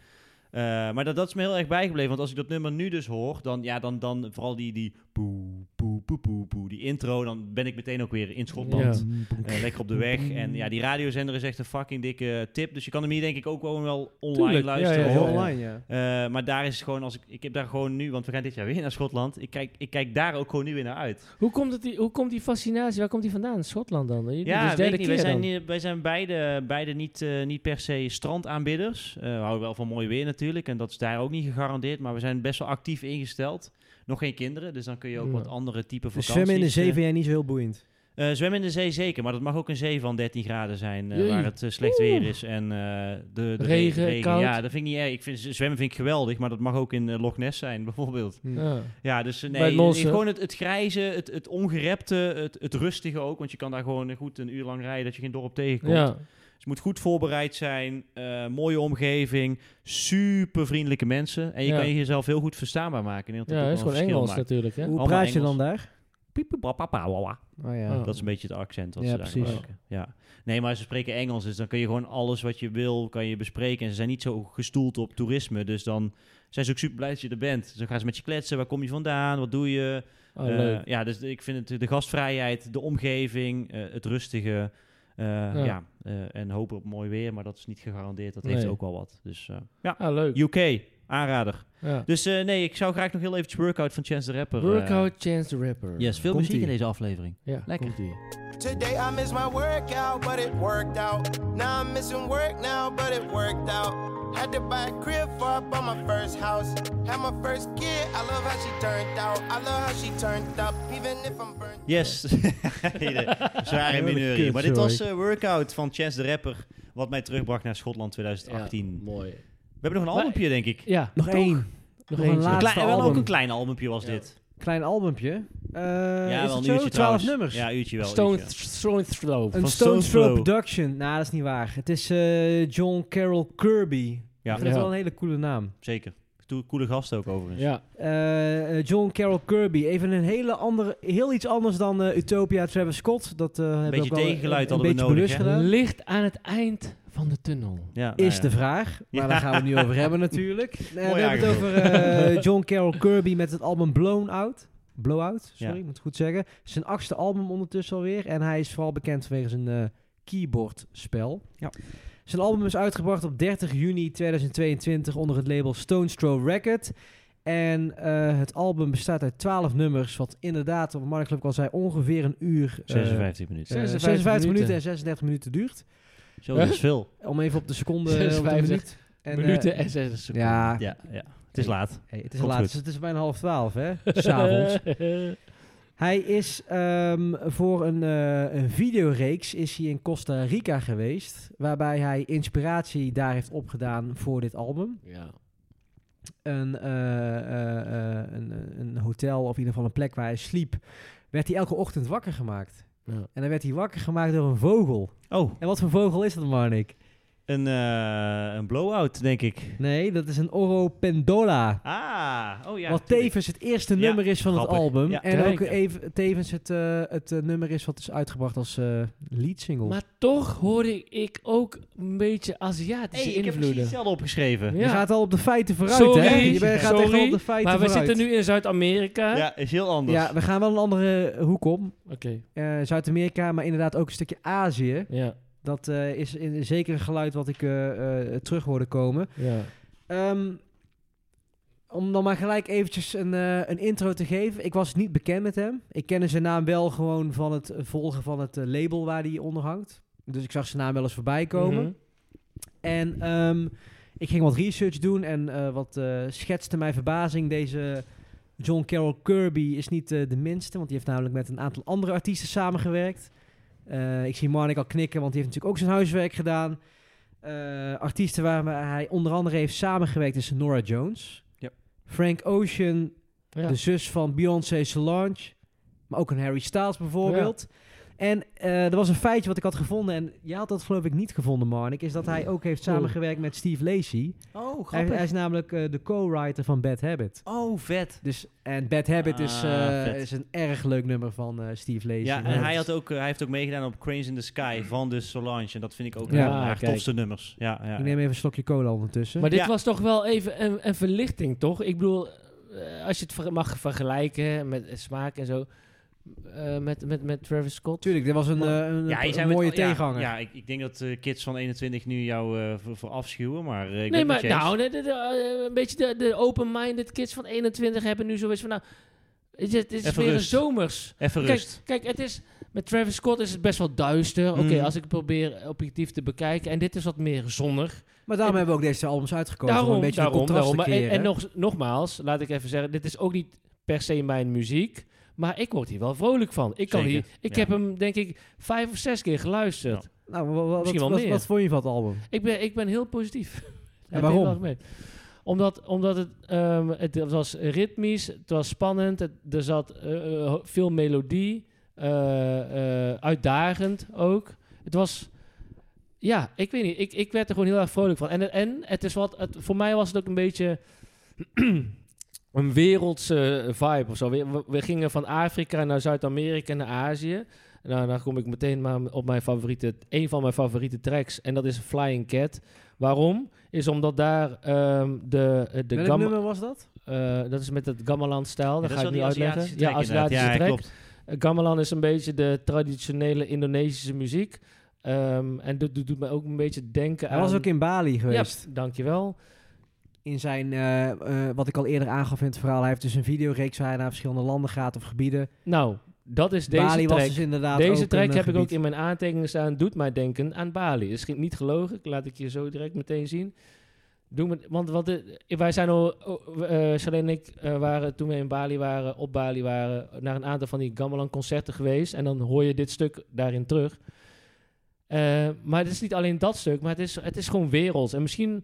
Speaker 2: Eh, maar dat, dat is me heel erg bijgebleven, want als ik dat nummer nu dus hoor, dan, ja, dan, dan vooral die, die poe, poe, poe, poe, poe, die intro, dan ben ik meteen ook weer in Schotland.
Speaker 4: Ja.
Speaker 2: Eh, lekker op de weg. En ja, die radiozender is echt een fucking dikke tip. Dus je kan hem hier denk ik ook gewoon wel online
Speaker 4: Tuurlijk, ja,
Speaker 2: luisteren.
Speaker 4: ja, ja.
Speaker 2: horen.
Speaker 1: Online, ja.
Speaker 2: Eh, maar daar is het gewoon, als ik, ik heb daar gewoon nu, want we gaan dit jaar weer naar Schotland. Ik kijk, ik kijk daar ook gewoon nu weer naar uit.
Speaker 4: Hoe, komt het die, hoe komt die fascinatie? Waar komt die vandaan? Schotland dan? Dit
Speaker 2: Ja,
Speaker 4: is
Speaker 2: weet
Speaker 4: de derde
Speaker 2: ik niet.
Speaker 4: keer
Speaker 2: Wij zijn,
Speaker 4: dan.
Speaker 2: niet- wij zijn beide, beide niet, eh, niet per se strandaanbidders. Eh, we houden wel van mooi weer natuurlijk. En dat is daar ook niet gegarandeerd. Maar we zijn best wel actief ingesteld. Nog geen kinderen, dus dan kun je ook
Speaker 4: Ja.
Speaker 2: wat andere type
Speaker 1: Dus
Speaker 2: vakanties...
Speaker 1: zwemmen in de
Speaker 2: eh,
Speaker 1: zee vind jij niet zo heel boeiend.
Speaker 2: Eh, zwemmen in de zee zeker, maar dat mag ook een zee van 13 graden zijn eh,
Speaker 4: Jee.
Speaker 2: waar het eh, slecht weer is en eh, de, de
Speaker 4: Regen, koud.
Speaker 2: Ja, dat vind ik niet erg. Ik vind, zwemmen vind ik geweldig, maar dat mag ook in eh, Loch Ness zijn [LAUGHS] bijvoorbeeld.
Speaker 4: Ja.
Speaker 2: Ja, dus eh,
Speaker 4: Bij het
Speaker 2: nee,
Speaker 4: Noorse.
Speaker 2: eh, gewoon het, het grijze, het, het ongerepte, het, het rustige ook, want je kan daar gewoon eh, goed een uur lang rijden dat je geen dorp tegenkomt.
Speaker 4: Ja.
Speaker 2: Dus je moet goed voorbereid zijn, eh, mooie omgeving, super vriendelijke mensen en je
Speaker 4: Ja.
Speaker 2: kan jezelf heel goed verstaanbaar maken. Ik denk dat
Speaker 4: ja,
Speaker 2: ook
Speaker 4: dat is
Speaker 2: wel een
Speaker 4: gewoon Engels
Speaker 2: verschil
Speaker 4: natuurlijk. Hè?
Speaker 1: Hoe
Speaker 2: Allemaal
Speaker 1: praat je
Speaker 2: Engels.
Speaker 1: dan daar?
Speaker 2: maakt.
Speaker 1: Oh ja.
Speaker 4: Oh.
Speaker 2: Dat is een beetje het accent wat
Speaker 1: Ja,
Speaker 2: ze daar
Speaker 1: precies.
Speaker 2: gebruiken. Ja. Nee, maar ze spreken Engels, dus dan kun je gewoon alles wat je wil, kan je bespreken. En ze zijn niet zo gestoeld op toerisme, dus dan zijn ze ook super blij dat je er bent. Dus dan gaan ze met je kletsen, waar kom je vandaan, wat doe je?
Speaker 4: Oh,
Speaker 2: Eh,
Speaker 4: leuk.
Speaker 2: ja, dus ik vind het de gastvrijheid, de omgeving, eh, het rustige. eh, ja, eh, en hopen op mooi weer, maar dat is niet gegarandeerd. Dat heeft
Speaker 4: Nee.
Speaker 2: ook wel wat. Dus eh, ja,
Speaker 4: Ah, leuk.
Speaker 2: UK, aanrader.
Speaker 4: Ja.
Speaker 2: Dus eh, nee, ik zou graag nog heel eventjes Workout van Chance the Rapper. eh,
Speaker 4: Workout Chance the Rapper.
Speaker 2: yes, veel
Speaker 1: Komt-ie.
Speaker 2: muziek in deze aflevering.
Speaker 4: Ja,
Speaker 2: Lekker.
Speaker 4: komt-ie.
Speaker 8: Today I missed my workout, but it worked out. Now I'm missing work now, but it worked out. Had to buy a crib for up on my first house. Had my first kid, I love how she turned out. I love how she turned up, even if I'm burnt.
Speaker 2: Yes. [LAUGHS] Hele eh, Zware mineurie.
Speaker 1: kut,
Speaker 2: Maar dit
Speaker 1: sorry.
Speaker 2: was eh, Workout van Chance de Rapper. Wat mij terugbracht naar Schotland 2018.
Speaker 4: Ja, mooi.
Speaker 2: We hebben nog een
Speaker 4: Maar-
Speaker 2: albumje, denk ik.
Speaker 4: Ja,
Speaker 1: Nog één.
Speaker 4: nog
Speaker 1: een
Speaker 4: één.
Speaker 1: laatste.
Speaker 2: Een klein, wel ook
Speaker 1: album.
Speaker 2: een klein albumpje was dit.
Speaker 1: Klein albumpje. Eh,
Speaker 2: ja,
Speaker 1: is
Speaker 2: wel
Speaker 1: het
Speaker 2: een
Speaker 1: zo?
Speaker 2: uurtje
Speaker 1: 12
Speaker 2: trouwens.
Speaker 1: nummers.
Speaker 2: Ja, uurtje wel.
Speaker 4: Stone,
Speaker 2: uurtje.
Speaker 4: Stone Throw.
Speaker 1: Een
Speaker 2: Van
Speaker 1: Stone
Speaker 2: Stone
Speaker 1: Throw
Speaker 2: Throw.
Speaker 1: Production. Nou, dat is niet waar. Het is eh, John Carroll Kirby.
Speaker 2: Ja.
Speaker 1: Ik vind dat
Speaker 4: Ja.
Speaker 1: wel een hele coole naam.
Speaker 2: Zeker. Toe- Coole gast ook overigens.
Speaker 4: Ja,
Speaker 1: Eh, John Carroll Kirby. Even een hele andere, heel iets anders dan eh, Utopia Travis Scott. Dat eh hebben we
Speaker 2: beetje
Speaker 1: ook wel een-
Speaker 2: tegengeluid
Speaker 1: een,
Speaker 2: hadden we
Speaker 1: beetje
Speaker 2: nodig,
Speaker 1: belust
Speaker 2: hè?
Speaker 1: gedaan.
Speaker 4: licht aan het eind van de tunnel.
Speaker 2: Ja, nou
Speaker 1: Is
Speaker 2: ja.
Speaker 1: de vraag. Maar daar gaan we het
Speaker 2: [LAUGHS]
Speaker 1: nu over hebben natuurlijk. Eh, we hebben het over
Speaker 2: aangevuld.
Speaker 1: eh, John Carroll Kirby met het album Blown Out. Blowout, sorry,
Speaker 2: Ja.
Speaker 1: ik moet het goed zeggen. Zijn achtste album ondertussen alweer. En hij is vooral bekend vanwege zijn eh, keyboardspel.
Speaker 2: Ja.
Speaker 1: Zijn album is uitgebracht op 30 juni 2022 onder het label Stone Throw Record. En eh, het album bestaat uit 12 nummers, wat inderdaad, wat Mark Club al zei, ongeveer een uur. eh,
Speaker 2: 56 minuten.
Speaker 1: eh,
Speaker 4: 56
Speaker 1: 56 minuten
Speaker 4: minuten
Speaker 1: en 36 minuten duurt.
Speaker 2: Zo, dat is veel.
Speaker 1: Om even op de
Speaker 4: [LAUGHS]
Speaker 1: seconde. eh, op de
Speaker 4: 56
Speaker 1: minuut. En, eh,
Speaker 4: minuten en 60 seconden.
Speaker 1: ja,
Speaker 2: Ja, ja. Het is laat.
Speaker 1: hey, het is
Speaker 2: Komt
Speaker 1: laat.
Speaker 2: goed.
Speaker 1: Het is bijna half twaalf,
Speaker 4: [LAUGHS]
Speaker 1: hè? S'avonds. Hij is ehm, voor een, eh, een videoreeks is hij in Costa Rica geweest. Waarbij hij inspiratie daar heeft opgedaan voor dit album.
Speaker 4: ja.
Speaker 1: Een, eh, eh, eh, een, een hotel, of in ieder geval een plek waar hij sliep, werd hij elke ochtend wakker gemaakt.
Speaker 4: Ja.
Speaker 1: En dan werd hij wakker gemaakt door een vogel.
Speaker 2: Oh,
Speaker 1: En wat voor vogel is dat, Marnik?
Speaker 2: een, eh, een blow-out, denk ik.
Speaker 1: Nee, dat is een oropendola.
Speaker 2: Ah, oh ja.
Speaker 1: wat
Speaker 2: tuurlijk.
Speaker 1: tevens het eerste
Speaker 2: Ja,
Speaker 1: nummer is van het
Speaker 2: grappig.
Speaker 1: album.
Speaker 2: Ja.
Speaker 1: en
Speaker 4: Kijk.
Speaker 1: ook even, tevens het, eh, het eh, nummer is wat is uitgebracht als eh lead single.
Speaker 4: Maar toch hoorde ik ook een beetje Aziatische
Speaker 2: Hey, ik heb precies
Speaker 4: invloeden.
Speaker 2: hetzelfde opgeschreven.
Speaker 1: Je gaat al op de feiten vooruit,
Speaker 4: Sorry,
Speaker 1: hè? Je bent- gaat echt
Speaker 4: sorry,
Speaker 1: al op de feiten
Speaker 4: Maar we
Speaker 1: vooruit.
Speaker 4: zitten nu in Zuid-Amerika.
Speaker 2: Ja, is heel anders.
Speaker 1: Ja, we gaan wel een andere hoek om.
Speaker 4: Oké,
Speaker 1: Eh, Zuid-Amerika, maar inderdaad ook een stukje Azië.
Speaker 4: ja,
Speaker 1: Dat eh, is in, zeker een geluid wat ik eh, eh, terug hoorde komen.
Speaker 4: ja.
Speaker 1: Ehm, om dan maar gelijk eventjes een, eh, een intro te geven. Ik was niet bekend met hem. Ik kende zijn naam wel gewoon van het volgen van het eh, label waar hij onder hangt. Dus ik zag zijn naam wel eens voorbij komen.
Speaker 4: Mhm.
Speaker 1: En ehm, ik ging wat research doen en eh, wat eh, schetste mijn verbazing. Deze John Carroll Kirby is niet eh, de minste, want die heeft namelijk met een aantal andere artiesten samengewerkt. Eh, ik zie Marnik al knikken, want die heeft natuurlijk ook zijn huiswerk gedaan. Eh, artiesten waar hij onder andere heeft samengewerkt is Nora Jones.
Speaker 2: Yep.
Speaker 1: Frank Ocean,
Speaker 4: Ja.
Speaker 1: de zus van Beyoncé Solange. Maar ook een Harry Styles bijvoorbeeld. En eh, er was een feitje wat ik had gevonden. En jij had dat geloof ik niet gevonden, Marnik. Is dat hij ook heeft
Speaker 4: Oh.
Speaker 1: samengewerkt met Steve Lacey.
Speaker 2: Oh,
Speaker 1: Hij, hij is namelijk eh, de co-writer van Bad Habit.
Speaker 2: Oh, vet.
Speaker 1: Dus, en Bad Habit is,
Speaker 2: Ah,
Speaker 1: eh,
Speaker 2: vet.
Speaker 1: is een erg leuk nummer van eh, Steve Lacey.
Speaker 2: Ja,
Speaker 1: Maar
Speaker 2: en
Speaker 1: dat
Speaker 2: hij,
Speaker 1: is-
Speaker 2: had ook, eh, hij heeft ook meegedaan op Cranes in the Sky van dus Solange. En dat vind ik ook
Speaker 1: Ja,
Speaker 2: een van haar
Speaker 4: kijk.
Speaker 2: tofste nummers. Ja, ja,
Speaker 1: Ik
Speaker 2: ja.
Speaker 1: neem even een slokje cola ondertussen.
Speaker 4: Maar dit
Speaker 2: Ja.
Speaker 4: was toch wel even een, een verlichting, toch? Ik bedoel, eh, als je het ver- mag vergelijken met eh, smaak en zo, eh, met, met, met Travis Scott.
Speaker 1: Tuurlijk, dit was een,
Speaker 4: Maar-
Speaker 1: eh, een,
Speaker 2: Ja, je
Speaker 1: een
Speaker 2: zei met-
Speaker 1: mooie
Speaker 4: oh,
Speaker 2: ja,
Speaker 1: tegenhanger.
Speaker 2: Ja, ik, ik denk dat eh, kids van 21 nu jou eh, voor, voor afschuwen, maar eh, ik
Speaker 4: nee,
Speaker 2: ben
Speaker 4: maar
Speaker 2: het met je eens.
Speaker 4: nou, de- de- de, eh, een beetje de, de open-minded kids van 21 hebben nu zoiets van, nou, het is, het is
Speaker 2: Even
Speaker 4: weer een
Speaker 2: rust.
Speaker 4: zomers.
Speaker 2: Even
Speaker 4: Kijk,
Speaker 2: rust.
Speaker 4: kijk, het is, met Travis Scott is het best wel duister. Oké,
Speaker 2: Mm.
Speaker 4: als ik het probeer objectief te bekijken. En dit is wat meer zonnig.
Speaker 1: Maar daarom
Speaker 4: Ik-
Speaker 1: hebben we ook deze albums uitgekozen. om een
Speaker 4: Daarom,
Speaker 1: beetje
Speaker 4: daarom,
Speaker 1: een contrast
Speaker 4: daarom. Maar
Speaker 1: te
Speaker 4: En,
Speaker 1: creëren.
Speaker 4: en nog, nogmaals, laat ik even zeggen, dit is ook niet per se mijn muziek. Maar ik word hier wel vrolijk van. Ik, kan
Speaker 2: Zeker,
Speaker 4: hier, ik
Speaker 2: ja.
Speaker 4: heb hem, denk ik, vijf of zes keer geluisterd.
Speaker 1: nou, wa- wa- wat,
Speaker 4: Misschien wel
Speaker 1: wat,
Speaker 4: meer.
Speaker 1: wat vond je van het album?
Speaker 4: Ik, ben, ik ben heel positief. [LAUGHS] Heb ik
Speaker 1: waarom?
Speaker 4: wel gemerkt. Omdat, omdat het, ehm, het was ritmisch, het was spannend, het- er zat eh, eh, veel melodie, eh, eh, uitdagend ook. Het was, ja, ik weet niet, ik, ik werd er gewoon heel erg vrolijk van. En, en het is wat, het, voor mij was het ook een beetje een wereldse vibe of zo. We, we- we gingen van Afrika naar Zuid-Amerika naar Azië. Nou, dan kom ik meteen maar op mijn favoriete, een van mijn favoriete tracks. En dat is Flying Cat. Waarom? Is omdat daar ehm, de, eh, de
Speaker 1: Welk
Speaker 4: gamma,
Speaker 1: nummer was dat?
Speaker 4: eh, dat is met het Gamelan-stijl.
Speaker 2: Ja,
Speaker 4: dat
Speaker 2: dat
Speaker 4: ga
Speaker 2: is
Speaker 4: ik
Speaker 2: wel
Speaker 4: nu
Speaker 2: die
Speaker 4: uitleggen.
Speaker 2: Aziatische
Speaker 4: Ja,
Speaker 2: track inderdaad.
Speaker 4: Aziatische
Speaker 2: Ja,
Speaker 4: track.
Speaker 2: klopt.
Speaker 4: Eh, Gamelan is een beetje de traditionele Indonesische muziek. Ehm, en dat doet, doet mij ook een beetje denken
Speaker 1: Hij
Speaker 4: aan...
Speaker 1: was ook in Bali
Speaker 4: Ehm, Ja,
Speaker 1: geweest.
Speaker 4: dankjewel.
Speaker 1: in zijn, eh, eh, wat ik al eerder aangaf in het verhaal, hij heeft dus een videoreeks waar hij naar verschillende landen gaat of gebieden.
Speaker 4: Nou, dat is deze
Speaker 1: Bali
Speaker 4: track.
Speaker 1: was dus inderdaad ook
Speaker 4: Deze
Speaker 1: een,
Speaker 4: track
Speaker 1: eh,
Speaker 4: heb ik ook
Speaker 1: gebied.
Speaker 4: in mijn aantekeningen staan. Doet mij denken aan Bali. Is geen- niet gelogen. Laat ik je zo direct meteen zien. Doe me, want want eh, wij zijn al... oh, eh, Charlene en ik eh, waren toen we in Bali waren, op Bali waren... naar een aantal van die gamelan-concerten geweest. En dan hoor je dit stuk daarin terug. Eh, maar het is niet alleen dat stuk. Maar het is, het is gewoon werelds. En misschien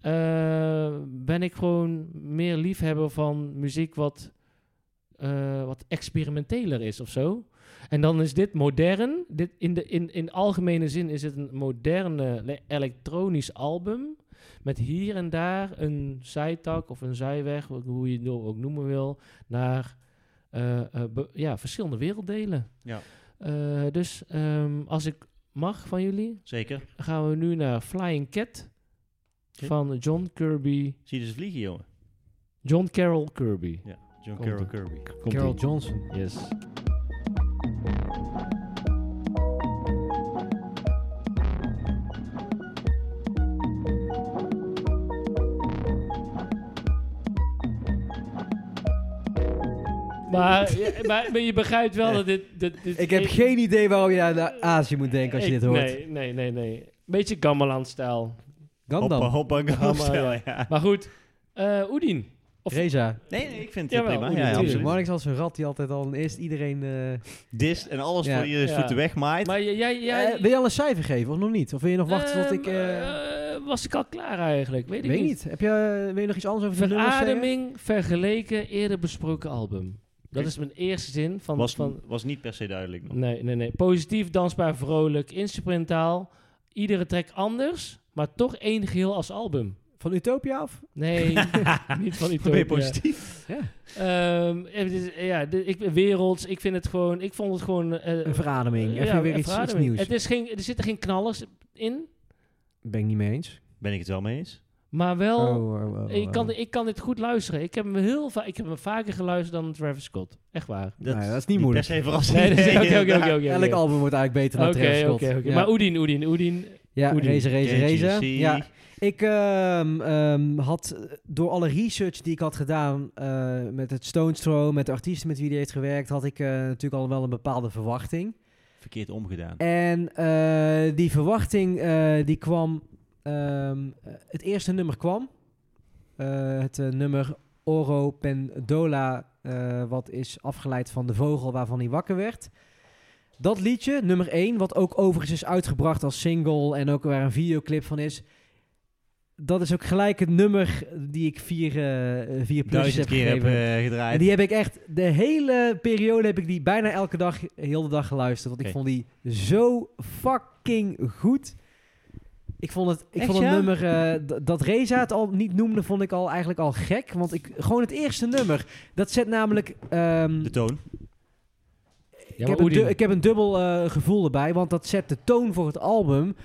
Speaker 4: eh, ben ik gewoon meer liefhebber van muziek wat... eh, wat experimenteler is of zo. En dan is dit modern. Dit in, de, in, in algemene zin is het een moderne le- elektronisch album. Met hier en daar een zijtak of een zijweg, wat- hoe je het nou ook noemen wil, naar eh, eh, be- ja, verschillende werelddelen.
Speaker 2: Ja.
Speaker 4: Eh, dus ehm, als ik mag van jullie,
Speaker 2: Zeker.
Speaker 4: gaan we nu naar Flying Cat
Speaker 2: Oké.
Speaker 4: van John Kirby.
Speaker 2: Zie je dus vliegen, jongen.
Speaker 4: John Carroll Kirby.
Speaker 2: John
Speaker 4: Komt
Speaker 2: Carroll
Speaker 4: ie.
Speaker 2: Kirby.
Speaker 4: Komt-ie.
Speaker 1: Carol Johnson.
Speaker 4: Yes. Maar, ja, maar, maar je begrijpt wel dat dit... dit, dit
Speaker 1: Ik heb geen idee waarom je aan de Azië moet denken als je
Speaker 4: ik-
Speaker 1: dit hoort.
Speaker 4: Nee, nee, nee. nee. Beetje Gamelan-stijl.
Speaker 2: Hoppa,
Speaker 1: Gandalf,
Speaker 2: hoppa,
Speaker 4: Gamma,
Speaker 2: gamma.
Speaker 4: ja. Maar goed, eh Oedien. Of-
Speaker 1: Reza.
Speaker 2: Nee, nee, ik vind het
Speaker 4: Jawel,
Speaker 2: prima. Ja,
Speaker 4: hoe die
Speaker 2: ja,
Speaker 4: natuurlijk.
Speaker 1: Tuurlijk,
Speaker 2: absoluut.
Speaker 1: Marnix als een rat die altijd al eerst iedereen... eh,
Speaker 2: Dis en alles
Speaker 1: Ja.
Speaker 2: voor je
Speaker 4: Ja.
Speaker 2: voeten wegmaait.
Speaker 4: Maar jij... jij,
Speaker 1: eh,
Speaker 4: jij
Speaker 1: wil je al een cijfer geven of nog niet? Of wil je nog wachten tot
Speaker 4: Ehm,
Speaker 1: ik... eh,
Speaker 4: eh, was ik al klaar eigenlijk? Weet ik
Speaker 1: weet
Speaker 4: niet.
Speaker 1: niet. Heb je, eh, wil je nog iets anders over de nummers zeggen?
Speaker 4: Verademing vergeleken eerder besproken album. Dat is mijn eerste zin van...
Speaker 2: was,
Speaker 4: van
Speaker 2: was niet per se duidelijk. nog.
Speaker 4: nee, nee, nee. Positief, dansbaar, vrolijk, instrumentaal. Iedere track anders, maar toch één geheel als album.
Speaker 1: Van Utopia af? [LAUGHS]
Speaker 4: Nee, niet van
Speaker 2: Dan ben
Speaker 4: Utopia.
Speaker 2: je positief.
Speaker 4: Ehm, het is- ja, de- ik, werelds, ik vind het gewoon... Ik vond het gewoon... eh,
Speaker 1: Een verademing. Even
Speaker 4: ja,
Speaker 1: weer
Speaker 4: een
Speaker 1: iets, iets
Speaker 4: verademing.
Speaker 1: nieuws.
Speaker 4: Het is geen, er zitten geen knallers in,
Speaker 1: Ben ik niet mee eens.
Speaker 2: Ben ik het wel mee eens?
Speaker 4: maar wel...
Speaker 1: oh, oh, oh.
Speaker 4: Ik kan, ik kan dit goed luisteren. Ik heb hem heel vaak, ik heb hem vaker geluisterd dan Travis Scott. Echt waar.
Speaker 1: Nou ja, dat is niet moeilijk.
Speaker 2: Per se verrassend.
Speaker 4: Nee,
Speaker 2: [LAUGHS]
Speaker 4: nee, oké, oké, oké, oké.
Speaker 1: Elk album wordt eigenlijk beter dan Travis
Speaker 4: Oké,
Speaker 1: Scott.
Speaker 4: oké, oké.
Speaker 1: Ja.
Speaker 4: Maar Oedien, Oedien, Oedien.
Speaker 1: Ja,
Speaker 4: Oedi.
Speaker 1: race, race,
Speaker 2: KGC.
Speaker 1: race. Ja, ik ehm, ehm, had eh, door alle research die ik had gedaan eh, met het Stones Throw, met de artiesten met wie hij heeft gewerkt, had ik eh, natuurlijk al wel een bepaalde verwachting.
Speaker 2: Verkeerd omgedaan.
Speaker 1: En eh, die verwachting eh, die kwam, ehm, eh, het eerste nummer kwam, Eh, het eh, nummer Oro Pendola, eh, wat is afgeleid van de vogel waarvan hij wakker werd. Dat liedje, nummer 1, wat ook overigens is uitgebracht als single en ook waar een videoclip van is. Dat is ook gelijk het nummer die ik vier, eh vier plus
Speaker 2: Duizend
Speaker 1: heb
Speaker 2: keer heb
Speaker 1: gegeven.
Speaker 2: eh,
Speaker 1: En
Speaker 2: gedraaid.
Speaker 1: die heb ik echt de hele periode heb ik die bijna elke dag, heel de dag geluisterd. Want
Speaker 2: Oké.
Speaker 1: ik vond die zo fucking goed. Ik vond het, ik
Speaker 2: Echt,
Speaker 1: vond het
Speaker 2: ja?
Speaker 1: nummer eh, d- dat Reza het al niet noemde, vond ik al eigenlijk al gek. Want ik, gewoon het eerste nummer. Dat zet namelijk. ehm,
Speaker 2: De toon.
Speaker 4: Ja,
Speaker 1: ik, heb
Speaker 4: maar
Speaker 1: een du-
Speaker 4: Oedien.
Speaker 1: ik heb een dubbel eh, gevoel erbij, want dat zet de toon voor het album.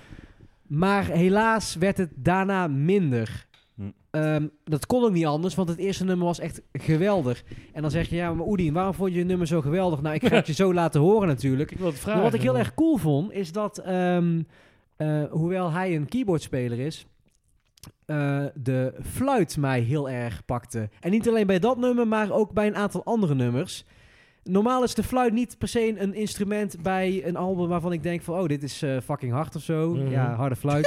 Speaker 1: Maar helaas werd het daarna minder.
Speaker 2: Hm.
Speaker 1: Ehm, dat kon ook niet anders, want het eerste nummer was echt geweldig. En dan zeg je, ja, maar Oedien, waarom vond je het nummer zo geweldig? Nou, ik ga het
Speaker 4: [LAUGHS]
Speaker 1: je zo laten horen natuurlijk.
Speaker 4: nou, Ik wil het
Speaker 1: Maar
Speaker 4: vragen.
Speaker 1: wat ik heel [LAUGHS] erg cool vond, is dat, ehm, eh, hoewel hij een keyboardspeler is, eh, de fluit mij heel erg pakte. En niet alleen bij dat nummer, maar ook bij een aantal andere nummers. Normaal is de fluit niet per se een instrument bij een album waarvan ik denk van, oh, dit is eh, fucking hard of zo.
Speaker 4: Mhm.
Speaker 1: Ja, harde fluit.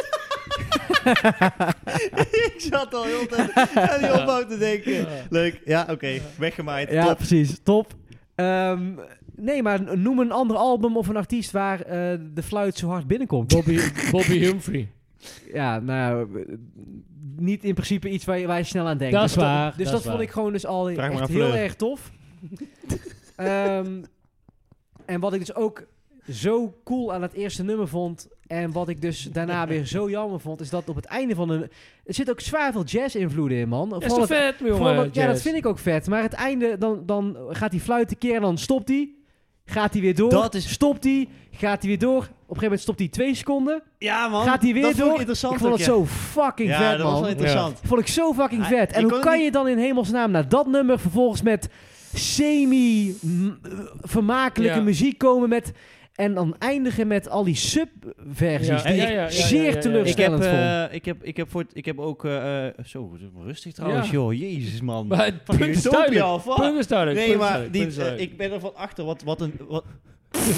Speaker 2: ik zat al heel de [LAUGHS] tijd aan die opbouw te denken. Leuk. Ja, oké. Weggemaaid.
Speaker 1: ja,
Speaker 2: Top.
Speaker 1: precies. Top. Ehm, nee, maar noem een ander album of een artiest waar eh, de fluit zo hard binnenkomt.
Speaker 4: Bobby, Bobby Humphrey.
Speaker 1: Ja, nou, eh, niet in principe iets waar je, waar je snel aan denkt.
Speaker 4: Dat
Speaker 1: Dus
Speaker 4: is waar,
Speaker 1: Dus
Speaker 4: dat
Speaker 1: dat
Speaker 4: is
Speaker 1: vond
Speaker 4: waar.
Speaker 1: ik gewoon dus al
Speaker 2: Vraag maar
Speaker 1: echt
Speaker 2: aan
Speaker 1: heel
Speaker 2: Fleur.
Speaker 1: erg
Speaker 4: [LAUGHS]
Speaker 1: tof. Ehm, en wat ik dus ook zo cool aan het eerste nummer vond... en wat ik dus
Speaker 4: [LAUGHS]
Speaker 1: daarna weer zo jammer vond... is dat op het einde van een... Er zit ook zwaar veel jazz-invloeden in, man.
Speaker 4: Dat is
Speaker 1: Vooral
Speaker 4: toch
Speaker 1: het-
Speaker 4: vet,
Speaker 1: vooral
Speaker 4: jongen?
Speaker 1: dat- ja, dat vind ik ook vet. Maar het einde, dan, dan gaat die fluit een keer en dan stopt die... Gaat hij weer door?
Speaker 2: Dat is-
Speaker 1: Stopt hij? Gaat hij weer door? Op een gegeven moment stopt hij twee seconden.
Speaker 2: Ja, man.
Speaker 1: Gaat hij weer
Speaker 2: dat
Speaker 1: door?
Speaker 2: Vond ik, interessant
Speaker 1: Ik vond
Speaker 2: ook,
Speaker 1: het
Speaker 2: ja.
Speaker 1: zo fucking
Speaker 2: Ja,
Speaker 1: vet,
Speaker 2: dat
Speaker 1: man.
Speaker 2: was wel interessant.
Speaker 1: Vond ik zo fucking
Speaker 2: Ah,
Speaker 1: vet. En
Speaker 2: je
Speaker 1: hoe
Speaker 2: kon
Speaker 1: kan,
Speaker 2: het niet-
Speaker 1: je dan in hemelsnaam naar dat nummer vervolgens met semi-vermakelijke
Speaker 4: Ja.
Speaker 1: muziek komen met... En dan eindigen met al die subversies
Speaker 4: Ja,
Speaker 1: die
Speaker 4: ja,
Speaker 1: ik
Speaker 4: ja, ja,
Speaker 1: zeer
Speaker 4: ja, ja, ja.
Speaker 2: Ik heb,
Speaker 1: teleurstellend vond.
Speaker 2: eh, ik, heb, ik, heb voor, het- ik heb ook... eh, eh, zo, rustig trouwens,
Speaker 4: Ja.
Speaker 2: joh. Jezus, man.
Speaker 4: Maar het
Speaker 2: Fucking
Speaker 4: punt is
Speaker 2: Utopia
Speaker 4: duidelijk.
Speaker 2: of wat?
Speaker 4: Punt is duidelijk.
Speaker 2: Nee,
Speaker 4: punt is
Speaker 2: maar
Speaker 4: duidelijk,
Speaker 2: die, eh,
Speaker 4: punt is duidelijk.
Speaker 2: ik ben ervan achter. Wat, wat een... Wat,
Speaker 1: Hey,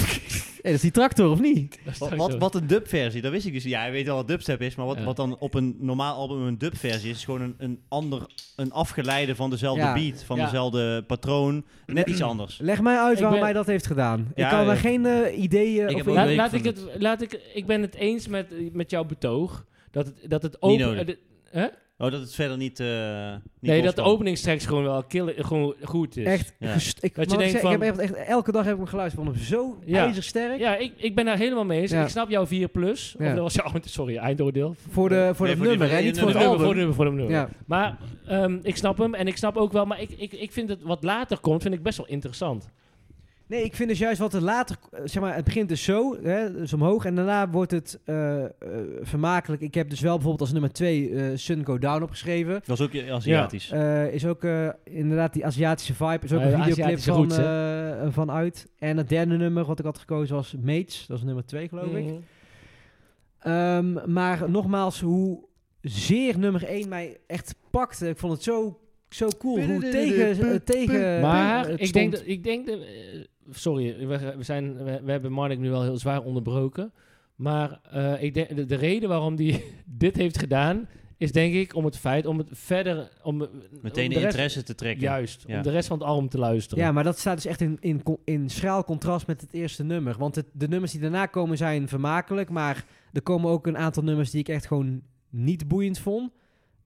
Speaker 1: dat is die tractor, of niet?
Speaker 4: [LAUGHS] Dat is
Speaker 2: Wat,
Speaker 4: duidelijk.
Speaker 2: wat, wat een dubversie, dat wist ik dus. Ja, je weet wel wat dubstep is, maar wat,
Speaker 4: Ja.
Speaker 2: wat dan op een normaal album een dubversie is, is gewoon een, een ander, een afgeleide van dezelfde
Speaker 1: Ja.
Speaker 2: beat, van
Speaker 4: Ja.
Speaker 2: dezelfde patroon, net iets anders. [CLEARS THROAT]
Speaker 1: Leg mij uit
Speaker 4: Ik
Speaker 1: waarom
Speaker 4: ben-
Speaker 1: hij dat heeft gedaan.
Speaker 2: Ja,
Speaker 1: ik kan
Speaker 2: ja.
Speaker 1: daar geen eh, ideeën...
Speaker 2: Ik
Speaker 1: of
Speaker 2: heb
Speaker 1: een-
Speaker 2: ook-
Speaker 4: laat,
Speaker 2: week
Speaker 4: laat
Speaker 2: van
Speaker 4: ik het, laat ik, ik ben het eens met, met jouw betoog. Dat het, dat het
Speaker 2: Niet
Speaker 4: open...
Speaker 2: nodig.
Speaker 4: eh, de- hè?
Speaker 2: Oh, dat het verder niet. eh, niet
Speaker 4: Nee, dat de
Speaker 2: loskwam.
Speaker 4: openingstracks gewoon wel killer, gewoon goed is.
Speaker 1: Echt,
Speaker 2: Ja.
Speaker 1: gest- ik,
Speaker 4: Dat je
Speaker 1: maar wat ik,
Speaker 4: denkt
Speaker 1: zei, ik
Speaker 4: van-
Speaker 1: heb echt, echt elke dag heb ik hem geluisterd. Ik vond hem zo
Speaker 4: Ja.
Speaker 1: ijzersterk.
Speaker 4: Ja, ik, ik ben daar helemaal mee eens.
Speaker 1: Ja.
Speaker 4: Ik snap jouw 4 plus.
Speaker 1: Ja.
Speaker 4: Of dat was jouw, [LAUGHS] sorry, eindoordeel.
Speaker 1: Voor, de, voor
Speaker 2: Nee,
Speaker 1: dat
Speaker 2: voor die-
Speaker 1: nummer, hè? Niet voor
Speaker 2: voor die
Speaker 1: het
Speaker 4: Voor de nummer,
Speaker 1: album.
Speaker 4: voor de nummer, voor de nummer.
Speaker 1: Ja.
Speaker 4: Maar ehm, ik snap hem en ik snap ook wel, maar ik, ik, ik vind het wat later komt, vind ik best wel interessant.
Speaker 1: Nee, ik vind dus juist wat er later... eh, Zeg maar, het begint dus zo, hè, dus omhoog. En daarna wordt het eh, eh, vermakelijk. Ik heb dus wel bijvoorbeeld als nummer 2 Sun Go Down opgeschreven.
Speaker 2: Het was ook Aziatisch.
Speaker 1: Eh, is ook eh, inderdaad die Aziatische vibe. Is ook
Speaker 4: Ja, de
Speaker 1: een videoclip
Speaker 4: Aziatische
Speaker 1: van,
Speaker 4: roots,
Speaker 1: eh, van uit. En het derde nummer wat ik had gekozen was Mates. Dat is nummer 2, geloof ik.
Speaker 4: Mhm.
Speaker 1: Ehm, maar nogmaals, hoe zeer nummer 1 mij echt pakte. Ik vond het zo zo cool hoe tegen, eh, tegen
Speaker 4: Maar
Speaker 1: het
Speaker 4: ik
Speaker 1: stond.
Speaker 4: denk, dat, ik denk dat, eh, sorry, we, we zijn, we, we hebben Marnik nu wel heel zwaar onderbroken. Maar eh, ik denk, de, de reden waarom hij [LAUGHS] dit heeft gedaan, is denk ik om het feit om het verder. Om, eh,
Speaker 2: Meteen de
Speaker 4: om rest-
Speaker 2: interesse te trekken.
Speaker 4: Juist,
Speaker 2: Ja.
Speaker 4: om de rest van het album te luisteren.
Speaker 1: Ja, maar dat staat dus echt in, in, co- in schraal contrast met het eerste nummer. Want het, de nummers die daarna komen zijn vermakelijk. Maar er komen ook een aantal nummers die ik echt gewoon niet boeiend vond.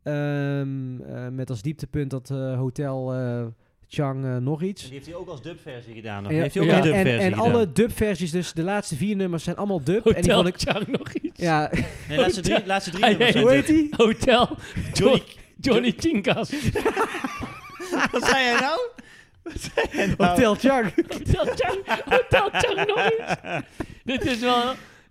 Speaker 1: Ehm, eh, met als dieptepunt dat eh, Hotel eh, Chang eh, nog iets.
Speaker 2: Die heeft hij ook als dubversie gedaan.
Speaker 1: Ja,
Speaker 2: Heeft hij ook
Speaker 4: ja.
Speaker 2: een
Speaker 1: en,
Speaker 2: dubversie
Speaker 1: en, en
Speaker 2: gedaan.
Speaker 1: alle dubversies, dus de laatste vier nummers zijn allemaal dub. en die
Speaker 4: Hotel
Speaker 1: vond ik,
Speaker 4: Chang nog iets.
Speaker 1: ja, [LAUGHS]
Speaker 2: Nee, laatste drie, laatste drie
Speaker 4: Ah,
Speaker 2: nummers
Speaker 4: jee,
Speaker 2: zijn
Speaker 1: hoe heet
Speaker 2: dub.
Speaker 4: [LAUGHS]
Speaker 1: die?
Speaker 4: Hotel
Speaker 2: Johnny-
Speaker 4: Johnny, Johnny Chinkas.
Speaker 2: [LAUGHS] Wat zei jij nou? Wat zei jij nou?
Speaker 1: Hotel Chang.
Speaker 4: Hotel Chang, Hotel Chang nog iets. Dit is wel,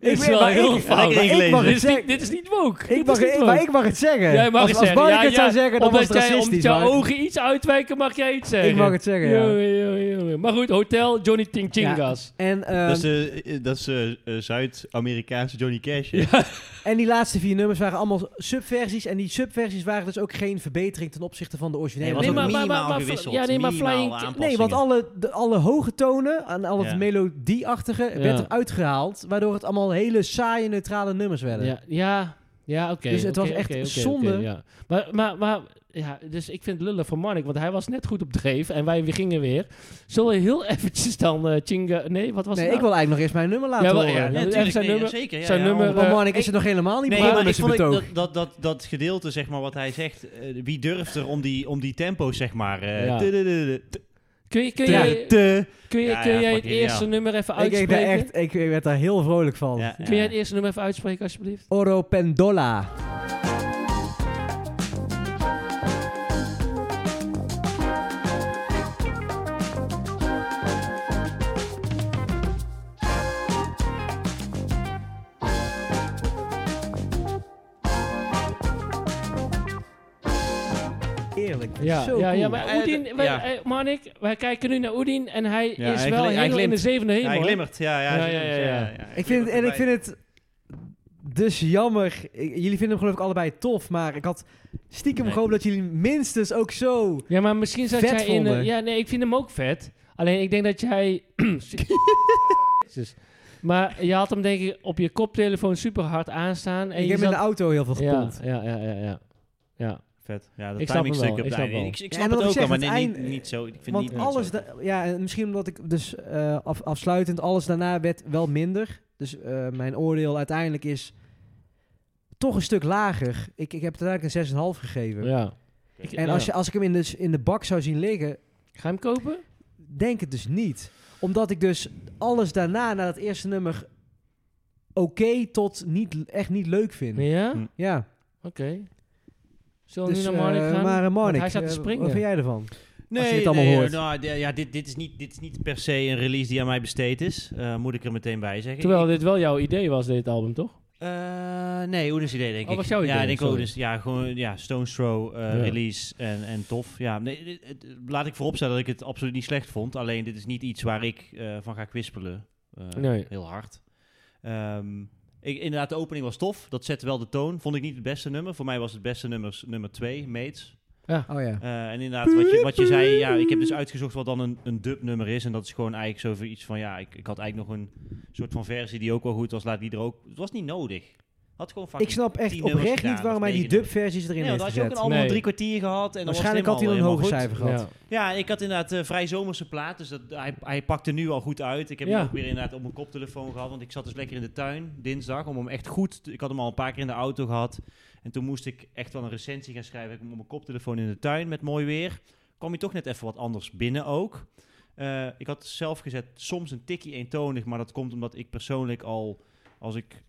Speaker 4: dit is
Speaker 1: weet-
Speaker 4: wel
Speaker 1: maar ik-
Speaker 4: heel
Speaker 1: ik-
Speaker 4: fout.
Speaker 2: ik-
Speaker 1: ik mag
Speaker 2: Ingelezen.
Speaker 4: dit,
Speaker 1: het
Speaker 4: is niet,
Speaker 1: zeggen.
Speaker 4: dit is niet woke.
Speaker 1: Ik
Speaker 4: Dit
Speaker 1: mag,
Speaker 4: is niet
Speaker 1: ik,
Speaker 4: woke.
Speaker 1: maar ik mag het zeggen.
Speaker 4: Jij mag
Speaker 1: als
Speaker 4: het
Speaker 1: als
Speaker 4: zeggen.
Speaker 1: Mark
Speaker 4: Ja,
Speaker 1: het
Speaker 4: ja,
Speaker 1: zou zeggen, dan was
Speaker 4: omdat
Speaker 1: het
Speaker 4: jij,
Speaker 1: racistisch.
Speaker 4: Omdat jouw
Speaker 1: maar-
Speaker 4: ogen iets uitwijken, mag jij iets zeggen.
Speaker 1: Ik mag het zeggen, ja.
Speaker 4: Jongen, jongen, jongen. Maar goed, Hotel Johnny Ting Chingas.
Speaker 1: En, ehm,
Speaker 2: Dat is, eh, eh, dat is eh, eh, Zuid-Amerikaanse Johnny Cash. hè?
Speaker 1: en die laatste vier nummers waren allemaal subversies. En die subversies waren dus ook geen verbetering ten opzichte van de originele.
Speaker 2: Nee, was
Speaker 4: Nee,
Speaker 2: ook
Speaker 4: maar- maar-
Speaker 2: minimaal
Speaker 4: maar-
Speaker 2: gewisseld.
Speaker 4: ja, nee, maar
Speaker 2: minimaal
Speaker 4: Flying-
Speaker 2: aanpassingen.
Speaker 1: Nee, want alle, de, alle hoge tonen en al het
Speaker 2: Ja.
Speaker 1: melodieachtige werd
Speaker 4: Ja.
Speaker 1: eruit gehaald. Waardoor het allemaal hele saaie, neutrale nummers werden.
Speaker 4: Ja, ja, ja oké.
Speaker 1: Dus het was
Speaker 4: oké,
Speaker 1: echt
Speaker 4: oké, oké,
Speaker 1: zonde.
Speaker 4: oké, ja. Maar, maar, maar ja, dus ik vind het lullig van Marnik, want hij was net goed op dreef en wij gingen weer. Zullen we heel [LAUGHS] eventjes dan eh Chinga... Nee, wat was
Speaker 1: nee,
Speaker 4: het
Speaker 1: ik
Speaker 4: nou?
Speaker 1: wil eigenlijk nog eerst mijn nummer laten
Speaker 4: Ja, wel-
Speaker 1: horen.
Speaker 4: ja,
Speaker 2: Ja,
Speaker 4: even
Speaker 2: tuurlijk,
Speaker 4: zijn
Speaker 2: nee,
Speaker 4: nummer-
Speaker 2: zeker, ja,
Speaker 4: zijn
Speaker 2: ja.
Speaker 4: nummer,
Speaker 1: Want
Speaker 4: eh,
Speaker 1: Marnik is er nog helemaal niet
Speaker 2: Nee,
Speaker 1: begonnen
Speaker 2: maar ik
Speaker 1: met zijn
Speaker 2: vond
Speaker 1: betoog.
Speaker 2: dat, dat, dat, dat gedeelte, zeg maar, wat hij zegt. eh, wie durft er om die, om die tempo's, zeg maar. eh,
Speaker 4: Ja.
Speaker 2: te- te- te- te-
Speaker 4: Kun je, kun
Speaker 2: te-
Speaker 4: jij,
Speaker 2: te-
Speaker 4: kun je,
Speaker 2: Ja,
Speaker 4: kun
Speaker 2: ja,
Speaker 4: jij het
Speaker 2: fucking
Speaker 4: eerste
Speaker 2: geniaal.
Speaker 4: nummer even
Speaker 1: ik, ik,
Speaker 4: uitspreken?
Speaker 1: ben echt, ik werd daar heel vrolijk van.
Speaker 2: Ja,
Speaker 4: Kun jij
Speaker 2: ja.
Speaker 4: het eerste nummer even uitspreken, alsjeblieft?
Speaker 1: Oro Pendola. Eerlijk,
Speaker 4: Ja,
Speaker 1: zo
Speaker 4: ja,
Speaker 1: cool.
Speaker 4: ja maar
Speaker 2: Ja,
Speaker 4: Oedien, wij,
Speaker 2: ja.
Speaker 4: eh, Marnik, wij kijken nu naar Oedien en hij
Speaker 2: Ja,
Speaker 4: is
Speaker 2: hij
Speaker 4: wel
Speaker 2: glim- hij
Speaker 4: helemaal in de
Speaker 2: glimt.
Speaker 4: zevende hemel.
Speaker 2: Hij
Speaker 4: hè?
Speaker 2: glimmert, ja. ja,
Speaker 4: Ja,
Speaker 2: hij
Speaker 4: ja, ja,
Speaker 2: glimmert,
Speaker 4: ja.
Speaker 2: hij
Speaker 1: Ik vind het, en ik
Speaker 2: glimmert
Speaker 1: vind het dus jammer. Ik- jullie vinden hem geloof ik allebei tof, maar ik had stiekem
Speaker 2: Nee.
Speaker 1: gehoopt dat jullie minstens ook zo...
Speaker 4: Ja, maar misschien zat
Speaker 1: Vet
Speaker 4: jij in...
Speaker 1: vonden.
Speaker 4: eh, ja, nee, ik vind hem ook vet. Alleen ik denk dat jij... [CLEARS THROAT] Jezus. Maar je had hem denk ik op je koptelefoon super hard aanstaan. En
Speaker 1: ik
Speaker 4: je
Speaker 1: heb in
Speaker 4: zat-
Speaker 1: de auto heel veel
Speaker 4: ja,
Speaker 1: gepompt.
Speaker 4: ja, ja, ja, ja. Ja,
Speaker 2: Vet. Ja,
Speaker 4: Ik
Speaker 2: dat
Speaker 4: snap hem wel,
Speaker 2: timingstuk op
Speaker 4: ik
Speaker 2: het
Speaker 4: snap
Speaker 2: einde.
Speaker 4: hem
Speaker 2: Ik, ik
Speaker 1: Ja,
Speaker 2: snap
Speaker 1: en wat
Speaker 2: het
Speaker 1: ik
Speaker 2: ook
Speaker 1: zeg,
Speaker 2: wel, maar
Speaker 1: het
Speaker 2: nee, niet,
Speaker 1: eind-
Speaker 2: niet zo. Ik vind
Speaker 1: Want
Speaker 2: niet, niet
Speaker 1: alles,
Speaker 2: zo.
Speaker 1: da- ja, en misschien omdat ik dus eh, af- afsluitend, alles daarna werd wel minder. Dus eh, mijn oordeel uiteindelijk is toch een stuk lager. Ik, ik heb het uiteindelijk een 6,5 gegeven.
Speaker 4: ja. Ik-
Speaker 1: En
Speaker 4: ja.
Speaker 1: als, je, als ik hem in de, s- in de bak zou zien liggen,
Speaker 4: Ga je hem kopen?
Speaker 1: denk het dus niet. Omdat ik dus alles daarna, na dat eerste nummer, oké tot niet, echt niet leuk vind.
Speaker 4: Ja?
Speaker 2: Hm.
Speaker 4: Oké.
Speaker 1: Ja,
Speaker 4: Zullen we
Speaker 1: dus,
Speaker 4: nu
Speaker 1: eh,
Speaker 4: naar Marnik gaan?
Speaker 1: maar eh,
Speaker 4: Want
Speaker 1: Marnik,
Speaker 4: hij staat te
Speaker 1: eh,
Speaker 4: springen.
Speaker 1: wat vind jij ervan?
Speaker 2: Nee,
Speaker 1: je het allemaal
Speaker 2: nee,
Speaker 1: hoort.
Speaker 2: nou, d- ja, dit, dit, is niet, dit is niet per se een release die aan mij besteed is. Eh, moet ik er meteen bij zeggen.
Speaker 4: Terwijl dit wel jouw idee was, dit album, toch?
Speaker 2: Eh, nee, Oedens idee denk
Speaker 4: Oh,
Speaker 2: ik.
Speaker 4: was jouw
Speaker 2: Ja,
Speaker 4: idee,
Speaker 2: ik denk
Speaker 4: sorry.
Speaker 2: Oedens. Ja, gewoon ja, Stone's Throw eh,
Speaker 4: Ja.
Speaker 2: release en, en tof. Ja, nee, dit- het- laat ik vooropstellen dat ik het absoluut niet slecht vond. Alleen dit is niet iets waar ik eh, van ga kwispelen. eh,
Speaker 4: Nee.
Speaker 2: Heel hard. Ehm, ik, inderdaad, de opening was tof. Dat zette wel de toon. Vond ik niet het beste nummer. Voor mij was het beste nummer nummer 2, Mates.
Speaker 1: Oh ja.
Speaker 2: Eh, en inderdaad, wat je, wat je zei, ja, ik heb dus uitgezocht wat dan een, een dubnummer is. En dat is gewoon eigenlijk zoiets van, ja, ik, ik had eigenlijk nog een soort van versie die ook wel goed was. Laat die er ook... Het was niet nodig. Had gewoon fucking
Speaker 1: Ik snap echt
Speaker 2: tien nummers
Speaker 1: oprecht
Speaker 2: gedaan,
Speaker 1: niet waarom
Speaker 2: of
Speaker 1: hij die
Speaker 2: negen
Speaker 1: dubversies erin
Speaker 2: nummers. Nee,
Speaker 1: heeft
Speaker 2: want dan had je
Speaker 1: gezet.
Speaker 2: ook een allemaal
Speaker 4: Nee.
Speaker 2: drie kwartier gehad. En dan was het
Speaker 1: Waarschijnlijk had hij dan een
Speaker 2: helemaal
Speaker 1: hoger
Speaker 2: helemaal goed.
Speaker 1: cijfer gehad.
Speaker 4: Ja.
Speaker 2: Ja, ik had inderdaad eh, vrij zomerse plaat, dus dat, hij, hij pakte nu al goed uit. Ik heb
Speaker 4: Ja.
Speaker 2: hem ook weer inderdaad op mijn koptelefoon gehad, want ik zat dus lekker in de tuin dinsdag om hem echt goed... te- Ik had hem al een paar keer in de auto gehad en toen moest ik echt wel een recensie gaan schrijven. Ik heb hem op mijn koptelefoon in de tuin met mooi weer. Kwam je toch net even wat anders binnen ook. Eh, ik had zelf gezet soms een tikkie eentonig, maar dat komt omdat ik persoonlijk al, als ik...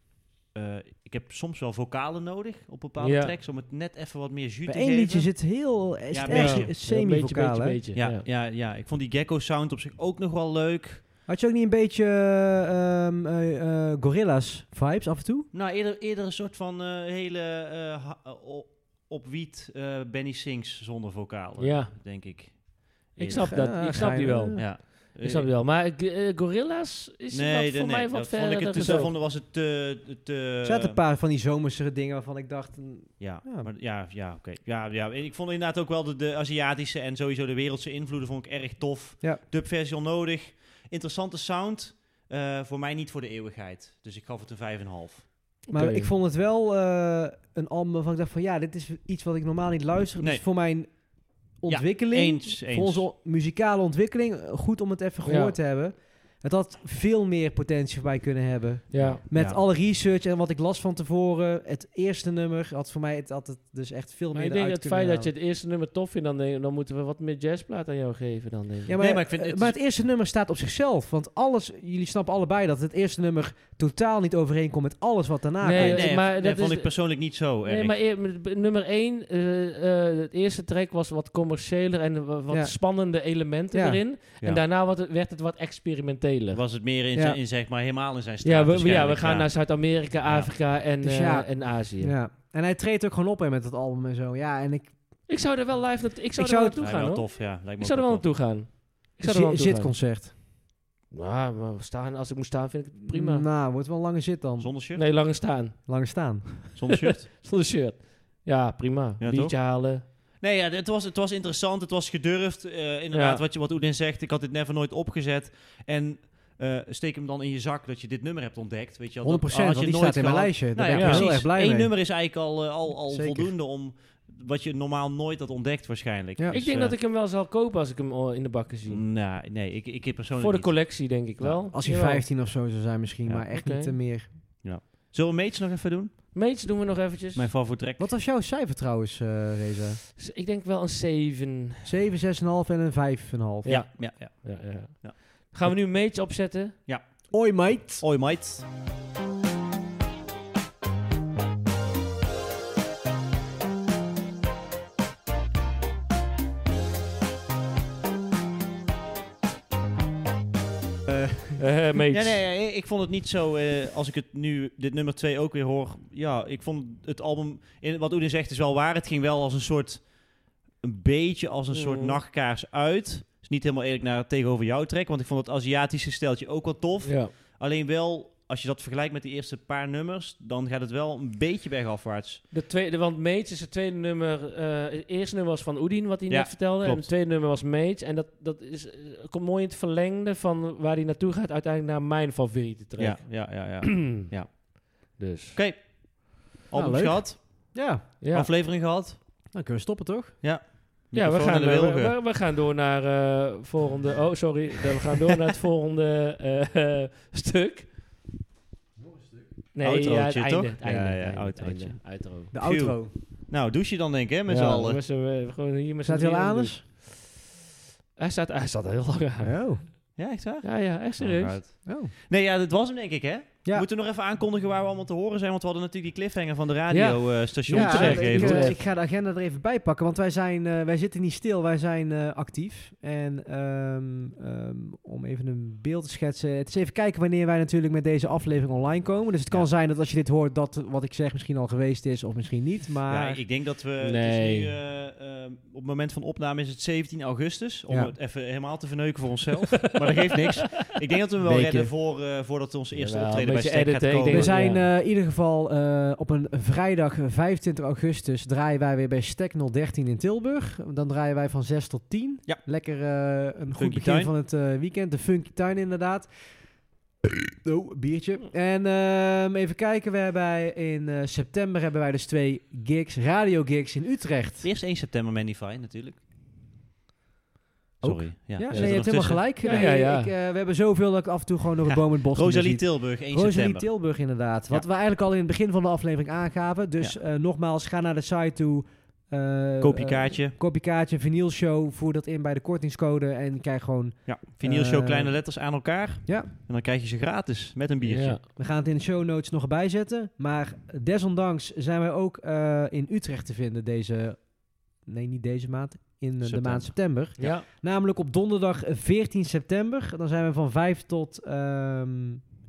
Speaker 2: eh, ik heb soms wel vocalen nodig op bepaalde
Speaker 4: Ja.
Speaker 2: tracks om het net even wat meer jus te
Speaker 1: Bij
Speaker 2: geven.
Speaker 1: één liedje zit heel eh, is
Speaker 2: Ja,
Speaker 1: het
Speaker 2: een
Speaker 1: echt
Speaker 2: beetje.
Speaker 1: een
Speaker 4: Een beetje,
Speaker 1: semi-vocaal.
Speaker 4: beetje,
Speaker 1: hè?
Speaker 4: beetje.
Speaker 2: Ja, ja, ja, ik vond die gecko sound op zich ook nog wel leuk.
Speaker 1: Had je ook niet een beetje ehm, eh, gorillas vibes af en toe?
Speaker 2: Nou, eerder, eerder een soort van eh, hele eh, ha- eh, o- op wiet eh, Benny Sings zonder vocalen,
Speaker 4: Ja.
Speaker 2: denk ik.
Speaker 4: Ik
Speaker 2: Eerder.
Speaker 4: snap dat,
Speaker 1: Ja,
Speaker 4: ik
Speaker 1: ga
Speaker 4: snap
Speaker 1: je
Speaker 4: die
Speaker 1: wel.
Speaker 4: wel.
Speaker 2: Ja.
Speaker 4: Ik snap het wel. Maar eh, Gorilla's is wat voor mij wat
Speaker 2: dat vond ik
Speaker 4: verder
Speaker 2: het te,
Speaker 4: gezocht.
Speaker 2: zelf vond, was het te... te
Speaker 1: Er zaten een paar van die zomerse dingen waarvan ik dacht... mm,
Speaker 2: Eh. Ja,
Speaker 1: Ja.
Speaker 2: maar ja, ja oké. Ja, ja. En Ik vond inderdaad ook wel de, de Aziatische en sowieso de wereldse invloeden vond ik erg tof.
Speaker 1: Ja.
Speaker 2: Dubversie onnodig. Interessante sound. Eh, voor mij niet voor de eeuwigheid. Dus ik gaf het een 5,5.
Speaker 1: Maar
Speaker 4: Oké.
Speaker 1: ik vond het wel eh, een album waarvan ik dacht van... Ja, dit is iets wat ik normaal niet luister.
Speaker 2: Nee.
Speaker 1: Dus voor mijn ontwikkeling...
Speaker 2: eens, eens.
Speaker 1: Voor onze o- muzikale ontwikkeling, eh, goed om het even
Speaker 4: Ja.
Speaker 1: gehoord te hebben. Het had veel meer potentie voor mij kunnen hebben.
Speaker 4: Ja.
Speaker 1: Met
Speaker 2: Ja.
Speaker 1: alle research en wat ik las van tevoren. Het eerste nummer had voor mij het, had het dus echt veel
Speaker 4: Maar
Speaker 1: meer
Speaker 4: ik denk
Speaker 1: eruit
Speaker 4: dat het feit
Speaker 1: kunnen
Speaker 4: dat je het eerste nummer tof vindt, dan, denk ik, dan moeten we wat meer jazzplaat aan jou geven. Dan denk ik.
Speaker 1: Ja, maar,
Speaker 2: Nee, maar ik vind
Speaker 1: eh,
Speaker 2: het-
Speaker 1: maar het eerste nummer staat op zichzelf. Want alles, jullie snappen allebei dat het eerste nummer totaal niet overeenkomt met alles wat daarna
Speaker 4: Nee,
Speaker 1: komt.
Speaker 4: nee, maar
Speaker 2: dat
Speaker 4: dat
Speaker 2: vond
Speaker 4: is-
Speaker 2: ik persoonlijk niet zo erg.
Speaker 4: Nee, maar eer- met- b- nummer 1, het eerste track was wat commerciëler en wa- wat
Speaker 1: Ja.
Speaker 4: spannende elementen
Speaker 1: Ja.
Speaker 4: erin.
Speaker 2: Ja.
Speaker 4: En daarna wat, werd het wat experimenteler.
Speaker 2: was het meer in,
Speaker 1: Ja.
Speaker 2: zijn, in, zeg maar, helemaal in zijn straat.
Speaker 4: ja, we, ja, we
Speaker 2: waarschijnlijk,
Speaker 4: gaan naar Zuid-Amerika,
Speaker 2: Ja.
Speaker 4: Afrika en,
Speaker 1: Dus
Speaker 4: eh,
Speaker 1: ja.
Speaker 4: en Azië.
Speaker 1: Ja. En hij treedt ook gewoon op hè, met dat album en zo. Ja, en ik
Speaker 4: Ik zou er wel live naartoe, ik zou
Speaker 1: Ik
Speaker 4: er
Speaker 1: zou
Speaker 4: wel
Speaker 1: het-
Speaker 4: naartoe
Speaker 2: Lijkt me
Speaker 4: gaan,
Speaker 2: wel
Speaker 4: hoor.
Speaker 2: tof, ja. Lijkt me
Speaker 4: Ik zou er wel
Speaker 2: tof.
Speaker 4: naartoe gaan. Ik zou er wel
Speaker 1: zi-
Speaker 4: naartoe gaan.
Speaker 1: zitconcert.
Speaker 4: Nou, maar staan, als ik moet staan vind ik het prima.
Speaker 1: Nou, wordt wel een lange zit dan.
Speaker 2: Zonder shirt?
Speaker 4: Nee, langer staan. [LAUGHS]
Speaker 1: Lange staan.
Speaker 2: Zonder shirt?
Speaker 4: Zonder shirt. Ja, prima.
Speaker 2: Ja,
Speaker 4: Biertje
Speaker 2: toch?
Speaker 4: halen.
Speaker 2: Nee, ja, het, was, het was interessant, het was gedurfd. eh, inderdaad,
Speaker 4: Ja.
Speaker 2: wat, je, wat Oedin zegt, ik had dit never nooit opgezet. En eh, steek hem dan in je zak dat je dit nummer hebt ontdekt. Weet je,
Speaker 1: 100%,
Speaker 2: wel. Dat-
Speaker 1: want
Speaker 2: als je
Speaker 1: die
Speaker 2: nooit
Speaker 1: staat in mijn
Speaker 2: gehad-
Speaker 1: lijstje. Daar
Speaker 2: Nou
Speaker 1: ben
Speaker 2: ja,
Speaker 1: ik heel
Speaker 2: precies.
Speaker 1: erg blij
Speaker 2: Eén
Speaker 1: mee.
Speaker 2: nummer is eigenlijk al, eh, al, al
Speaker 1: Zeker.
Speaker 2: voldoende om wat je normaal nooit had ontdekt waarschijnlijk. Dus, eh,
Speaker 1: Ja.
Speaker 4: Ik denk dat ik hem wel zal kopen als ik hem oh, in de bakken zie.
Speaker 2: Nou, nee, ik, ik heb persoonlijk
Speaker 4: Voor de
Speaker 2: niet.
Speaker 4: collectie denk ik
Speaker 2: Ja,
Speaker 4: wel.
Speaker 1: Als hij
Speaker 4: Jawel.
Speaker 1: 15 of zo zou zijn misschien,
Speaker 2: Ja.
Speaker 1: maar echt
Speaker 4: Oké.
Speaker 1: niet eh, meer.
Speaker 2: Zullen we Mates nog even doen?
Speaker 4: Meets doen we nog eventjes.
Speaker 2: Mijn favoriet track.
Speaker 1: Wat was jouw cijfer trouwens, eh Reza?
Speaker 4: Dus Ik denk wel een 7.
Speaker 1: 7, 6,5 en een 5,5.
Speaker 2: Ja, ja, ja.
Speaker 4: Ja, ja.
Speaker 2: Ja.
Speaker 4: Gaan we nu Meets opzetten?
Speaker 1: Oi, mate.
Speaker 2: Oi, mate.
Speaker 4: Eh Meets.
Speaker 2: Ja, nee, ja, ik vond het niet zo. eh, als ik het nu, dit nummer 2 ook weer hoor. Ja, ik vond het album. In, wat Oedin zegt is wel waar. Het ging wel als een soort. Een beetje als een soort
Speaker 4: Mm.
Speaker 2: nachtkaars uit. Is niet helemaal eerlijk naar, tegenover jouw trek. Want ik vond het Aziatische steltje ook wel tof.
Speaker 4: Ja.
Speaker 2: Alleen wel, als je dat vergelijkt met die eerste paar nummers. dan gaat het wel een beetje bergafwaarts.
Speaker 4: De tweede, want Meets is het tweede nummer. eh, het eerste nummer was van Oedien, wat hij
Speaker 2: Ja,
Speaker 4: net vertelde. En
Speaker 2: klopt.
Speaker 4: het tweede nummer was Meets. En dat, dat is, eh, komt mooi in het verlengde van waar hij naartoe gaat. Uiteindelijk naar mijn favoriete track.
Speaker 2: Ja, ja, ja. [CLEARS THROAT] ja. Ja.
Speaker 4: Dus.
Speaker 2: Oké. Albums
Speaker 1: leuk.
Speaker 2: gehad,
Speaker 1: Ja,
Speaker 4: [CLEARS THROAT] Ja.
Speaker 2: aflevering gehad.
Speaker 1: dan kunnen we stoppen toch?
Speaker 4: Ja, we
Speaker 2: microfoon naar
Speaker 4: gaan,
Speaker 2: de
Speaker 4: eh, we,
Speaker 2: wilgen.
Speaker 4: we- we gaan door naar eh volgende. Oh, sorry. [LAUGHS] We gaan door naar het volgende eh, eh, [LAUGHS] stuk. Nee, ja, het
Speaker 2: Outrootje,
Speaker 4: einde.
Speaker 2: toch?
Speaker 4: Het einde,
Speaker 2: Ja, ja,
Speaker 4: het einde, het
Speaker 2: outrootje.
Speaker 4: einde, Outro.
Speaker 1: De
Speaker 2: Phew.
Speaker 1: outro.
Speaker 2: Nou, douche je dan, denk ik, hè, met
Speaker 4: Ja,
Speaker 2: z'n
Speaker 4: we
Speaker 2: allen.
Speaker 4: zijn, eh, gewoon hier met z'n
Speaker 1: Staat hij al
Speaker 4: drieën
Speaker 1: aan dus?
Speaker 4: doen.
Speaker 1: eens?
Speaker 4: Hij staat, hij staat heel lang aan.
Speaker 1: Oh.
Speaker 2: Ja, echt waar?
Speaker 4: Ja, ja, echt
Speaker 2: Oh,
Speaker 4: serieus.
Speaker 2: God.
Speaker 1: oh.
Speaker 2: Nee, ja, dat was hem denk ik, hè?
Speaker 1: Ja.
Speaker 2: Moeten we nog even aankondigen waar we allemaal te horen zijn? Want we hadden natuurlijk die cliffhanger van de radiostation
Speaker 4: Ja,
Speaker 2: ja.
Speaker 1: ik,
Speaker 2: teruggegeven.
Speaker 1: eh, ik ga de agenda er even bij pakken, want wij, zijn, eh, wij zitten niet stil, wij zijn eh, actief. En ehm, ehm, om even een beeld te schetsen, het is even kijken wanneer wij natuurlijk met deze aflevering online komen. Dus het kan
Speaker 2: Ja.
Speaker 1: zijn dat als je dit hoort, dat wat ik zeg misschien al geweest is of misschien niet. Maar
Speaker 2: Ja, ik denk dat we... het is
Speaker 4: Nee.
Speaker 2: nu, eh, ehm, op het moment van opname is het 17 augustus. Om
Speaker 1: Ja.
Speaker 2: het even helemaal te verneuken voor onszelf. [LAUGHS] maar dat geeft niks. Ik denk dat we hem wel
Speaker 1: Weken.
Speaker 2: redden voor, eh, voordat onze eerste
Speaker 4: Jawel,
Speaker 2: optreden bij
Speaker 4: een beetje
Speaker 2: Stack gaat
Speaker 4: editen, ik
Speaker 2: komen.
Speaker 4: denk
Speaker 1: we
Speaker 4: dat-
Speaker 1: zijn
Speaker 4: ja.
Speaker 1: eh, in ieder geval eh, op een vrijdag eh, 25 augustus draaien wij weer bij Stack 013 in Tilburg. Dan draaien wij van 6 tot 10.
Speaker 2: Ja.
Speaker 1: Lekker eh, een goed
Speaker 2: Funky
Speaker 1: begin
Speaker 2: Tuin.
Speaker 1: van het eh, weekend. De Funky Tuin inderdaad. Oh, biertje. En ehm, even kijken, we hebben bij- in eh, september hebben wij dus twee gigs, radio gigs in Utrecht.
Speaker 2: Eerst 1 september Manify natuurlijk.
Speaker 1: Ook?
Speaker 2: Sorry. Ja,
Speaker 1: Ja, nee,
Speaker 2: zit er
Speaker 1: je
Speaker 2: nog
Speaker 1: hebt helemaal
Speaker 2: tussen.
Speaker 1: gelijk.
Speaker 4: Ja,
Speaker 1: Nee,
Speaker 4: ja, ja.
Speaker 1: Ik, eh, we hebben zoveel dat ik af en toe gewoon door het boom in het bos
Speaker 2: Rosalie
Speaker 1: muziek-
Speaker 2: Tilburg, 1
Speaker 1: Rosalie
Speaker 2: september.
Speaker 1: Tilburg eh, inderdaad. Wat
Speaker 2: Ja.
Speaker 1: we eigenlijk al in het begin van de aflevering aangaven. Dus eh, nogmaals, ga naar de site toe. eh,
Speaker 2: Koop je
Speaker 1: eh,
Speaker 2: kaartje.
Speaker 1: koop je kaartje, vinyl show. Voer dat in bij de kortingscode en krijg gewoon...
Speaker 2: Ja, vinyl show
Speaker 1: Eh,
Speaker 2: kleine letters aan elkaar.
Speaker 1: ja.
Speaker 2: En dan krijg je ze gratis met een biertje.
Speaker 4: Ja.
Speaker 1: We gaan het in de show notes nog erbij zetten. Maar desondanks zijn wij ook eh, in Utrecht te vinden deze... Nee, niet deze maand. In eh, de
Speaker 2: September.
Speaker 1: maand september.
Speaker 4: Ja.
Speaker 1: Namelijk op donderdag 14 september. Dan zijn we van 5 tot... ehm,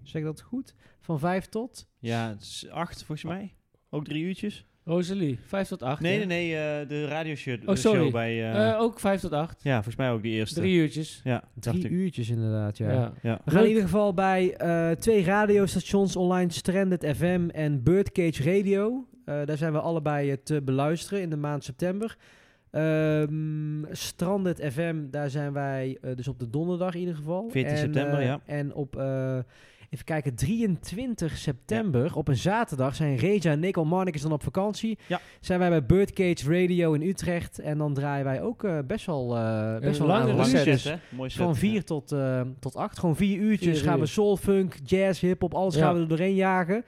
Speaker 1: zeg ik dat goed? Van 5 tot...
Speaker 2: Ja, het is acht volgens mij. Ook drie uurtjes.
Speaker 4: Rosalie, 5 tot 8.
Speaker 2: Nee, nee, nee, eh, de radioshow
Speaker 4: Oh,
Speaker 2: de show
Speaker 4: sorry.
Speaker 2: bij... eh,
Speaker 4: ook 5 tot 8.
Speaker 2: ja, volgens mij ook die eerste.
Speaker 4: Drie uurtjes.
Speaker 2: Ja, dat dacht
Speaker 1: Drie
Speaker 2: ik.
Speaker 1: uurtjes inderdaad, ja.
Speaker 4: Ja.
Speaker 2: Ja.
Speaker 1: We gaan in ieder geval bij eh, twee radiostations online, Stranded FM en Birdcage Radio. Eh, daar zijn we allebei eh, te beluisteren in de maand september. Ehm Stranded FM, daar zijn wij eh, dus op de donderdag in ieder geval.
Speaker 2: 14
Speaker 1: En,
Speaker 2: september,
Speaker 1: eh,
Speaker 2: ja.
Speaker 1: En op, eh, even kijken, 23 september, op een zaterdag, zijn Reja en Nickel Marnix dan op vakantie.
Speaker 2: Ja.
Speaker 1: Zijn wij bij Birdcage Radio in Utrecht. En dan draaien wij ook eh, best wel, eh best wel een
Speaker 4: langere
Speaker 1: aantal
Speaker 2: Lange
Speaker 4: set.
Speaker 1: uurtjes.
Speaker 2: set, hè? Mooi set.
Speaker 1: Van Dus vier tot, eh, tot acht. Gewoon vier uurtjes
Speaker 4: Vier
Speaker 1: gaan we
Speaker 4: uur.
Speaker 1: soul, funk, jazz, hip-hop, alles
Speaker 4: Ja.
Speaker 1: gaan we er doorheen jagen.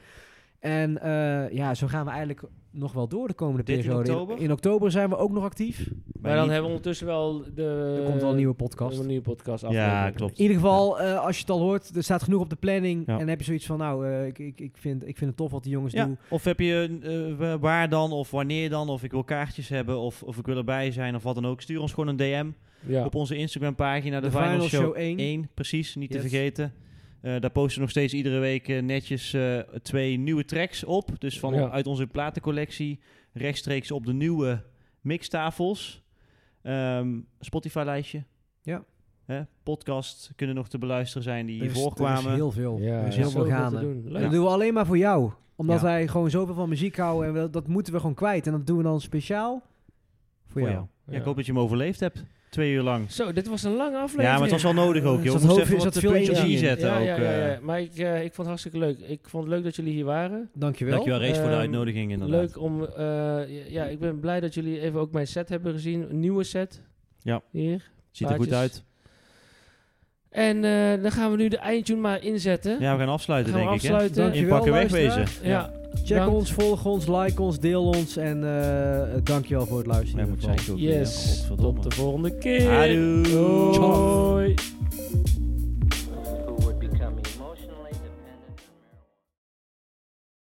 Speaker 1: En eh, ja, zo gaan we eigenlijk nog wel door de komende
Speaker 2: 13
Speaker 1: periode. In-
Speaker 2: oktober?
Speaker 1: In, oktober zijn we ook nog actief.
Speaker 4: Maar dan hebben we ondertussen wel de...
Speaker 1: er komt
Speaker 4: Eh,
Speaker 1: wel een nieuwe podcast.
Speaker 4: Een nieuwe podcast af.
Speaker 2: Ja, klopt.
Speaker 1: In ieder geval, eh, als je het al hoort, er staat genoeg op de planning.
Speaker 2: Ja.
Speaker 1: En heb je zoiets van, nou, eh, ik, ik, ik, vind, ik vind het tof wat die jongens
Speaker 2: Ja,
Speaker 1: doen.
Speaker 2: of heb je eh, wa- waar dan, of wanneer dan, of ik wil kaartjes hebben, of, of ik wil erbij zijn, of wat dan ook. Stuur ons gewoon een DM
Speaker 4: Ja.
Speaker 2: op onze Instagram-pagina, de,
Speaker 1: De
Speaker 2: Final, Show
Speaker 1: 1.
Speaker 2: 1. Precies, niet te
Speaker 1: Yes.
Speaker 2: vergeten. Eh, daar posten we nog steeds iedere week eh, netjes eh, twee nieuwe tracks op. Dus van
Speaker 4: Ja.
Speaker 2: uit onze platencollectie rechtstreeks op de nieuwe mixtafels. Ehm, Spotify-lijstje.
Speaker 1: Ja.
Speaker 2: Hè, podcast kunnen nog te beluisteren zijn die
Speaker 1: Er is-
Speaker 2: hier voorkwamen.
Speaker 1: Er is heel veel.
Speaker 4: Ja,
Speaker 1: er is
Speaker 4: ja.
Speaker 1: heel veel
Speaker 4: Zoveel te
Speaker 1: gaande.
Speaker 4: doen. Leuk.
Speaker 1: Dat doen we alleen maar voor jou. Omdat
Speaker 2: Ja.
Speaker 1: wij gewoon zoveel van muziek houden. En we- dat moeten we gewoon kwijt. En dat doen we dan speciaal voor jou.
Speaker 2: Ja, ik hoop dat je hem overleefd hebt. Twee uur lang.
Speaker 4: Zo, dit was een lange aflevering.
Speaker 2: Ja, maar het was wel nodig ook,
Speaker 1: Er
Speaker 2: joh.
Speaker 1: zat
Speaker 2: We moesten
Speaker 1: hoofd-
Speaker 2: even
Speaker 1: er
Speaker 2: wat
Speaker 1: zat
Speaker 2: veel
Speaker 1: veel
Speaker 2: puntjes
Speaker 1: energie in.
Speaker 2: inzetten
Speaker 4: ja,
Speaker 2: ook.
Speaker 4: ja, ja, ja.
Speaker 2: eh.
Speaker 4: Maar ik, eh, ik vond het hartstikke leuk. Ik vond het leuk dat jullie hier waren.
Speaker 1: Dankjewel.
Speaker 2: Dankjewel, Race, voor de
Speaker 4: Ehm,
Speaker 2: uitnodiging inderdaad.
Speaker 4: Leuk om... eh, ja, ik ben blij dat jullie even ook mijn set hebben gezien. Een nieuwe set.
Speaker 2: Ja.
Speaker 4: Hier.
Speaker 2: Ziet er goed
Speaker 4: plaatjes.
Speaker 2: uit.
Speaker 4: En eh, dan gaan we nu de eindtune maar inzetten.
Speaker 2: Ja, we gaan afsluiten,
Speaker 4: Gaan we
Speaker 2: denk ik.
Speaker 4: afsluiten.
Speaker 2: Hè? In pakken
Speaker 1: Dankjewel,
Speaker 2: wegwezen.
Speaker 4: ja.
Speaker 1: Check
Speaker 4: Dank.
Speaker 1: ons, volg ons, like ons, deel ons. En eh dankjewel voor het luisteren.
Speaker 2: Ja,
Speaker 1: in
Speaker 2: moet
Speaker 1: ieder geval.
Speaker 2: zijn.
Speaker 4: Yes.
Speaker 2: Godverdomme.
Speaker 4: Tot de volgende keer.
Speaker 2: Adoe.
Speaker 4: Doei.